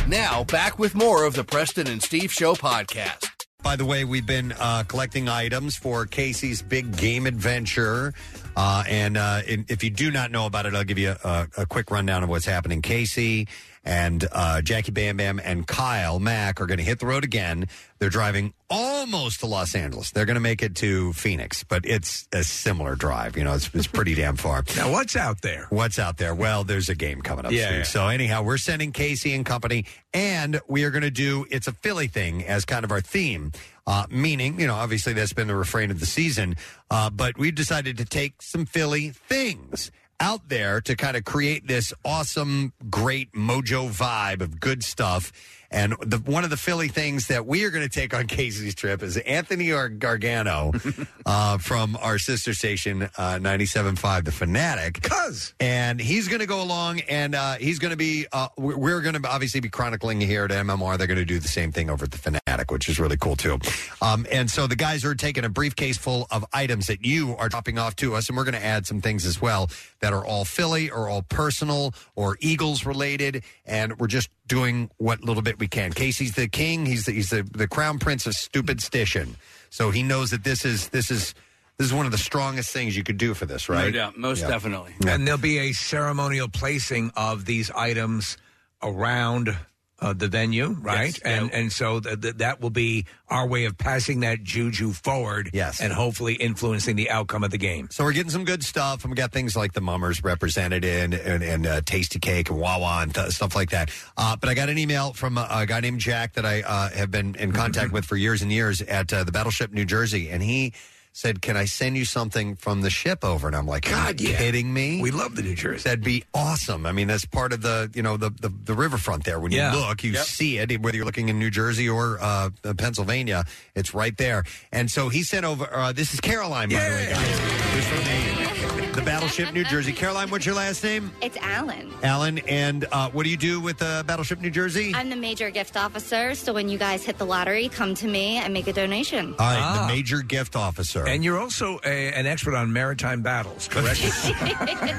Now, back with more of the Preston and Steve Show podcast.
By the way, we've been uh, collecting items for Casey's Big Game Adventure. Uh, and uh, in, if you do not know about it, I'll give you a, a quick rundown of what's happening. Casey and uh, Jackie Bam Bam and Kyle Mack are going to hit the road again. They're driving almost to Los Angeles. They're going to make it to Phoenix, but it's a similar drive. You know, it's, it's pretty damn far.
Now, what's out there?
What's out there? Well, there's a game coming up
Yeah,
soon.
yeah.
So anyhow, we're sending Casey and company, and we are going to do it's a Philly thing as kind of our theme. Uh, meaning, you know, obviously that's been the refrain of the season, uh, but we've decided to take some Philly things out there to kind of create this awesome, great mojo vibe of good stuff. And the, one of the Philly things that we are going to take on [LAUGHS] Casey's trip is Anthony Ar- Gargano uh, from our sister station, uh, 97.5, The Fanatic. Cuz. And he's going to go along and uh, he's going to be, uh, we're- we're going to obviously be chronicling here at MMR. They're going to do the same thing over at The Fanatic, which is really cool too. Um, and so the guys are taking a briefcase full of items that you are dropping off to us. And we're going to add some things as well that are all Philly or all personal or Eagles related. And we're just doing what little bit we can. Casey's the king. He's the, he's the, the crown prince of stupid stition. So he knows that this is this is this is one of the strongest things you could do for this, right?
No doubt. Most
Yeah.
definitely.
And there'll be a ceremonial placing of these items around uh, the venue, right? and and so th- th- that will be our way of passing that juju forward, yes, and hopefully influencing the outcome of the game.
So we're getting some good stuff, and we got things like the Mummers represented and and, and uh, Tasty Cake and Wawa and th- stuff like that. Uh, but I got an email from a, a guy named Jack that I uh, have been in
[LAUGHS]
contact with for years and years at uh, the Battleship New Jersey, and he said, "Can I send you something from the ship over?" And I'm like, "God, you kidding me? We
love the New Jersey.
That'd be awesome. I mean, that's part of the you know the the, the riverfront there. When
Yeah.
you look, you
Yep.
see it whether you're looking in New Jersey or uh, Pennsylvania. It's right there. And so he sent over. Uh, this is Caroline, by the way, guys. Who's from the, the Battleship New Jersey. Caroline, what's your last name?
It's Alan.
Alan. And uh, what do you do with uh, Battleship New Jersey?
I'm the major gift officer, so when you guys hit the lottery, come to me and make a donation.
All right, the major gift officer.
Ah. And you're also a, an expert on maritime battles,
[LAUGHS]
correct?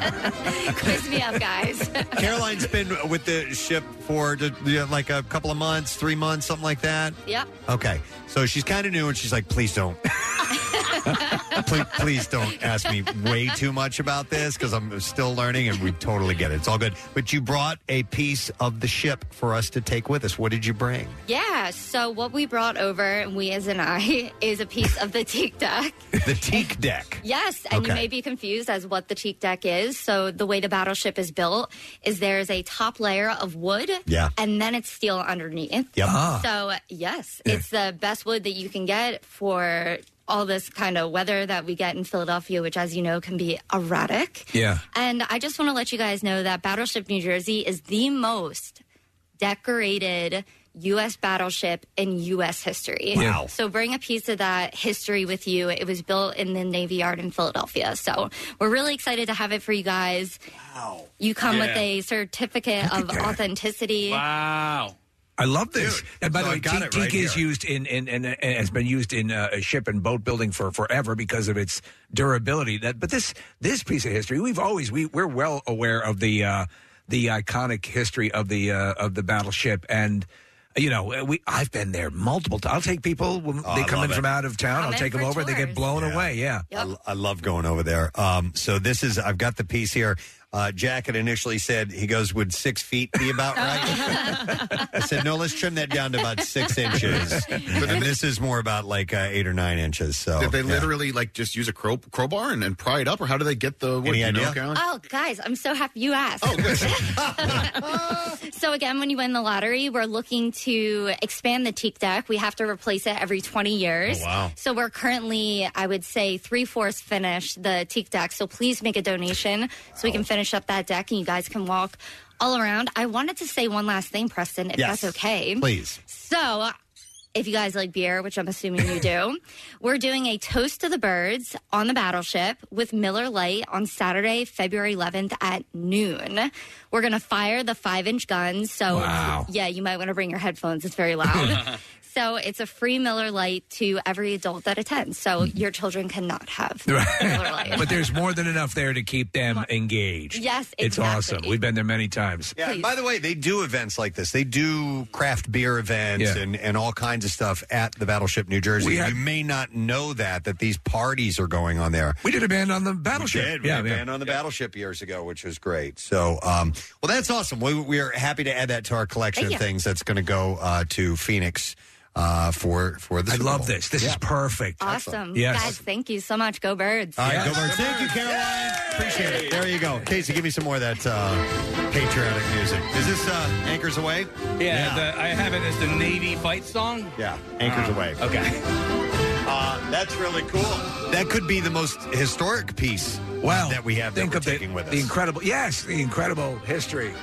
Quiz me up, guys. [LAUGHS]
Caroline's been with the ship for uh, yeah, like a couple of months, three months, something like that.
Yep.
Okay, so she's kind of new, and she's like, "Please don't, [LAUGHS] please, please don't ask me way too much about this because I'm still learning, and we totally get it. It's all good." But you brought a piece of the ship for us to take with us. What did you bring?
Yeah, so what we brought over, we as an eye, [LAUGHS] is a piece of the teak deck.
The teak
[LAUGHS]
deck.
Yes, and you
Okay.
may be confused as what the teak deck is. So the way the battleship is built is there's a top layer of wood,
Yeah.
and then it's steel underneath.
Yep. Ah.
So yes, it's the best wood that you can get for all this kind of weather that we get in Philadelphia, which, as you know, can be erratic.
Yeah.
And I just want to let you guys know that Battleship New Jersey is the most decorated U.S. battleship in U.S. history.
Wow.
So bring a piece of that history with you. It was built in the Navy Yard in Philadelphia. So we're really excited to have it for you guys. Wow. You come with
Yeah.
a certificate of authenticity.
Wow.
I love this. and by
so
the way,
I've got
teak,
it right
teak is
here.
used in in, in, in has been used in uh, ship and boat building for forever because of its durability. That, but this this piece of history, we've always we we're well aware of the uh, the iconic history of the uh, of the battleship and. You know, we I've been there multiple times. I'll take people when
Oh,
they
I
come in
love
from
it.
out of town.
I'm
I'll
in
take them
for
over. They get
tours.
blown away. Yeah.
I, I love going over there. Um, so this is I've got the piece here. Uh, Jack had initially said he goes, "Would six feet be about right?" I said, "No, let's trim that down to about six inches." and this is more about like uh, eight or nine inches. So
Did they
yeah.
literally like just use a crow, crowbar and, and pry it up, or how do they get the wood?
Any
you know,
idea?
Caroline?
Oh, guys, I'm so happy you asked. Oh, good. [LAUGHS] so, again, when you win the lottery, we're looking to expand the teak deck. We have to replace it every 20 years.
Oh, wow.
So, we're currently, I would say, three fourths finished the teak deck. So, please make a donation so we can finish up that deck and you guys can walk all around. I wanted to say one last thing, Preston, if
Yes.
that's okay.
Please.
So, if you guys like beer, which I'm assuming you do, we're doing a toast to the birds on the battleship with Miller Lite on Saturday, February 11th at noon. We're going to fire the five inch guns. So,
Wow.
yeah, you might want to bring your headphones. It's very
[LAUGHS]
loud. so, it's a free Miller Lite to every adult that attends. So,
Mm-hmm.
your children cannot have.
but there's more than enough there to keep them engaged.
Yes,
It's awesome. We've been there many times.
Yeah. and By the way, they do events like this. They do craft beer events
Yeah.
and, and all kinds of stuff at the Battleship New Jersey.
We had-
you may not know that that these parties are going on there.
We did a band on the
We
battleship.
did. We had a band on the battleship years ago, which was great. So, um, well, that's awesome. We, we are happy to add that to our collection
Thank
of
you.
things. That's going to go uh, to Phoenix uh, for for the.
I
Super
love
Bowl.
this. This is perfect.
Awesome.
Yes.
Guys, thank you so much. Go birds.
All right, go birds. Thank you, Caroline. Appreciate it. There you go, Casey. Give me some more of that uh, patriotic music. Is this uh, "Anchors Away"?
Yeah, The, I have it as the Navy fight song.
Yeah, anchors
Uh,
away.
Okay.
Uh, that's really cool. That could be the most historic piece
Wow.
that we have
Think
that we're
of the-
taking with us.
the incredible, yes, the incredible history.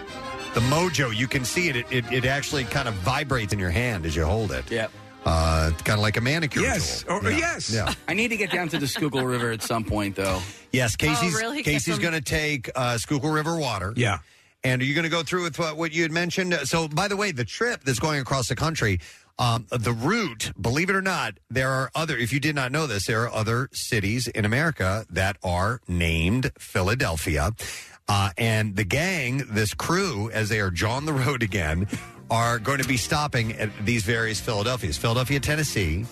The mojo, you can see it. It, it, it actually kind of vibrates in your hand as you hold it.
Yeah.
Uh, kind of like a manicure tool. Yeah. Yeah.
I need to get down to the Schuylkill River at some point, though.
Yes, Casey's,
Oh, really? Get
Casey's
some-
going to take uh, Schuylkill River water. Yeah. And are you going to go through with what, what you had mentioned? Uh, So, by the way, the trip that's going across the country, um, the route, believe it or not, there are other, if you did not know this, there are other cities in America that are named Philadelphia. Uh, and the gang, this crew, as they are jawing the road again, are going to be stopping at these various Philadelphias Philadelphia, Tennessee,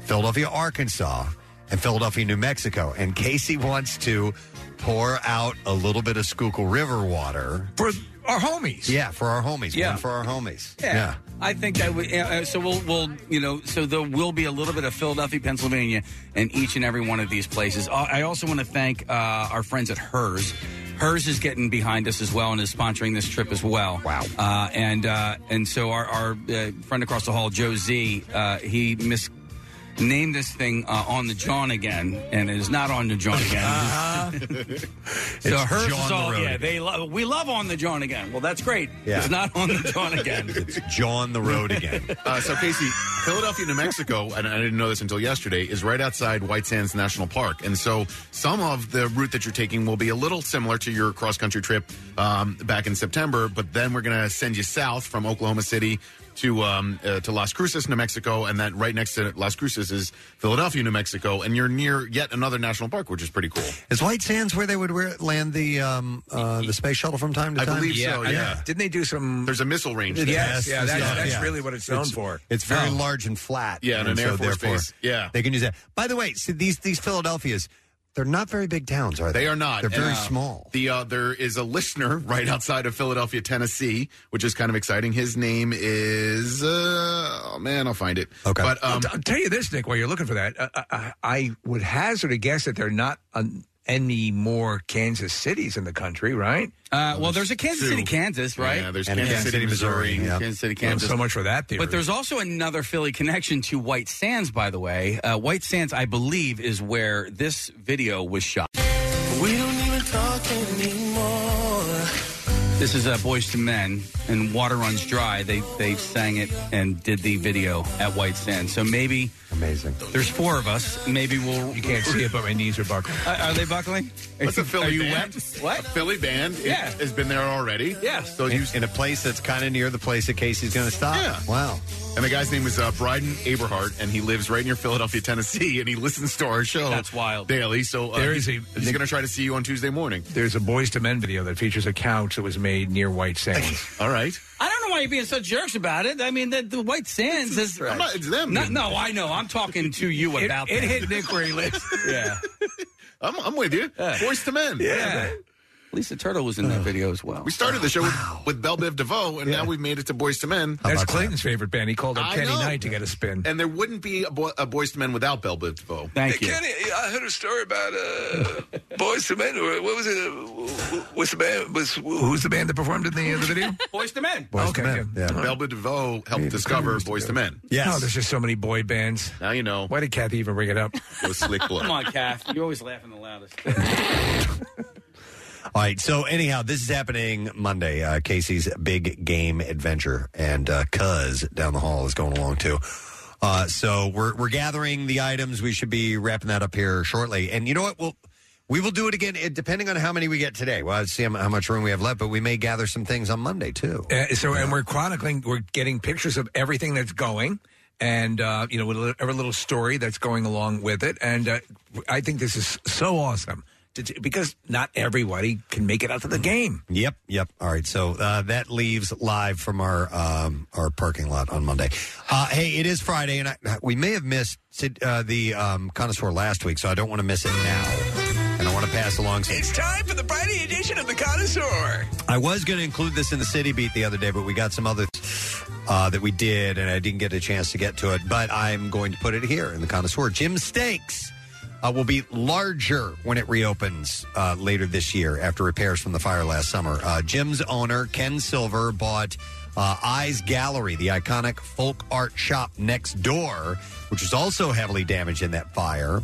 Philadelphia, Arkansas, and Philadelphia, New Mexico. And Casey wants to pour out a little bit of Schuylkill River water
for our homies.
Yeah, for our homies.
Yeah.
One for our homies.
Yeah. I think that would. yeah, uh, so we'll, we'll, you know, so there will be a little bit of Philadelphia, Pennsylvania, in each and every one of these places. Uh, I also want to thank uh, our friends at Hers. Hers is getting behind us as well and is sponsoring this trip as well. Wow! Uh, and uh, and so our, our uh, friend across the hall, Joe Z, uh, he mis named this thing uh, on the John again, and it is not on the John again.
[LAUGHS]
So
[LAUGHS] It's
Hers
John
is
the
all
Road
yeah.
again.
They lo- we love on the John again. Well, that's great.
Yeah.
It's not on the John again.
it's John the road
[LAUGHS]
again.
Uh, so, Casey, Philadelphia, New Mexico, and I didn't know this until yesterday, is right outside White Sands National Park. And so, some of the route that you're taking will be a little similar to your cross country trip um, back in September, but then we're going to send you south from Oklahoma City. To um, uh, to Las Cruces, New Mexico, and then right next to Las Cruces is Philadelphia, New Mexico, and you're near yet another national park, which is pretty cool.
Is White Sands where they would wear, land the um, uh, the space shuttle from time to
I
time?
believe so. Yeah.
Oh, Didn't they do some?
There's a missile range.
Yes,
there.
yeah, that's, that's really what it's known for.
It's very
Oh.
large and flat.
Yeah, and an Air Force
therefore,
base. Yeah.
they can use that. By the way, see these these Philadelphias, they're not very big towns, are they?
They are not.
They're very
And, uh,
small.
The uh, there is a listener [LAUGHS] right outside of Philadelphia, Tennessee, which is kind of exciting. His name is uh, oh man, I'll find it. Okay, but
I'll,
um,
t- I'll tell you this, Nick, while
[LAUGHS]
you're looking for that, uh, I, I would hazard a guess that there are not um, any more Kansas cities in the country, right?
Uh, well, there's a Kansas City, Kansas, right? Kansas City, Kansas.
So much for that theory.
But there's also another Philly connection to White Sands, by the way. Uh, White Sands, I believe, is where this video was shot.
We don't even talk anymore.
This is uh, Boys to Men, and Water Runs Dry. They they sang it and did the video at White Sands. So maybe
amazing.
There's four of us. Maybe we'll. You
can't see it, but my knees are buckling.
are they buckling?
That's a Philly
Are you
band.
wet?
What? A Philly band.
Yeah.
It has been there already.
Yes.
So
in,
you,
in a place that's kind of near the place that Casey's going to stop.
Yeah.
Wow.
and the guy's name is uh, Bryden Aberhart, and he lives right near Philadelphia, Tennessee, and he listens to our show.
That's wild.
Daily. So uh,
There is a-
he's, he's going to try to see you on Tuesday morning.
There's a Boys to Men video that features a couch that was made near White Sands.
[LAUGHS] All right.
I don't know why you're being such jerks about it. I mean, the, the White Sands is.
I'm not- it's them.
No, no, I know. I'm talking to you about
it
that.
hit Nick
[LAUGHS]
where he lives.
[LAUGHS] Yeah.
[LAUGHS] I'm, I'm with you. Boys to Men.
Yeah. Lisa Turtle was in that video as well.
We started the show with, with Belle Biv DeVoe, and now we've made it to Boys to Men.
That's Clinton's favorite band. He called up
I
Kenny
know.
Knight to get a spin.
And there wouldn't be a, boy, a Boys to Men without Belle Biv DeVoe.
Hey, Kenny, I heard a story about
[LAUGHS]
uh, Boys to Men. or What was it? Uh, wh- What's the band? Was, who's the band that performed in the, uh, the
[LAUGHS]
video?
[LAUGHS] Boys to Men.
Boys
Okay,
to Men.
yeah. Yeah.
Belle Biv DeVoe helped discover Boys to Men.
Oh, there's just so many boy bands.
Now you know.
Why did Kathy even bring it up?
It
[LAUGHS]
was Slick
Come on, Kath. You're always laughing the loudest.
All right. So anyhow, this is happening Monday. Uh, Casey's big game adventure, and uh, Cuz down the hall is going along too. Uh, so we're we're gathering the items. We should be wrapping that up here shortly. And you know what? We'll we will do it again, it, depending on how many we get today. Well, I'll see how, mu- how much room we have left, but we may gather some things on Monday too.
Uh, so, and we're chronicling, we're getting pictures of everything that's going, and uh, you know, with a little- every little story that's going along with it. And uh, I think this is so awesome to, t- because not everybody can make it out to the game.
Yep, yep. All right, so uh, that leaves live from our um, our parking lot on Monday. Uh, hey, it is Friday, and I, we may have missed uh, the um, connoisseur last week, so I don't want to miss it now, and I want to pass along. Some-
It's time for the Friday edition of the Connoisseur.
I was going to include this in the city beat the other day, but we got some other uh, that we did, and I didn't get a chance to get to it. But I'm going to put it here in the connoisseur. Jim Steaks uh, will be larger when it reopens uh, later this year after repairs from the fire last summer. Uh, Jim's owner, Ken Silver, bought uh, Eyes Gallery, the iconic folk art shop next door, which was also heavily damaged in that fire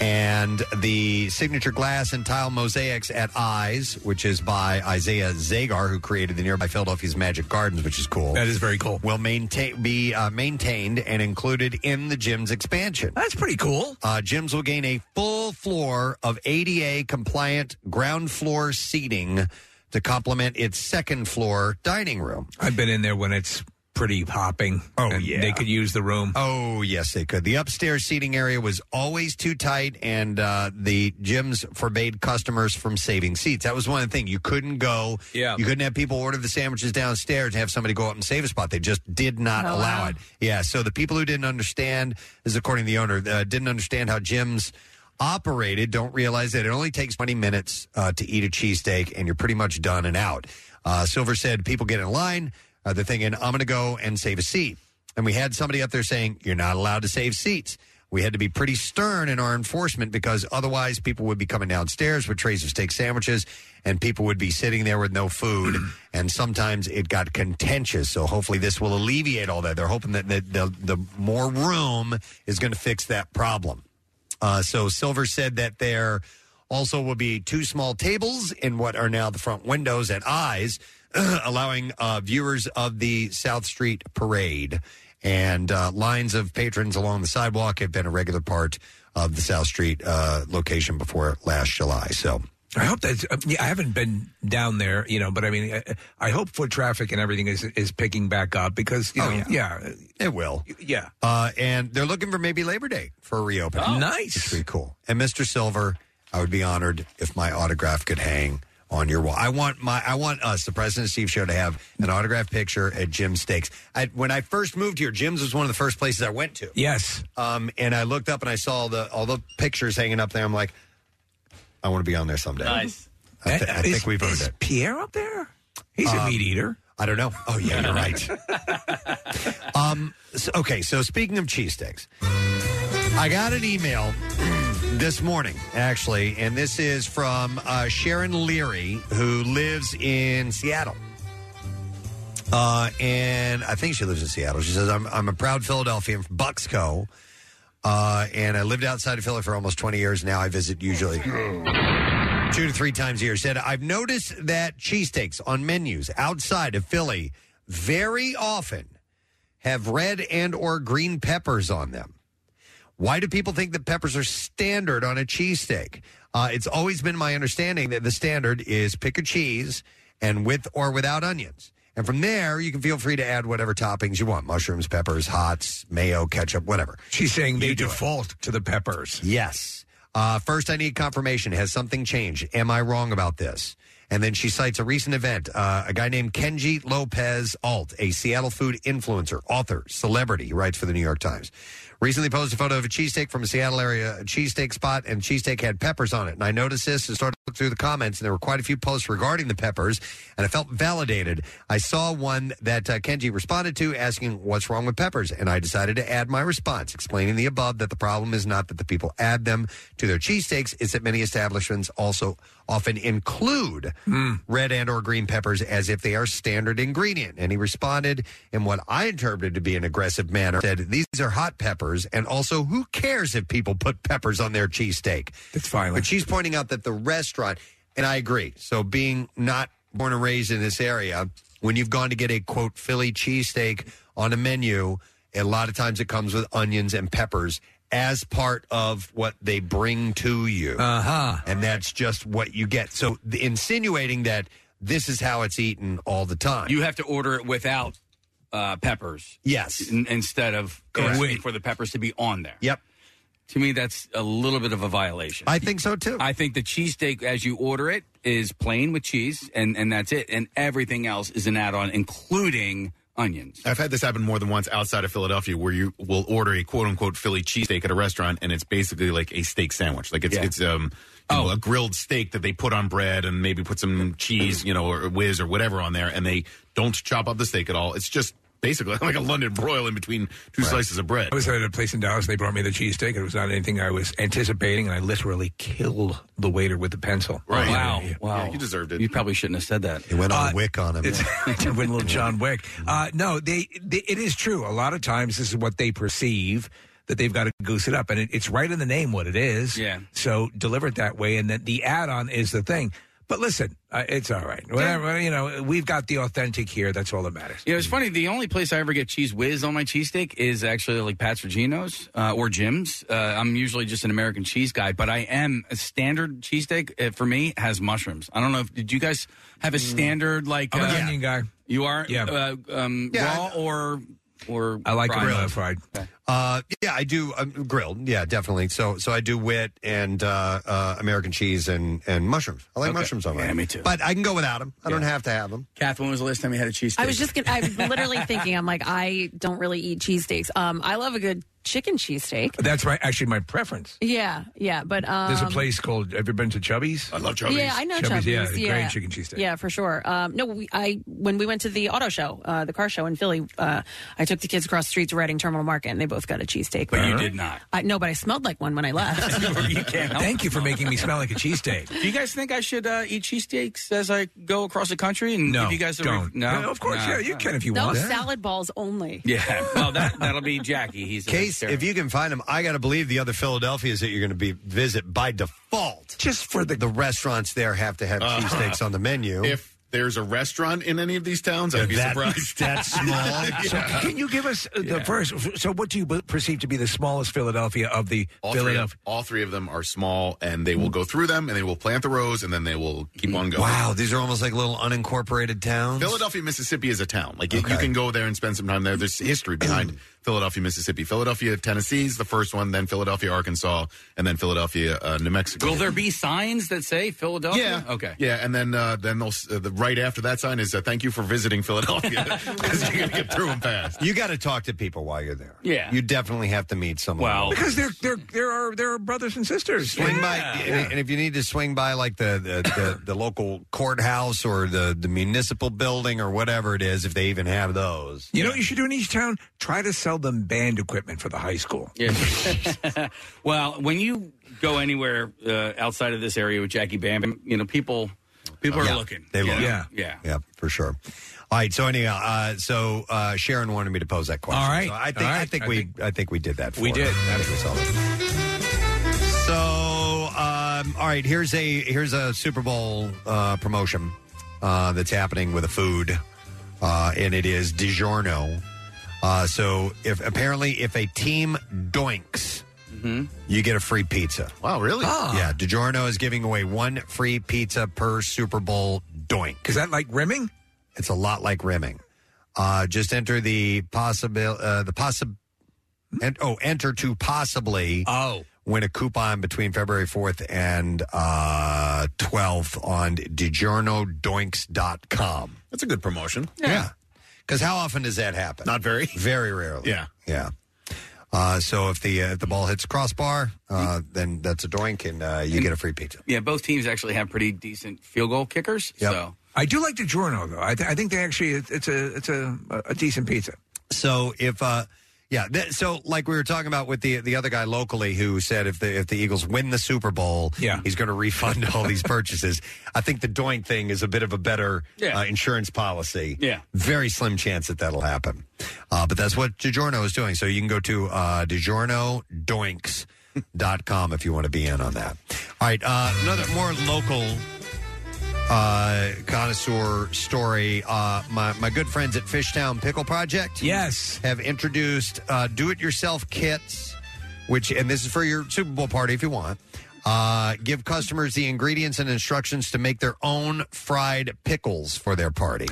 and the signature glass and tile mosaics at Eyes, which is by Isaiah Zagar, who created the nearby Philadelphia's Magic Gardens, which is cool. That
is very cool.
Will maintain be uh, maintained and included in the gym's expansion.
That's pretty cool.
Uh, gyms will gain a full floor of ADA compliant ground floor seating to complement its second floor dining room.
I've been in there when it's pretty hopping. Oh yeah, they could use the room.
Oh yes, they could. The upstairs seating area was always too tight, and uh, the gyms forbade customers from saving seats. That was one thing you couldn't go.
Yeah.
you couldn't have people order the sandwiches downstairs and have somebody go up and save a spot. They just did not
Oh,
allow
wow.
it. Yeah, so the people who didn't understand, this is according to the owner, uh, didn't understand how gyms operated don't realize that it only takes 20 minutes uh, to eat a cheesesteak and you're pretty much done and out. Uh, Silver said people get in line, uh, they're thinking, I'm going to go and save a seat. And we had somebody up there saying, You're not allowed to save seats. We had to be pretty stern in our enforcement because otherwise people would be coming downstairs with trays of steak sandwiches and people would be sitting there with no food. and sometimes it got contentious. So hopefully this will alleviate all that. They're hoping that the, the, the more room is going to fix that problem. Uh, so Silver said that there also will be two small tables in what are now the front windows at Eyes, [CLEARS THROAT] allowing uh, viewers of the South Street Parade. And uh, lines of patrons along the sidewalk have been a regular part of the South Street uh, location before last July. So
I hope that's. uh, yeah, I haven't been down there, you know, but I mean, I, I hope foot traffic and everything is is picking back up because, you know, Oh, yeah.
it will.
Yeah.
Uh, and they're looking for maybe Labor Day for a reopening.
Oh. Nice.
It's pretty cool. And Mr. Silver, I would be honored if my autograph could hang on your wall. I want my I want us, the President Steve Show, to have an autograph picture at Jim Steaks. I, when I first moved here, Jim's was one of the first places I went to.
Yes.
Um, and I looked up and I saw the all the pictures hanging up there. I'm like, I want to be on there someday. Nice. I, th- I
Is-
think we've earned
is
it.
Pierre up there? He's a
Um,
meat eater.
I don't know. Oh yeah, you're right. um, so- okay, so speaking of cheesesteaks, I got an email [CLEARS THROAT] this morning actually, and this is from uh, Sharon Leary who lives in Seattle. Uh, and I think she lives in Seattle. She says, "I'm I'm a proud Philadelphian from Bucksco, uh, and I lived outside of Philly for almost 20 years. Now I visit usually." two to three times a year. Said, I've noticed that cheesesteaks on menus outside of Philly very often have red and or green peppers on them. Why do people think that peppers are standard on a cheesesteak? Uh, it's always been my understanding that the standard is pick a cheese and with or without onions. And from there, you can feel free to add whatever toppings you want mushrooms, peppers, hots, mayo, ketchup, whatever.
She's saying they default to the peppers.
Yes. Uh, first, I need confirmation. Has something changed? Am I wrong about this? And then she cites a recent event. Uh, a guy named Kenji Lopez Alt, a Seattle food influencer, author, celebrity, he writes for the New York Times, recently posted a photo of a cheesesteak from a Seattle area cheesesteak spot, and cheesesteak had peppers on it. And I noticed this and started to look through the comments, and there were quite a few posts regarding the peppers, and I felt validated. I saw one that uh, Kenji responded to asking, What's wrong with peppers? And I decided to add my response, explaining the above that the problem is not that the people add them to their cheesesteaks, it's that many establishments also often include
Hmm.
red and or green peppers as if they are standard ingredient. And he responded in what I interpreted to be an aggressive manner, said, These are hot peppers, and also who cares if people put peppers on their cheesesteak?
That's violent.
But she's pointing out that the restaurant, and I agree, so being not born and raised in this area, when you've gone to get a quote Philly cheesesteak on a menu, A lot of times it comes with onions and peppers as part of what they bring to you.
Uh-huh.
And that's just what you get. So the- insinuating that this is how it's eaten all the time.
You have to order it without uh, peppers.
Yes.
In, instead of
Correct.
asking for the peppers to be on there.
Yep.
To me, that's a little bit of a violation.
I think so too.
I think the cheesesteak, as you order it, is plain with cheese, and, and that's it. And everything else is an add on, including onions.
I've had this happen more than once outside of Philadelphia, where you will order a quote unquote Philly cheesesteak at a restaurant, and it's basically like a steak sandwich. Like it's
Yeah. Oh.
it's um you know, a grilled steak that they put on bread and maybe put some cheese, you know, or whiz or whatever on there, and they don't chop up the steak at all. It's just basically [LAUGHS] like a London broil in between two slices of bread.
I was at a place in Dallas and they brought me the cheesesteak. and It was not anything I was anticipating, and I literally killed the waiter with the pencil.
Right.
Wow. Wow.
you deserved it.
You probably shouldn't have said that.
It went on wick on him.
Uh, It's, [LAUGHS] it went a little John Wick. Uh, no, they, they. It is true. A lot of times, this is what they perceive that they've got to goose it up, and it, it's right in the name what it is.
Yeah.
So deliver it that way, and then the add-on is the thing. But listen, uh, it's all right. Whatever, you know, we've got the authentic here. That's all that matters.
You know, it's funny. The only place I ever get cheese whiz on my cheesesteak is actually like Pat's Regino's uh, or Jim's. Uh, I'm usually just an American cheese guy, but I am a standard cheesesteak uh, for me has mushrooms. I don't know if did you guys have a standard like
Mm. I'm
uh,
an onion guy.
You are
Yeah.
uh, um,
Yeah,
raw or or
I like
fried?
them uh, fried.
Uh, yeah, I do um, grilled. Yeah, definitely. So, so I do wit and uh, uh, American cheese and and mushrooms. I like
Okay.
mushrooms on
Yeah,
mine.
me too.
But I can go without them. I don't
Yeah.
have to have them.
Kath, when was the last time you had a cheesesteak?
I was
[LAUGHS]
just gonna, I'm literally thinking, I'm like, I don't really eat cheesesteaks. Um, I love a good chicken cheesesteak.
That's my actually my preference.
Yeah, yeah, but um,
There's a place called. Have you been to Chubby's? I love
Yeah, I know Chubby's.
Chubby's. yeah,
yeah,
great chicken cheesesteak.
Yeah, for sure. Um, no, we, I when we went to the auto show, uh, the car show in Philly, uh, I took the kids across the street to Reading Terminal Market, and they both got a cheesesteak.
But you did
[LAUGHS]
not.
I, no, but I smelled like one when I left.
you can't help
Thank you for making me smell like a cheesesteak.
Do you guys think I should uh, eat cheesesteaks as I go across the country and
No,
give you guys a
don't.
no?
Yeah, of course,
No.
yeah, you can if you
no salad balls only.
Yeah, well, that that'll be Jackie. He's a
[LAUGHS] Case, if you can find them, I got to believe the other Philadelphias that you're going to be visit by default.
Just for the
the restaurants there have to have
Uh,
cheesesteaks on the menu.
If there's a restaurant in any of these towns, I'd be
That-
surprised.
that small?
[LAUGHS] So
Yeah.
can you give us uh, the
Yeah.
first? So, what do you be- perceive to be the smallest Philadelphia of the
All three,
Philadelphia?
of, all three of them are small, and they will go through them, and they will plant the rows, and then they will keep on going.
Wow, these are almost like little unincorporated towns.
Philadelphia, Mississippi is a town. Like, you- you can go there and spend some time there. There's history behind Philadelphia, Mississippi. Philadelphia, Tennessee is the first one, then Philadelphia, Arkansas, and then Philadelphia, uh, New Mexico.
Will there be signs that say Philadelphia?
Yeah.
Okay.
Yeah, and then uh, then they'll s- uh, the right after that sign is uh, thank you for visiting Philadelphia [LAUGHS] 'Cause you're gonna get through them fast.
You got to talk to people while you're there.
Yeah.
you definitely have to meet someone.
because they're they're there are there are brothers and sisters.
swing by, and, and if you need to swing by like the
[COUGHS]
the, the, the local courthouse or the the municipal building or whatever it is, if they even have those.
You know what you should do in each town? Try to sell them band equipment for the high school.
Yeah. [LAUGHS] well, when you go anywhere uh, outside of this area with Jackie Bam, you know people people are
Yeah,
looking.
They
you
look.
know?
Yeah.
Yeah.
Yeah, for sure. All right. So anyhow, uh, so uh, Sharon wanted me to pose that question.
All right.
So I think
All right.
I think
I
we
think-
I think we did that. For
We
her.
did.
I think we solved it. So um, all right, here's a here's a Super Bowl uh, promotion uh, that's happening with a food, uh, and it is DiGiorno. Uh, so if apparently if a team doinks.
Mm-hmm.
You get a free pizza.
Wow, really? Ah.
Yeah, DiGiorno is giving away one free pizza per Super Bowl doink.
Is that like rimming?
It's a lot like rimming. Uh, just enter the possible uh, the possible and oh enter to possibly
oh
win a coupon between February fourth and uh twelfth on DiGiornoDoinks.com.
That's a good promotion.
Yeah, because how often does that happen?
Not very.
Very rarely.
Yeah.
Yeah. Uh, so if the uh, if the ball hits crossbar, uh, then that's a doink, and uh, you get a free pizza.
Yeah, both teams actually have pretty decent field goal kickers. So
I do like the Giorno though. I, th- I think they actually it's it's a it's a, a decent pizza.
So if uh yeah, that, so like we were talking about with the the other guy locally who said if the if the Eagles win the Super Bowl, yeah. he's going to refund all
[LAUGHS]
these purchases. I think the doink thing is a bit of a better
Yeah.
uh, insurance policy.
Yeah.
Very slim chance that that'll happen. Uh, but that's what DiGiorno is doing. So you can go to uh DiGiornoDoinks.com if you want to be in on that. All right, uh, another more local uh, connoisseur story. Uh, my, my good friends at Fishtown Pickle Project, yes, have introduced uh, do-it-yourself kits, which and this is for your Super Bowl party if you want. Uh, give customers the ingredients and instructions to make their own fried pickles for their party.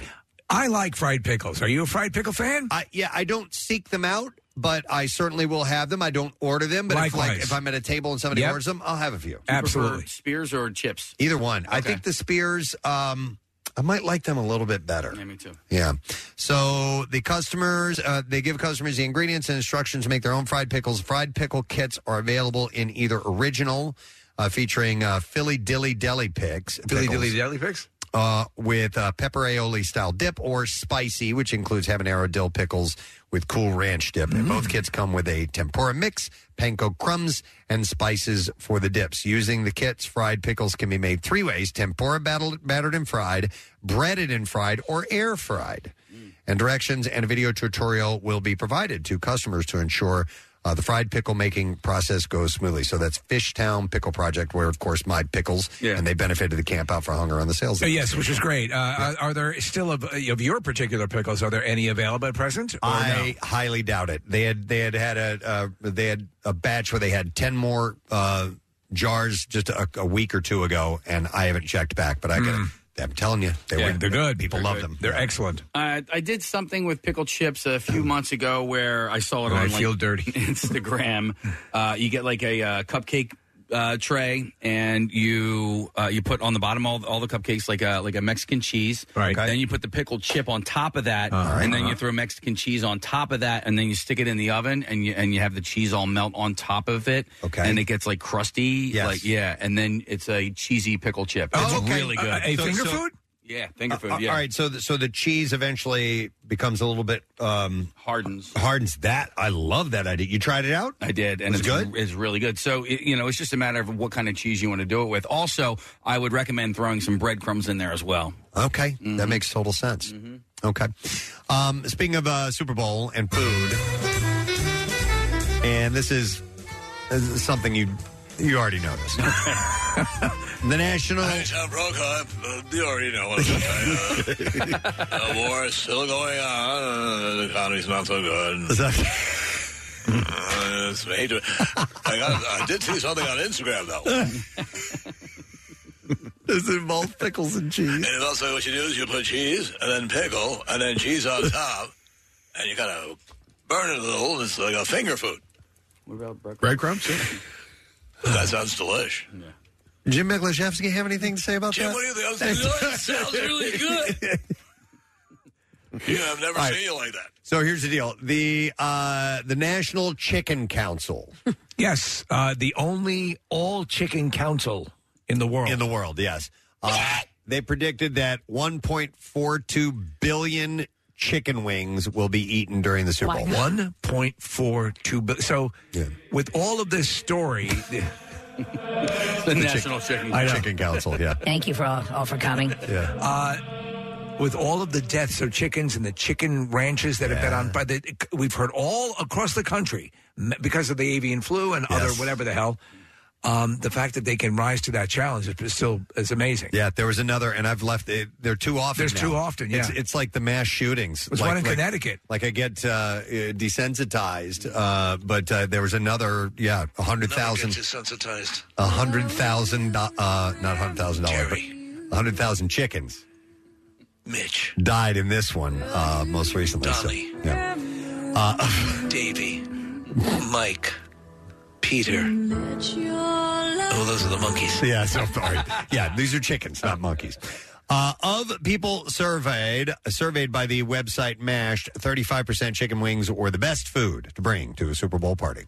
I like fried pickles. Are you a fried pickle fan?
I, yeah, I don't seek them out, but I certainly will have them. I don't order them, but if, like
Likewise.
if I'm at a table and somebody
Yep.
orders them, I'll have a few.
You prefer Spears or chips?
Either one. I
Okay.
think the Spears, um, I might like them a little bit better.
Yeah, me too.
Yeah. So the customers, uh, they give customers the ingredients and instructions to make their own fried pickles. Fried pickle kits are available in either original, uh, featuring uh, Philly Dilly Deli picks.
Dilly
pickles,
dilly deli picks.
Uh, with uh, pepper aioli style dip or spicy, which includes habanero dill pickles with cool ranch dip. And both kits come with a tempura mix, panko crumbs, and spices for the dips. Using the kits, fried pickles can be made three ways tempura battled, battered and fried, breaded and fried, or air fried and directions and a video tutorial will be provided to customers to ensure uh, the fried pickle making process goes smoothly. So that's Fishtown Pickle Project, where of course my pickles
Yeah.
and they benefited the camp out for hunger on the sales.
Uh, yes, which is great. Uh, are, are there still of, of your particular pickles? Are there any available at present? Or
I highly doubt it. They had they had had a uh, they had a batch where they had ten more uh, jars just a, a week or two ago, and I haven't checked back. But I got
Mm.
I'm telling you, they
no? Yeah,
were,
they're good.
People
They're
love
good.
them. [LAUGHS]
They're excellent.
Uh, I did something with pickle chips a few months ago where I saw it
And
on
I feel
like,
dirty.
[LAUGHS] Instagram. Uh, you get like a uh, cupcake uh, tray, and you uh, you put on the bottom all, all the cupcakes like a like a Mexican cheese. Right. Then you put the pickled chip on top of that, and then you throw Mexican cheese on top of that, and then you stick it in the oven, and you and you have the cheese all melt on top of it. Okay. And it gets like crusty.
Yes.
Like yeah, and then it's a cheesy pickle chip. It's really good. So- so- Yeah, finger food.
Uh,
yeah.
All right, so the, so the cheese eventually becomes a little bit um,
hardens.
Hardens that I love that idea. You tried it out?
I did, and
Was it
it's
good?
It's really good. So it, you know, it's just a matter of what kind of cheese you want to do it with. Also, I would recommend throwing some breadcrumbs in there as well.
Okay,
mm-hmm.
that makes total sense. Okay. Um, speaking of uh, Super Bowl and food, and this is, this is something you you already
[LAUGHS]
noticed. the national.
Hi,
[LAUGHS]
Tom Brokaw. Uh, You already know what I'm
[LAUGHS]
going to tell you. The war is still going on. Uh, the economy's not so good. Uh, it's major. I, got, I did see something on Instagram, though.
Does it involve pickles and
And
[LAUGHS]
cheese?
it's also what you do is you put cheese and then pickle and then cheese on top. And you kind of burn it a little. It's like a finger food.
What about breakfast?
Breadcrumbs?
That sounds delish.
Jim Miglashevsky have anything to say about
Jim,
that?
what do you think? I was like, "Oh, that sounds really good. Yeah, I've never
All right.
seen you like that.
So here's the deal: the uh, the National Chicken Council.
yes, uh, the only all chicken council in the world. In
the world, yes. Uh, they predicted that 1.42 billion chicken wings will be eaten during the Super Bowl.
One point four two billion. So, with all of
[LAUGHS]
this story, the,
National Chicken-
I know.
Chicken
Council. [LAUGHS] Yeah.
Thank you for all, all for coming.
Yeah.
Uh, with all of the deaths of chickens and the chicken ranches that have been on, by the we've heard all across the country m- because of the avian flu and other whatever the hell. Um, the fact that they can rise to that challenge is still is amazing.
Yeah, there was another, and I've left. It, they're too often.
There's
now.
too often, yeah.
it's, it's like the mass shootings.
There's
like,
one in
like-
Connecticut.
Like I get uh, uh, desensitized, uh, but uh, there was another. Yeah, a hundred thousand.
desensitized.
A hundred thousand. do- Uh, not hundred thousand dollars, but a hundred thousand chickens.
Mitch
died in this one uh, most recently. so-
Dolly.
yeah. Uh, [LAUGHS]
Davy, Mike, Peter. Oh, those are the monkeys.
Yeah, so sorry. [LAUGHS] yeah, these are chickens, not monkeys. Uh, of people surveyed, surveyed by the website Mashed, 35% chicken wings were the best food to bring to a Super Bowl party.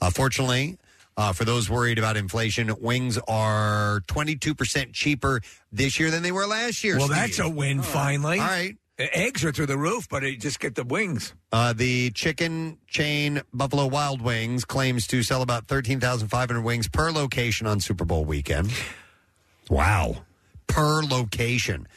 Uh, fortunately, uh, for those worried about inflation, wings are 22% cheaper this year than they were last year.
Well,
Steve.
that's a win.
All right.
Finally,
All right.
The eggs are through the roof, but it, just get the wings.
Uh, the chicken chain Buffalo Wild Wings claims to sell about 13,500 wings per location on Super Bowl weekend. Wow. Per location.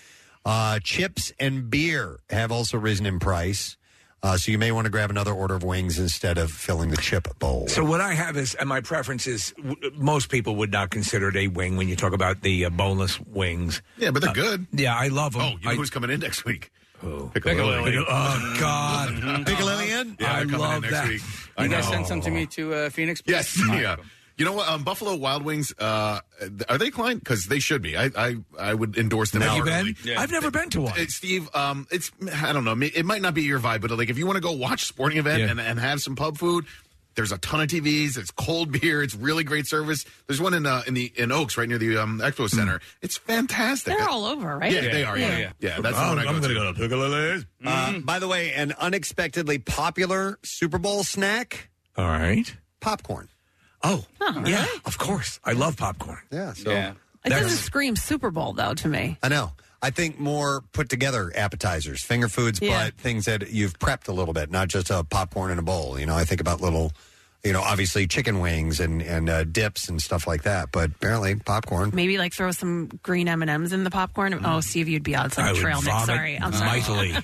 Uh, chips and beer have also risen in price. Uh, so you may want to grab another order of wings instead of filling the chip bowl.
So what I have is, and my preference is, w- most people would not consider it a wing when you talk about the uh, boneless wings.
Yeah, but they're
Uh,
good.
Yeah, I love them.
Oh, you know
I-
who's coming in next week?
Who?
Piccolilli.
Piccolilli.
[LAUGHS]
Oh, God.
Mm-hmm.
Piccolilli
in?
Yeah,
I
they're coming
love
in next
that.
week.
You guys
sent some to me to uh, Phoenix. please?
Yes.
All right,
yeah.
cool.
You know what? Um, Buffalo Wild Wings, uh, are they client? Because they should be. I, I, I would endorse them.
Have you
heartily.
been? I've never been to one.
Uh, Steve, um, it's I don't know. It might not be your vibe, but like if you want to go watch a sporting event
Yeah.
and, and have some pub food, there's a ton of TVs. It's cold [LAUGHS] beer. It's really great service. There's one in uh, in the in Oaks right near the um, Expo
Hmm.
Center. It's fantastic.
They're all over, right?
Yeah, they are. Yeah, yeah. yeah. that's the one I go to.
Piccolilli's. Uh, by the way, an unexpectedly popular Super Bowl snack:
All right.
popcorn.
Oh, yeah, of course. I love popcorn.
Yeah. So
It doesn't scream Super Bowl though to me.
I know. I think more put together appetizers, finger foods,
Yeah.
but things that you've prepped a little bit, not just a popcorn in a bowl. You know, I think about little, you know, obviously chicken wings and and uh, dips and stuff like that. But apparently, popcorn.
Maybe like throw some green M and M's in the popcorn. Oh, Steve, you'd be outside
I
the
would
trail mix.
vomit
Sorry, I'm sorry. [LAUGHS]
mightily.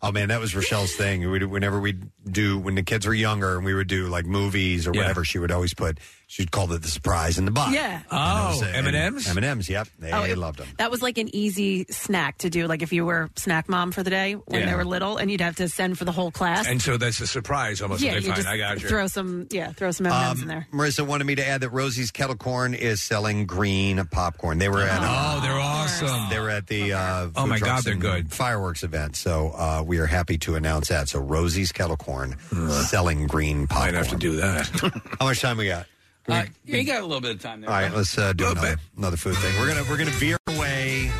oh man, that was Rochelle's thing. We'd, whenever we'd do when the kids were younger, and we would do like movies or whatever, she would always put. She'd call it the surprise in the box.
Yeah.
Oh, M&Ms?
M and M's. Yep, they
Oh, it-
loved them.
That was like an easy snack to do, like if you were snack mom for the day when
Yeah.
they were little, and you'd have to send for the whole class.
And so that's a surprise almost.
yeah,
okay,
you
fine.
just
I got you.
throw some, yeah, throw some M&Ms in
[LAUGHS]
there.
Um, Marissa wanted me to add that Rosie's Kettle Corn is selling green popcorn. They were at
oh, they're awesome.
They were at the uh,
Oh,
food
my God,
trucks
they're
and
good.
fireworks event. So uh, we are happy to announce that. So Rosie's Kettle Corn
Hmm.
selling green popcorn. Might have to
do that.
[LAUGHS] How much time we got?
Uh, yeah, you got a little bit of
[LAUGHS]
time there.
All right, let's uh, do another, another food thing. We're gonna we're gonna veer away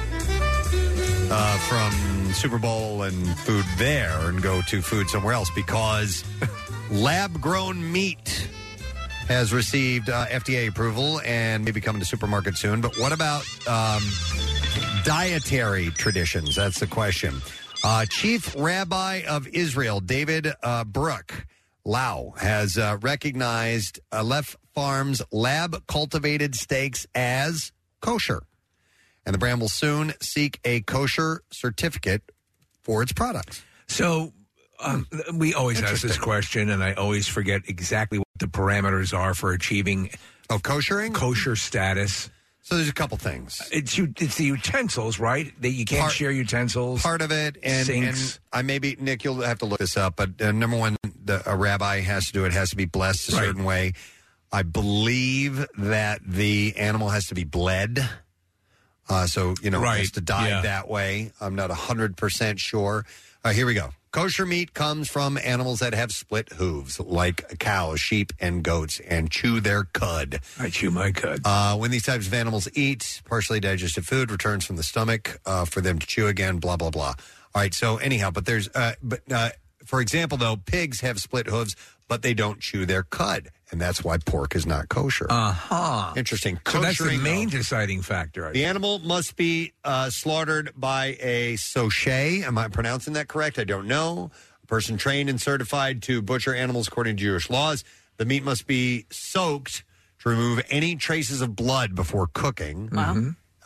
uh, from Super Bowl and food there and go to food somewhere else because [LAUGHS] lab grown meat has received uh, FDA approval and may be coming to supermarket soon. But what about um, dietary traditions? That's the question. Uh, Chief Rabbi of Israel, David uh, Brook Lau, has uh, recognized uh, Aleph Farms lab cultivated steaks as kosher. And the brand will soon seek a kosher certificate for its products.
So um, th- we always ask this question, and I always forget exactly what the parameters are for achieving
oh koshering
kosher status.
So there's a couple things.
It's you. It's the utensils, right? That you can't
Part-
share utensils.
Part of it, and,
sinks.
and I maybe Nick, you'll have to look this up. But uh, number one, the, a rabbi has to do it. Has to be blessed a certain way. I believe that the animal has to be bled. Uh, so you know, it has
Right,
to die
yeah.
that way. I'm not hundred percent sure. Uh, here we go. Kosher meat comes from animals that have split hooves, like cows, sheep, and goats, and chew their cud.
I chew my cud.
Uh, when these types of animals eat, partially digested food returns from the stomach uh, for them to chew again. Blah blah blah. All right. So anyhow, but there's uh, but uh, for example though, pigs have split hooves, but they don't chew their cud, and that's why pork is not kosher.
Uh huh.
Interesting.
So that's the
Koshering,
main deciding factor. I
The animal must be uh, slaughtered by a sochet. Am I pronouncing that correct? I don't know. A person trained and certified to butcher animals according to Jewish laws. The meat must be soaked to remove any traces of blood before cooking.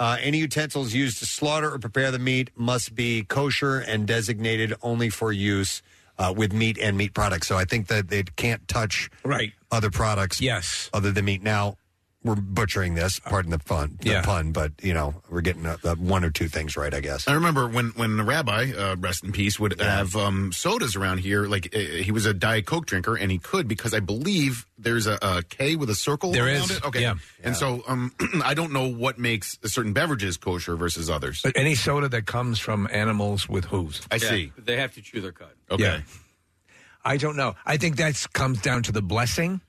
Uh, any utensils used to slaughter or prepare the meat must be kosher and designated only for use uh, with meat and meat products. So I think that they can't touch
right
other products.
Yes,
other than meat. Now we're butchering this. Pardon the fun, the
Yeah.
pun, but you know we're getting uh, the one or two things right, I guess.
I remember when when the rabbi, uh, rest in peace, would have um, sodas around here. Like uh, he was a diet coke drinker, and he could because I believe there's a, a K with a circle.
There
around
is,
It. Okay.
yeah.
And so um, [CLEARS THROAT] I don't know what makes certain beverages kosher versus others.
But any soda that comes from animals with hooves.
I
Yeah,
see.
but They have to chew their cud.
Okay.
I don't know. I think that comes down to the blessing.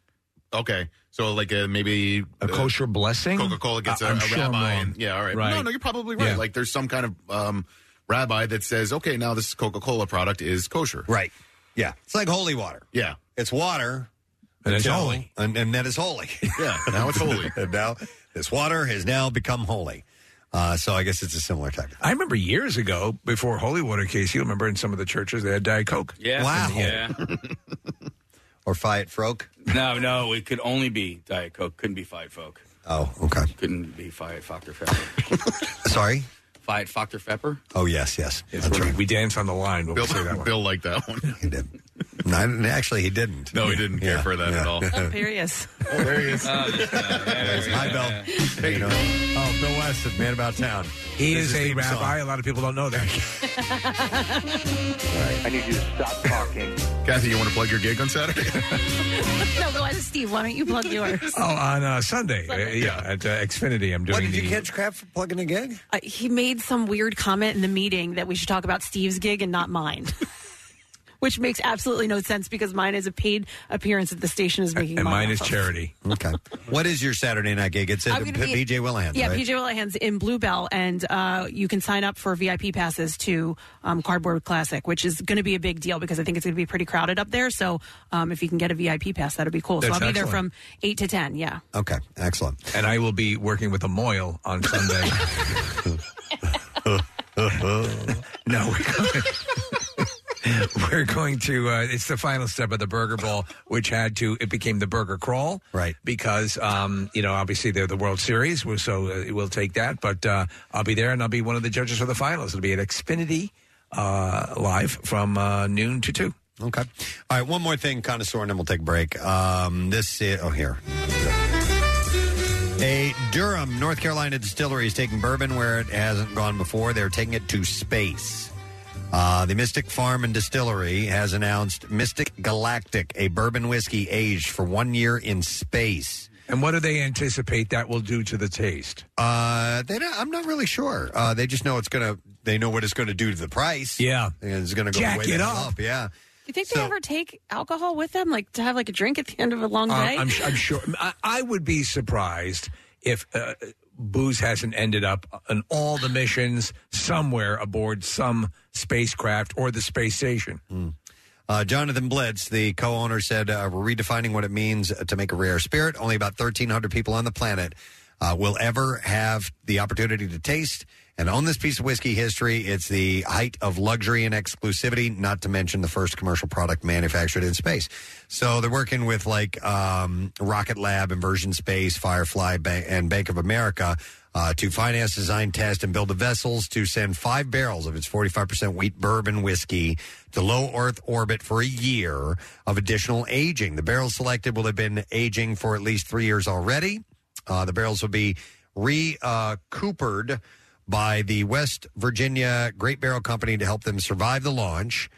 Oh, Okay. So like uh, maybe
A kosher blessing.
Coca Cola gets a
I- I'm
a
sure I'm
rabbi.
wrong.
And, yeah. All right.
Right.
No, no, you're probably right.
Yeah.
Like there's some kind of um, rabbi that says, okay, now this Coca Cola product is kosher.
Right. Yeah. It's like holy water.
Yeah.
It's water.
And
it's
until-
holy.
And, and that is holy.
Yeah. Now it's holy.
[LAUGHS] and now this water has now become holy. Uh, so I guess it's a similar type.
I remember years ago, before Holy Water Casey, you remember in some of the churches they had Diet Coke.
Wow.
Yeah.
[LAUGHS] or Fiat Froke.
No, no, it could only be Diet Coke. Couldn't be Fiat Folk.
Oh, okay.
Couldn't be Fiat Fokker Pepper.
Sorry.
Fiat Fokker Pepper.
Oh yes, yes.
we, we dance on the line. When
[LAUGHS]
Bill,
we say that one.
Bill liked that one.
He did. I didn't, actually, he didn't.
No, he didn't care for that
[LAUGHS]
at all. Uh,
Oh, here he is.
there
[LAUGHS]
he is.
Hi, Bill. Hey, you know. Oh, Bill West of Man About Town.
He
This
is a
theme
rabbi. A lot of people don't
[LAUGHS]
know that.
I need you to stop talking. [LAUGHS] Kathy, you want to plug your gig on Saturday?
no, but why does Steve? Why don't you plug yours?
Oh, on uh, Sunday. Uh, yeah, at uh, Xfinity, I'm doing.
What, did you
the-
catch crap for plugging a gig?
Uh, he made some weird comment in the meeting that we should talk about Steve's gig and not [LAUGHS] mine. Which makes absolutely no sense because mine is a paid appearance that the station is making.
And
money
mine is
off of.
charity. Okay. what is your Saturday night gig? It's at
I'm gonna be-
P- PJ Willihan.
Yeah,
right?
PJ Willahan's in Bluebell, and uh, you can sign up for VIP passes to um, Cardboard Classic, which is going to be a big deal because I think it's going to be pretty crowded up there. So um, if you can get a VIP pass, that'd be cool. so
That's
I'll be there
excellent.
from eight to ten. Yeah.
Okay, excellent.
And I will be working with a moil
[LAUGHS]
on Sunday.
[LAUGHS]
no, we're going, we're going to. Uh, it's the final step of the Burger Bowl, which had to. It became the Burger Crawl, right? Because um, you know, obviously they're the World Series, we're- so uh, we'll take that. But uh, I'll be there, and I'll be one of the judges for the finals. It'll be at Xfinity uh, live from uh, noon to two.
Okay. All right, one more thing, connoisseur, and then we'll take a break. Um, this is, oh, here. A Durham, North Carolina distillery is taking bourbon where it hasn't gone before. They're taking it to space. Uh, the Mystic Farm and Distillery has announced Mystic Galactic, a bourbon whiskey aged for one year in space.
And what do they anticipate that will do to the taste?
Uh, they don't, I'm not really sure. Uh, they just know it's going to, they know what it's going to do to the price.
Yeah.
And it's going to go
Jack
way
it
the hell
up.
Yeah.
Do you think
So-
they ever take alcohol with them, like to have like a drink at the end of a long
Uh,
Um,
day? [LAUGHS]
I'm, su- I'm sure. I, I would be surprised if uh, booze hasn't ended up on all the missions somewhere aboard some spacecraft or the space station.
Uh, Jonathan Blitz, the co-owner, said uh, we're redefining what it means to make a rare spirit. Only about 1,300 people on the planet uh, will ever have the opportunity to taste and own this piece of whiskey history. It's the height of luxury and exclusivity, not to mention the first commercial product manufactured in space. So they're working with like um, Rocket Lab, Inversion Space, Firefly, Ban- and Bank of America uh, to finance, design, test, and build the vessels to send five barrels of its 45% wheat bourbon whiskey to low Earth orbit for a year of additional aging. The barrels selected will have been aging for at least three years already. Uh, the barrels will be re uh, coopered by the West Virginia Great Barrel Company to help them survive the launch,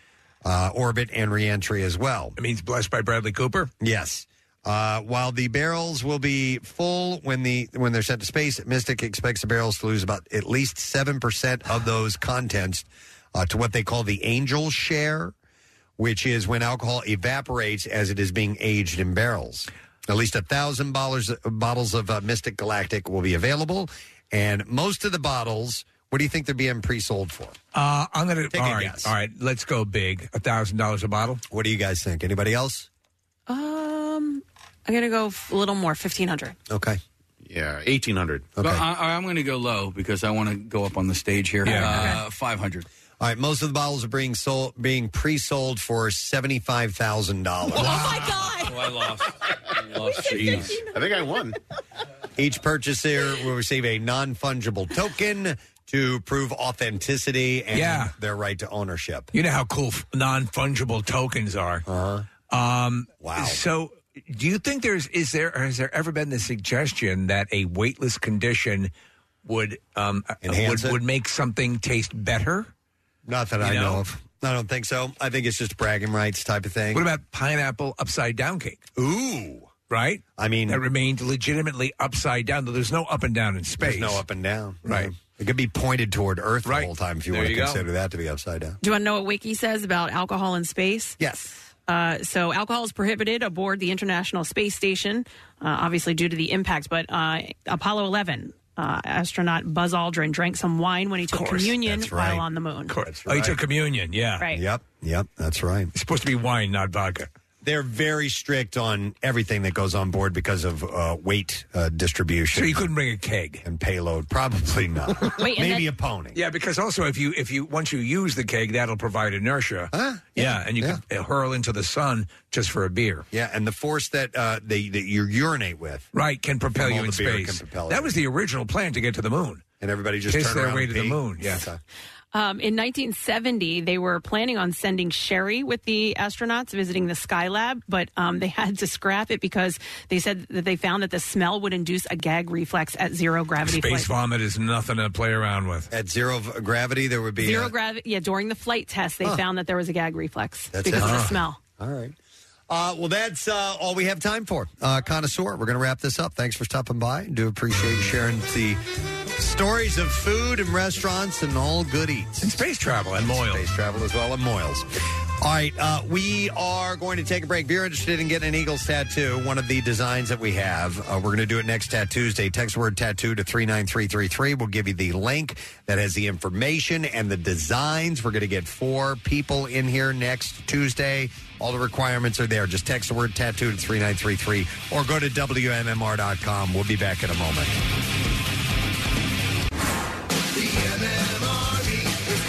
uh, orbit, and reentry as well.
It means blessed by Bradley Cooper.
Yes. Uh, while the barrels will be full when the when they're sent to space, Mystic expects the barrels to lose about at least seven percent of those contents uh, to what they call the angel share, which is when alcohol evaporates as it is being aged in barrels. At least a thousand bottles bottles of uh, Mystic Galactic will be available, and most of the bottles. What do you think they're being pre-sold for?
Uh, I'm gonna
Take a
all right,
guess.
All right, let's go big. A thousand dollars a bottle.
What do you guys think? Anybody else?
Um, I'm gonna go f- a little more, fifteen hundred.
Okay.
Yeah, eighteen hundred.
But I, I'm going to go low because I want to go up on the stage here. Uh, 500.
All right, most of the bottles are being sold, being pre-sold for seventy-five thousand dollars.
Oh, I lost. I lost.
Jeez.
I think I won.
Each purchaser will receive a non-fungible token to prove authenticity and
Yeah.
their right to ownership.
You know how cool f- non fungible tokens are. Uh-huh. Um, wow. So, do you think there's is there or has there ever been the suggestion that a weightless condition would um, uh,
Enhance
would,
it?
would make something taste better?
Not that I know of. I don't think so. I think it's just bragging rights type of thing.
What about pineapple upside down cake?
Ooh,
right.
I mean,
that remained legitimately upside down. Though there's no up and down in space.
There's no up and down.
Right.
It could be pointed toward Earth the whole time if you
There
want to
you go.
consider that to be upside down.
Do you want to know what Wiki says about alcohol in space?
Yes.
Uh, so alcohol is prohibited aboard the International Space Station, uh, obviously due to the impact. But uh, Apollo 11 uh, astronaut Buzz Aldrin drank some wine when he took communion while on the moon.
Oh, you took communion. Yeah.
Right.
Yep. Yep. That's right.
It's supposed to be wine, not vodka.
They're very strict on everything that goes on board because of uh, weight uh, distribution.
[LAUGHS] So you couldn't bring a keg
and payload. Probably not.
Wait, and
Maybe
that-
a pony.
Yeah, because also if you if you once you use the keg, that'll provide inertia. Yeah, and you can hurl into the sun just for a beer.
Yeah, and the force that uh, they that you urinate with,
right, can propel
From
you
all
in
the beer can
space.
propel
That
you.
was the original plan to get to the moon,
and everybody just
Kiss
turn
their
around
way
and
to the
pee.
moon. Yeah.
Okay.
Um, in 1970, they were planning on sending Sherry with the astronauts visiting the Skylab, but um, they [LAUGHS] had to scrap it because they said that they found that the smell would induce a gag reflex at zero gravity.
Space
flight.
vomit is nothing to play around with.
At zero v- gravity, there would be
Zero gravity. Yeah, during the flight test, they
Huh.
found that there was a gag reflex
That's it.
because of the
Ah.
smell.
All right. Uh, well, that's uh, all we have time for. Uh, connoisseur, we're going to wrap this up. Thanks for stopping by. Do appreciate sharing the stories of food and restaurants and all good eats. And
space travel and
Moyles. Space travel as well and Moyles. All right, uh, we are going to take a break. If you're interested in getting an Eagles tattoo, one of the designs that we have, uh, we're going to do it next Tat Tuesday. Text word tattoo to 39333. We'll give you the link that has the information and the designs. We're going to get four people in here next Tuesday. All the requirements are there. Just text the word tattoo to 3933 or go to WMMR.com. We'll be back in a moment.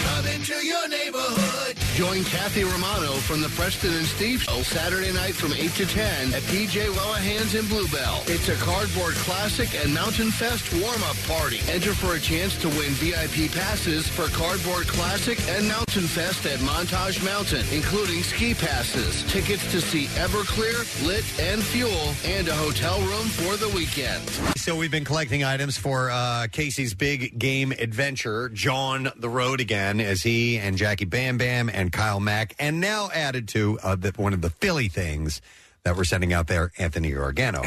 Coming to your neighborhood. Join Kathy Romano from the Preston and Steve Show Saturday night from 8 to 10 at PJ Wellahan's in Bluebell. It's a cardboard classic and Mountain Fest warm-up party. Enter for a chance to win VIP passes for Cardboard Classic and Mountain Fest at Montage Mountain, including ski passes, tickets to see Everclear, Lit, and Fuel, and a hotel room for the weekend.
So we've been collecting items for uh, Casey's big game adventure, John the Road again, as he and Jackie Bam Bam and Kyle Mack, and now added to uh, the, one of the Philly things that we're sending out there, Anthony Organo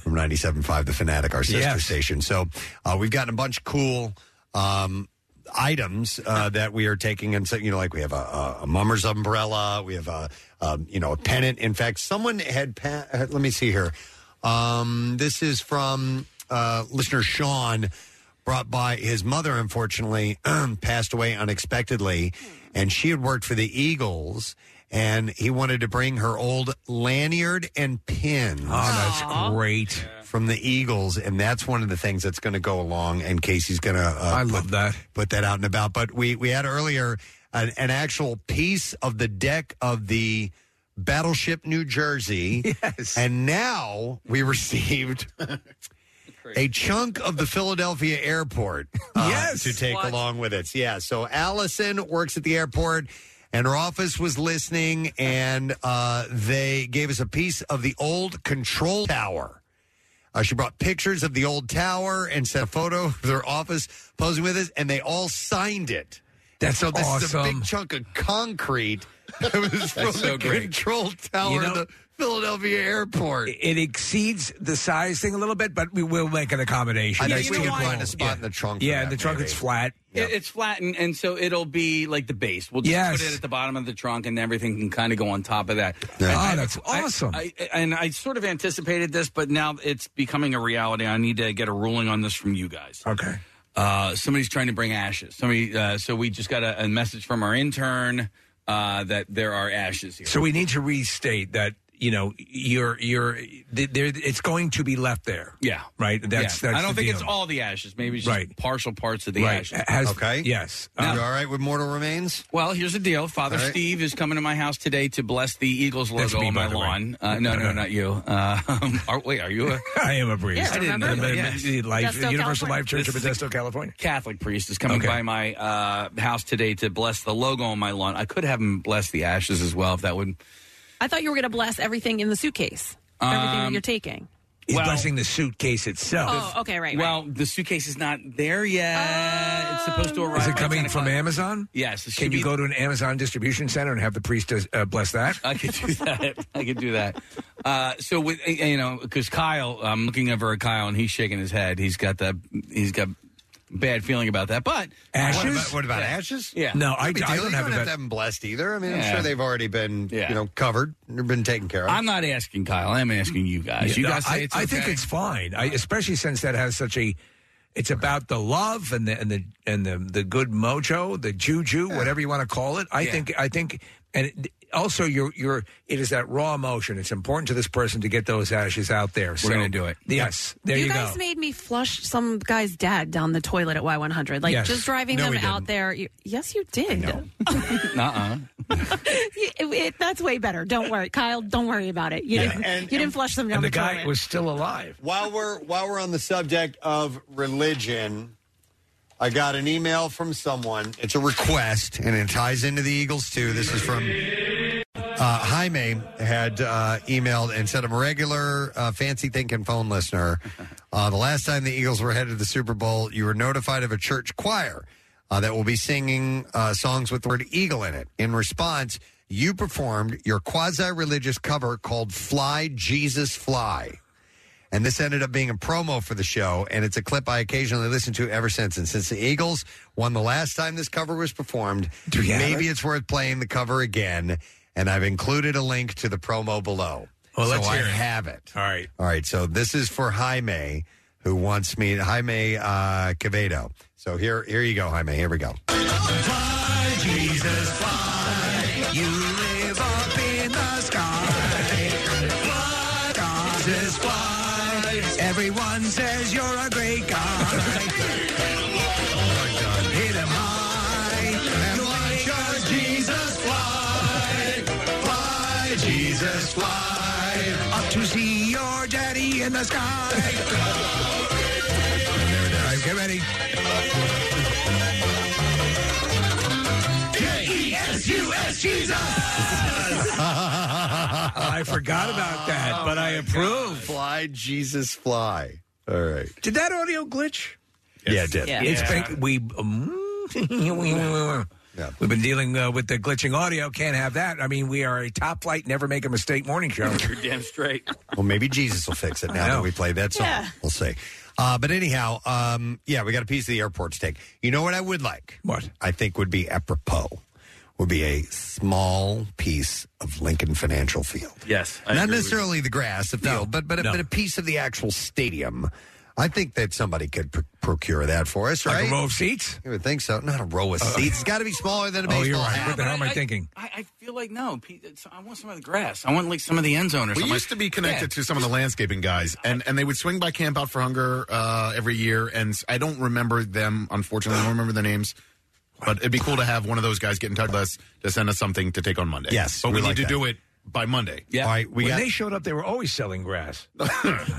from 97.5 The Fanatic, our sister
Yes.
station. So uh, we've gotten a bunch of cool um, items uh, that we are taking, and so you know, like we have a, a, a mummer's umbrella, we have a um, you know a pennant. In fact, someone had pa- uh, let me see here. Um, this is from uh, listener Sean, brought by his mother. Unfortunately, [CLEARS THROAT] passed away unexpectedly, and she had worked for the Eagles. And he wanted to bring her old lanyard and pins.
Oh, that's great.
From the Eagles. And that's one of the things that's going to go along. And Casey's going to uh, I love
that.
Put that out and about. But we we had earlier an, an actual piece of the deck of the battleship New
[LAUGHS]
Jersey. Yes. And now we [LAUGHS] received a chunk of the Philadelphia airport. yes. To take along with it. Yeah. So Allison works at the airport. And her office was listening, and uh, they gave us a piece of the old control tower. Uh, she brought pictures of the old tower and sent a photo of their office posing with us, and they all signed it.
That's
so this is a
awesome.
big chunk of concrete [LAUGHS] that was from
so
the
great.
control tower
You
to
know-
the Philadelphia airport.
It exceeds the size thing a little bit, but we will make an accommodation.
I
Yeah,
think
you
we
know
can
why?
find a spot in the trunk. for
Yeah,
that,
the trunk
maybe.
it's flat.
It, it's flat, and, and so it'll be like the base. We'll just
Yes.
put it at the bottom of the trunk, and everything can kind of go on top of that. And
Ah,
I-
that's
I-
awesome.
I, and I sort of anticipated this, but now it's becoming a reality. I need to get a ruling on this from you guys.
Okay.
Uh, somebody's trying to bring ashes. Somebody. Uh, so we just got a, a message from our intern uh, that there are ashes here.
So we need to restate that you know you're you're th- there. It's going to be left there.
Yeah.
Right. That's
Yeah.
that's.
I don't
the
think it's
deal.
all the ashes. Maybe it's just
Right.
partial parts of the
Right.
ashes.
Has- Okay. yes. Uh,
Are you all right with mortal remains?
Well, here's the deal. Father
All right.
Steve is coming to my house today to bless the Eagles
That's
logo
me,
on
by
my
the way.
lawn. Uh, no,
No,
no,
no, no.
not you. Uh, [LAUGHS] are, wait, are you a?
[LAUGHS] I am a priest.
I didn't know. that.
Yeah.
Yeah.
Life, Universal Life Church
This
of
is a
Modesto, California.
Catholic priest is coming
Okay.
by my uh, house today to bless the logo on my lawn. I could have him bless the ashes as well if that would.
I thought you were going to bless everything in the suitcase, everything that
Um,
you're taking.
He's blessing the suitcase itself.
Oh, okay, right, right.
Well, the suitcase is not there yet. it's supposed
Oh.
to arrive.
Is it
by
coming
10
from
o'clock.
Amazon?
Yes. it
Can
should
you
be-
go to an Amazon distribution center and have the priest uh, bless that?
I could do that. I could do that. Uh, so with uh, you know, because Kyle, I'm looking over at Kyle and he's shaking his head. He's got the he's got bad feeling about that. But
Ashes? What about- what about ashes?
Yeah.
No, I- No big I deal. don't You have don't it have that- to have 'em blessed either. I mean, I'm sure they've already been you know covered, they've been taken care of.
I'm not asking Kyle. I'm asking you guys. you
No,
guys say
I,
it's
I think
okay?
it's fine. I, especially since that has such a. It's about the love and the and the and the, the good mojo, the juju, whatever you want to call it. I
Yeah.
think I think, and it, also you're you're it is that raw emotion. It's important to this person to get those ashes out there. We're
gonna do it.
Yes, there you,
you, guys
go.
made me flush some guy's dad down the toilet at Y100. Like
Yes.
just driving
No,
them
we
out there. You, yes, you did.
uh
You- it- it- that's way better. Don't worry, Kyle. Don't worry about it. You
Yeah.
didn't.
And-
you didn't flush them down the, toilet.
was still alive.
While we're while we're on the subject of religion, I got an email from someone. It's a request, and it ties into the Eagles too. This is from uh, Jaime had uh, emailed and said, "I'm a regular uh, fancy thinking phone listener. Uh, the last time the Eagles were headed to the Super Bowl, you were notified of a church choir uh, that will be singing uh, songs with the word eagle in it. In response, you performed your quasi-religious cover called "Fly Jesus Fly." And this ended up being a promo for the show, and it's a clip I occasionally listen to ever since. And since the Eagles won the last time this cover was performed, maybe it's worth playing the cover again. And I've included a link to the promo below.
Well, let's
so
hear
I
it.
have it.
All right.
All right. So this is for Jaime, who wants me, Jaime uh, Quevedo. So here, here you go, Jaime. Here we go.
Fly, Jesus, fly. You live up in the sky. Fly, Jesus, fly. Everyone says you're a great guy. [LAUGHS] Oh Hit 'em high. You make your Jesus fly. Fly, Jesus, fly. Up to see your daddy in the sky. [LAUGHS] There it is. All right, get ready. J-E-S-U-S, Jesus!
[LAUGHS] I forgot about
Oh.
that, but I approve.
Fly, Jesus, fly. All right.
Did that audio glitch?
Yeah, it did.
It's been we. [LAUGHS] Um, We've been dealing uh, with the glitching audio. Can't have that. I mean, we are a top flight, never make a mistake morning show.
You're damn straight.
Well, maybe Jesus will fix it now that we play that song. We'll see. Uh, but anyhow, um, yeah, we got a piece of the airport steak. You know what I would like? What I think would be apropos would be a small piece of Lincoln Financial Field.
Yes. I
Not
agree with
necessarily the grass, the field, but but, a, but a piece of the actual stadium. I think that somebody could pr- procure that for us,
Like
right?
a row of seats? Uh,
You would think so. Not a row of seats. It's got to be smaller than a baseball
Oh, you're right.
hat.
What the hell am I,
I-
thinking?
I, I feel like no. Pete, it's- I want some of the grass. I want like some of the end zone or
we
something.
used to be connected
Yeah.
to some of the landscaping guys, and, and they would swing by Camp Out for Hunger uh, every year. And s- I don't remember them, unfortunately. I don't remember their names. But it'd be cool to have one of those guys get in touch with us to send us something to take on Monday.
[LAUGHS] Yes,
but we,
we
need
like
to
that.
do it by Monday.
Yeah. All right, we
when
got-
they showed up, they were always
[LAUGHS]
selling grass.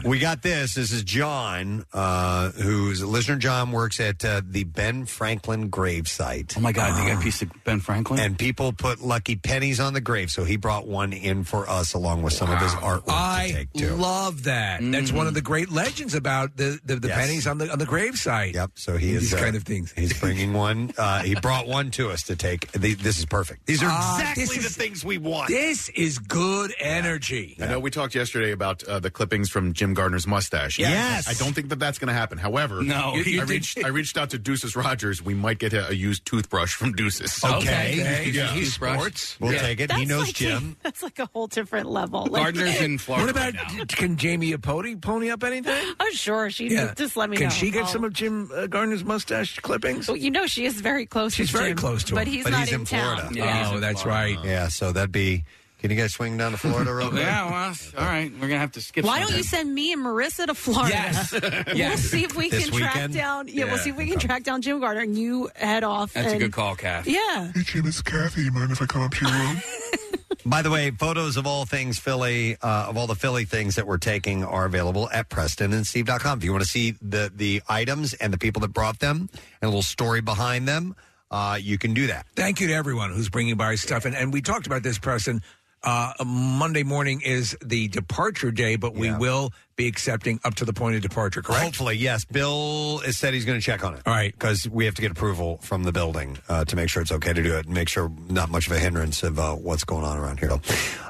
we got this. This is John, uh, who's listener. John works at uh, the Ben Franklin gravesite. Oh
my God, they
Ah.
got a piece of Ben Franklin.
And people put lucky pennies on the grave, so he brought one in for us along with some of his artwork to
I
take too.
love that. That's one of the great legends about the the, the
Yes.
pennies on the on the gravesite.
Yep. So he is
these
uh,
kind of things.
He's
[LAUGHS]
bringing one. Uh, he brought one to us to take. The, this is perfect. These are
Ah,
exactly
this
the
is-
things we want.
This is good energy.
I know we talked yesterday about uh, the clippings from Jim Gardner's mustache.
Yes.
I don't think that that's going to happen. However,
No, you- you
I,
did-
reached, I reached out to Deuces Rogers. We might get a, a used toothbrush from Deuces.
Okay. Okay.
Yeah.
He's
sports.
We'll
Yeah.
take it.
That's
he knows
like
Jim.
A, [LAUGHS] that's like a whole different level. Like, [LAUGHS]
What about can Jamie Apodi pony up anything?
Oh, sure. She just, just let me
Can
know.
she get
I'll- Oh,
some of Jim uh, Gardner's mustache clippings?
Well, you know she is very close.
She's
to
very
Jim,
close to him.
but he's
But
not
he's
in,
in
town. Oh,
Florida. Yeah,
Oh,
he's in Florida.
right. Yeah. So that'd be. Can you guys swing down to Florida real quick?
Yeah, well, s- all right. We're gonna have to skip.
Why
some
don't
then.
you send me and Marissa to Florida?
Yes.
[LAUGHS] We'll
Yes.
see if we
This
can track
weekend?
down. Yeah, we'll
Yeah.
see if we can track down Jim Gardner and you head off.
That's a
and-
good call, Kath.
Yeah.
Hey, Jim, it's Kathy. You mind if I come up to your
[LAUGHS]
room?
By the way, photos of all things Philly, uh, of all the Philly things that we're taking are available at PrestonandSteve.com. If you want to see the the items and the people that brought them and a little story behind them, uh, you can do that.
Thank you to everyone who's bringing by stuff. And, and we talked about this, Preston. Uh, Monday morning is the departure day, but we will be accepting up to the point of departure, correct?
Hopefully, yes. Bill has said he's going to check on it. All right, because we have to get approval from the building uh, to make sure it's okay to do it, and make sure not much of a hindrance of uh, what's going on around here.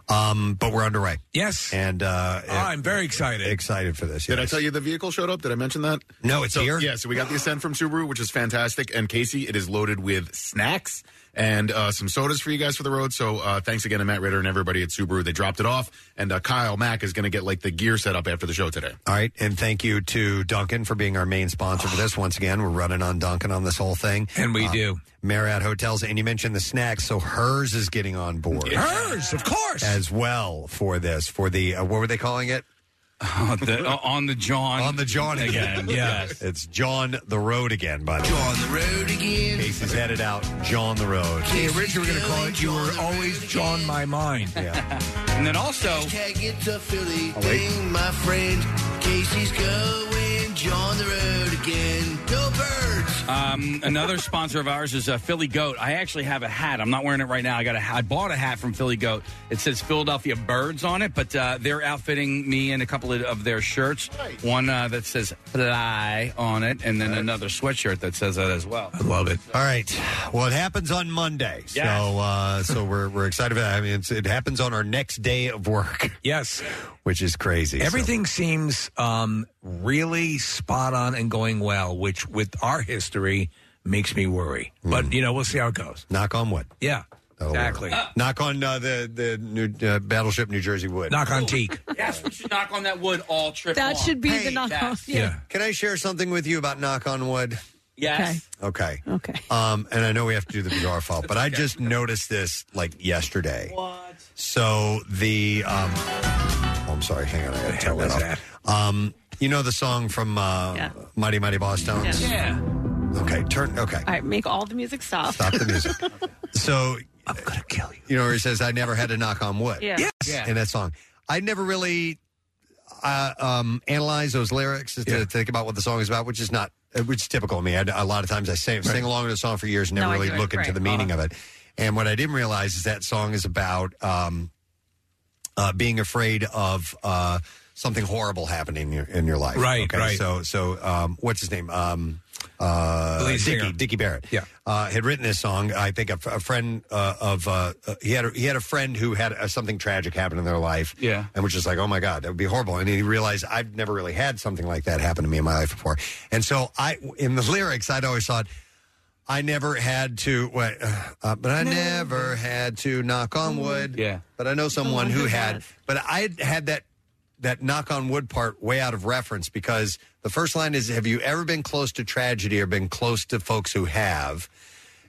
Um, but we're underway.
Yes, Ah,
and uh,
I'm very excited.
Excited for this.
Did I
yes.
tell you the vehicle showed up? Did I mention that?
No, it's
so,
here?
Yeah, so we got the Ascent from Subaru, which is fantastic. And Casey, it is loaded with snacks and uh, some sodas for you guys for the road. So uh, thanks again to Matt Ritter and everybody at Subaru. They dropped it off. And uh, Kyle Mack is going to get like the gear set up after the show today.
All right, and thank you to Duncan for being our main sponsor for this. Once again, we're running on Duncan on this whole thing, Uh,
And we do.
Marriott Hotels, and you mentioned the snacks, so hers is getting on board.
Hers, of course.
as well for this for the uh, what were they calling it?
The- uh, on the John.
on the John again.
Yeah.
it's John the Road again. By the way,
John the Road again.
Casey's headed out. John the Road.
Okay, originally we are going to call it You Were Always John My Mind.
Yeah.
and then also,
Hashtag it's a Philly
Oh, wait.
thing, my friend. Casey's going on the road again. Go birds!
Um, another sponsor of ours is uh, Philly Goat. I actually have a hat. I'm not wearing it right now. I got a hat. I bought a hat from Philly Goat. It says Philadelphia Birds on it, but uh, they're outfitting me in a couple of, of their shirts. One uh, that says Fly on it, and then another sweatshirt that says that as well. I
love it.
All right. Well, it happens on Monday. So, uh, so we're, we're excited for that. I mean, it's, it happens on our next day of work.
Yes.
Which is crazy. So-
Everything seems um, really spot on and going well, which with our history makes me worry. But you know, we'll see how it goes.
Knock on wood.
Yeah,
That'll work.
exactly.
Knock on uh, the the new, uh, battleship New Jersey wood.
Knock on teak.
That's what you knock on that wood all trip.
That
long.
should be the
Hey,
knock
that's-
Can I share something with you about knock on wood?
Yes.
Okay. Okay. Um, and I know we have to do the bizarre file, but I just noticed this like yesterday. What? So the um, oh, I'm sorry. Hang on, I gotta tell that off. Um, you know the song from uh, Mighty Mighty Boss Stones?
Yeah.
Okay. Turn. Okay.
All right, make all the music stop.
Stop the music. So I'm gonna kill you. You know where he says, "I never had to knock on wood."
Yeah. Yes. Yeah.
In that song, I never really uh, um, analyze those lyrics to, to think about what the song is about, which is not uh, which is typical of me. I, a lot of times I sing, sing along to a song for years, and never
No, I
really
do it.
look into
Right. Uh-huh.
the meaning of it. And what I didn't realize is that song is about um, uh, being afraid of. Uh, Something horrible happening in your, in your life,
Right,
Okay,
right.
So, so um, what's his name? Um, uh,
lead singer.
Dickie, Dickie Barrett
Yeah.
uh, had written this song. I think a, f- a friend uh, of uh, uh, he had a, he had a friend who had uh, something tragic happen in their life.
Yeah.
and was just like, oh my god, that would be horrible. And he realized I've never really had something like that happen to me in my life before. And so I, in the [LAUGHS] lyrics, I'd always thought. I never had to, wait, uh, but I never had to knock
Mm.
on wood. Yeah, but I know someone who had. But I had that that knock on wood part way out of reference because the first line is have you ever been close to tragedy or been close to folks who have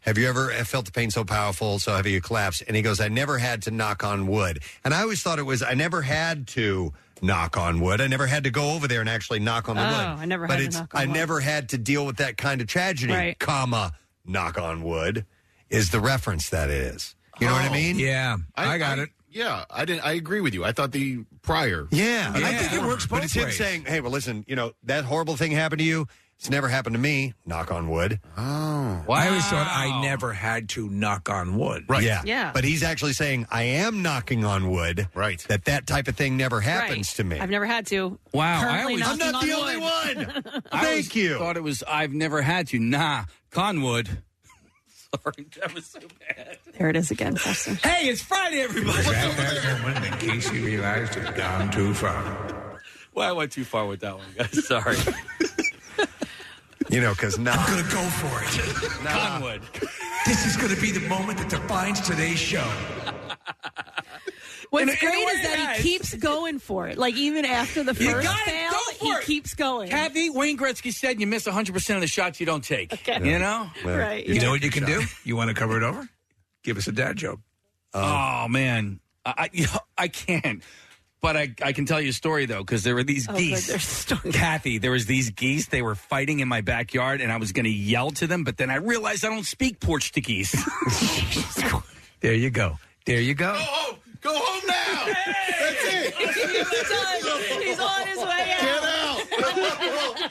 have you ever uh, felt the pain so powerful so heavy you collapse and he goes i never had to knock on wood and i always thought it was i never had to knock on wood i never had to go over there and actually knock on the
Oh,
wood
I never
but
had to
it's
knock on
i
wood.
never had to deal with that kind of tragedy
Right.
comma knock on wood is the reference that it is you know what Oh. i mean
Yeah,
Oh. I, got it. Yeah, I didn't. I agree with you. I thought the prior.
Yeah,
I think it works
But it's him saying, "Hey, well, listen, you know that horrible thing happened to you. It's never happened to me. Knock on wood."
Oh, I always thought I never had to knock on wood.
Right. Yeah. But he's actually saying, "I am knocking on wood." Right. That that type of thing never happens
Right.
to me.
I've never had to.
Wow, I
Currently
always- I'm
knocking
not the only
wood. [LAUGHS]
I Thank you. Thought it was. I've never had to. Nah, Conwood. [LAUGHS] Sorry,
[LAUGHS]
that was so bad.
There it is again.
Hey, it's Friday, everybody.
At that moment, in case you realized it had gone too far.
Well, I went too far with that one, guys.
[LAUGHS]
Sorry.
You know, because now I'm
gonna go for it.
Conwood.
This is gonna be the moment that defines today's show.
What's
In a- in a
great
way,
is that
yeah,
he keeps going for it. Like even after the
You
first
got it.
fail,
Go
he
for it.
keeps going.
Kathy, Wayne Gretzky said you miss 100% of the shots you don't take. You know?
You know what you can do? You want to cover it over? Give us a dad joke.
[LAUGHS] oh, man. I, I, I can't. But I, I can tell you a story, though, because there were these
Oh, good, there's
geese. Kathy, there was these geese. They were fighting in my backyard, and I was going to yell to them, but then I realized I don't
[LAUGHS]
speak Portuguese.
there you go. There you go.
Oh.
home. Go home now. That's it.
He's done. He's on his way out.
Get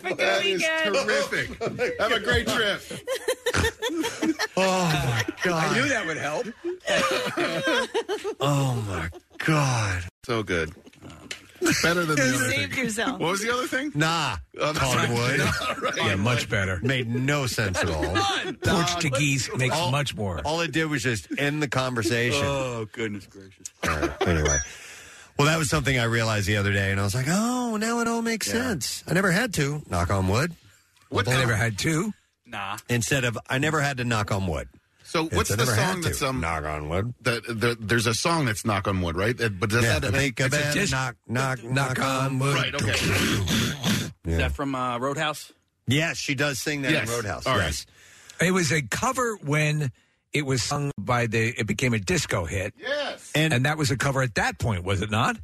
[LAUGHS] Oh,
out. that is terrific. Have a great trip.
oh my god!
I knew that would help.
oh my god!
So good. Better than the
You
other
saved
thing.
yourself.
What was the other thing?
Nah,
Oh, that's
Con
right. [LAUGHS]
wood.
Yeah, much better.
Made no sense at [LAUGHS] all.
Portuguese makes
All-
much more. Uh.
All it did was just end the
[LAUGHS]
conversation.
oh, goodness gracious.
anyway. Well, that was something I realized the other day, and I was like, "Oh, now it all makes sense." I never had to knock on wood. What
I never had to.
Nah.
Instead of I never had to knock on wood.
So
It's
what's
I
the
never had
song
to.
that's um
knock on wood?
That the, there's a song that's knock on wood, right? That- But does
Yeah,
that
make a bad knock, knock, knock on wood.
Right. oh, Okay.
Is that from uh, Roadhouse?
Yes, she does sing that in Roadhouse. yes.
It was a cover when it was sung by the. It became a disco hit.
Yes.
And, that was a cover at that point, was it not?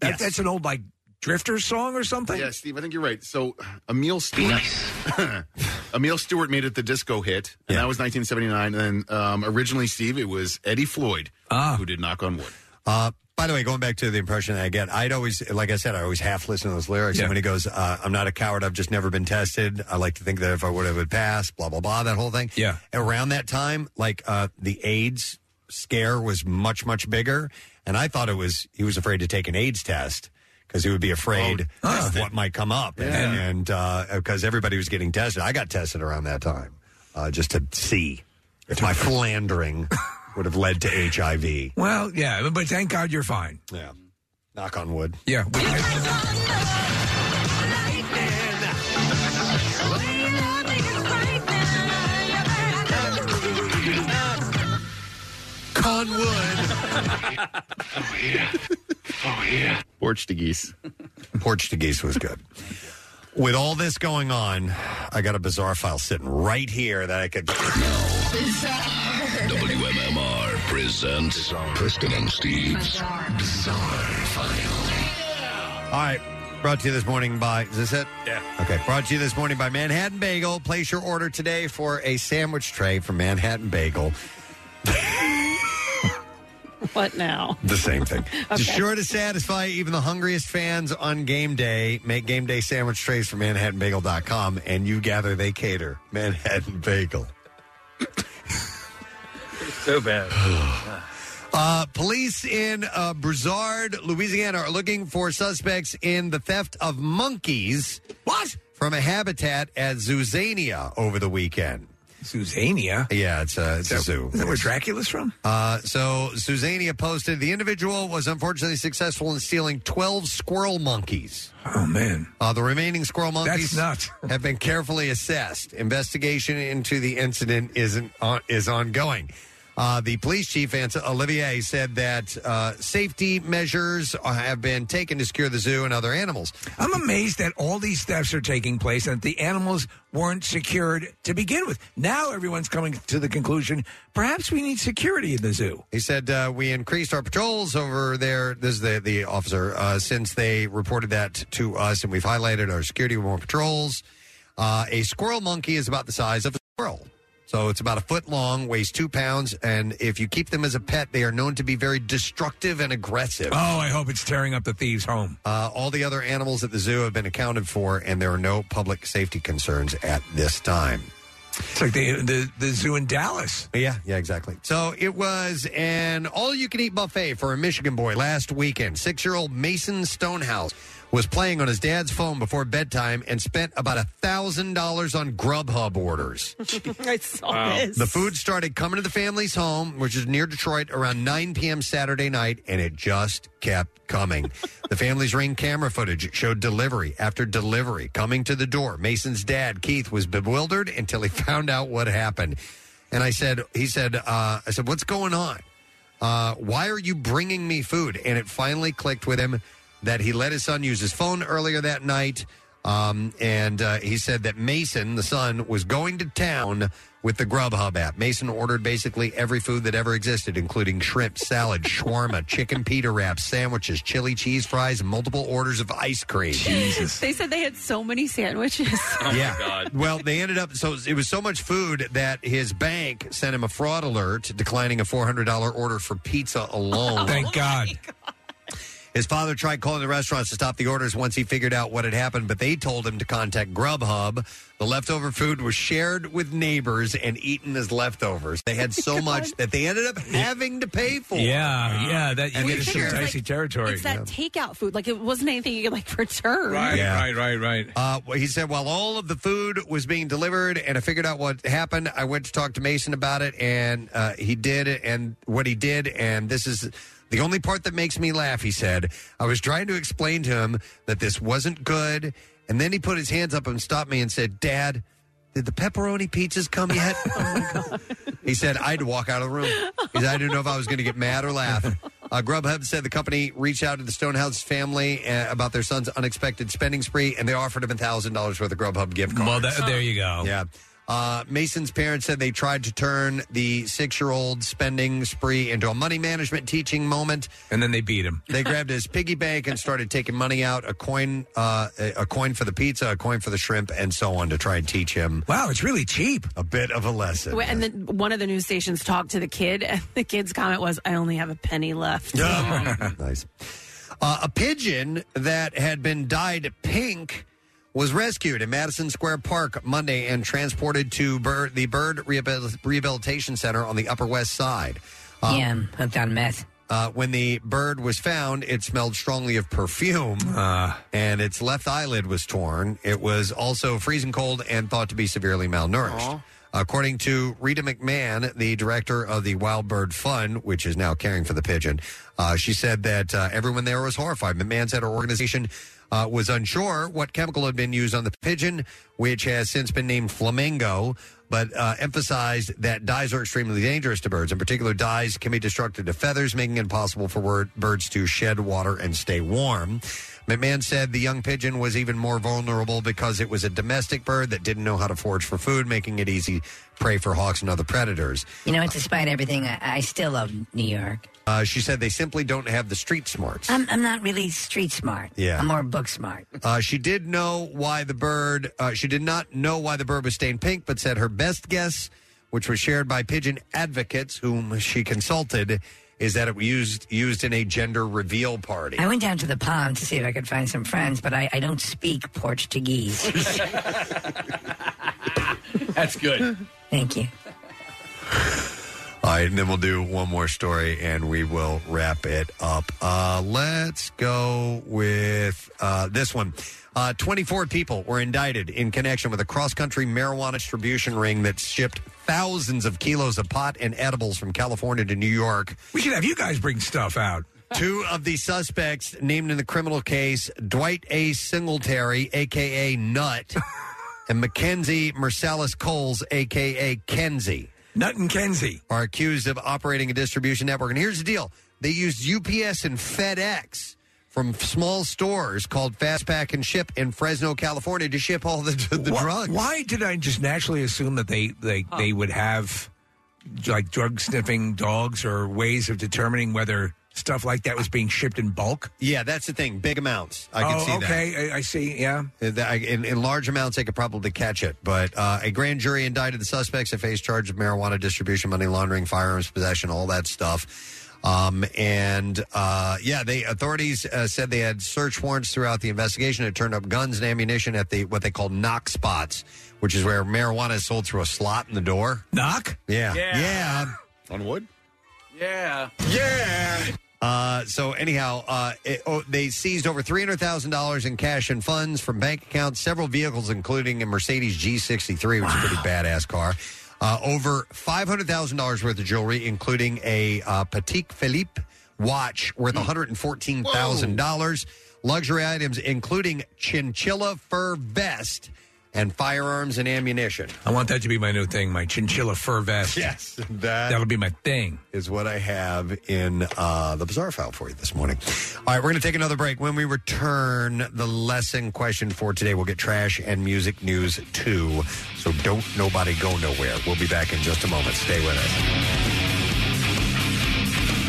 That, That's an old like drifter song or something.
Yeah, Steve, I think you're right. So uh, Emil Stewart, [LAUGHS] Emil Stewart made it the disco hit, and that was
Ah.
1979. And then um, originally, Steve, it was Eddie Floyd who did knock on wood.
Uh, By the way, going back to the impression I get, I'd always, like I said, I always half listen to those lyrics.
Yeah.
And when he goes, uh, I'm not a coward, I've just never been tested. I like to think that if I would have, it would pass, blah, blah, blah, that whole thing.
Yeah.
Around that time, like uh, the AIDS scare was much, much bigger. And I thought it was, he was afraid to take an AIDS test because he would be afraid
Oh,
of what might come up. And because everybody was getting tested. I got tested around that time uh, just to see if
[LAUGHS]
my philandering would have led to HIV.
Well, yeah, but- but thank God you're fine.
Yeah. Knock on wood.
Yeah.
[LAUGHS]
Conwood.
Oh, [LAUGHS] Portuguese. Portuguese was good. With all this going on, I got a bizarre file sitting right here that I could.
WMMR presents Preston and Steve's Bizarre, File.
All right. Brought to you this morning by. Is this it? Yeah. Okay. Brought to you this morning by Manhattan Bagel. Place your order today for a sandwich tray from Manhattan Bagel.
What now? [LAUGHS]
The same thing.
Okay.
Sure to satisfy even the hungriest fans on game day. Make game day sandwich trays from ManhattanBagel.com, and you gather they cater. Manhattan Bagel.
So bad.
Uh, police in uh, Broussard, Louisiana, are looking for suspects in the theft of monkeys. What? From a habitat at Zuzania over the weekend.
Zuzania?
Yeah, it's a, it's a zoo.
Is that where Dracula's from?
Uh, so Suzania posted the individual was unfortunately successful in stealing 12 squirrel monkeys.
Oh, man.
Uh, the remaining squirrel monkeys
nuts.
[LAUGHS] have been carefully assessed. Investigation into the incident isn't on, is ongoing. Uh, the police chief, Anson Olivier, said that uh, safety measures uh, have been taken to secure the zoo and other animals.
I'm amazed that all these thefts are taking place and that the animals weren't secured to begin with. Now everyone's coming to the conclusion perhaps we need security in the zoo.
He said uh, we increased our patrols over there. This is the the officer uh, since they reported that to us, and we've highlighted our security with more patrols. Uh, a squirrel monkey is about the size of a squirrel, so it's about a foot long, weighs two pounds, and if you keep them as a pet, they are known to be very destructive and aggressive.
Oh, I hope it's tearing up the thieves' home.
Uh, all the other animals at the zoo have been accounted for, and there are no public safety concerns at this time.
It's like the, the, the zoo in Dallas.
Yeah, yeah, exactly. So it was an all you can eat buffet for a Michigan boy last weekend. Six year old Mason Stonehouse was playing on his dad's phone before bedtime and spent about a thousand dollars on Grubhub orders.
I saw this.
The food started coming to the family's home, which is near Detroit, around 9 p.m. Saturday night, and it just kept coming. the family's ring camera footage showed delivery after delivery coming to the door. Mason's dad, Keith, was bewildered until he [LAUGHS] found out what happened. And I said, he said, uh, I said, what's going on? Uh, why are you bringing me food? And it finally clicked with him that he let his son use his phone earlier that night. Um, and uh, he said that Mason, the son, was going to town with the Grubhub app. Mason ordered basically every food that ever existed, including shrimp, salad, shawarma, chicken pita wraps, sandwiches, chili cheese fries, and multiple orders of ice cream.
They said they had so many sandwiches. [LAUGHS]
yeah. Well, they ended up so it was so much food that his bank sent him a fraud alert declining a $400 order for pizza
[LAUGHS] Oh,
alone.
Thank God.
His father tried calling the restaurants to stop the orders once he figured out what had happened, but they told him to contact Grubhub. The leftover food was shared with neighbors and eaten as leftovers.
[LAUGHS]
They
Oh,
had so much that they ended up having to pay for.
Yeah, yeah, that- you
and
get
they
into some
shared.
dicey It's like- territory.
it's that takeout food. Like it wasn't anything you could like return.
right, right, right.
Uh, well, he said, while all of the food was being delivered and I figured out what happened, I went to talk to Mason about it, and uh, he did, and what he did, and this is the only part that makes me laugh, he said. I was trying to explain to him that this wasn't good, and then he put his hands up and stopped me and said, Dad, did the pepperoni pizzas come yet? He said, I had to walk out of the room. He said, I didn't know if I was going to get mad or laugh. Uh, Grubhub said the company reached out to the Stonehouse family uh, about their son's unexpected spending spree, and they offered him $1,000 worth of Grubhub gift cards.
Well, that- there you go.
Yeah. Uh, Mason's parents said they tried to turn the six year old spending spree into a money management teaching moment.
And then they beat him.
They grabbed his piggy bank and started taking money out a coin, uh, a a coin for the pizza, a coin for the shrimp, and so on to try and teach him.
Wow, it's really cheap.
A bit of a lesson. [LAUGHS]
Well, And then one of the news stations talked to the kid, and the kid's comment was, "I only have a penny left."
nice. Uh, a pigeon that had been dyed pink was rescued in Madison Square Park Monday and transported to bird, the Bird Rehabil- Rehabilitation Center on the Upper West Side. Um,
yeah, I'm hooked on meth.
Uh, when the bird was found, it smelled strongly of perfume, and its left eyelid was torn. It was also freezing cold and thought to be severely malnourished. According to Rita McMahon, the director of the Wild Bird Fund, which is now caring for the pigeon, uh, she said that uh, everyone there was horrified. McMahon said her organization uh, was unsure what chemical had been used on the pigeon, which has since been named Flamingo, but uh, emphasized that dyes are extremely dangerous to birds. In particular, dyes can be destructive to feathers, making it impossible for word, birds to shed water and stay warm. McMahon said the young pigeon was even more vulnerable because it was a domestic bird that didn't know how to forage for food, making it easy prey for hawks and other predators.
You know, despite everything, I, I still love New York.
Uh, she said they simply don't have the street smarts.
I'm, I'm not really street smart.
Yeah.
I'm more book smart.
Uh, she did know why the bird. Uh, she did not know why the bird was stained pink, but said her best guess, which was shared by pigeon advocates whom she consulted, is that it was used used in a gender reveal party.
I went down to the pond to see if I could find some friends, but I, I don't speak Portuguese.
That's good.
Thank you.
All right, and then we'll do one more story and we will wrap it up. Uh, let's go with uh, this one. Uh, 24 people were indicted in connection with a cross country marijuana distribution ring that shipped thousands of kilos of pot and edibles from California to New York.
We should have you guys bring stuff out.
Two of the suspects named in the criminal case Dwight A. Singletary, a.k.a.
[LAUGHS]
Nut, and Mackenzie Marsalis Coles, a.k.a. Kenzie.
Nut and Kenzie.
Are accused of operating a distribution network. And here's the deal they used UPS and FedEx from small stores called Fast Pack and Ship in Fresno, California to ship all the, the
Why-
drugs.
Why did I just naturally assume that they they, they would have like drug sniffing dogs or ways of determining whether stuff like that was being shipped in bulk?
Yeah, that's the thing. Big amounts. I can
oh,
see that.
okay, I, I see. Yeah.
Uh, that- I- In, in large amounts, they could probably catch it. But uh, a grand jury indicted the suspects. They face charges of marijuana distribution, money laundering, firearms possession, all that stuff. Um, and uh, yeah, the authorities uh, said they had search warrants throughout the investigation. It turned up guns and ammunition at the what they call knock spots, which is where marijuana is sold through a slot in the door.
Knock.
Yeah.
Yeah.
On wood.
Yeah. Yeah.
Uh, so anyhow, uh, it, oh, they seized over three hundred thousand dollars in cash and funds from bank accounts, several vehicles, including a Mercedes G63, which is a pretty badass car. Uh, over five hundred thousand dollars worth of jewelry, including a uh, Patek Philippe watch worth one hundred and fourteen thousand dollars. Luxury items, including chinchilla fur vest and firearms and ammunition.
I want that to be my new thing, my chinchilla fur vest.
Yes, that
that'll be my thing.
Is what I have in uh, the bizarre file for you this morning. All right, we're going to take another break. When we return, the lesson question for today will get trash and music news too. So don't nobody go nowhere. We'll be back in just a moment. Stay with us.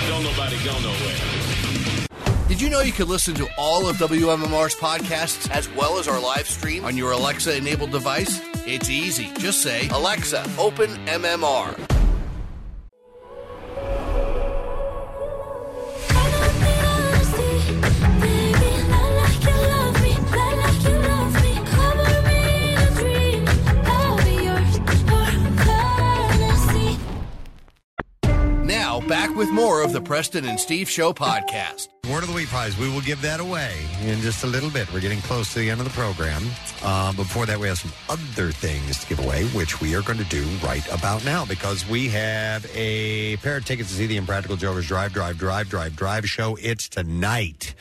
Don't nobody go nowhere.
Did you know you could listen to all of WMMR's podcasts as well as our live stream on your Alexa enabled device? It's easy. Just say, Alexa, open MMR. Now, back with more of the Preston and Steve Show podcast.
Word of the Week prize. We will give that away in just a little bit. We're getting close to the end of the program. Uh, before that, we have some other things to give away, which we are going to do right about now because we have a pair of tickets to see the Impractical Jokers Drive, Drive, Drive, Drive, Drive show. It's tonight.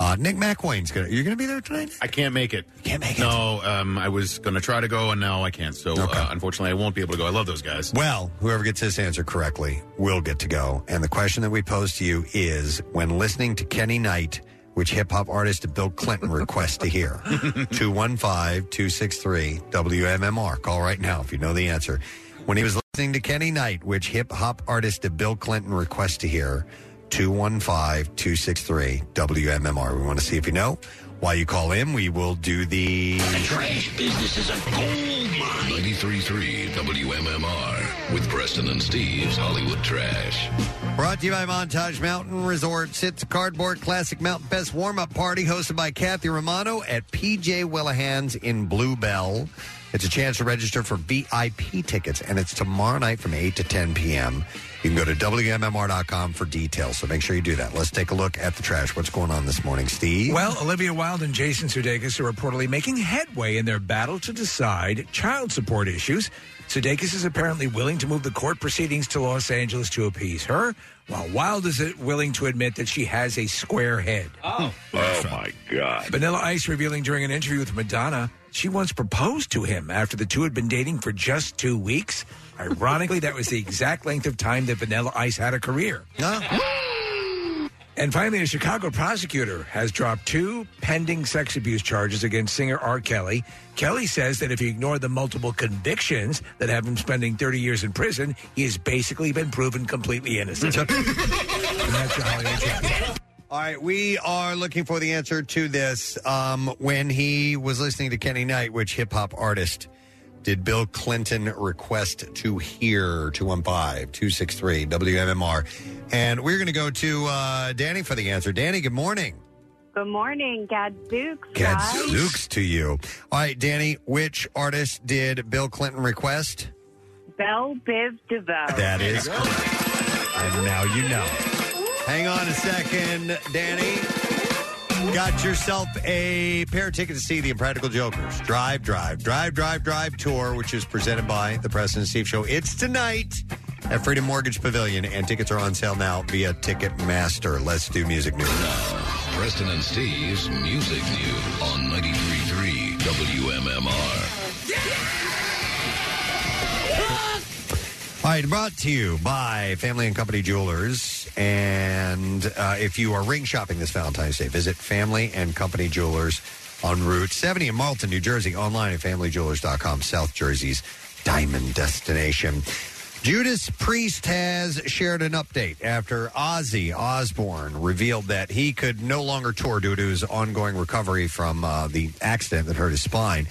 Uh, Nick McWayne's going to. You're going to be there tonight?
I can't make it. You
can't make
it. No, um, I was going to try to go, and now I can't. So uh, unfortunately, I won't be able to go. I love those guys.
Well, whoever gets this answer correctly will get to go. And the question that we pose to you is when listening to Kenny Knight, which hip hop artist Bill Clinton requests to
[LAUGHS]
hear? 215 263 WMMR. Call right now if you know the answer. When he was listening to Kenny Knight, which hip hop artist did Bill Clinton request to hear? 215 263 WMMR. We want to see if you know. While you call in, we will do the.
Trash business is a gold mine. 93.3 WMMR with Preston and Steve's Hollywood Trash.
Brought to you by Montage Mountain Resorts. It's a cardboard classic Mountain Fest warm up party hosted by Kathy Romano at PJ Willahan's in Bluebell. It's a chance to register for VIP tickets, and it's tomorrow night from 8 to 10 p.m. You can go to WMMR.com for details, so make sure you do that. Let's take a look at the trash. What's going on this morning, Steve?
Well, Olivia Wilde and Jason Sudeikis are reportedly making headway in their battle to decide child support issues. Sudeikis is apparently willing to move the court proceedings to Los Angeles to appease her, while Wilde is willing to admit that she has a square head.
Oh.
Oh my God. Vanilla Ice revealing during an interview with Madonna, she once proposed to him after the two had been dating for just two weeks. Ironically, that was the exact length of time that Vanilla Ice had a career. And finally, a Chicago prosecutor has dropped two pending sex abuse charges against singer R. Kelly. Kelly says that if you ignore the multiple convictions that have him spending 30 years in prison, he has basically been proven completely
[LAUGHS]
innocent. Oh, And that's the Hollywood Channel.
All right, we are looking for the answer to this. Um, when he was listening to Kenny Knight, which hip hop artist did Bill Clinton request to hear 215 263 WMMR? And we're going to go to uh, Danny for the answer. Danny, good morning.
[LAUGHS] Good morning, Gadzooks.
Gadzooks to you. All right, Danny, which artist did Bill Clinton request?
Belle Biv DeVoe.
That is correct. And now you know. Hang on a second, Danny. Got yourself a pair of tickets to see the Impractical Jokers Drive, Drive, Drive, Drive, Drive Tour, which is presented by the President Steve Show. It's tonight at Freedom Mortgage Pavilion, and tickets are on sale now via Ticketmaster. Let's do music news.
Preston and Steve's Music News on 93.3 WMMR.
All right, brought to you by Family and Company Jewelers. And uh, if you are ring shopping this Valentine's Day, visit Family and Company Jewelers on Route 70 in Marlton, New Jersey, online at familyjewelers.com, South Jersey's diamond destination. Judas Priest has shared an update after Ozzy Osbourne revealed that he could no longer tour due to his ongoing recovery from uh, the accident that hurt his spine.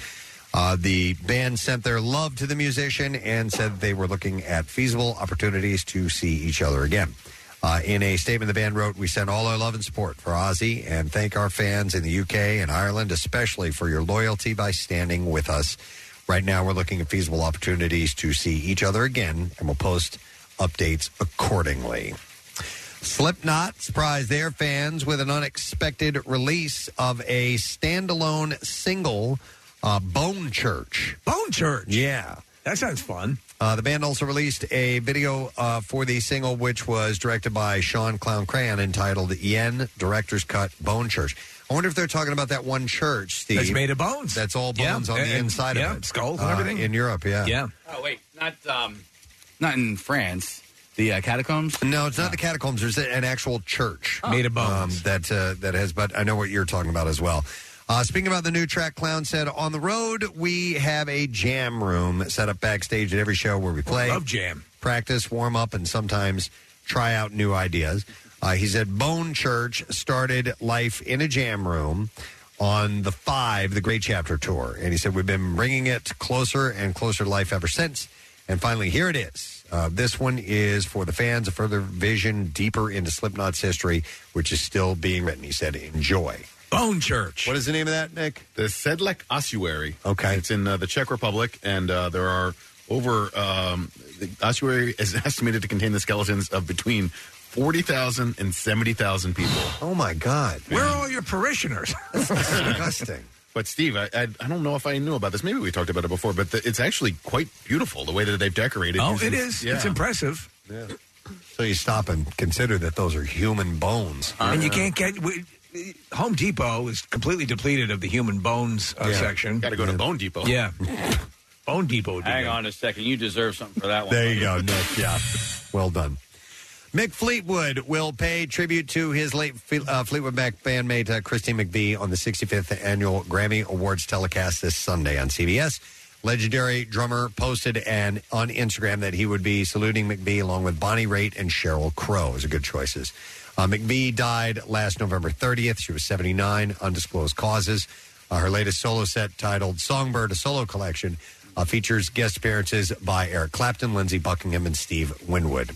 Uh, the band sent their love to the musician and said they were looking at feasible opportunities to see each other again. Uh, in a statement, the band wrote, We send all our love and support for Ozzy and thank our fans in the UK and Ireland, especially for your loyalty by standing with us. Right now, we're looking at feasible opportunities to see each other again, and we'll post updates accordingly. Slipknot surprised their fans with an unexpected release of a standalone single, uh, Bone Church.
Bone Church?
Yeah.
That sounds fun.
Uh, the band also released a video uh, for the single, which was directed by Sean Clown Crayon, entitled Yen Director's Cut Bone Church. I wonder if they're talking about that one church, Steve.
That's made of bones.
That's all
Yeah,
bones on
and-
the inside
yeah,
of it.
skulls and
Uh,
everything.
In Europe, yeah.
Yeah.
Oh wait, not um, not in France. The uh, catacombs. Oh.
No, it's not the catacombs. There's an actual church made of bones that uh, that has. But I know what you're talking about as well. Uh, speaking about the new track, Clown said, "On the road, we have a jam room set up backstage at every show where we
Oh,
play.
Love jam.
practice, warm up, and sometimes try out new ideas. Uh, he said Bone Church started life in a jam room on the Five, the Great Chapter Tour. And he said, We've been bringing it closer and closer to life ever since. And finally, here it is. Uh, this one is for the fans, a further vision deeper into Slipknot's history, which is still being written. He said, Enjoy.
Bone Church.
What is the name of that, Nick?
The Sedlec Ossuary.
Okay.
It's in uh, the Czech Republic, and uh, there are over. Um, the ossuary is [LAUGHS] estimated to contain the skeletons of between 40,000 and 70,000 people.
Oh, my God.
Where are all your
[LAUGHS]
parishioners?
disgusting.
But Steve, I, I I don't know if I knew about this. Maybe we talked about it before, but the, it's actually quite beautiful the way that they've decorated.
oh,
using-
it is.
Yeah.
It's impressive.
Yeah.
So you stop and consider that those are human bones.
and you can't get. We, Home Depot is completely depleted of the human bones uh,
Yeah.
section.
Got to go to Bone Depot.
Yeah. Bone Depot. would be
Hang
good.
on a second. You deserve something for that one.
There you go, Nick. Yeah. Well done. Mick Fleetwood will pay tribute to his late Fe- uh, Fleetwood Mac bandmate uh, Christine McVie on the 65th annual Grammy Awards telecast this Sunday on CBS. Legendary drummer posted an on Instagram that he would be saluting McVie along with Bonnie Raitt and Cheryl Crow. Those are good choices. Uh, McVie died last November 30th. She was 79, undisclosed causes. Uh, her latest solo set, titled Songbird, a solo collection, uh, features guest appearances by Eric Clapton, Lindsey Buckingham, and Steve Winwood.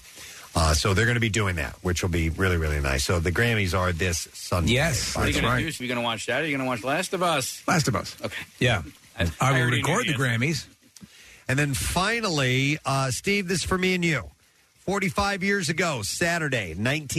Uh, so they're going to be doing that, which will be really, really nice. So the Grammys are this Sunday. Yes,
What are you going to do? So you're going to watch that? Or are you going to watch Last of Us?
Last of Us.
Okay.
Yeah. I will
already knew
record the
the
Grammys.
And then finally, uh, Steve, this is for me and you. 45 years ago, Saturday,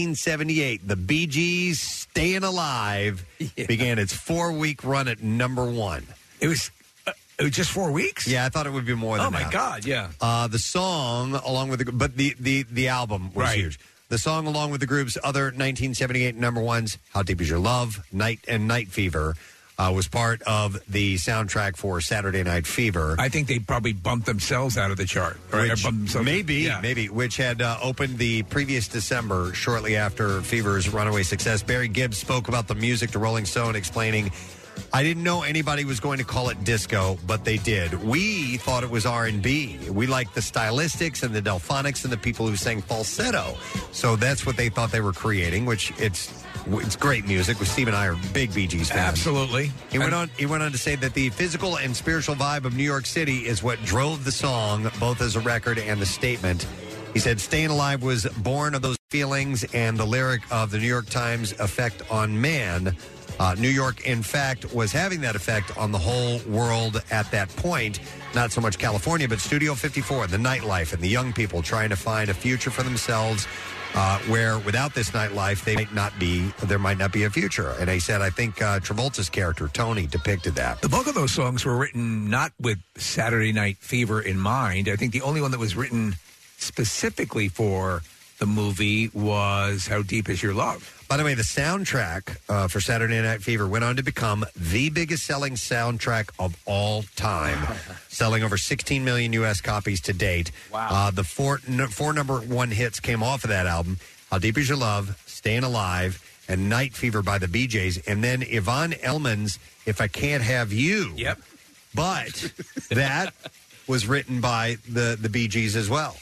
1978, the Bee Gees' Staying
[LAUGHS]
Alive began its four week run at number one.
It was, uh, it was just four weeks?
Yeah, I thought it would be more than
Oh, my
that.
God, yeah.
Uh, the song, along with the, but the, the, the album was
Right.
huge. The song, along with the group's other 1978 number ones, How Deep Is Your Love, Night and Night Fever, uh, was part of the soundtrack for Saturday Night Fever.
I think they probably bumped themselves out of the chart. Or
Which
bumped themselves-
maybe,
Yeah.
maybe, which had uh, opened the previous December, shortly after Fever's runaway success. Barry Gibbs spoke about the music to Rolling Stone, explaining, "I didn't know anybody was going to call it disco, but they did. We thought it was R and B. We liked the stylistics and the delphonics and the people who sang falsetto. So that's what they thought they were creating. Which it's it's great music. Steve and I are big Bee Gees fans.
Absolutely.
He went on. He went on to say that the physical and spiritual vibe of New York City is what drove the song, both as a record and a statement. He said, "Staying Alive" was born of those feelings and the lyric of the New York Times' effect on man. Uh, New York, in fact, was having that effect on the whole world at that point. Not so much California, but Studio 54, the nightlife, and the young people trying to find a future for themselves uh, where without this nightlife, they might not be there might not be a future. And he said, I think uh, Travolta's character Tony depicted that.
The bulk of those songs were written not with Saturday Night Fever in mind. I think the only one that was written specifically for the movie was How Deep Is Your Love?
By the way, the soundtrack uh, for Saturday Night Fever went on to become the biggest selling soundtrack of all time, selling over 16 million U.S. copies to date. Wow! Uh, the four n- four number one hits came off of that album: "How Deep Is Your Love," "Staying Alive," and "Night Fever" by the BJ's, and then Yvonne Elman's "If I Can't Have You." Yep. But that was written by the the Bee Gees as well.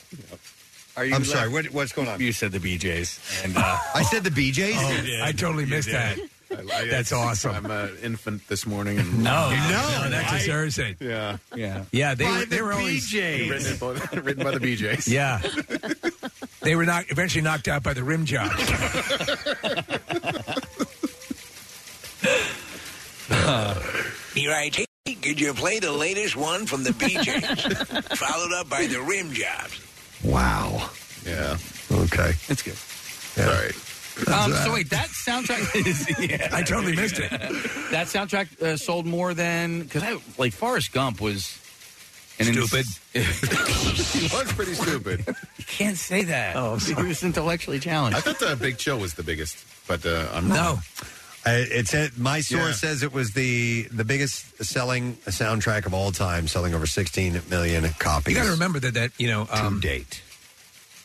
Are you
I'm
le-
sorry. What, what's going on?
You said the BJ's. And, uh,
I said the BJ's.
Oh, I totally missed that. That's awesome.
I'm an infant this morning. And
[LAUGHS]
No, no, that deserves it.
Yeah,
yeah,
Yeah, they,
By
were-
the
they were always
BJs. Written by- [LAUGHS] written by the BJs. [LAUGHS]
Yeah, they were not eventually knocked out by the rim job.
[LAUGHS]
[LAUGHS] Here I take. Could you play the latest one from the [LAUGHS] BJs, followed up by the rim jobs?
Wow.
Yeah.
Okay.
That's good.
All
right.
Um, so wait, that [LAUGHS] soundtrack is. Yeah,
I totally missed it.
[LAUGHS] that soundtrack uh, sold more than because I [LAUGHS] like Forrest Gump was an
[LAUGHS]
stupid.
he was pretty stupid.
you can't say that. Oh, he was intellectually challenged.
I thought the Big Chill was the biggest, but uh, I'm
no.
I, it said my source
Yeah.
says it was the the biggest selling soundtrack of all time, selling over 16 million copies.
You got to remember that that you know um,
to date.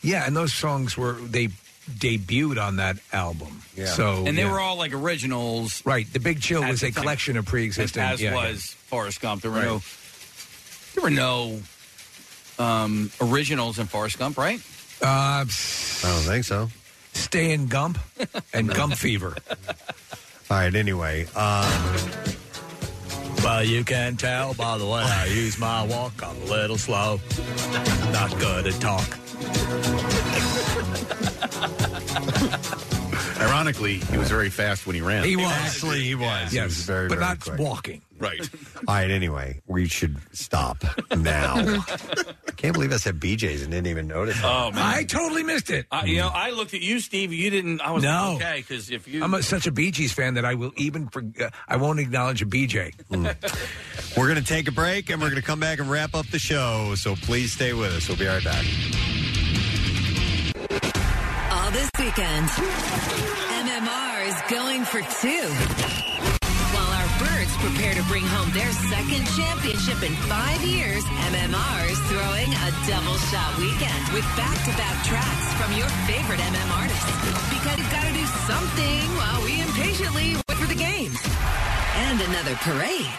Yeah, and those songs were they debuted on that album. So
and they
yeah.
were all like originals.
right. The Big Chill
at
was
the
a
time.
collection of pre-existing.
As
yeah, yeah.
was Forrest Gump. There were no. There were no um, originals in Forrest Gump, right?
Uh,
I don't think so.
Stay in Gump and
[LAUGHS]
Gump Fever.
All right. Anyway, um,
Well, you can tell by the way I use my walk. I'm a little slow. Not
[LAUGHS]
good at talk.
Ironically, he was very fast when he ran.
He was. Actually, he was. He was very, very quick.
walking.
Right.
all right. Anyway, we should stop now. I can't believe I said BJ's and didn't even notice.
Oh man,
I totally missed it.
I, you know, I looked at you, Steve. You didn't. I was
No.
like, okay because if you,
I'm a, such a Bee Gees fan that I will even forget. I won't acknowledge a BJ.
We're going to take a break and we're going to come back and wrap up the show. So please stay with us. We'll be right back.
All this weekend, MMR is going for two. While our birds Birds prepare to bring home their second championship in five years, MMR is throwing a double shot weekend with back to back tracks from your favorite MM artists. Because you've got to do something while we impatiently wait for the games and another parade.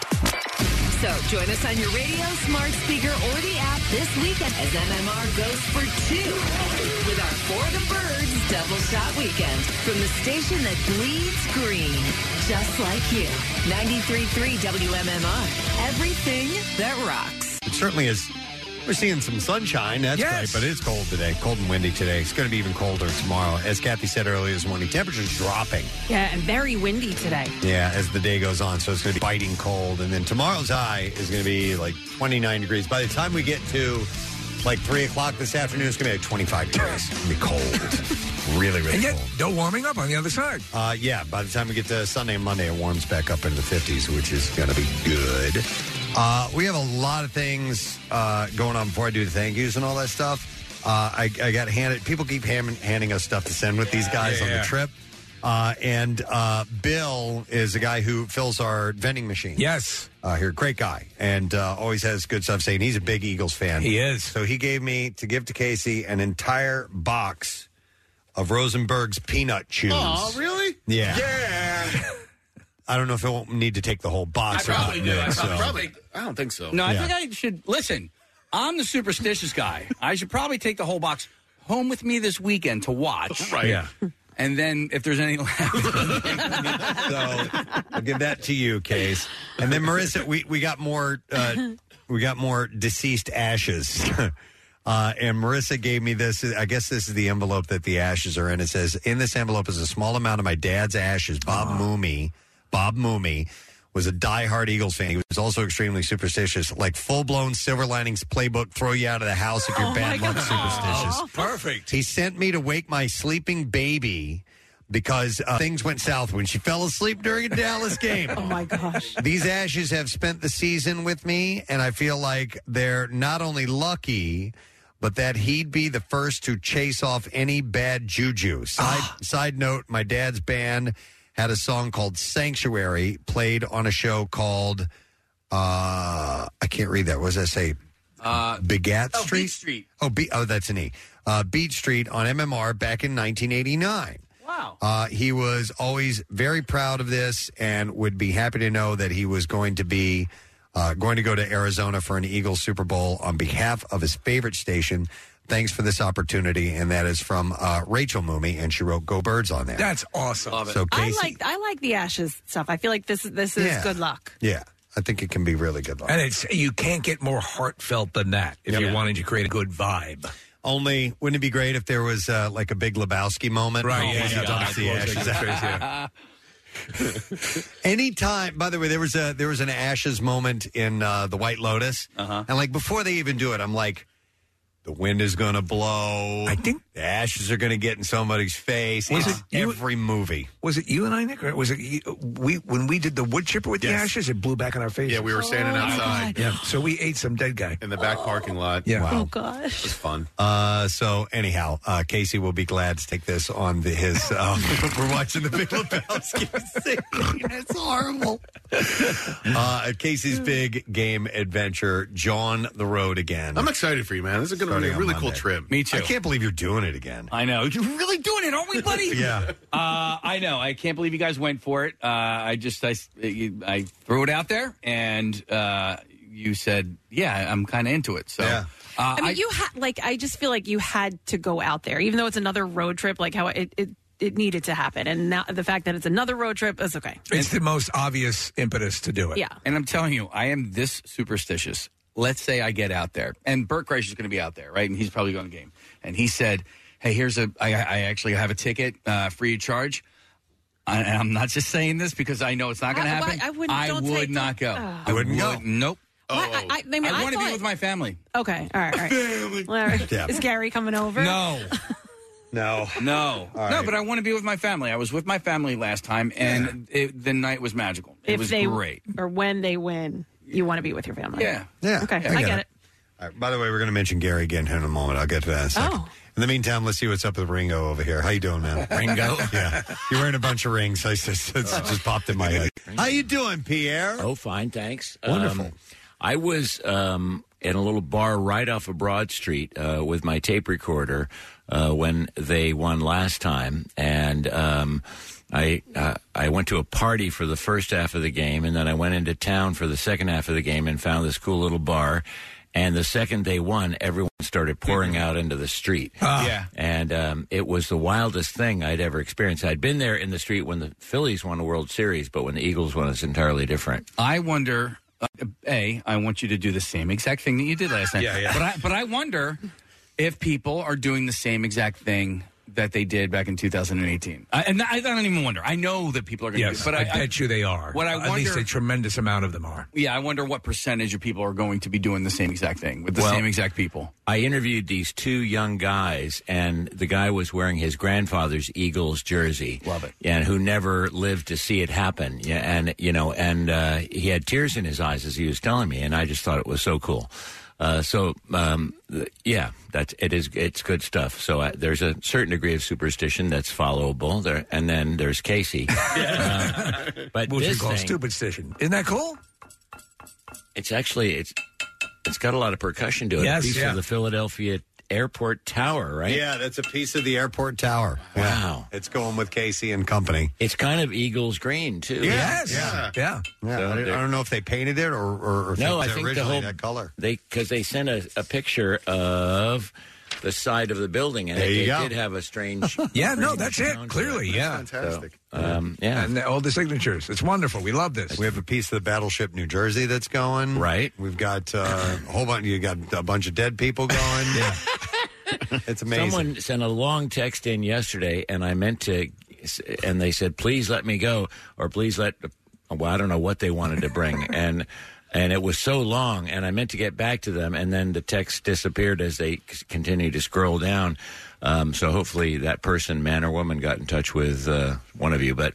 So join us on your radio, smart speaker, or the app this weekend as MMR goes for two with our For the Birds Double Shot Weekend from the station that bleeds green, just like you. 93.3 WMMR, everything that rocks.
It certainly is. We're seeing some sunshine. That's
Yes.
great, but it's cold today. Cold and windy today. It's going to be even colder tomorrow. As Kathy said earlier this morning, temperatures dropping.
Yeah, and very windy today.
Yeah, as the day goes on. So it's going to be biting cold. And then tomorrow's high is going to be like 29 degrees. By the time we get to like 3 o'clock this afternoon, it's going to be like 25 degrees. It's going to be
[LAUGHS]
cold. really, really
and yet,
cold.
no warming up on the other side.
Uh, yeah, by the time we get to Sunday and Monday, it warms back up into the 50s, which is going to be good. Uh, we have a lot of things uh, going on before I do the thank yous and all that stuff. Uh, I, I got handed, people keep ham- handing us stuff to send with these guys
Yeah,
on
yeah.
the trip. Uh, and uh, Bill is the guy who fills our vending machine.
Yes.
Uh, here, great guy, and uh, always has good stuff saying. He's a big Eagles fan.
He is.
So he gave me to give to Casey an entire box of Rosenberg's peanut chews.
Oh, really?
Yeah.
Yeah.
I don't know if it won't need to take the whole box.
I
or not,
probably do. I
Nick, so-
probably, probably-
I don't think so.
No, I
Yeah.
think I should listen. I'm the superstitious guy. I should probably take the whole box home with me this weekend to watch.
Right. Yeah.
And then if there's any [LAUGHS] left,
so I'll give that to you, Case. And then Marissa, we, we got more uh, we got more deceased ashes. [LAUGHS] Uh, and Marissa gave me this. I guess this is the envelope that the ashes are in. It says, "In this envelope is a small amount of my dad's ashes." Bob Mooney. Bob Mooney was a diehard Eagles fan. He was also extremely superstitious, like full blown Silver Linings Playbook, throw you out of the house if you're
Oh,
bad
my
luck
God.
superstitious. [LAUGHS]
Perfect.
He sent me to wake my sleeping baby because uh, things went south when she fell asleep during a Dallas
[LAUGHS]
game. oh
my gosh.
These ashes have spent the season with me, and I feel like they're not only lucky. But that he'd be the first to chase off any bad juju. Side, side note, my dad's band had a song called Sanctuary played on a show called, uh, I can't read that. What does that say?
uh,
Begat
oh,
Street?
Beach Street.
Oh, Be- oh, that's an E. Uh, Beach Street on MMR back in 1989.
Wow.
Uh, he was always very proud of this and would be happy to know that he was going to be uh, going to go to Arizona for an Eagles Super Bowl on behalf of his favorite station. Thanks for this opportunity, and that is from uh, Rachel Mooney, and she wrote "Go Birds" on there.
That's awesome.
So
I
Casey,
like I like the ashes stuff. I feel like this this is
Yeah.
good luck.
yeah, I think it can be really good. luck.
And it's you can't get more heartfelt than that if you're wanting to create a good vibe.
Only, wouldn't it be great if there was uh, like a big Lebowski moment?
Right,
Oh,
yeah,
when
yeah,
you dump
yeah.
the ashes
Yeah.
out.
Yeah.
[LAUGHS] Anytime, by the way, there was a there was an ashes moment in uh, the White Lotus, and like before they even do it, I'm like, the wind is going to blow. I think the ashes are going to get in somebody's face.
Was
It's every movie?
Was it you and I, Nick, or was it you, we when we did the wood chipper with
Yes.
the ashes? It blew back in our face.
Yeah, we were standing Oh, my outside. God.
Yeah, so we ate some dead guy
in the back parking lot.
Yeah.
Wow. Oh,
gosh.
It's fun.
Uh, so anyhow, uh, Casey will be glad to take this on the, his. [LAUGHS] Um, we're watching the Big Lebowski scene. It's horrible. Uh, Casey's big game adventure, John the Road again.
I'm excited for you, man. This is going to be
Starting
a
on
really cool
Monday.
trip.
Me too.
I can't believe you're doing it again.
I know. You're really doing it, aren't we, buddy?
Yeah.
Uh, I know. I can't believe you guys went for it. Uh, I just I, I threw it out there, and uh, you said, "Yeah, I'm kind of into it." So, uh,
I mean, you had like I just feel like you had to go out there, even though it's another road trip. Like how it it, it needed to happen, and now the fact that it's another road trip is okay.
It's the most obvious impetus to do it.
Yeah.
And I'm telling you, I am this superstitious. Let's say I get out there, and Bert Kreischer is going to be out there, right? And he's probably going to game. And he said, "Hey, here's a. I, I actually have a ticket, uh, free of charge." I, and I'm not just saying this because I know it's not going to
I- Uh, why-
happen.
I wouldn't- don't
would
take the-
not go.
Ugh.
I wouldn't
go.
Nope.
Why- I- I- I mean, I
want to Oh. be
thought-
with my family.
Okay, all right,
[LAUGHS]
all right. All right.
Yeah.
Is Gary coming over?
No.
No.
No. No, but I want to be with my family. I was with my family last time, and it, the night was magical. It
if
was
they
great.
or when they win, you want to be with your family.
Yeah.
Yeah.
Okay,
Yeah,
I get it.
All right, by the way, we're going to mention Gary again here in a moment. I'll get to that in a second.
Oh.
In the meantime, let's see what's up with Ringo over here. How you doing, man?
Ringo?
[LAUGHS] yeah, you're wearing a bunch of rings. I just, it's just popped in my head. How you doing, Pierre?
Oh, fine, thanks.
Wonderful.
Um, I was um, in a little bar right off of Broad Street uh, with my tape recorder uh, when they won last time, and um, I uh, I went to a party for the first half of the game, and then I went into town for the second half of the game and found this cool little bar. And the second they won, everyone started pouring out into the street.
Ah,
yeah.
And um, it was the wildest thing I'd ever experienced. I'd been there in the street when the Phillies won a World Series, but when the Eagles won, it's entirely different.
I wonder. Uh, a, I want you to do the same exact thing that you did last night.
Yeah, yeah.
But I, but I wonder if people are doing the same exact thing that they did back in 2018. I, and I don't even wonder. I know that people are going to.
Yes,
do, but
I, bet you they are.
What I
At
wonder,
least a tremendous amount of them are.
yeah, I wonder what percentage of people are going to be doing the same exact thing with the
Well-
same exact people.
I interviewed these two young guys, and the guy was wearing his grandfather's Eagles jersey. Love it. And who never lived to see it happen. Yeah, and you know, and uh, he had tears in his eyes as he was telling me, and I just thought it was so cool. Uh, so um, th- yeah, that's it is it's good stuff. So uh, there's a certain degree of superstition that's followable there, and then there's [LAUGHS] Casey. Uh, but
Which we
this
call
thing,
stupid station. Isn't that cool?
it's actually it's it's got a lot of percussion to it.
Yes,
a piece
yeah.
of the Philadelphia airport tower, right?
Yeah, that's a piece of the airport tower. Wow, it's going with Casey and company.
It's kind of Eagles green too.
Yes.
Yeah.
Yeah.
I, don't- I don't know if they painted it or, or, or if it
no,
was
I think the
originally
whole
that color.
They because they sent a, a picture of the side of the building, and
There
it,
you
it
go.
did have
[LAUGHS]
a strange.
Yeah, no,
strange
that's it.
sound to
Clearly, yeah.
So, um, yeah.
And all the signatures. It's wonderful. We love this.
We have a piece of the battleship New Jersey that's going. Right. We've got uh, a whole bunch. You got a bunch of dead people
[LAUGHS]
going. yeah. [LAUGHS] It's amazing.
Someone sent a long text in yesterday, and I meant to, and they said, "Please let me go," or "Please let." Well, I don't know what they wanted to
[LAUGHS]
bring, and and it was so long, and I meant to get back to them, and then the text disappeared as they c- continued to scroll down. Um, so hopefully that person, man or woman, got in touch with uh, one of you. But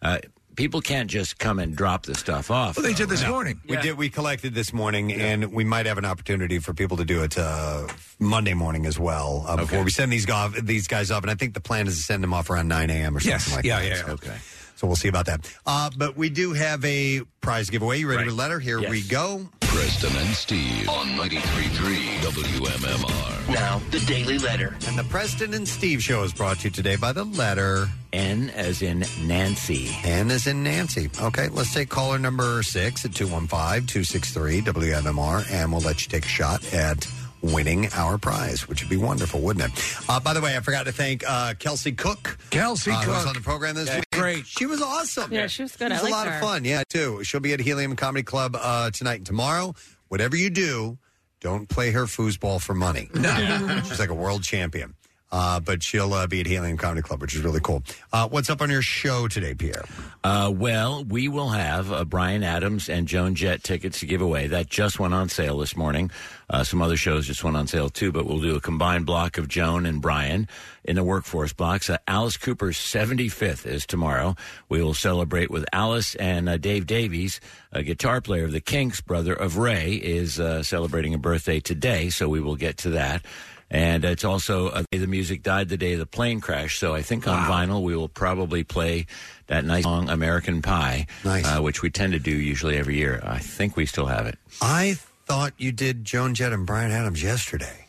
uh, people can't just come and drop the stuff off. Um, though, right?
We did. We collected this morning, and we might have an opportunity for people to do it uh, Monday morning as well. Uh, Before we send these guys these guys off, and I think the plan is to send them off around nine a.m. or something
Yes.
like
Yeah,
that.
yeah,
So-
yeah.
Okay.
So we'll see about that. Uh, but we do have a prize giveaway. You ready to letter? Here we go.
Preston and Steve on 93.3 WMMR.
Now,
the Daily Letter.
And the Preston and Steve show is brought to you today by the letter
N as in Nancy.
N as in Nancy. Okay, let's take caller number six at 215 263 WMMR, and we'll let you take a shot at winning our prize, which would be wonderful, wouldn't it? Uh, by the way, I forgot to thank uh, Kelsey Cook.
Kelsey
uh, who was
Cook.
on the program this
Yeah,
week. Great. She was awesome.
Yeah, she was
It
good. I
was a
liked
lot of
her.
fun. Yeah, too. She'll be at Helium Comedy Club uh, tonight and tomorrow. Whatever you do, don't play her foosball for
[LAUGHS]
money. No. [LAUGHS] She's like a world champion. Uh, but she'll uh, be at Helium Comedy Club, which is really cool. Uh, what's up on your show today, Pierre?
Uh, well, we will have uh, Brian Adams and Joan Jett tickets to give away. That just went on sale this morning. Uh, some other shows just went on sale too, but we'll do a combined block of Joan and Brian in the workforce blocks. Uh, Alice Cooper's 75th is tomorrow. We will celebrate with Alice and uh, Dave Davies, a guitar player of the Kinks, brother of Ray, is uh, celebrating a birthday today, so we will get to that. And it's also uh, the music died the day of the plane crash. So I think on vinyl we will probably play that nice song "American Pie," uh, which we tend to do usually every year. I think we still have it.
I thought you did Joan Jett and Brian Adams yesterday.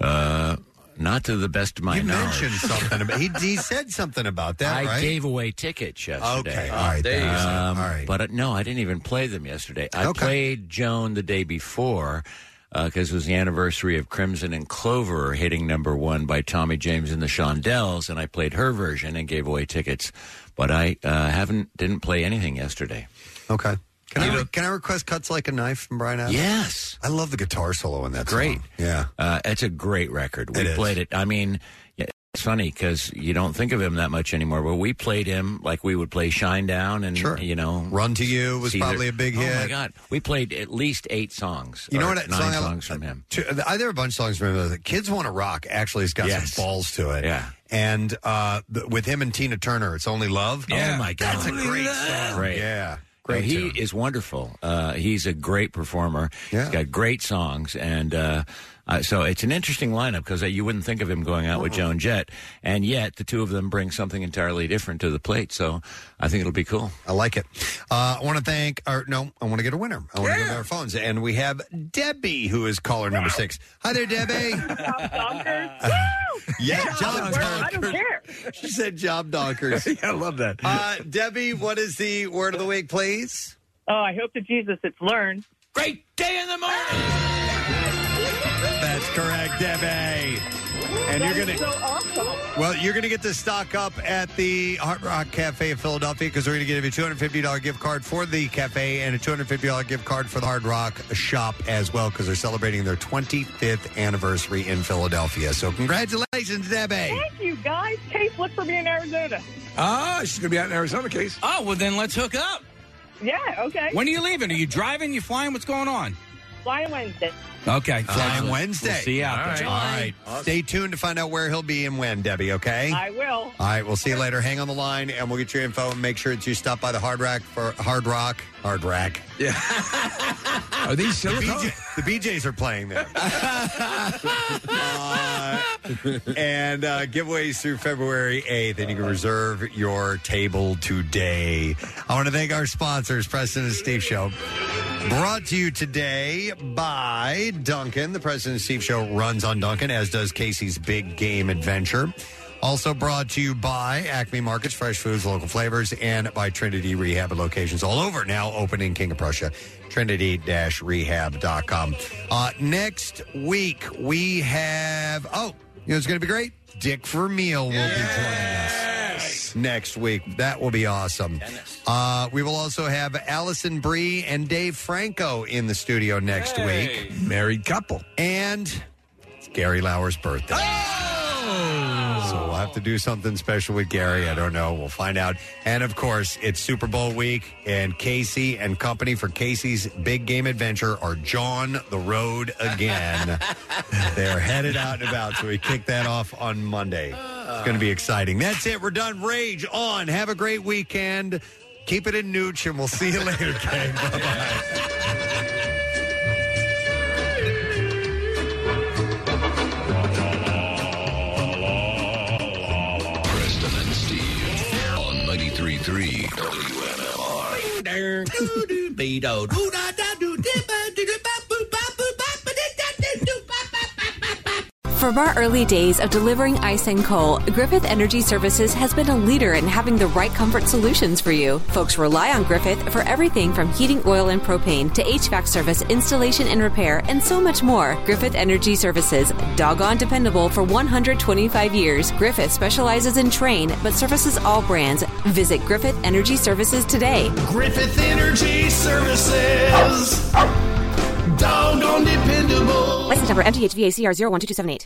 Uh, not to the best of my
you
knowledge.
mentioned something about he, he said something about that.
I
right?
gave away tickets yesterday.
Okay, all right, there you go.
Um,
All right.
But uh, no, I didn't even play them yesterday. I played Joan the day before because it was the anniversary of Crimson and Clover hitting number one by Tommy James and the Shondells, and I played her version and gave away tickets. But I uh, haven't didn't play anything yesterday.
Okay. Can I, can I request cuts like a knife from Brian Adams?
Yes,
I love the guitar solo in that.
Great,
song. yeah.
Uh, it's a great record. We
It is.
played it. I mean. yeah, It's funny because you don't think of him that much anymore, but we played him like we would play "Shine Down" and you know,
"Run to You" was probably a big
oh
hit.
my god, we played at least eight songs.
You know
or
what
Nine
song I- uh,
songs from him.
Two- I, there are a bunch of songs from him. The Kids Want to Rock actually has got
Yes.
some balls to it.
Yeah.
And uh, th- with him and Tina Turner, it's Only Love.
Oh my god,
That's a great song.
Great.
Yeah.
No,
Great.
he is wonderful. Uh, he's a great performer. He's got great songs, and uh, Uh, so it's an interesting lineup because uh, you wouldn't think of him going out
Uh-huh.
with Joan Jett, and yet the two of them bring something entirely different to the plate. So I think it'll be cool.
I like it. Uh, I want to thank, or no, I want to get a winner. I want to go to our phones. And we have Debbie, who is caller number six. Hi there, [LAUGHS] Debbie. [LAUGHS] yeah, job donkers. I don't care. She said job
[LAUGHS]
donkers.
I love that.
Uh, Debbie, what is the word of the week, please?
Oh, I hope to Jesus it's learn.
Great day in the morning.
That's correct, Debbie. And you're gonna [LAUGHS] well, you're gonna get to stock up at the Hard Rock Cafe of Philadelphia because we're gonna give you a two hundred fifty dollar gift card for the cafe and a two hundred fifty dollar gift card for the Hard Rock shop as well because they're celebrating their twenty fifth anniversary in Philadelphia. So congratulations, Debbie.
Thank you, guys. Case, look for me in Arizona.
Ah, she's going to be out in Arizona, Case.
Oh, well, then let's hook up.
[LAUGHS] Yeah, okay.
When are you leaving? Are you driving? You flying? What's going on?
Flying Wednesday.
Okay.
Flying
We'll
Wednesday.
see you out
All
there.
right. All right. Stay tuned to find out where he'll be and when, Debbie, okay?
I will.
All right, we'll see you later. Hang on the line, and we'll get your info and make sure that you stop by the Hard Rock for Hard Rock, Hard Rack.
Yeah. [LAUGHS] are these
the, BJ, the BJ's are playing there. [LAUGHS] Uh, and uh, giveaways through February 8th, and you can reserve your table today. I want to thank our sponsors, President and Steve Show. Brought to you today by Duncan. The President and Steve Show runs on Duncan, as does Casey's Big Game Adventure. Also brought to you by Acme Markets, fresh foods, local flavors, and by Trinity Rehab at locations all over now open in King of Prussia, trinity-rehab.com. Uh, next week, we have, oh, you know, it's going to be great. Dick Vermeil will be joining us next week. That will be awesome. Uh, we will also have Allison Bree and Dave Franco in the studio next week.
Married couple.
And it's Gary Lauer's birthday. So we'll have to do something special with Gary. I don't know. We'll find out. And of course, it's Super Bowl week, and Casey and company for Casey's big game adventure are John the road again. They're headed out and about, so we kick that off on Monday. It's going to be exciting. That's it. We're done. Rage on. Have a great weekend. Keep it in nooch, and we'll see you [LAUGHS] later, gang. Bye bye.
Preston and Steve on 93.3 WMMR.
From our early days of delivering ice and coal, Griffith Energy Services has been a leader in having the right comfort solutions for you. Folks rely on Griffith for everything from heating oil and propane to HVAC service, installation and repair, and so much more. Griffith Energy Services, doggone dependable for 125 years. Griffith specializes in train but services all brands. Visit Griffith Energy Services today.
Griffith Energy Services. Doggone dependable.
License number MGHVACR 012278.